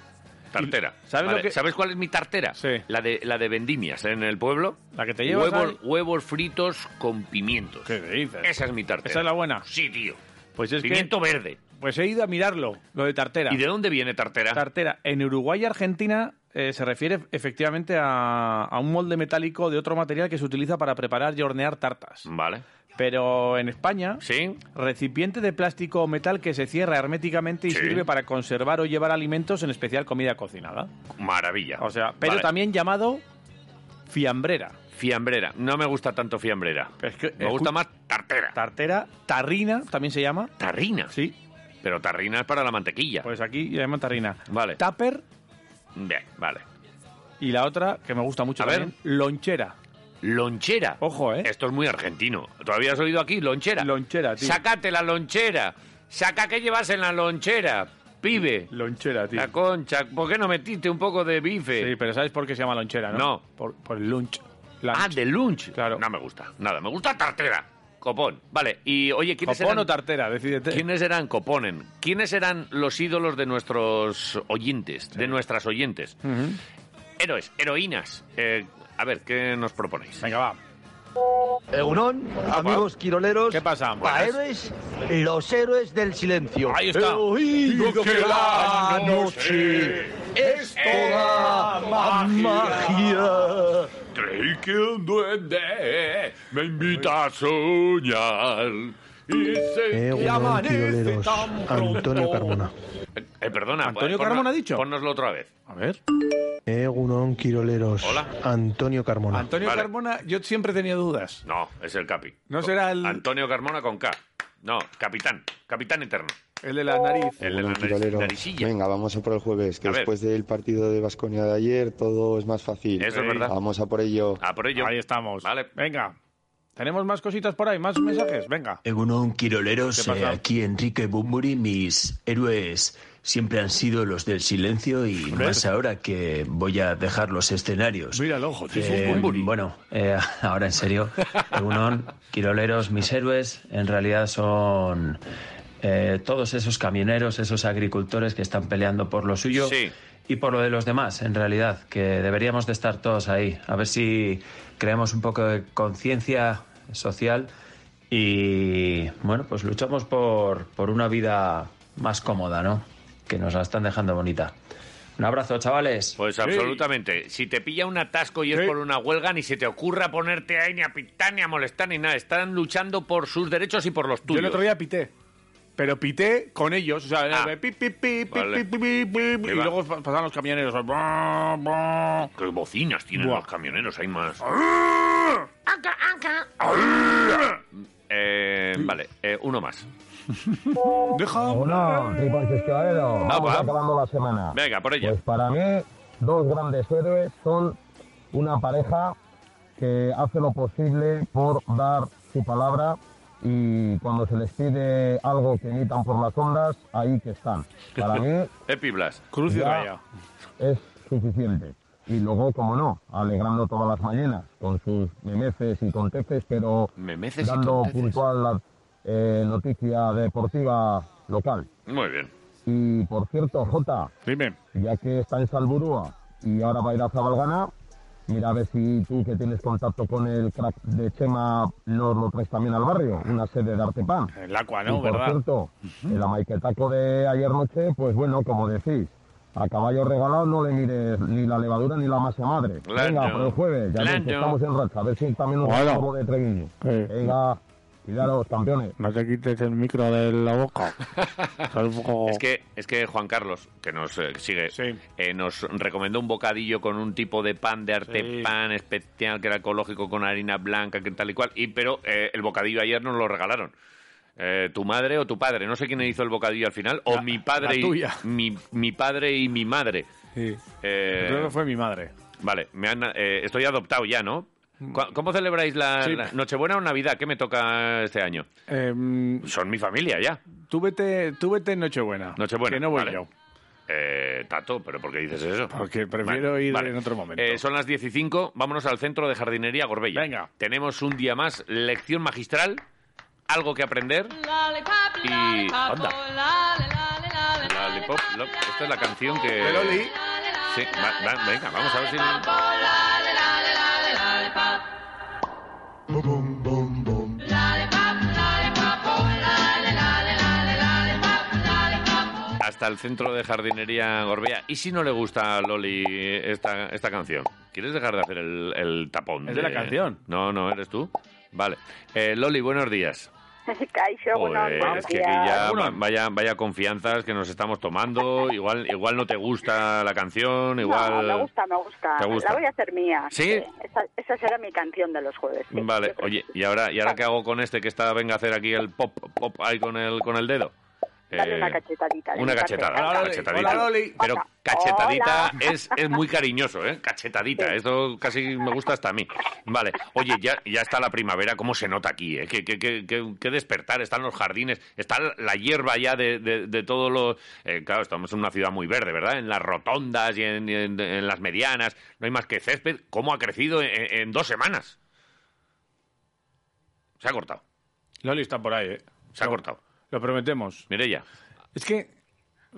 Speaker 2: Tartera.
Speaker 3: ¿Sabes lo
Speaker 2: Vale,
Speaker 3: que-
Speaker 2: ¿Sabes cuál es mi tartera? La de, la de vendimias ¿eh? en el pueblo.
Speaker 3: La que te llevas
Speaker 2: Huevos,
Speaker 3: al-
Speaker 2: huevos fritos con pimientos. ¿Qué
Speaker 3: dices?
Speaker 2: Esa es mi tartera.
Speaker 3: Esa es la buena.
Speaker 2: Sí, tío.
Speaker 3: Pues es que-
Speaker 2: Pimiento verde.
Speaker 3: Pues he ido a mirarlo, lo de tartera.
Speaker 2: ¿Y de dónde viene tartera?
Speaker 3: Tartera. En Uruguay y Argentina eh, se refiere efectivamente a, a un molde metálico de otro material que se utiliza para preparar y hornear tartas.
Speaker 2: Vale.
Speaker 3: Pero en España,
Speaker 2: ¿Sí?
Speaker 3: recipiente de plástico o metal que se cierra herméticamente y
Speaker 2: Sí.
Speaker 3: sirve para conservar o llevar alimentos, en especial comida cocinada.
Speaker 2: Maravilla. O sea,
Speaker 3: Pero también llamado fiambrera.
Speaker 2: Fiambrera. No me gusta tanto fiambrera. me
Speaker 3: escu-
Speaker 2: gusta más tartera.
Speaker 3: Tartera, tarrina también se llama.
Speaker 2: Tarrina.
Speaker 3: Sí.
Speaker 2: Pero tarrina es para la mantequilla.
Speaker 3: Pues aquí se llama tarrina.
Speaker 2: Vale.
Speaker 3: Tupper
Speaker 2: Bien, vale.
Speaker 3: y la otra que me gusta mucho
Speaker 2: A
Speaker 3: también, lonchera.
Speaker 2: Lonchera.
Speaker 3: Ojo, ¿eh?
Speaker 2: Esto es muy argentino. ¿Todavía has oído aquí? Lonchera.
Speaker 3: Lonchera, tío.
Speaker 2: Sácate la lonchera. Saca que llevas en la lonchera, pibe.
Speaker 3: Lonchera, tío.
Speaker 2: La concha. ¿Por qué no metiste un poco de bife?
Speaker 3: Sí, pero ¿sabes por qué se llama lonchera, no?
Speaker 2: No.
Speaker 3: Por, por el lunch. lunch.
Speaker 2: Ah, de lunch. Claro. No me gusta. Nada, me gusta tartera. Copón. Vale, y oye, ¿quiénes
Speaker 3: Copón
Speaker 2: eran?
Speaker 3: o tartera, decídete.
Speaker 2: ¿Quiénes eran Coponen? ¿Quiénes eran los ídolos de nuestros oyentes, de nuestras oyentes?
Speaker 3: Ujú.
Speaker 2: Héroes, heroínas. Eh, a ver, ¿qué nos proponéis?
Speaker 3: Venga, va.
Speaker 7: Egunon, amigos quiroleros. ¿Qué
Speaker 3: pasa?
Speaker 7: Para héroes, los héroes del silencio.
Speaker 34: Ahí está.
Speaker 7: He oído
Speaker 34: Digo
Speaker 7: que la noche es toda magia.
Speaker 2: Creí que un duende me invita a soñar. Y
Speaker 15: Eh,
Speaker 2: se
Speaker 7: Egunon,
Speaker 2: llama
Speaker 7: quiroleros. Antonio Carmona.
Speaker 2: Eh, perdona.
Speaker 7: ¿Antonio
Speaker 2: pon-
Speaker 7: Carmona
Speaker 2: ha dicho? Ponnoslo otra vez.
Speaker 3: A ver.
Speaker 7: Egunon, quiroleros.
Speaker 2: Hola.
Speaker 7: Antonio Carmona.
Speaker 3: Antonio
Speaker 2: Vale.
Speaker 3: Carmona, yo siempre tenía dudas.
Speaker 2: No, es el Capi.
Speaker 3: No será el-
Speaker 2: Antonio Carmona con K. No, Capitán. Capitán Eterno.
Speaker 3: El de la nariz.
Speaker 2: El de la
Speaker 5: Bueno,
Speaker 2: nariz-
Speaker 5: Tirolero,
Speaker 2: naricilla.
Speaker 5: Venga, vamos a por el jueves, que
Speaker 2: A ver.
Speaker 5: después del partido de Vasconia de ayer todo es más fácil.
Speaker 2: Eso es verdad.
Speaker 5: Vamos a por ello.
Speaker 2: Ah, por ello.
Speaker 3: Ahí estamos.
Speaker 2: Vale.
Speaker 3: Venga. Tenemos más cositas por ahí, más mensajes. Venga.
Speaker 23: Egunon
Speaker 3: ¿Qué
Speaker 23: Quiroleros, eh,
Speaker 3: pasa?
Speaker 23: aquí Enrique Bumburi, mis héroes siempre han sido los del silencio y más ahora que voy a dejar los escenarios.
Speaker 3: Míralo, joder, es un
Speaker 23: Eh,
Speaker 3: Bumburi.
Speaker 23: Bueno, eh, ahora en serio, Egunon Quiroleros, mis héroes en realidad son eh, todos esos camioneros, esos agricultores que están peleando por lo suyo y por lo de los demás, en realidad, que deberíamos de estar todos ahí. A ver si creamos un poco de conciencia social y, bueno, pues luchamos por, por una vida más cómoda, ¿no? Que nos la están dejando bonita. Un abrazo, chavales.
Speaker 2: Pues absolutamente. Si te pilla un atasco y es por una huelga, ni se te ocurra ponerte ahí, ni a pitar, ni a molestar, ni nada. Están luchando por sus derechos y por los
Speaker 3: Yo
Speaker 2: tuyos.
Speaker 3: el otro día pité. Pero pité con ellos. O sea, era de pi, pi, pi, pi,
Speaker 2: Ah. Vale.
Speaker 3: pi, pi, pi, pi, y
Speaker 2: Iba.
Speaker 3: luego pa- pasaban los camioneros. Buah, buah.
Speaker 2: ¿Qué bocinas tienen los camioneros? Hay más.
Speaker 3: Ah.
Speaker 2: Eh, vale, eh, uno más.
Speaker 3: Deja.
Speaker 23: Hola, tripas pescadero. Vamos
Speaker 2: va.
Speaker 23: acabando la semana.
Speaker 2: Venga, por ello.
Speaker 23: Pues para mí, dos grandes héroes son una pareja que hace lo posible por dar su palabra y cuando se les pide algo que emitan por las ondas, ahí que están. Para
Speaker 35: Pues,
Speaker 23: mí,
Speaker 35: eh.
Speaker 2: Epi Blas.
Speaker 23: Cruz y Ya. raya. es suficiente. Y luego, como no, alegrando todas las mañanas con sus memeces y conteces, pero
Speaker 2: Memeces y
Speaker 23: dando
Speaker 2: tonteces.
Speaker 23: puntual la eh, noticia deportiva local.
Speaker 2: Muy bien.
Speaker 23: Y por cierto, Jota,
Speaker 3: dime,
Speaker 23: ya que está en Salburúa y ahora va a ir a Zabalgana,
Speaker 35: Mira a ver si tú que tienes contacto con el crack de Chema nos lo traes también al barrio, una sede de Artepan.
Speaker 3: El Aqua, ¿no?
Speaker 35: Y por
Speaker 3: ¿Verdad?
Speaker 35: cierto, el amaiquetaco de ayer noche, pues bueno, como decís, a caballo regalado no le mires ni la levadura ni la masa madre.
Speaker 3: Claro.
Speaker 35: Venga, pero el jueves, ya ves que
Speaker 3: Claro.
Speaker 35: estamos en racha, a ver si también nos
Speaker 36: Bueno.
Speaker 35: sacamos de Treguillo. Venga, cuidaros, campeones.
Speaker 36: No te quites el micro de la boca. Soy un poco-
Speaker 2: Es que, es que Juan Carlos, que nos eh, que sigue, eh, nos recomendó un bocadillo con un tipo de pan de arte
Speaker 3: Sí.
Speaker 2: pan especial que era ecológico con harina blanca, que tal y cual. Y pero eh, el bocadillo ayer nos lo regalaron. Eh, tu madre o tu padre, no sé quién hizo el bocadillo al final, o mi
Speaker 3: la
Speaker 2: padre y
Speaker 3: tuya.
Speaker 2: mi, mi padre y mi madre. Eh,
Speaker 3: Creo que fue mi madre.
Speaker 2: Vale, me han, eh, estoy adoptado ya, ¿no? Cu- ¿Cómo celebráis la,
Speaker 3: Mm. Sí.
Speaker 2: la Nochebuena o Navidad? ¿Qué me toca este año? Son mi familia ya.
Speaker 3: Em, Tú vete, tú vete en Nochebuena.
Speaker 2: Nochebuena.
Speaker 3: Que no voy
Speaker 2: vale.
Speaker 3: yo.
Speaker 2: Eh, Tato, ¿pero por qué dices eso?
Speaker 3: Porque prefiero
Speaker 2: Vale,
Speaker 3: ir
Speaker 2: vale.
Speaker 3: en otro momento.
Speaker 2: Eh, son las 15, vámonos al centro de jardinería Gorbella. Venga. Tenemos un día más, lección magistral, algo que aprender y... ¡Anda!
Speaker 7: oh,
Speaker 2: Lollipop, lo- Esta es la canción que...
Speaker 7: De Loli.
Speaker 2: Sí, va- va- venga, vamos a ver si...
Speaker 7: oh,
Speaker 2: Hasta el centro de jardinería Gorbea. ¿Y si no le gusta a Loli esta, esta canción? ¿Quieres dejar de hacer el, el tapón?
Speaker 3: Es de la canción.
Speaker 2: No, no, eres tú. Vale. Eh, Loli, buenos días.
Speaker 37: Kaixo,
Speaker 2: Joder, es que aquí ya va- vaya, vaya confianzas que nos estamos tomando. Igual, igual no te gusta la canción,
Speaker 37: No,
Speaker 2: igual...
Speaker 37: me gusta, me gusta.
Speaker 2: ¿Te gusta?
Speaker 37: La voy a hacer mía. Eh,
Speaker 2: ¿Sí? Eh,
Speaker 37: Esa, esa será mi canción de los jueves. sí.
Speaker 2: Vale, oye, ¿y ahora, ¿y ahora qué hago con este que está, venga a hacer aquí el pop, pop ahí con el, con el dedo? Eh,
Speaker 37: Dale una cachetadita. de
Speaker 2: Una
Speaker 37: mi parte.
Speaker 2: cachetada,
Speaker 37: Venga.
Speaker 2: cachetadita. Pero cachetadita es, es muy cariñoso, ¿eh? Cachetadita, esto casi me gusta hasta a mí. Vale, oye, ya, ya está la primavera, ¿cómo se nota aquí? Eh? ¿Qué, qué, qué- qué- qué despertar? Están los jardines, está la hierba ya de, de, de todo lo... eh, claro, estamos en una ciudad muy verde, ¿verdad? En las rotondas y en, en- en las medianas, no hay más que césped. ¿Cómo ha crecido en, en dos semanas? Se ha cortado.
Speaker 3: Loli está por ahí, ¿eh?
Speaker 2: Se ha cortado.
Speaker 3: Lo prometemos.
Speaker 2: Mireya.
Speaker 3: Es que.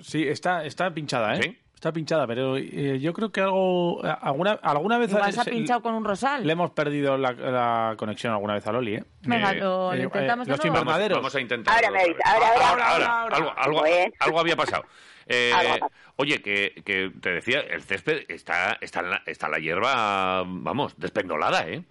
Speaker 3: Sí, está, está pinchada, ¿eh? Está pinchada, pero eh, yo creo que algo. ¿Alguna, alguna vez.
Speaker 5: Igual se ha
Speaker 3: se-
Speaker 5: pinchado con un rosal.
Speaker 3: Le hemos perdido la, la conexión alguna vez a Loli, ¿eh?
Speaker 5: Venga, lo- lo
Speaker 3: eh,
Speaker 5: intentamos de
Speaker 3: Los
Speaker 5: nuevo.
Speaker 3: invernaderos.
Speaker 2: Vamos a intentar.
Speaker 3: Ahora me
Speaker 2: otra
Speaker 3: avisa,
Speaker 2: vez.
Speaker 3: ahora,
Speaker 2: ahora,
Speaker 3: ahora,
Speaker 2: ahora,
Speaker 3: ahora.
Speaker 2: Algo,
Speaker 3: Bueno.
Speaker 2: algo, algo había pasado. Eh,
Speaker 3: Algo ha pasado.
Speaker 2: oye, que, que te decía, el césped está, está, en la, está la hierba, vamos, despendolada, ¿eh?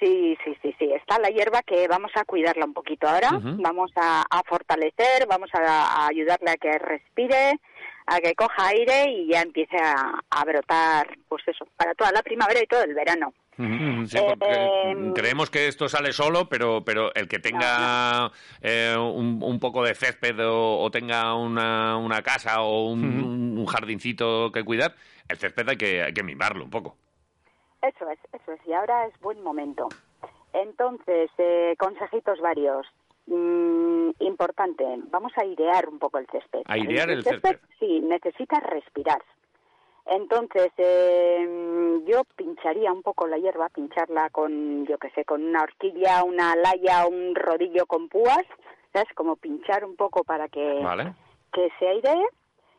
Speaker 37: Sí, sí, sí, sí. Está la hierba que vamos a cuidarla un poquito ahora.
Speaker 2: Ujú.
Speaker 37: Vamos a, a fortalecer, vamos a, a ayudarle a que respire, a que coja aire y ya empiece a, a brotar, pues eso, para toda la primavera y todo el verano.
Speaker 2: Sí, porque
Speaker 3: Em.
Speaker 37: Eh,
Speaker 2: creemos que esto sale solo, pero, pero el que tenga eh, un, un poco de césped o, o tenga una, una casa o un, un jardincito que cuidar, el césped hay que, hay que mimarlo un poco.
Speaker 37: Eso es, eso es. Y ahora es buen momento. Entonces, eh, consejitos varios. Mm, importante, vamos a airear un poco el césped.
Speaker 2: Airear el
Speaker 37: Sí, necesita respirar. Entonces, eh, yo pincharía un poco la hierba, pincharla con, yo qué sé, con una horquilla, una laya, un rodillo con púas, ¿sabes? Como pinchar un poco para que
Speaker 2: Vale.
Speaker 37: que se airee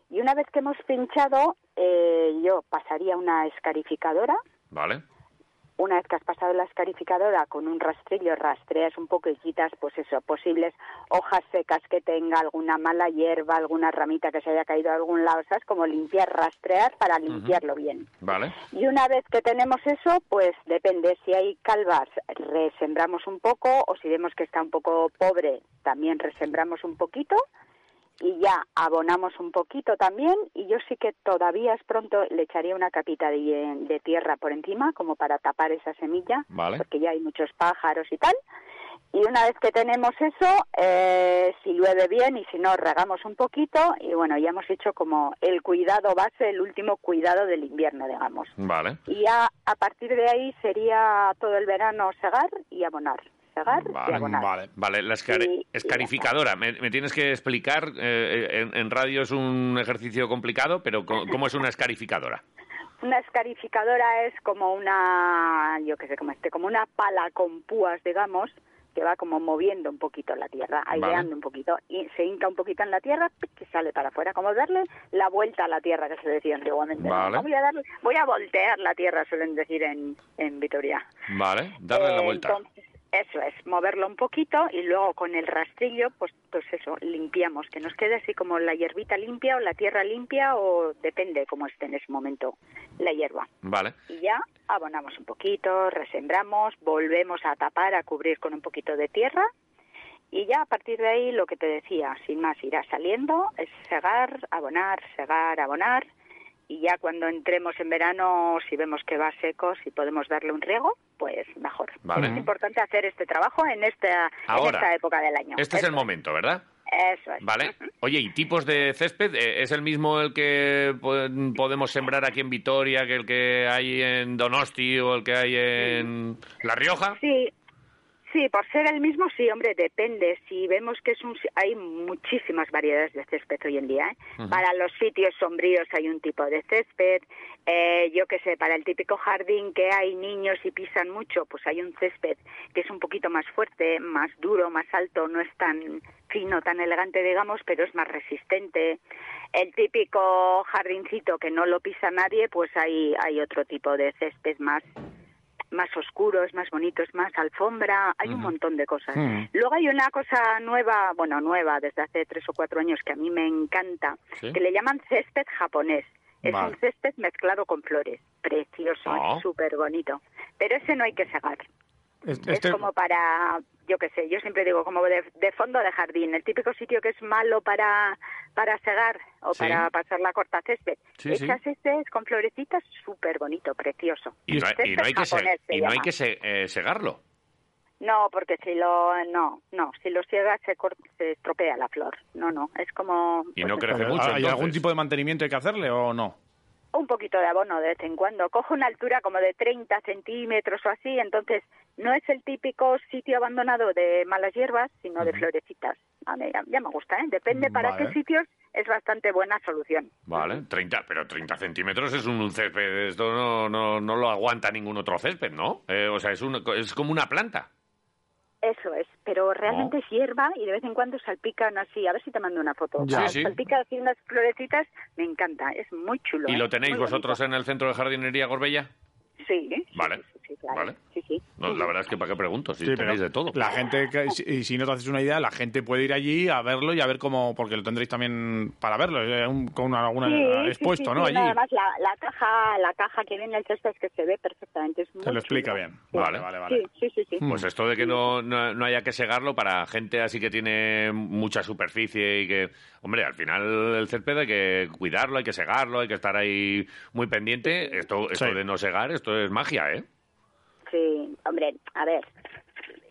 Speaker 37: y una vez que hemos pinchado eh, yo pasaría una escarificadora
Speaker 2: Vale.
Speaker 37: una vez que has pasado la escarificadora con un rastrillo rastreas un poco y quitas pues eso posibles hojas secas que tenga alguna mala hierba alguna ramita que se haya caído a algún lado sabes como limpiar rastrear para limpiarlo bien
Speaker 2: Vale.
Speaker 37: y una vez que tenemos eso, pues depende, si hay calvas, resembramos un poco o si vemos que está un poco pobre, también resembramos un poquito y ya abonamos un poquito también y yo sí que todavía es pronto le echaría una capita de, de tierra por encima como para tapar esa semilla
Speaker 2: Vale.
Speaker 37: porque ya hay muchos pájaros y tal y una vez que tenemos eso eh, si llueve bien y si no regamos un poquito y bueno ya hemos hecho como el cuidado base el último cuidado del invierno digamos
Speaker 2: Vale.
Speaker 37: y ya a partir de ahí sería todo el verano segar y abonar segar y
Speaker 2: Vale,
Speaker 37: abonar
Speaker 2: vale, vale, la escari- escarificadora. Me, me tienes que explicar, eh, en, en radio es un ejercicio complicado, pero co- ¿cómo es una escarificadora?
Speaker 37: Una escarificadora es como una, yo qué sé, como este, como una pala con púas, digamos, que va como moviendo un poquito la tierra,
Speaker 38: Vale.
Speaker 37: aireando un poquito, y se hinca un poquito en la tierra, ¡pic! que sale para afuera, como darle la vuelta a la tierra que se decía antiguamente. ¿no?
Speaker 2: Vale.
Speaker 37: Voy a darle, voy a voltear la tierra, suelen decir en, en Vitoria.
Speaker 2: Vale, darle la
Speaker 37: Eh,
Speaker 2: vuelta.
Speaker 37: entonces, eso es, moverlo un poquito y luego con el rastrillo, pues, pues eso, limpiamos, que nos quede así como la hierbita limpia o la tierra limpia o depende cómo esté en ese momento la hierba.
Speaker 2: Vale.
Speaker 37: Y ya abonamos un poquito, resembramos, volvemos a tapar, a cubrir con un poquito de tierra y ya a partir de ahí lo que te decía, sin más, irá saliendo, es segar, abonar, segar, abonar y ya cuando entremos en verano, si vemos que va seco, si podemos darle un riego, pues mejor.
Speaker 2: Vale.
Speaker 37: Es importante hacer este trabajo en esta, en
Speaker 2: ¿Mm? Ahora.
Speaker 37: esta época del año.
Speaker 2: Este es el momento, ¿verdad?
Speaker 37: Eso es.
Speaker 2: Vale. Oye, ¿y tipos de césped? Eh, ¿Es el mismo el que po- podemos sembrar aquí en Vitoria que el que hay en Donosti o el que hay en La Rioja?
Speaker 37: Sí, sí, por ser el mismo, sí, hombre, depende. Si vemos que es un, si- hay muchísimas variedades de césped hoy en día. ¿eh?
Speaker 28: Ujú.
Speaker 37: Para los sitios sombríos hay un tipo de césped. Eh, yo qué sé, para el típico jardín que hay niños y pisan mucho, pues hay un césped que es un poquito más fuerte, más duro, más alto, no es tan fino, tan elegante, digamos, pero es más resistente. El típico jardincito que no lo pisa nadie, pues hay, hay otro tipo de césped más más oscuros, más bonitos, más alfombra, hay un
Speaker 18: Ujú.
Speaker 37: montón de cosas.
Speaker 18: Mm.
Speaker 37: Luego hay una cosa nueva, bueno, nueva desde hace tres o cuatro años que a mí me encanta,
Speaker 18: Sí.
Speaker 37: que le llaman césped japonés. este Es
Speaker 18: Vale.
Speaker 37: un césped mezclado con flores, precioso,
Speaker 18: Ah.
Speaker 37: es súper bonito. Pero ese no hay que segar.
Speaker 18: Este-
Speaker 37: Es como para, yo qué sé, yo siempre digo como de, de fondo de jardín, el típico sitio que es malo para, para segar o
Speaker 2: Sí.
Speaker 37: para pasar la corta césped.
Speaker 2: Sí, sí.
Speaker 37: Echas ese con florecitas, súper bonito, precioso. Este
Speaker 2: Y no, hay- y no hay que, se-
Speaker 37: Japonés se
Speaker 2: y no hay
Speaker 37: llama.
Speaker 2: que se- eh, segarlo.
Speaker 37: No, porque si lo no, no, si lo ciegas se, cor- se estropea la flor. No, no, es como
Speaker 3: Y no
Speaker 37: pues,
Speaker 3: crece
Speaker 37: eso,
Speaker 3: mucho. Eh, ¿Hay
Speaker 2: entonces.
Speaker 3: algún tipo de mantenimiento que hay que hacerle o no?
Speaker 37: un poquito de abono de vez en cuando. Coge una altura como de 30 centímetros o así, entonces no es el típico sitio abandonado de malas hierbas, sino de florecitas. A mí ya, ya me gusta, ¿eh? Depende para
Speaker 2: Vale.
Speaker 37: qué sitios es bastante buena solución.
Speaker 2: Vale, 30, pero 30 centímetros es un césped. Esto no, no, no lo aguanta ningún otro césped, ¿no? Eh, o sea, es, un- es como una planta.
Speaker 37: Eso es, pero realmente es hierba y de vez en cuando salpican así. A ver si te mando una foto.
Speaker 2: Ya.
Speaker 37: Ah,
Speaker 2: Sí, sí.
Speaker 37: Salpica así unas florecitas, me encanta, es muy chulo.
Speaker 2: ¿Y
Speaker 37: ¿eh?
Speaker 2: lo tenéis
Speaker 37: Muy bonito.
Speaker 2: vosotros en el centro de jardinería Gorbella?
Speaker 37: Sí, ¿eh?
Speaker 2: Vale,
Speaker 37: sí, claro.
Speaker 2: vale.
Speaker 37: Sí, sí.
Speaker 2: No, la verdad es que para qué pregunto, si
Speaker 3: Sí, pero
Speaker 2: tenéis de todo.
Speaker 3: La gente, que- si- y si no te haces una idea, la gente puede ir allí a verlo y a ver cómo, porque lo tendréis también para verlo, eh, un- con una- alguna
Speaker 37: Sí, sí,
Speaker 3: expuesto,
Speaker 37: sí,
Speaker 3: ¿no?
Speaker 37: sí,
Speaker 3: allí.
Speaker 37: Nada más la, la caja, la caja que viene el texto es que se ve perfectamente. Es muy
Speaker 3: Te lo
Speaker 37: chulo.
Speaker 3: explica bien.
Speaker 2: Vale, vale, vale.
Speaker 37: Sí, sí, sí, sí.
Speaker 2: Pues esto de que no, no, no haya que segarlo para gente así que tiene mucha superficie y que, hombre, al final el césped hay que cuidarlo, hay que segarlo, hay que estar ahí muy pendiente. Esto, esto de no segar, esto es magia, ¿eh?
Speaker 37: Sí, hombre, a ver,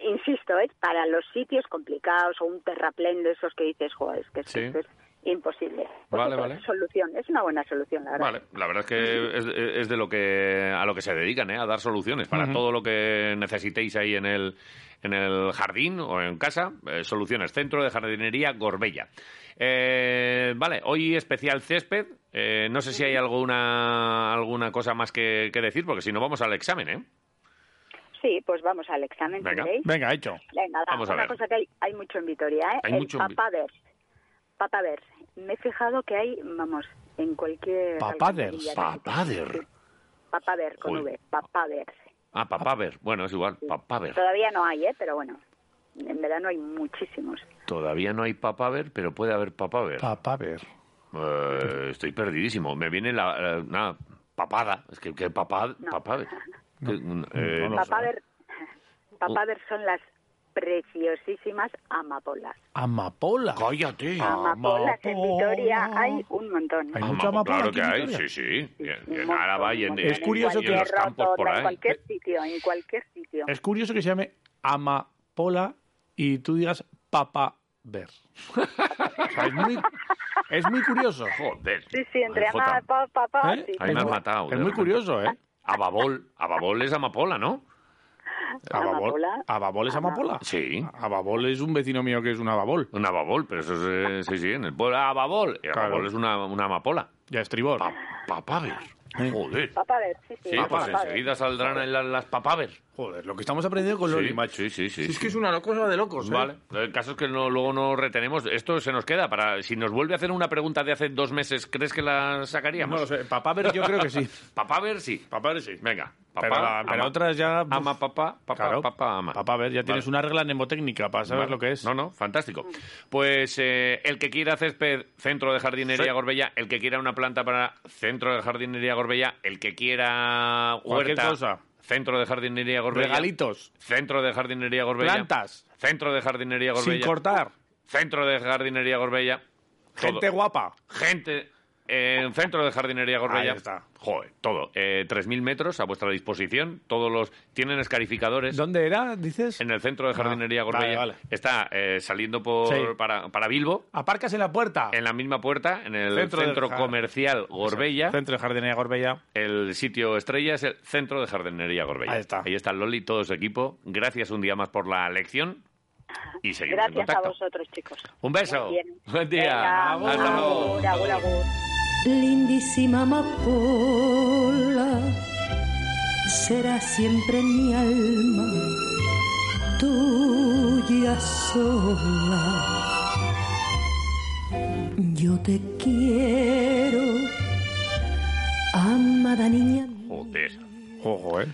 Speaker 37: insisto, ¿eh? para los sitios complicados o un terraplén de esos que dices, joder, es que
Speaker 2: Sí.
Speaker 37: esto es imposible. Pues
Speaker 2: Vale,
Speaker 37: otra
Speaker 2: vale.
Speaker 37: Solución, es una buena solución, la verdad.
Speaker 2: Vale, la verdad es que es, es de lo que a lo que se dedican, ¿eh? a dar soluciones para
Speaker 3: Ujú.
Speaker 2: todo lo que necesitéis ahí en el en el jardín o en casa, eh, soluciones Centro de Jardinería Gorbella. Eh, vale, hoy especial césped. Eh, no sé si hay alguna alguna cosa más que, que decir, porque si no vamos al examen, ¿eh?
Speaker 37: Sí, pues vamos al examen,
Speaker 2: Venga.
Speaker 37: ¿queréis?
Speaker 3: Venga, hecho.
Speaker 37: Venga, va,
Speaker 2: Vamos a
Speaker 37: una
Speaker 2: ver.
Speaker 37: cosa que hay, hay mucho en Vitoria, ¿eh?
Speaker 2: Hay
Speaker 37: el
Speaker 2: mucho en Vi-
Speaker 37: papavers. Papavers. Me he fijado que hay, vamos, en cualquier... alcantarilla que se-
Speaker 2: Papader.
Speaker 37: Papaver, con
Speaker 2: Joder.
Speaker 37: V. Papavers.
Speaker 2: Ah, papaver. Bueno, es igual, papaver.
Speaker 37: Todavía no hay, ¿eh? Pero bueno, en verano hay muchísimos.
Speaker 2: Todavía no hay papaver, pero puede haber papaver.
Speaker 3: Papaver.
Speaker 2: Eh, estoy perdidísimo. Me viene la, eh, una papada. Es que, que papad, papaver. Que, mm, eh, no sé.
Speaker 37: Papaver, papaver son las preciosísimas amapolas.
Speaker 3: Amapola.
Speaker 2: Cállate.
Speaker 37: Amapolas en Vitoria hay un montón.
Speaker 3: Hay
Speaker 2: Ah,
Speaker 3: mucha
Speaker 2: ma-
Speaker 3: amapola
Speaker 2: Claro
Speaker 3: aquí
Speaker 2: que
Speaker 3: en
Speaker 2: hay,
Speaker 3: Vitoria.
Speaker 2: sí, sí. Y en- y en Álava y en,
Speaker 3: Es
Speaker 2: y en-
Speaker 3: curioso
Speaker 2: y en
Speaker 3: que-
Speaker 2: los campos por
Speaker 37: En
Speaker 2: ahí.
Speaker 37: cualquier sitio, en cualquier sitio.
Speaker 3: Es curioso que se llame Amapola y tú digas Papaver. O sea, es, muy, es muy curioso.
Speaker 2: Joder.
Speaker 37: Sí, sí, entre
Speaker 2: Ay, Jota.
Speaker 37: amapola, papá,
Speaker 2: ¿Eh?
Speaker 37: sí.
Speaker 2: Ahí me has matado.
Speaker 3: es
Speaker 2: de
Speaker 3: muy
Speaker 2: repente.
Speaker 3: curioso, ¿eh?
Speaker 2: Ababol. Ababol es amapola, ¿no?
Speaker 3: Ababol,
Speaker 37: Amapola.
Speaker 3: ¿Ababol es amapola?
Speaker 2: Sí.
Speaker 3: Ababol es un vecino mío que es un ababol.
Speaker 2: Un ababol, pero eso es... eh, sí, sí, en el pueblo. Ababol. Y
Speaker 3: Claro.
Speaker 2: ababol es una, una amapola.
Speaker 3: Ya estribor.
Speaker 2: Papaver. Joder.
Speaker 37: Papaver, sí, sí.
Speaker 2: Sí, pues
Speaker 37: papaver.
Speaker 2: enseguida saldrán en la- las papaver.
Speaker 3: Joder, lo que estamos aprendiendo con Loli,
Speaker 2: macho. Sí, sí, sí.
Speaker 3: Si es que es una cosa de locos, ¿eh?
Speaker 2: Vale. El caso es que no- luego no retenemos. Esto se nos queda para. Si nos vuelve a hacer una pregunta de hace dos meses, ¿crees que la sacaríamos?
Speaker 3: No lo sé. Papaver yo creo que sí.
Speaker 2: papaver sí.
Speaker 3: Papaver sí.
Speaker 2: Venga. Papá,
Speaker 3: Pero, la- pero
Speaker 2: ama.
Speaker 3: otras ya. pues-
Speaker 2: Ama, papá, papá, papá, ama.
Speaker 3: Papá, a ver, ya tienes una regla mnemotécnica para saber
Speaker 2: Vale.
Speaker 3: lo que es.
Speaker 2: No, no, fantástico. Pues eh, el que quiera césped, centro de jardinería
Speaker 3: Sí.
Speaker 2: Gorbella, el que quiera una planta para centro de jardinería Gorbella, el que quiera huerta,
Speaker 3: Cualquier cosa.
Speaker 2: centro de jardinería Gorbella,
Speaker 3: Regalitos.
Speaker 2: centro de jardinería Gorbella,
Speaker 3: Plantas.
Speaker 2: centro de jardinería Gorbella,
Speaker 3: Sin cortar.
Speaker 2: centro de jardinería Gorbella,
Speaker 3: Gente
Speaker 2: todo.
Speaker 3: guapa.
Speaker 2: gente en centro de jardinería Gorbella.
Speaker 3: Ahí está.
Speaker 2: Joder, todo. Eh, 3.000 metros a vuestra disposición. Todos los... Tienen escarificadores.
Speaker 3: ¿Dónde era, dices?
Speaker 2: En el centro de jardinería
Speaker 3: Ah,
Speaker 2: Gorbella.
Speaker 3: vale, vale.
Speaker 2: Está eh, saliendo por,
Speaker 3: Sí.
Speaker 2: para, para Bilbo,
Speaker 3: Aparcas en la puerta.
Speaker 2: en la misma puerta, en el
Speaker 3: Centro
Speaker 2: centro,
Speaker 3: de ja-
Speaker 2: comercial Gorbella.
Speaker 3: Centro de jardinería Gorbella.
Speaker 2: El sitio estrella es el centro de jardinería Gorbella.
Speaker 3: Ahí está.
Speaker 2: Ahí está Loli, todo su equipo. Gracias un día más por la lección y seguimos en
Speaker 37: Gracias a
Speaker 2: contacto.
Speaker 37: vosotros, chicos.
Speaker 2: Un beso.
Speaker 37: Muy bien.
Speaker 2: Buen día.
Speaker 37: Venga,
Speaker 2: Hasta luego.
Speaker 37: agur, agur, agur.
Speaker 7: Lindísima amapola, será siempre en mi alma tuya sola. Yo te quiero, amada niña.
Speaker 2: Joder.
Speaker 3: Ojo, eh.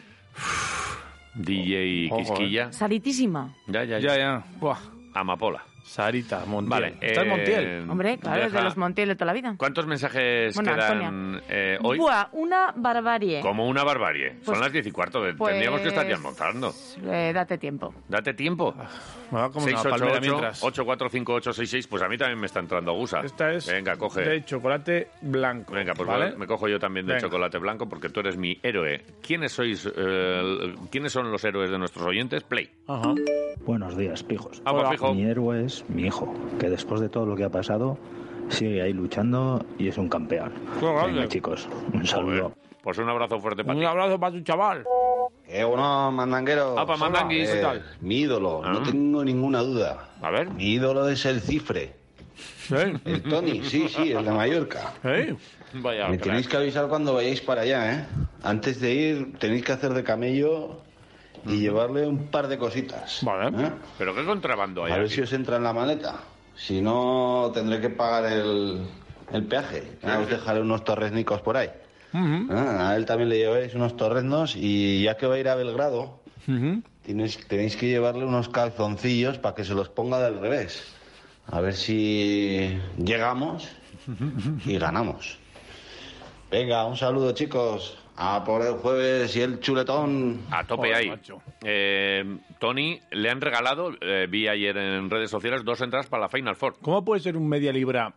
Speaker 2: DJ
Speaker 3: Ojo, eh.
Speaker 2: Quisquilla.
Speaker 4: Salitísima.
Speaker 2: Ya, ya,
Speaker 3: Ya,
Speaker 2: ya.
Speaker 3: ya. Buah.
Speaker 2: Amapola.
Speaker 3: Sarita, Montiel.
Speaker 2: Vale.
Speaker 3: Está en
Speaker 2: eh,
Speaker 3: Montiel.
Speaker 4: Hombre, claro, es de
Speaker 2: deja-
Speaker 4: los Montiel de toda la vida.
Speaker 2: ¿Cuántos mensajes
Speaker 4: Bueno,
Speaker 2: quedan
Speaker 4: Antonia.
Speaker 2: eh, hoy?
Speaker 4: Buah, una barbarie.
Speaker 2: Como una barbarie. Son
Speaker 4: Pues-
Speaker 2: las diez y cuarto. de-
Speaker 4: pues-
Speaker 2: Tendríamos que estar ya montando.
Speaker 4: Eh, date tiempo.
Speaker 2: Date tiempo.
Speaker 3: Ah, Me va como una palmera mientras.
Speaker 2: 688-845866. Pues a mí también me están entrando gusa.
Speaker 3: Esta es
Speaker 2: Venga, coge.
Speaker 3: de chocolate blanco.
Speaker 2: Venga, pues
Speaker 3: ¿vale?
Speaker 2: voy- me cojo yo también de
Speaker 3: Venga.
Speaker 2: chocolate blanco porque tú eres mi héroe. ¿Quiénes sois? eh, ¿Quiénes son los héroes de nuestros oyentes? Play.
Speaker 3: Ajá.
Speaker 23: Buenos días, pijos.
Speaker 2: Vamos, pijo.
Speaker 23: Mi héroe es mi hijo, que después de todo lo que ha pasado, sigue ahí luchando y es un campeón.
Speaker 3: Qué grande.
Speaker 23: Venga, chicos, un saludo.
Speaker 2: Pues un abrazo fuerte para
Speaker 3: Un
Speaker 2: ti.
Speaker 3: abrazo para tu chaval.
Speaker 12: Eh, bueno, mandanguero. Eh,
Speaker 2: Apa, mandanguis. Ah, ¿Qué tal?
Speaker 12: Mi ídolo,
Speaker 2: Ah.
Speaker 12: no tengo ninguna duda.
Speaker 2: A ver.
Speaker 12: Mi ídolo es el Cifre. El Tony, sí, sí, el de Mallorca.
Speaker 2: Vaya.
Speaker 12: Me
Speaker 2: crack.
Speaker 12: tenéis que avisar cuando vayáis para allá, ¿eh? Antes de ir, tenéis que hacer de camello y llevarle un par de cositas. Vale.
Speaker 2: Pero qué contrabando hay.
Speaker 12: A ver
Speaker 2: aquí?
Speaker 12: si os entra en la maleta. Si no, tendré que pagar el, el peaje. Ah, os dejaré unos torreznicos por ahí. Ah, a él también le lleváis unos torreznos y ya que va a ir a Belgrado, Tienes- tenéis que llevarle unos calzoncillos para que se los ponga del revés. A ver si llegamos y ganamos. Venga, un saludo chicos. A por el jueves y el chuletón.
Speaker 2: A tope ahí. Eh, Tony, le han regalado, eh, vi ayer en redes sociales, dos entradas para la Final Four.
Speaker 3: ¿Cómo puede ser un media libra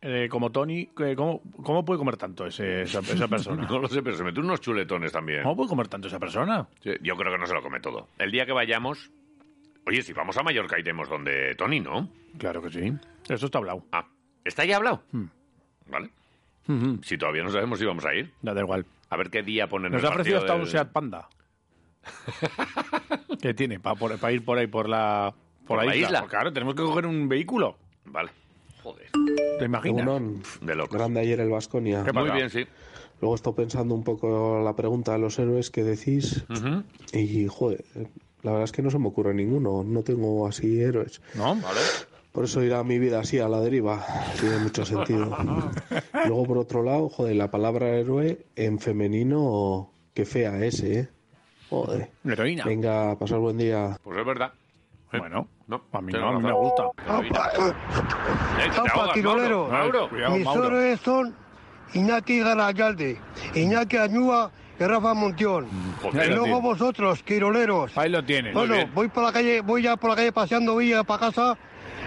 Speaker 3: eh, como Tony? eh, ¿Cómo, cómo puede comer tanto ese, esa, esa persona?
Speaker 2: No lo sé, pero se metió unos chuletones también.
Speaker 3: ¿Cómo puede comer tanto esa persona?
Speaker 2: Sí, Yo creo que no se lo come todo. El día que vayamos... Oye, si vamos a Mallorca iremos donde Tony, ¿no?
Speaker 3: Claro que sí. Eso está hablado.
Speaker 2: Ah, ¿está ya hablado?
Speaker 3: Mm.
Speaker 2: Vale.
Speaker 3: Ujú.
Speaker 2: Si todavía no sabemos si vamos a ir.
Speaker 3: hmm. Da da igual.
Speaker 2: A ver qué día ponen
Speaker 3: Nos
Speaker 2: el
Speaker 3: ha ofrecido hasta
Speaker 2: partido
Speaker 3: un
Speaker 2: del-
Speaker 3: Seat Panda. ¿Qué tiene? Para ir por ahí, por la, por la isla. Pues Claro, tenemos que coger un vehículo.
Speaker 2: Vale. Joder.
Speaker 3: ¿Te imaginas?
Speaker 5: Egunon.
Speaker 2: De locos.
Speaker 5: Grande ayer el Vasconia.
Speaker 2: Muy bien, sí.
Speaker 5: Luego estoy pensando un poco la pregunta de los héroes que decís. Y, joder, la verdad es que no se me ocurre ninguno. No tengo así héroes.
Speaker 3: ¿No? Vale.
Speaker 5: Por eso irá mi vida así a la deriva. Tiene mucho sentido. Luego, por otro lado, joder, la palabra héroe en femenino, qué fea es, ¿eh? Joder.
Speaker 3: Heroína.
Speaker 5: Venga, pasar buen día.
Speaker 2: Pues es verdad. Eh,
Speaker 3: Bueno,
Speaker 2: no,
Speaker 3: a mí
Speaker 5: tienes
Speaker 3: no, a mí me
Speaker 5: razón.
Speaker 3: gusta.
Speaker 2: Eh, que
Speaker 39: Opa,
Speaker 2: te ahogas,
Speaker 5: pues,
Speaker 39: Tirolero.
Speaker 2: Mauro. Mauro.
Speaker 39: Mis héroes son Iñaki Garayalde, Iñaki Añúa y Rafa Montión.
Speaker 3: Mm, Joder.
Speaker 39: y luego vosotros, Quiroleros.
Speaker 3: Ahí lo tienes.
Speaker 39: Bueno, voy por la calle, voy ya por la calle paseando, voy ya para casa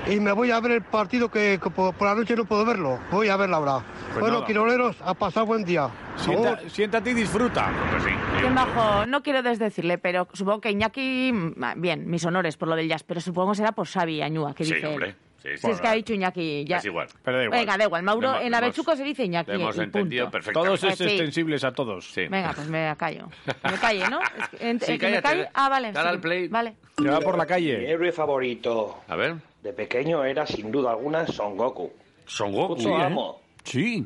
Speaker 39: y me voy a ver el partido que, que por, por la noche no puedo verlo. Voy a verlo ahora.
Speaker 3: Pues
Speaker 39: bueno,
Speaker 3: nada.
Speaker 39: Quiroleros, a pasar buen día. Agur.
Speaker 3: Sienta- siéntate y disfruta.
Speaker 2: Pues
Speaker 4: Bien bajo, no quiero desdecirle, pero supongo que Iñaki, mm, bien, mis honores por lo del jazz, pero supongo que será por Xavi Añúa, que
Speaker 2: Sí,
Speaker 4: dice él.
Speaker 2: hombre. Sí, sí.
Speaker 4: Si es que ha dicho Iñaki, ya.
Speaker 2: Es igual.
Speaker 4: Venga, da igual. Mauro,
Speaker 2: Hemos-
Speaker 4: en Avechuco
Speaker 2: hemos-
Speaker 4: se dice Iñaki.
Speaker 2: Lo hemos
Speaker 4: y punto.
Speaker 2: entendido perfectamente.
Speaker 3: Todos es
Speaker 4: Sí.
Speaker 3: extensibles a todos. Sí.
Speaker 4: Venga, pues me callo. Me calle, ¿no? Es que ent-
Speaker 3: Sí,
Speaker 4: eh, que me
Speaker 3: cállate.
Speaker 4: calle. Ah, vale.
Speaker 3: Dale
Speaker 4: sí,
Speaker 3: al play.
Speaker 4: Vale.
Speaker 3: Que va por la
Speaker 40: Mi
Speaker 3: calle.
Speaker 40: héroe favorito.
Speaker 2: A ver.
Speaker 40: De pequeño
Speaker 3: ¿eh?
Speaker 40: era sin duda alguna Son Goku.
Speaker 2: Son Goku.
Speaker 40: Mucho amo.
Speaker 3: Sí.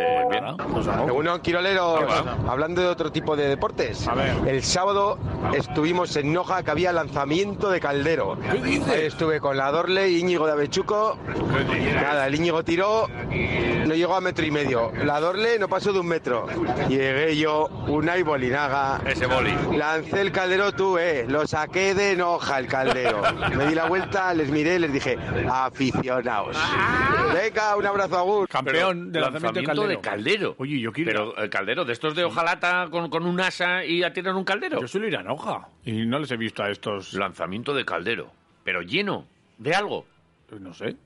Speaker 2: Eh, bien.
Speaker 5: Bueno, Quiroleros,
Speaker 2: Ahí va.
Speaker 5: hablando de otro tipo de deportes. El sábado estuvimos en Noja que había lanzamiento de caldero. Ahí estuve con la Dorley, Íñigo de Avechuco. Nada, el Íñigo tiró, no llegó a metro y medio. La Dorley no pasó de un metro. Llegué yo, una y bolinaga.
Speaker 2: Ese boli.
Speaker 5: Lancé el caldero tú, eh. Lo saqué de Noja el caldero. Me di la vuelta, les miré, les dije, aficionados.
Speaker 2: Ah.
Speaker 5: Venga, un abrazo a
Speaker 2: Campeón de lanzamiento, de caldero. Oye, yo quiero. Pero el caldero, de estos de hojalata con, con un asa y atiran un caldero. Yo
Speaker 3: suelo ir a hoja. Y no les he visto a estos.
Speaker 2: Lanzamiento de caldero. Pero lleno de algo.
Speaker 3: Pues
Speaker 2: Pues
Speaker 3: No sé.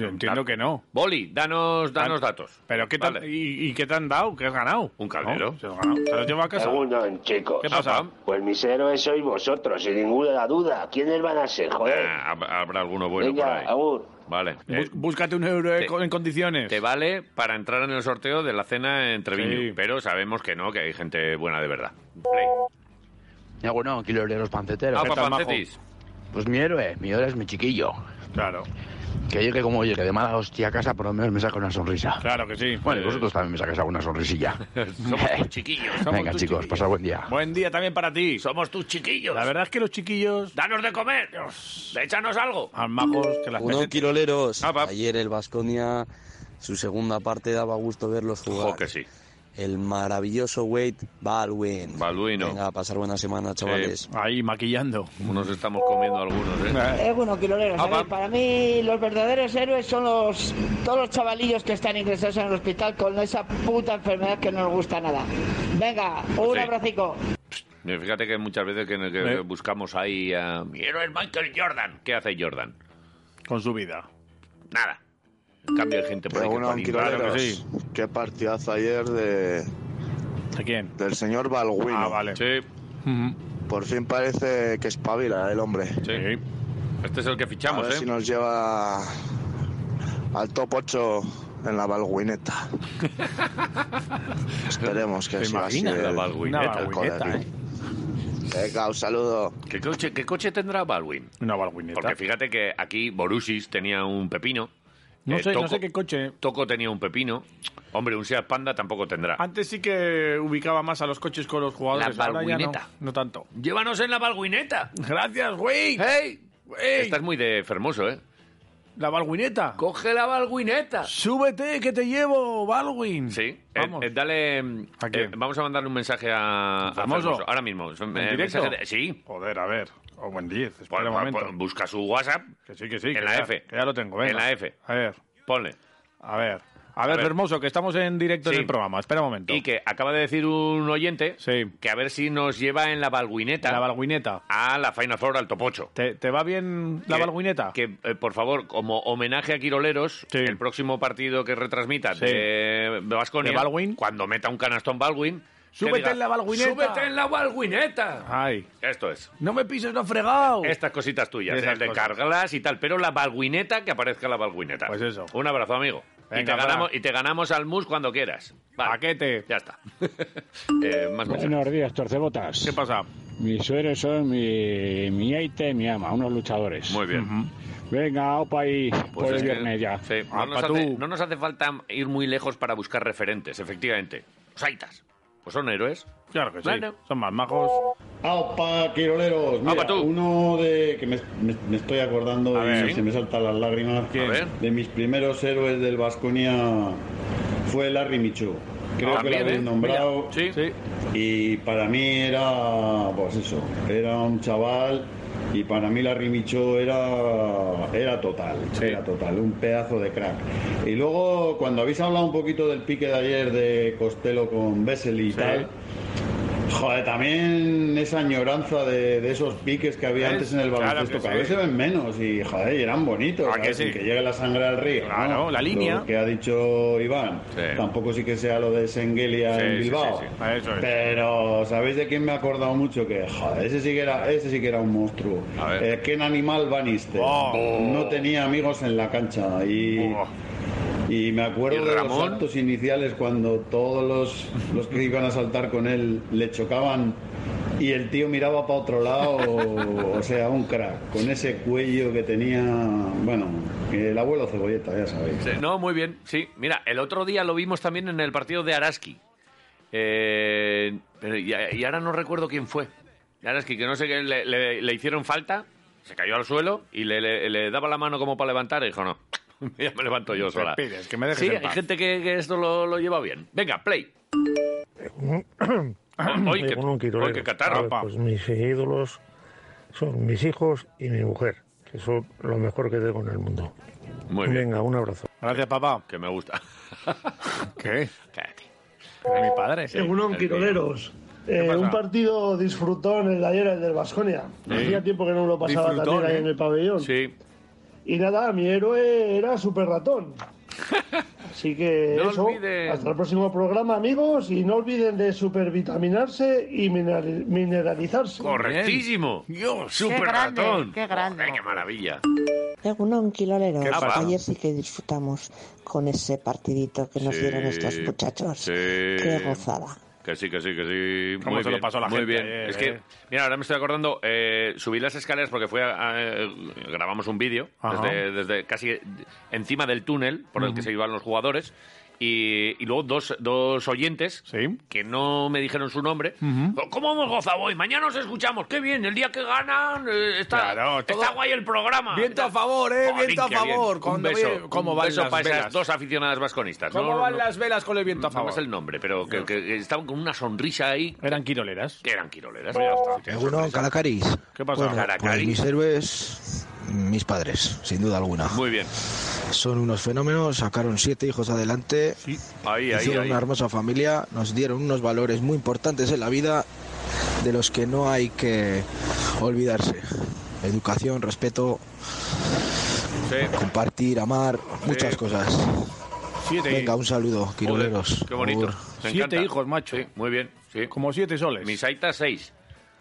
Speaker 3: Yo entiendo que no.
Speaker 2: Boli, danos, danos
Speaker 3: Dan-
Speaker 2: datos.
Speaker 3: Pero ¿qué te han-
Speaker 2: Vale.
Speaker 3: y, y qué te han dado? ¿Qué has ganado? Un
Speaker 2: caldero.
Speaker 3: se lo has ganado. Te lo llevo a casa.
Speaker 15: Segundón, chicos.
Speaker 3: ¿Qué pasa?
Speaker 15: Pues mis héroes sois vosotros, sin ninguna duda. ¿Quiénes van a ser, joder?
Speaker 2: Ah, hab- habrá alguno bueno
Speaker 15: Venga,
Speaker 2: por ahí. Vale. Eh,
Speaker 3: Bú- Búscate un euro eh,
Speaker 2: te-
Speaker 3: co- en condiciones.
Speaker 2: te vale para entrar en el sorteo de la cena en Treviño.
Speaker 3: Sí.
Speaker 2: Pero sabemos que no, que hay gente buena de verdad.
Speaker 16: Ya bueno, quiloleros panceteros.
Speaker 3: Ah,
Speaker 2: Agua pancetis.
Speaker 16: Pues mi héroe, mi héroe es mi chiquillo.
Speaker 3: Claro.
Speaker 16: Que llegue como oye, que de mala hostia a casa por lo menos me saca una sonrisa.
Speaker 3: Claro que sí. Eh.
Speaker 16: Bueno, y vosotros también me sacáis alguna sonrisilla.
Speaker 3: Somos tus chiquillos. Somos
Speaker 16: Venga,
Speaker 3: tus
Speaker 16: chicos, pasad buen día.
Speaker 3: Buen día también para ti.
Speaker 2: Somos tus chiquillos.
Speaker 3: La verdad es que los chiquillos.
Speaker 2: ¡Danos de comer! ¡Échanos algo!
Speaker 3: Al majos que las
Speaker 23: Uno
Speaker 3: meten-
Speaker 23: quiroleros.
Speaker 2: Ah,
Speaker 23: Ayer el Vasconia, su segunda parte daba gusto verlos jugar.
Speaker 2: que sí.
Speaker 23: El maravilloso Wade Baldwin.
Speaker 2: Balduino.
Speaker 23: Venga, a pasar buena semana, chavales.
Speaker 3: ahí maquillando.
Speaker 2: Nos estamos comiendo algunos, ¿eh?
Speaker 17: bueno, quiroleros, a ver, para mí los verdaderos héroes son los todos los chavalillos que están ingresados en el hospital con esa puta enfermedad que no nos gusta nada. Venga, un
Speaker 2: Sí.
Speaker 17: abracico.
Speaker 2: Eh, Fíjate que muchas veces que, que-
Speaker 3: Eh.
Speaker 2: que buscamos ahí a... Mi héroe es Michael Jordan. ¿Qué hace Jordan?
Speaker 3: Con su vida.
Speaker 2: Nada. En cambio hay gente por ahí que
Speaker 23: Bueno,
Speaker 2: pone-
Speaker 23: Quiroleros,
Speaker 2: Claro que sí.
Speaker 23: qué partidazo ayer de...
Speaker 3: ¿De quién?
Speaker 23: Del señor Balguino.
Speaker 2: Ah, vale. Sí.
Speaker 23: Por fin parece que espabila el hombre.
Speaker 2: Sí. Este es el que
Speaker 23: A
Speaker 2: fichamos,
Speaker 23: ver
Speaker 2: ¿eh?
Speaker 23: si nos lleva al top 8 en la Balguineta. Esperemos que
Speaker 2: ¿Te
Speaker 23: siga así
Speaker 2: imaginas la
Speaker 23: el-
Speaker 2: Balguineta?
Speaker 23: el
Speaker 2: Balguineta, ¿eh?
Speaker 23: colectivo. Venga, un saludo.
Speaker 2: ¿Qué coche, qué coche tendrá Baldwin?
Speaker 3: Una balguineta.
Speaker 2: Porque fíjate que aquí Borussis tenía un pepino.
Speaker 3: No
Speaker 2: Eh,
Speaker 3: sé, no
Speaker 2: Toco-
Speaker 3: sé qué coche.
Speaker 2: Toco tenía un pepino. Hombre, un Seat Panda tampoco tendrá.
Speaker 3: Antes sí que ubicaba más a los coches con los jugadores.
Speaker 2: La
Speaker 3: ahora ya no,
Speaker 2: balguineta.
Speaker 3: no tanto.
Speaker 2: ¡Llévanos en la balguineta!
Speaker 3: Gracias, güey.
Speaker 2: ¡Hey! Estás muy de Fermoso, ¿eh?
Speaker 3: La balguineta.
Speaker 2: Coge la balguineta.
Speaker 3: Súbete que te llevo, Balwin.
Speaker 2: Sí.
Speaker 3: Vamos.
Speaker 2: Eh, eh, dale. mm,
Speaker 3: quién?
Speaker 2: eh, vamos a mandarle un mensaje a, a
Speaker 3: ¿Famoso?
Speaker 2: Fermoso, Ahora mismo. Es un,
Speaker 3: ¿En
Speaker 2: eh,
Speaker 3: directo?
Speaker 2: mensaje de- sí.
Speaker 3: Joder, a ver. O buen 10. Espera
Speaker 2: Bueno,
Speaker 3: un
Speaker 2: bueno,
Speaker 3: momento.
Speaker 2: pues busca su WhatsApp.
Speaker 3: Que sí, que sí.
Speaker 2: En
Speaker 3: que
Speaker 2: la
Speaker 3: ya-
Speaker 2: F.
Speaker 3: Que ya lo tengo, venga.
Speaker 2: En la F.
Speaker 3: A ver.
Speaker 2: Ponle.
Speaker 3: A ver. A ver,
Speaker 2: ver.
Speaker 3: hermoso, que estamos en directo
Speaker 2: Sí.
Speaker 3: en el programa. Espera un momento.
Speaker 2: Y que acaba de decir un oyente que a ver si nos lleva en la balguineta. La
Speaker 3: balguineta.
Speaker 2: A la Final Four al topocho.
Speaker 3: Eh, ¿Te, te va bien la balguineta?
Speaker 2: Que, eh, por favor, como homenaje a Quiroleros, el próximo partido que retransmita
Speaker 3: Sí.
Speaker 2: de Vasconia,
Speaker 3: De Baldwin.
Speaker 2: cuando meta un canastón Baldwin, que
Speaker 3: ¡Súbete
Speaker 2: diga,
Speaker 3: en la balguineta!
Speaker 2: ¡Súbete en la balguineta!
Speaker 3: Ay.
Speaker 2: Esto es. E-,
Speaker 3: No me pises, no fregado.
Speaker 2: Estas cositas tuyas,
Speaker 3: Esas
Speaker 2: el de
Speaker 3: cosas.
Speaker 2: cargarlas y tal, pero la balguineta, que aparezca la balguineta. Pues eso. Un abrazo, amigo. y,
Speaker 3: Venga,
Speaker 2: te
Speaker 3: Fran.
Speaker 2: ganamos, y te ganamos al mus cuando quieras.
Speaker 3: Paquete.
Speaker 2: Ya está. Eh, más mensajes.
Speaker 18: Buenos días, torcebotas. ¿Qué
Speaker 3: pasa?
Speaker 18: Mis sueros son mi, mi aita y mi ama, unos luchadores.
Speaker 2: Muy bien. Pues
Speaker 18: Venga, opa y por el
Speaker 2: es que-
Speaker 18: viernes Pues ya.
Speaker 2: Sí,
Speaker 3: Ah,
Speaker 2: no, nos
Speaker 18: Apa
Speaker 2: hace,
Speaker 18: tú.
Speaker 2: no nos hace falta ir muy lejos para buscar referentes, efectivamente. Los aitas. Pues son héroes.
Speaker 3: Claro que sí.
Speaker 2: Bueno.
Speaker 3: Son más majos.
Speaker 24: ¡Aupa, quiroleros! Mira,
Speaker 2: ¡Aupa tú!
Speaker 24: uno de que me, me- me estoy acordando
Speaker 2: A
Speaker 24: y
Speaker 2: ver.
Speaker 24: se me saltan las lágrimas
Speaker 2: A ver.
Speaker 24: de mis primeros héroes del Vasconia fue Larry Michu. Creo
Speaker 2: También,
Speaker 24: que lo habéis
Speaker 2: ¿eh?
Speaker 24: nombrado. Y para mí era, pues eso, era un chaval y para mí Larry Micho era, era total, era total, un pedazo de crack. Y luego, cuando habéis hablado un poquito del pique de ayer de Costello con Vesely y tal, Joder, también esa añoranza de, de esos piques que había
Speaker 3: ¿Ves?
Speaker 24: antes en el
Speaker 3: Claro
Speaker 24: baloncesto,
Speaker 3: que
Speaker 24: que, a veces
Speaker 3: sí.
Speaker 24: se ven menos y joder, y eran bonitos,
Speaker 3: Ah,
Speaker 24: ¿sabes?
Speaker 3: que sí.
Speaker 24: Sin que llegue la sangre al río.
Speaker 3: Claro, la línea.
Speaker 24: Lo que ha dicho Iván, tampoco sí que sea lo de Sengelia
Speaker 3: Sí,
Speaker 24: en
Speaker 3: sí,
Speaker 24: Bilbao.
Speaker 3: sí, sí. Eso es.
Speaker 24: Pero ¿sabéis de quién me he acordado mucho? Que joder, ese sí que era, ese sí que era un monstruo. Eh, Ken Animal Bannister.
Speaker 3: Oh.
Speaker 24: No tenía amigos en la cancha y... Y me acuerdo
Speaker 2: ¿Y
Speaker 24: de los
Speaker 2: Ramón?
Speaker 24: saltos iniciales cuando todos los, los que iban a saltar con él le chocaban Y el tío miraba para otro lado, o sea, un crack, con ese cuello que tenía, bueno, el abuelo cebolleta, ya sabéis.
Speaker 2: Sí, No, muy bien, sí. Mira, el otro día lo vimos también en el partido de Araski. Eh, pero y, y ahora no recuerdo quién fue. Araski, que no sé qué, le, le- le hicieron falta, se cayó al suelo y le, le- le daba la mano como para levantar y dijo, no, ya me levanto yo sola.
Speaker 3: Respires, que me dejes
Speaker 2: sí,
Speaker 3: en
Speaker 2: hay
Speaker 3: paz.
Speaker 2: gente que, que esto lo, lo lleva bien. Venga, play. Hoy que-
Speaker 41: Egunon,
Speaker 2: hoy
Speaker 41: Quirolero.
Speaker 2: que catarro,
Speaker 41: A ver,
Speaker 2: pa.
Speaker 41: Pues mis ídolos son mis hijos y mi mujer, que son lo mejor que tengo en el mundo.
Speaker 2: Muy
Speaker 41: bien. Venga, un abrazo.
Speaker 3: Gracias, papá.
Speaker 2: Que me gusta.
Speaker 3: ¿Qué?
Speaker 2: Cállate.
Speaker 3: De mi padre.
Speaker 27: Según Quiroleros. Eh,
Speaker 3: pasa?
Speaker 27: un partido disfrutón el de ayer, el del Vasconia.
Speaker 2: Sí.
Speaker 27: Hacía tiempo que no lo pasaba
Speaker 2: Disfrutón,
Speaker 27: también ahí
Speaker 2: ¿eh?
Speaker 27: en el pabellón.
Speaker 2: Sí.
Speaker 27: Y nada, mi héroe era Super Ratón. Así que
Speaker 2: No
Speaker 27: eso,
Speaker 2: olviden.
Speaker 27: hasta el próximo programa, amigos. Y no olviden de supervitaminarse y mineral- mineralizarse.
Speaker 2: Correctísimo.
Speaker 27: Dios,
Speaker 2: super
Speaker 27: qué grande,
Speaker 2: ratón.
Speaker 27: qué grande.
Speaker 2: Joder, qué maravilla.
Speaker 6: Egunon Quiloleros,
Speaker 2: ¿Qué pasa?
Speaker 6: ayer sí que disfrutamos con ese partidito que nos
Speaker 2: Sí,
Speaker 6: dieron estos muchachos.
Speaker 2: sí.
Speaker 6: Qué gozada.
Speaker 2: Que sí, que sí, que sí.
Speaker 3: ¿Cómo
Speaker 2: muy
Speaker 3: se lo
Speaker 2: bien,
Speaker 3: pasó la
Speaker 2: muy
Speaker 3: gente
Speaker 2: bien.
Speaker 3: ayer,
Speaker 2: es que,
Speaker 3: eh?
Speaker 2: mira, ahora me estoy acordando, eh, subí las escaleras porque fue a- a- eh, grabamos un vídeo
Speaker 3: Ajá.
Speaker 2: desde, desde casi encima del túnel por el que
Speaker 3: Ujú.
Speaker 2: se iban los jugadores. Y, y luego dos, dos oyentes que no me dijeron su nombre.
Speaker 3: Ujú.
Speaker 2: ¿Cómo hemos gozado hoy? Mañana nos escuchamos. ¡Qué bien! El día que ganan eh, está, está guay el programa.
Speaker 3: Viento a favor, eh,
Speaker 2: Jolín,
Speaker 3: viento a
Speaker 2: qué bien.
Speaker 3: favor.
Speaker 2: Un
Speaker 3: Cuando ve-
Speaker 2: beso,
Speaker 3: cómo
Speaker 2: un
Speaker 3: van
Speaker 2: beso
Speaker 3: las
Speaker 2: para esas
Speaker 3: velas.
Speaker 2: dos aficionadas vasconistas.
Speaker 3: ¿Cómo
Speaker 2: No,
Speaker 3: van
Speaker 2: no-
Speaker 3: las velas con el viento a
Speaker 2: no
Speaker 3: favor?
Speaker 2: me sé el nombre, pero que, que- que estaban con una sonrisa ahí.
Speaker 3: Eran quiroleras. Oh.
Speaker 2: Que eran quiroleras. ya está.
Speaker 5: Bueno, Calacaris.
Speaker 2: ¿Qué pasa?
Speaker 5: Bueno,
Speaker 2: Calacaris.
Speaker 5: pues mis héroes, mis padres, sin duda alguna.
Speaker 2: Muy bien.
Speaker 5: Son unos fenómenos, sacaron siete hijos adelante,
Speaker 2: Ahí, ahí,
Speaker 5: hicieron
Speaker 2: ahí.
Speaker 5: una hermosa familia, nos dieron unos valores muy importantes en la vida de los que no hay que olvidarse. Educación, respeto, compartir, amar, muchas cosas.
Speaker 3: Siete
Speaker 5: Venga,
Speaker 3: hijos.
Speaker 5: un saludo, quiroleros.
Speaker 2: Joder, Qué bonito.
Speaker 5: Agur.
Speaker 2: Me
Speaker 3: Siete
Speaker 2: encanta.
Speaker 3: hijos, macho.
Speaker 2: Muy bien. Sí.
Speaker 3: Como siete soles.
Speaker 2: Mis aitas seis.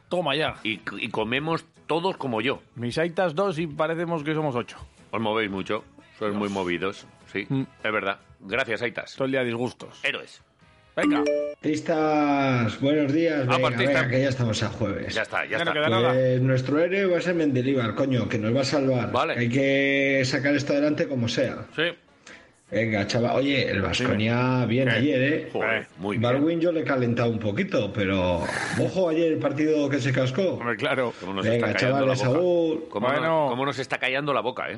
Speaker 3: Toma ya.
Speaker 2: Y, y comemos todos como yo.
Speaker 3: Mis aitas dos y parecemos que somos ocho. Mm.
Speaker 2: Os movéis mucho. Sois muy movidos. Sí, es verdad. Gracias, aitas.
Speaker 3: Todo el día disgustos.
Speaker 2: Héroes.
Speaker 3: Venga.
Speaker 12: Artistas, buenos días. Venga,
Speaker 2: Bautista.
Speaker 12: venga, que ya estamos a jueves.
Speaker 2: Ah, pues Ya está, ya Ya no está.
Speaker 12: Pues
Speaker 2: queda nada.
Speaker 12: nuestro héroe va a ser Mendilibar, coño, que nos va a salvar. Hay que sacar esto adelante como sea.
Speaker 2: Sí.
Speaker 12: Venga, chaval. Oye, el Vasconia bien ayer, ¿eh?
Speaker 2: muy
Speaker 12: Baldwin yo le he calentado un poquito, pero... Ojo ayer el partido que se cascó.
Speaker 3: Hombre, claro.
Speaker 2: Cómo nos
Speaker 12: Venga,
Speaker 2: está callando
Speaker 12: chavales,
Speaker 2: la boca.
Speaker 12: agur.
Speaker 2: Cómo nos-
Speaker 12: Bueno.
Speaker 2: cómo nos está callando la boca, ¿eh?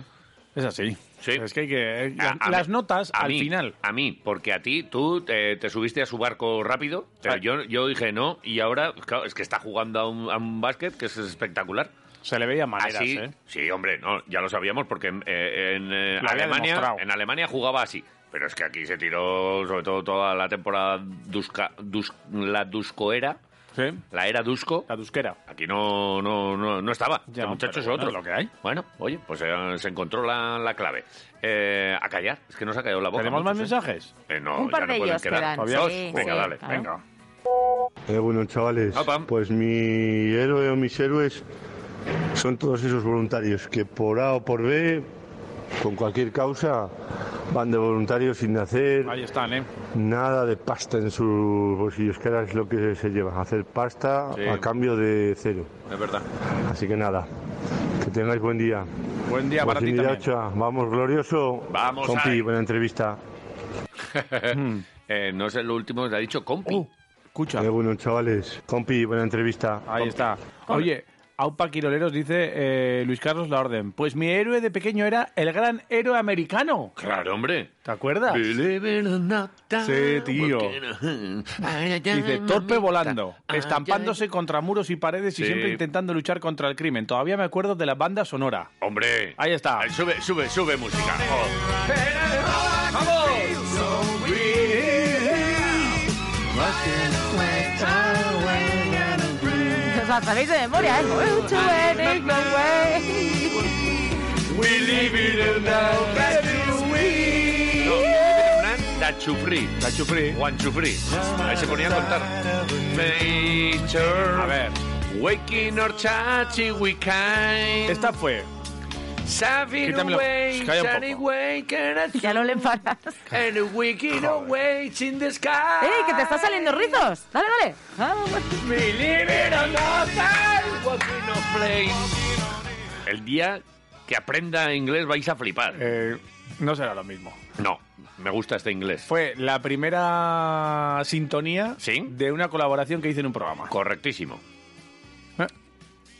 Speaker 3: Es así.
Speaker 2: Sí. Ah,
Speaker 3: Es que hay que... eh,
Speaker 2: A- a
Speaker 3: las
Speaker 2: mí-
Speaker 3: notas
Speaker 2: a
Speaker 3: al
Speaker 2: mí,
Speaker 3: final.
Speaker 2: A mí, porque a ti, tú eh, te subiste a su barco rápido,
Speaker 3: Ah.
Speaker 2: pero yo, yo dije no, y ahora, claro, es que está jugando a un, a un básquet que es espectacular.
Speaker 3: Se le veía maneras,
Speaker 2: así,
Speaker 3: ¿eh?
Speaker 2: Sí, hombre, no, ya lo sabíamos porque en, eh, en, eh,
Speaker 3: Lo había
Speaker 2: Alemania,
Speaker 3: demostrado.
Speaker 2: en Alemania jugaba así. Pero es que aquí se tiró, sobre todo toda la temporada Duska, Dus- la Duscoera, la era Dusko.
Speaker 3: La Dusquera.
Speaker 2: Aquí no, no, no, no estaba.
Speaker 3: Ya,
Speaker 2: este muchacho es
Speaker 3: pero
Speaker 2: otro.
Speaker 3: bueno, es lo que hay.
Speaker 2: Bueno, oye, pues eh, se encontró la, la clave. Eh, a callar, es que nos ha callado la boca.
Speaker 3: ¿Tenemos más
Speaker 2: muchos, ¿eh?
Speaker 3: mensajes?
Speaker 2: Eh, no,
Speaker 3: Un par
Speaker 2: ya no
Speaker 3: de
Speaker 2: pueden
Speaker 3: ellos
Speaker 2: quedar.
Speaker 3: quedan,
Speaker 2: Dos,
Speaker 3: sí,
Speaker 2: venga,
Speaker 3: sí,
Speaker 2: dale,
Speaker 3: claro.
Speaker 2: venga.
Speaker 29: Eh, bueno, chavales, pues mi héroe o mis héroes son todos esos voluntarios que por A o por B, con cualquier causa, van de voluntarios sin hacer
Speaker 3: Ahí están, ¿eh?
Speaker 29: nada de pasta en sus bolsillos, que ahora es lo que se lleva, hacer pasta
Speaker 2: Sí.
Speaker 29: a cambio de cero.
Speaker 2: Es verdad.
Speaker 29: Así que nada, que tengáis buen día.
Speaker 3: Buen día para ti
Speaker 29: Joaquín
Speaker 3: también.
Speaker 29: Iraocha, Vamos, glorioso.
Speaker 2: Vamos,
Speaker 29: Compi,
Speaker 2: ahí.
Speaker 29: buena entrevista.
Speaker 2: Eh, no es el último, le ha dicho compi.
Speaker 3: Uh.
Speaker 29: Escucha. Eh, bueno, chavales. Compi, buena entrevista.
Speaker 3: Ahí está. Oye, Aupa Quiroleros dice eh, Luis Carlos La Orden. Pues mi héroe de pequeño era el gran héroe americano.
Speaker 2: Claro, hombre.
Speaker 3: ¿Te acuerdas? Sí, tío. Dice, torpe volando, estampándose contra muros y paredes
Speaker 2: Ah, Sí.
Speaker 3: y siempre intentando luchar contra el crimen. Todavía me acuerdo de la banda sonora.
Speaker 2: Hombre. Eh,
Speaker 3: Ahí está.
Speaker 2: sube, sube, sube música.
Speaker 4: Pues
Speaker 7: Os la sabéis de memoria, ¿eh? Will to any good way.
Speaker 2: Da chufri. Da chufri. Juan chufri. Ahí se ponía a contar. A ver. Waking or chachi we can.
Speaker 3: Esta fue
Speaker 2: Saving
Speaker 3: Quítamelo.
Speaker 2: away,
Speaker 3: Calla un poco.
Speaker 2: sunny way, can I
Speaker 4: Ya no le enfadas.
Speaker 2: And a wicked away in the sky.
Speaker 4: ¡Ey, que te está saliendo rizos! ¡Dale, dale! Vamos.
Speaker 2: Believe it or not, I walk in a plane. El día que aprenda inglés vais a flipar.
Speaker 3: Eh, no será lo mismo.
Speaker 2: No, me gusta este inglés.
Speaker 3: Fue la primera sintonía de una colaboración que hice en un programa. ¿Eh?
Speaker 2: Correctísimo.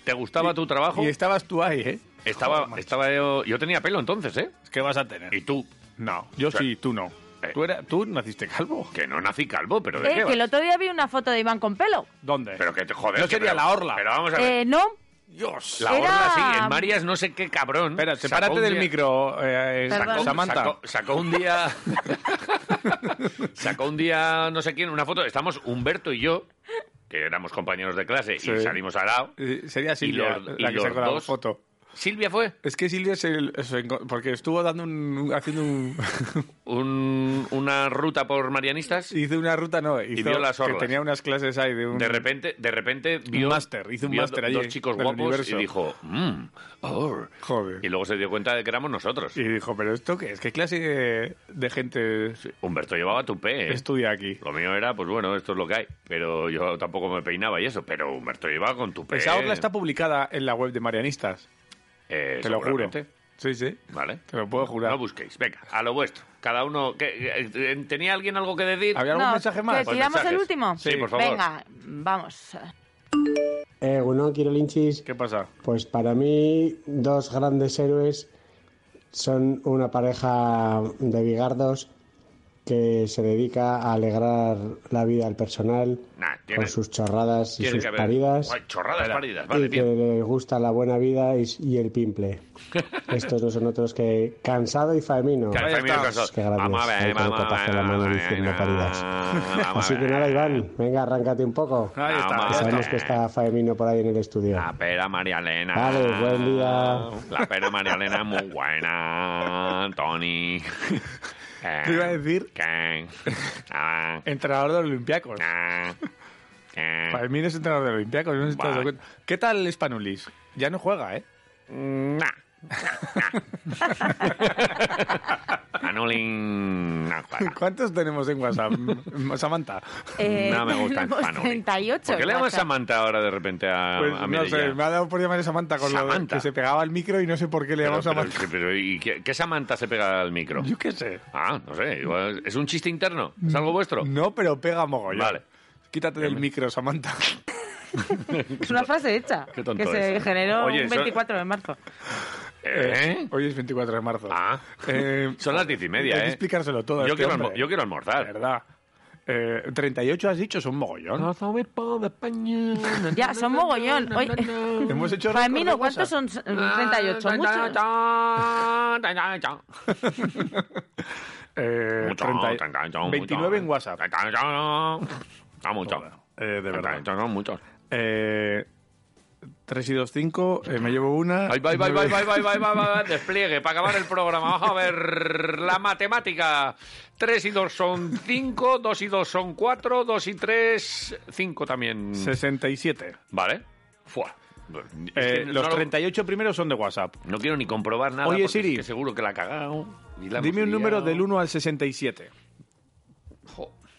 Speaker 2: ¿Te gustaba tu trabajo?
Speaker 3: Y estabas tú ahí, ¿eh?
Speaker 2: Estaba, estaba yo, yo tenía pelo entonces, ¿eh?
Speaker 3: ¿Qué vas a tener?
Speaker 2: ¿Y tú?
Speaker 3: No, yo sí, tú no. ¿Tú, era- tú naciste calvo?
Speaker 2: eh. Que no nací calvo, pero ¿de
Speaker 4: Eh,
Speaker 2: qué
Speaker 4: que el
Speaker 2: vas?
Speaker 4: otro día vi una foto de Iván con pelo.
Speaker 3: ¿Dónde?
Speaker 2: Pero que te joder.
Speaker 3: No
Speaker 2: que
Speaker 3: sería
Speaker 2: pero-
Speaker 3: la orla.
Speaker 2: Pero vamos a ver.
Speaker 4: Eh, no.
Speaker 3: Dios.
Speaker 2: La
Speaker 4: era-
Speaker 2: orla sí, en Marias no sé qué cabrón. Espera,
Speaker 3: sepárate del micro, eh,
Speaker 4: Perdón.
Speaker 3: Samantha.
Speaker 2: Sacó, sacó un día. sacó un día, no sé quién, una foto. Estamos Humberto y yo, que éramos compañeros de clase
Speaker 3: Sí.
Speaker 2: y salimos al lado.
Speaker 3: Eh, Sería
Speaker 2: Y
Speaker 3: Silvia
Speaker 2: los- y
Speaker 3: la que
Speaker 2: los
Speaker 3: sacó la
Speaker 2: dos-
Speaker 3: foto.
Speaker 2: ¿Silvia fue?
Speaker 3: Es que Silvia se, se enco- porque estuvo dando un, haciendo un...
Speaker 2: un- una ruta por marianistas.
Speaker 3: Hizo una ruta, no, hizo,
Speaker 2: vio las
Speaker 3: que
Speaker 2: orlas.
Speaker 3: tenía unas clases ahí de un...
Speaker 2: De repente, de repente vio.
Speaker 3: Un máster, hizo un
Speaker 2: vio
Speaker 3: máster
Speaker 2: do-
Speaker 3: allí
Speaker 2: Dos chicos
Speaker 3: del
Speaker 2: guapos
Speaker 3: universo.
Speaker 2: y dijo. "Mm, or". Y luego se dio cuenta de que éramos nosotros.
Speaker 3: Y dijo, pero ¿esto qué es? ¿Qué clase de, de gente
Speaker 2: Humberto llevaba tupé. ¿eh?
Speaker 3: estudia aquí?
Speaker 2: Lo mío era, pues bueno, esto es lo que hay. Pero yo tampoco me peinaba y eso. Pero Humberto llevaba con tupé.
Speaker 3: Esa orla está publicada en la web de Marianistas.
Speaker 2: Eh,
Speaker 3: Te lo juro.
Speaker 2: seguramente.
Speaker 3: Sí, sí.
Speaker 2: Vale.
Speaker 3: Te lo puedo jurar.
Speaker 2: No busquéis. Venga, a lo vuestro. Cada uno. ¿qué- qué- ¿Tenía alguien algo que decir? Pues
Speaker 3: ¿Había
Speaker 4: No, ¿que ¿Tiramos el último?
Speaker 2: Sí, por favor.
Speaker 4: Venga, vamos.
Speaker 31: Eh, uno, quiero linchis.
Speaker 3: ¿Qué pasa?
Speaker 31: Pues para mí, dos grandes héroes son una pareja de bigardos que se dedica a alegrar la vida al personal
Speaker 2: Nah, tiene-
Speaker 31: con sus chorradas y
Speaker 2: tiene
Speaker 31: sus
Speaker 2: que haber-
Speaker 31: paridas.
Speaker 2: Ay, chorradas,
Speaker 31: Espera.
Speaker 2: paridas, vale,
Speaker 31: y que
Speaker 2: bien.
Speaker 31: les gusta la buena vida y, y el pimple. Estos no son otros que cansado y famino.
Speaker 2: Que al Ahí Faemino estamos. Cansado.
Speaker 31: Qué grandes.
Speaker 2: Vamos a ver,
Speaker 31: Ahí con el
Speaker 2: vamos a
Speaker 31: copazo en
Speaker 2: ver,
Speaker 31: la mano
Speaker 2: vamos a
Speaker 31: diciendo
Speaker 2: ver.
Speaker 31: paridas.
Speaker 2: Ah, Vamos a
Speaker 31: Así que
Speaker 2: ver.
Speaker 31: nada, Iván, venga, arráncate un poco.
Speaker 2: Ahí está,
Speaker 31: Que
Speaker 2: ahí
Speaker 31: sabemos
Speaker 2: está.
Speaker 31: que está Faemino por ahí en el estudio.
Speaker 2: La pera María Elena.
Speaker 31: Vale, buen día.
Speaker 2: La pera María Elena es muy buena, Tony. Eh,
Speaker 3: Te iba a decir-
Speaker 2: que- ah,
Speaker 3: Entrenador de Olympiacos.
Speaker 2: que-
Speaker 3: Para mí no es entrenador de Olympiacos. No sé si te has dado
Speaker 2: Vale.
Speaker 3: cuenta. ¿Qué tal Spanulis? Ya no juega, ¿eh?
Speaker 2: Anulín. no, para.
Speaker 3: ¿Cuántos tenemos en WhatsApp? Samantha.
Speaker 4: Eh,
Speaker 2: No me gusta el
Speaker 4: tenemos
Speaker 2: panoli.
Speaker 4: 38.
Speaker 2: ¿Por qué le llamas
Speaker 4: WhatsApp.
Speaker 2: Samantha ahora de repente a,
Speaker 3: Pues,
Speaker 2: a
Speaker 3: no sé,
Speaker 2: Mireia?
Speaker 3: me ha dado por llamar a Samantha con lo de
Speaker 2: ah, Samantha.
Speaker 3: que se pegaba al micro y no sé por qué le
Speaker 2: Pero-
Speaker 3: llamamos
Speaker 2: pero-
Speaker 3: Samantha.
Speaker 2: sí, pero ¿y qué, qué Samantha se pega al micro?
Speaker 3: Yo qué sé.
Speaker 2: Ah, no sé. igual- ¿Es un chiste interno? ¿Es algo vuestro?
Speaker 3: No, pero pega mogollón.
Speaker 2: Vale.
Speaker 3: Quítate del micro, Samantha.
Speaker 4: Es una frase hecha
Speaker 3: Qué tonto
Speaker 4: que se
Speaker 3: es.
Speaker 4: generó
Speaker 3: Oye,
Speaker 4: un
Speaker 3: son-
Speaker 4: 24 de marzo.
Speaker 2: ¿Eh?
Speaker 3: Hoy es 24 de marzo.
Speaker 2: Ah. Son las diez y media,
Speaker 3: hay que
Speaker 2: ¿eh?
Speaker 3: explicárselo todo. a
Speaker 2: Yo
Speaker 3: este
Speaker 2: quiero
Speaker 3: hombre.
Speaker 2: almo- yo quiero almorzar.
Speaker 3: Verdad. Eh, 38 has dicho, son mogollón.
Speaker 4: Ya, son mogollón. Oye,
Speaker 3: Hemos hecho récord
Speaker 4: Faemino,
Speaker 3: de
Speaker 4: ¿cuántos son? Eh,
Speaker 3: WhatsApp.
Speaker 2: Ah,
Speaker 4: 38,
Speaker 3: Ah,
Speaker 4: muchos.
Speaker 3: Eh,
Speaker 2: Mucho,
Speaker 3: 30
Speaker 2: 30, mucho.
Speaker 3: 29 en WhatsApp.
Speaker 2: Ah, mucho.
Speaker 3: Eh, de verdad.
Speaker 2: No, muchos.
Speaker 3: Eh, 3 y 2, 5. me llevo una.
Speaker 2: Ay, Vai, vai, vai,
Speaker 3: Nueve-
Speaker 2: vai, vai, vai, vai, vai, despliegue para acabar el programa. Vamos a ver la matemática. 3 y 2 son 5, 2 y 2 son 4, 2 y 3, 5 también.
Speaker 3: 67.
Speaker 2: Vale. Fua. Es
Speaker 3: Eh,
Speaker 2: que no
Speaker 3: los
Speaker 2: lo-
Speaker 3: 38 primeros son de WhatsApp.
Speaker 2: No quiero ni comprobar nada.
Speaker 3: Oye,
Speaker 2: porque es
Speaker 3: Siri.
Speaker 2: que seguro que la ha cagado. y la hemos
Speaker 3: Dime un número
Speaker 2: liado.
Speaker 3: del 1 al 67.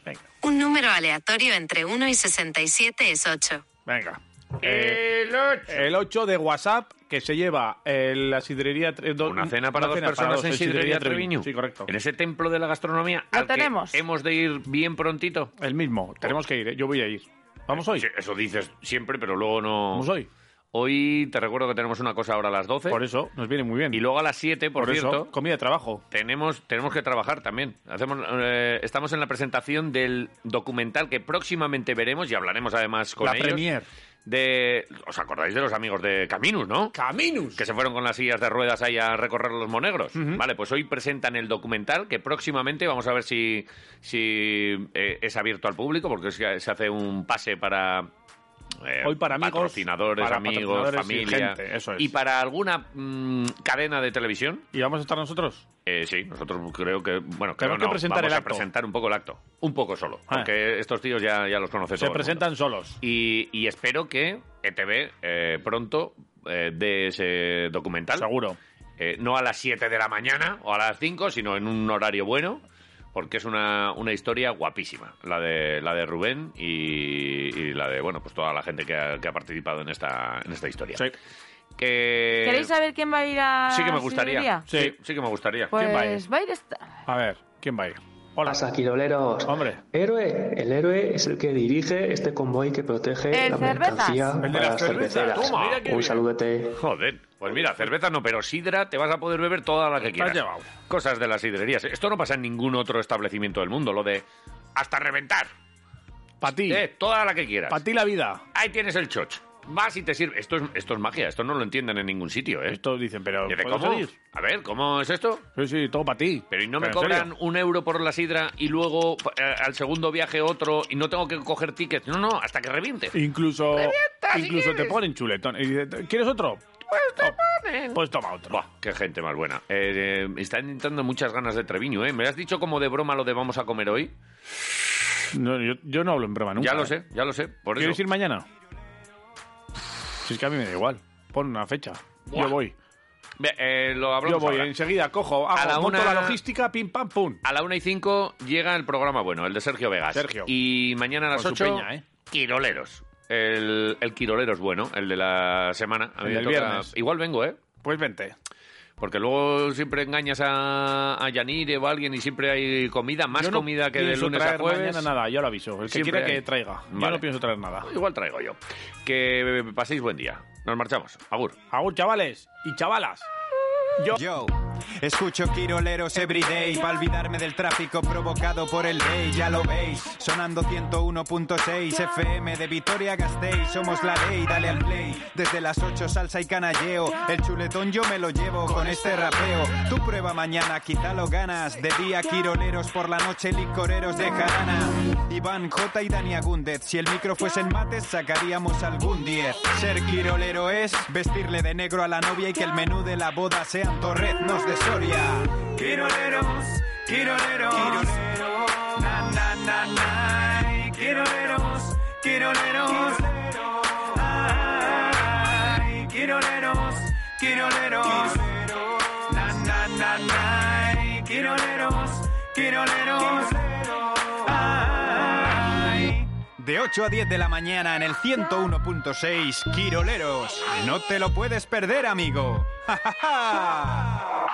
Speaker 3: Venga.
Speaker 28: Un número aleatorio entre 1 y 67 es 8.
Speaker 3: Venga. Eh, el 8. de WhatsApp que se lleva eh, la sidrería. tre- do-
Speaker 2: Una cena para dos personas en Sidrería Treviño.
Speaker 3: Sí, correcto.
Speaker 2: En ese templo de la gastronomía.
Speaker 3: Lo
Speaker 2: al que
Speaker 3: tenemos.
Speaker 2: hemos de ir bien prontito.
Speaker 3: El mismo. Tenemos que ir. ¿eh? Yo voy a ir. ¿Vamos hoy?
Speaker 2: Eso dices siempre, pero luego no.
Speaker 3: ¿Vamos hoy?
Speaker 2: Hoy te recuerdo que tenemos una cosa ahora a las 12.
Speaker 3: Por eso, nos viene muy bien.
Speaker 2: Y luego a las 7, por,
Speaker 3: Por eso,
Speaker 2: cierto.
Speaker 3: comida de trabajo.
Speaker 2: Tenemos, tenemos que trabajar también. Hacemos, eh, estamos en la presentación del documental que próximamente veremos y hablaremos además con
Speaker 3: La
Speaker 2: ellos.
Speaker 3: premier.
Speaker 2: De, ¿Os acordáis de los amigos de Caminus, no?
Speaker 3: ¡Caminus!
Speaker 2: Que se fueron con las sillas de ruedas ahí a recorrer los monegros. Vale, pues hoy presentan el documental que próximamente vamos a ver si, si eh, es abierto al público porque se, se hace un pase para... eh,
Speaker 3: Hoy para amigos,
Speaker 2: patrocinadores,
Speaker 3: para
Speaker 2: amigos,
Speaker 3: patrocinadores y
Speaker 2: familia
Speaker 3: gente, eso es.
Speaker 2: y para alguna mm, cadena de televisión
Speaker 3: ¿Y vamos a estar nosotros?
Speaker 2: eh, sí, nosotros creo que. Bueno, creo
Speaker 3: Tenemos que
Speaker 2: no,
Speaker 3: presentar el
Speaker 2: vamos a
Speaker 3: acto.
Speaker 2: presentar un poco el acto. Un poco solo.
Speaker 3: Ah.
Speaker 2: Porque estos tíos ya, ya los conoce
Speaker 3: Se
Speaker 2: todo el mundo.
Speaker 3: presentan solos.
Speaker 2: Y, y E espero que ETV eh, pronto eh, dé ese documental.
Speaker 3: Seguro.
Speaker 2: eh, no a las 7 de la mañana o a las 5, sino en un horario bueno, porque es una, una historia guapísima, la de, la de Rubén y, y la de, bueno, pues toda la gente que ha, que ha participado en esta, en esta historia. Que...
Speaker 31: ¿Queréis saber quién va a ir a
Speaker 2: Sí que me gustaría.
Speaker 31: Siberia?
Speaker 2: Sí. sí, que me gustaría.
Speaker 31: Pues
Speaker 2: ¿Quién va a ir?
Speaker 31: va a ir esta...
Speaker 3: A ver, ¿quién va a ir?
Speaker 8: Hola. Pasa, quiroleros. Hombre. Héroe. El héroe es el que dirige este convoy que protege
Speaker 2: El
Speaker 8: la
Speaker 2: cervezas.
Speaker 8: mercancía
Speaker 2: El de
Speaker 8: para
Speaker 2: las
Speaker 8: las
Speaker 2: cervezas.
Speaker 8: cerveceras.
Speaker 2: Toma, mira qué
Speaker 8: Un
Speaker 2: bien.
Speaker 8: saludete.
Speaker 2: Joder, pues mira, cerveza no, pero sidra te vas a poder beber toda la que quieras.
Speaker 8: llevado.
Speaker 2: Cosas de las sidrerías. Esto no pasa en ningún otro establecimiento del mundo, lo de hasta reventar. Eh,
Speaker 3: Para ti.
Speaker 2: toda la que quieras.
Speaker 3: Para ti la vida.
Speaker 2: Ahí tienes el choch. Vas y te sirve. Esto es, esto es magia, esto no lo entienden en ningún sitio, ¿eh?
Speaker 3: Esto dicen, pero... ¿puedo
Speaker 2: ¿cómo?
Speaker 3: salir?
Speaker 2: A ver, ¿cómo es esto?
Speaker 3: Sí, sí, todo para ti.
Speaker 2: Pero ¿y no me
Speaker 3: Pero en
Speaker 2: cobran un euro por la sidra y luego eh, al segundo viaje otro y no tengo que coger tickets? No, no, hasta que reviente.
Speaker 3: Incluso,
Speaker 2: si
Speaker 3: incluso te
Speaker 2: quieres.
Speaker 3: ponen chuletón. Y dice, ¿Quieres otro? Pues toma otro.
Speaker 2: Buah, qué gente más buena. Eh, eh, me están entrando muchas ganas de Treviño, ¿eh? ¿Me lo has dicho como de broma lo de vamos a comer hoy?
Speaker 3: No, yo, yo no hablo en broma nunca.
Speaker 2: ya lo
Speaker 3: ¿eh?
Speaker 2: sé, ya lo sé. Por
Speaker 3: ¿Quieres
Speaker 2: eso.
Speaker 3: ir mañana? Si es que a mí me da igual. Pon una fecha.
Speaker 2: Buah.
Speaker 3: Yo voy.
Speaker 2: Ve, eh, lo
Speaker 3: Yo
Speaker 2: hablamos
Speaker 3: voy.
Speaker 2: ahora.
Speaker 3: Enseguida cojo, hago,
Speaker 2: A la
Speaker 3: monto
Speaker 2: una-
Speaker 3: la logística, pim, pam, pum.
Speaker 2: A la 1 y 5 llega el programa bueno, el de Sergio Vegas.
Speaker 3: Sergio.
Speaker 2: Y mañana a las
Speaker 3: Con su
Speaker 2: 8,
Speaker 3: peña, ¿eh?
Speaker 2: Quiroleros. El, el Quirolero es bueno, el de la semana. A
Speaker 3: El
Speaker 2: mí me
Speaker 3: del
Speaker 2: toca-
Speaker 3: viernes.
Speaker 2: Igual vengo, ¿eh?
Speaker 3: Pues vente.
Speaker 2: Porque luego siempre engañas a, a Yanire o a alguien y siempre hay comida, más
Speaker 3: Yo no
Speaker 2: comida que de
Speaker 3: pienso
Speaker 2: lunes a
Speaker 3: traer
Speaker 2: jueves.
Speaker 3: mañana nada, ya lo aviso. El que
Speaker 2: Siempre
Speaker 3: quiera
Speaker 2: hay.
Speaker 3: que traiga. Yo
Speaker 2: Vale.
Speaker 3: no pienso traer nada.
Speaker 2: Pues Igual traigo yo. Que paséis buen día. Nos marchamos. Agur.
Speaker 3: Agur, chavales y chavalas. Yo.
Speaker 1: Escucho quiroleros everyday para olvidarme del tráfico provocado por el day, ya lo veis. Sonando 101.6 FM de Vitoria Gasteiz, somos la ley, dale al play. Desde las 8 salsa y canalleo, el chuletón yo me lo llevo con este rapeo. Tu prueba mañana, quizá lo ganas. De día quiroleros, por la noche licoreros de jarana. Iván J y Dani Agúndez, si el micro fuese el mate sacaríamos algún 10. Ser quirolero es vestirle de negro a la novia y que el menú de la boda sean torreznos de Soria. Quiroleros, quiroleros, na na na na, quiroleros, quiroleros, ay, quiroleros, quiroleros, na na na na, quiroleros, quiroleros, ay. De 8 a 10 de la mañana en el 101.6 Quiroleros. No te lo puedes perder, amigo. ¡Ja, ja, ja!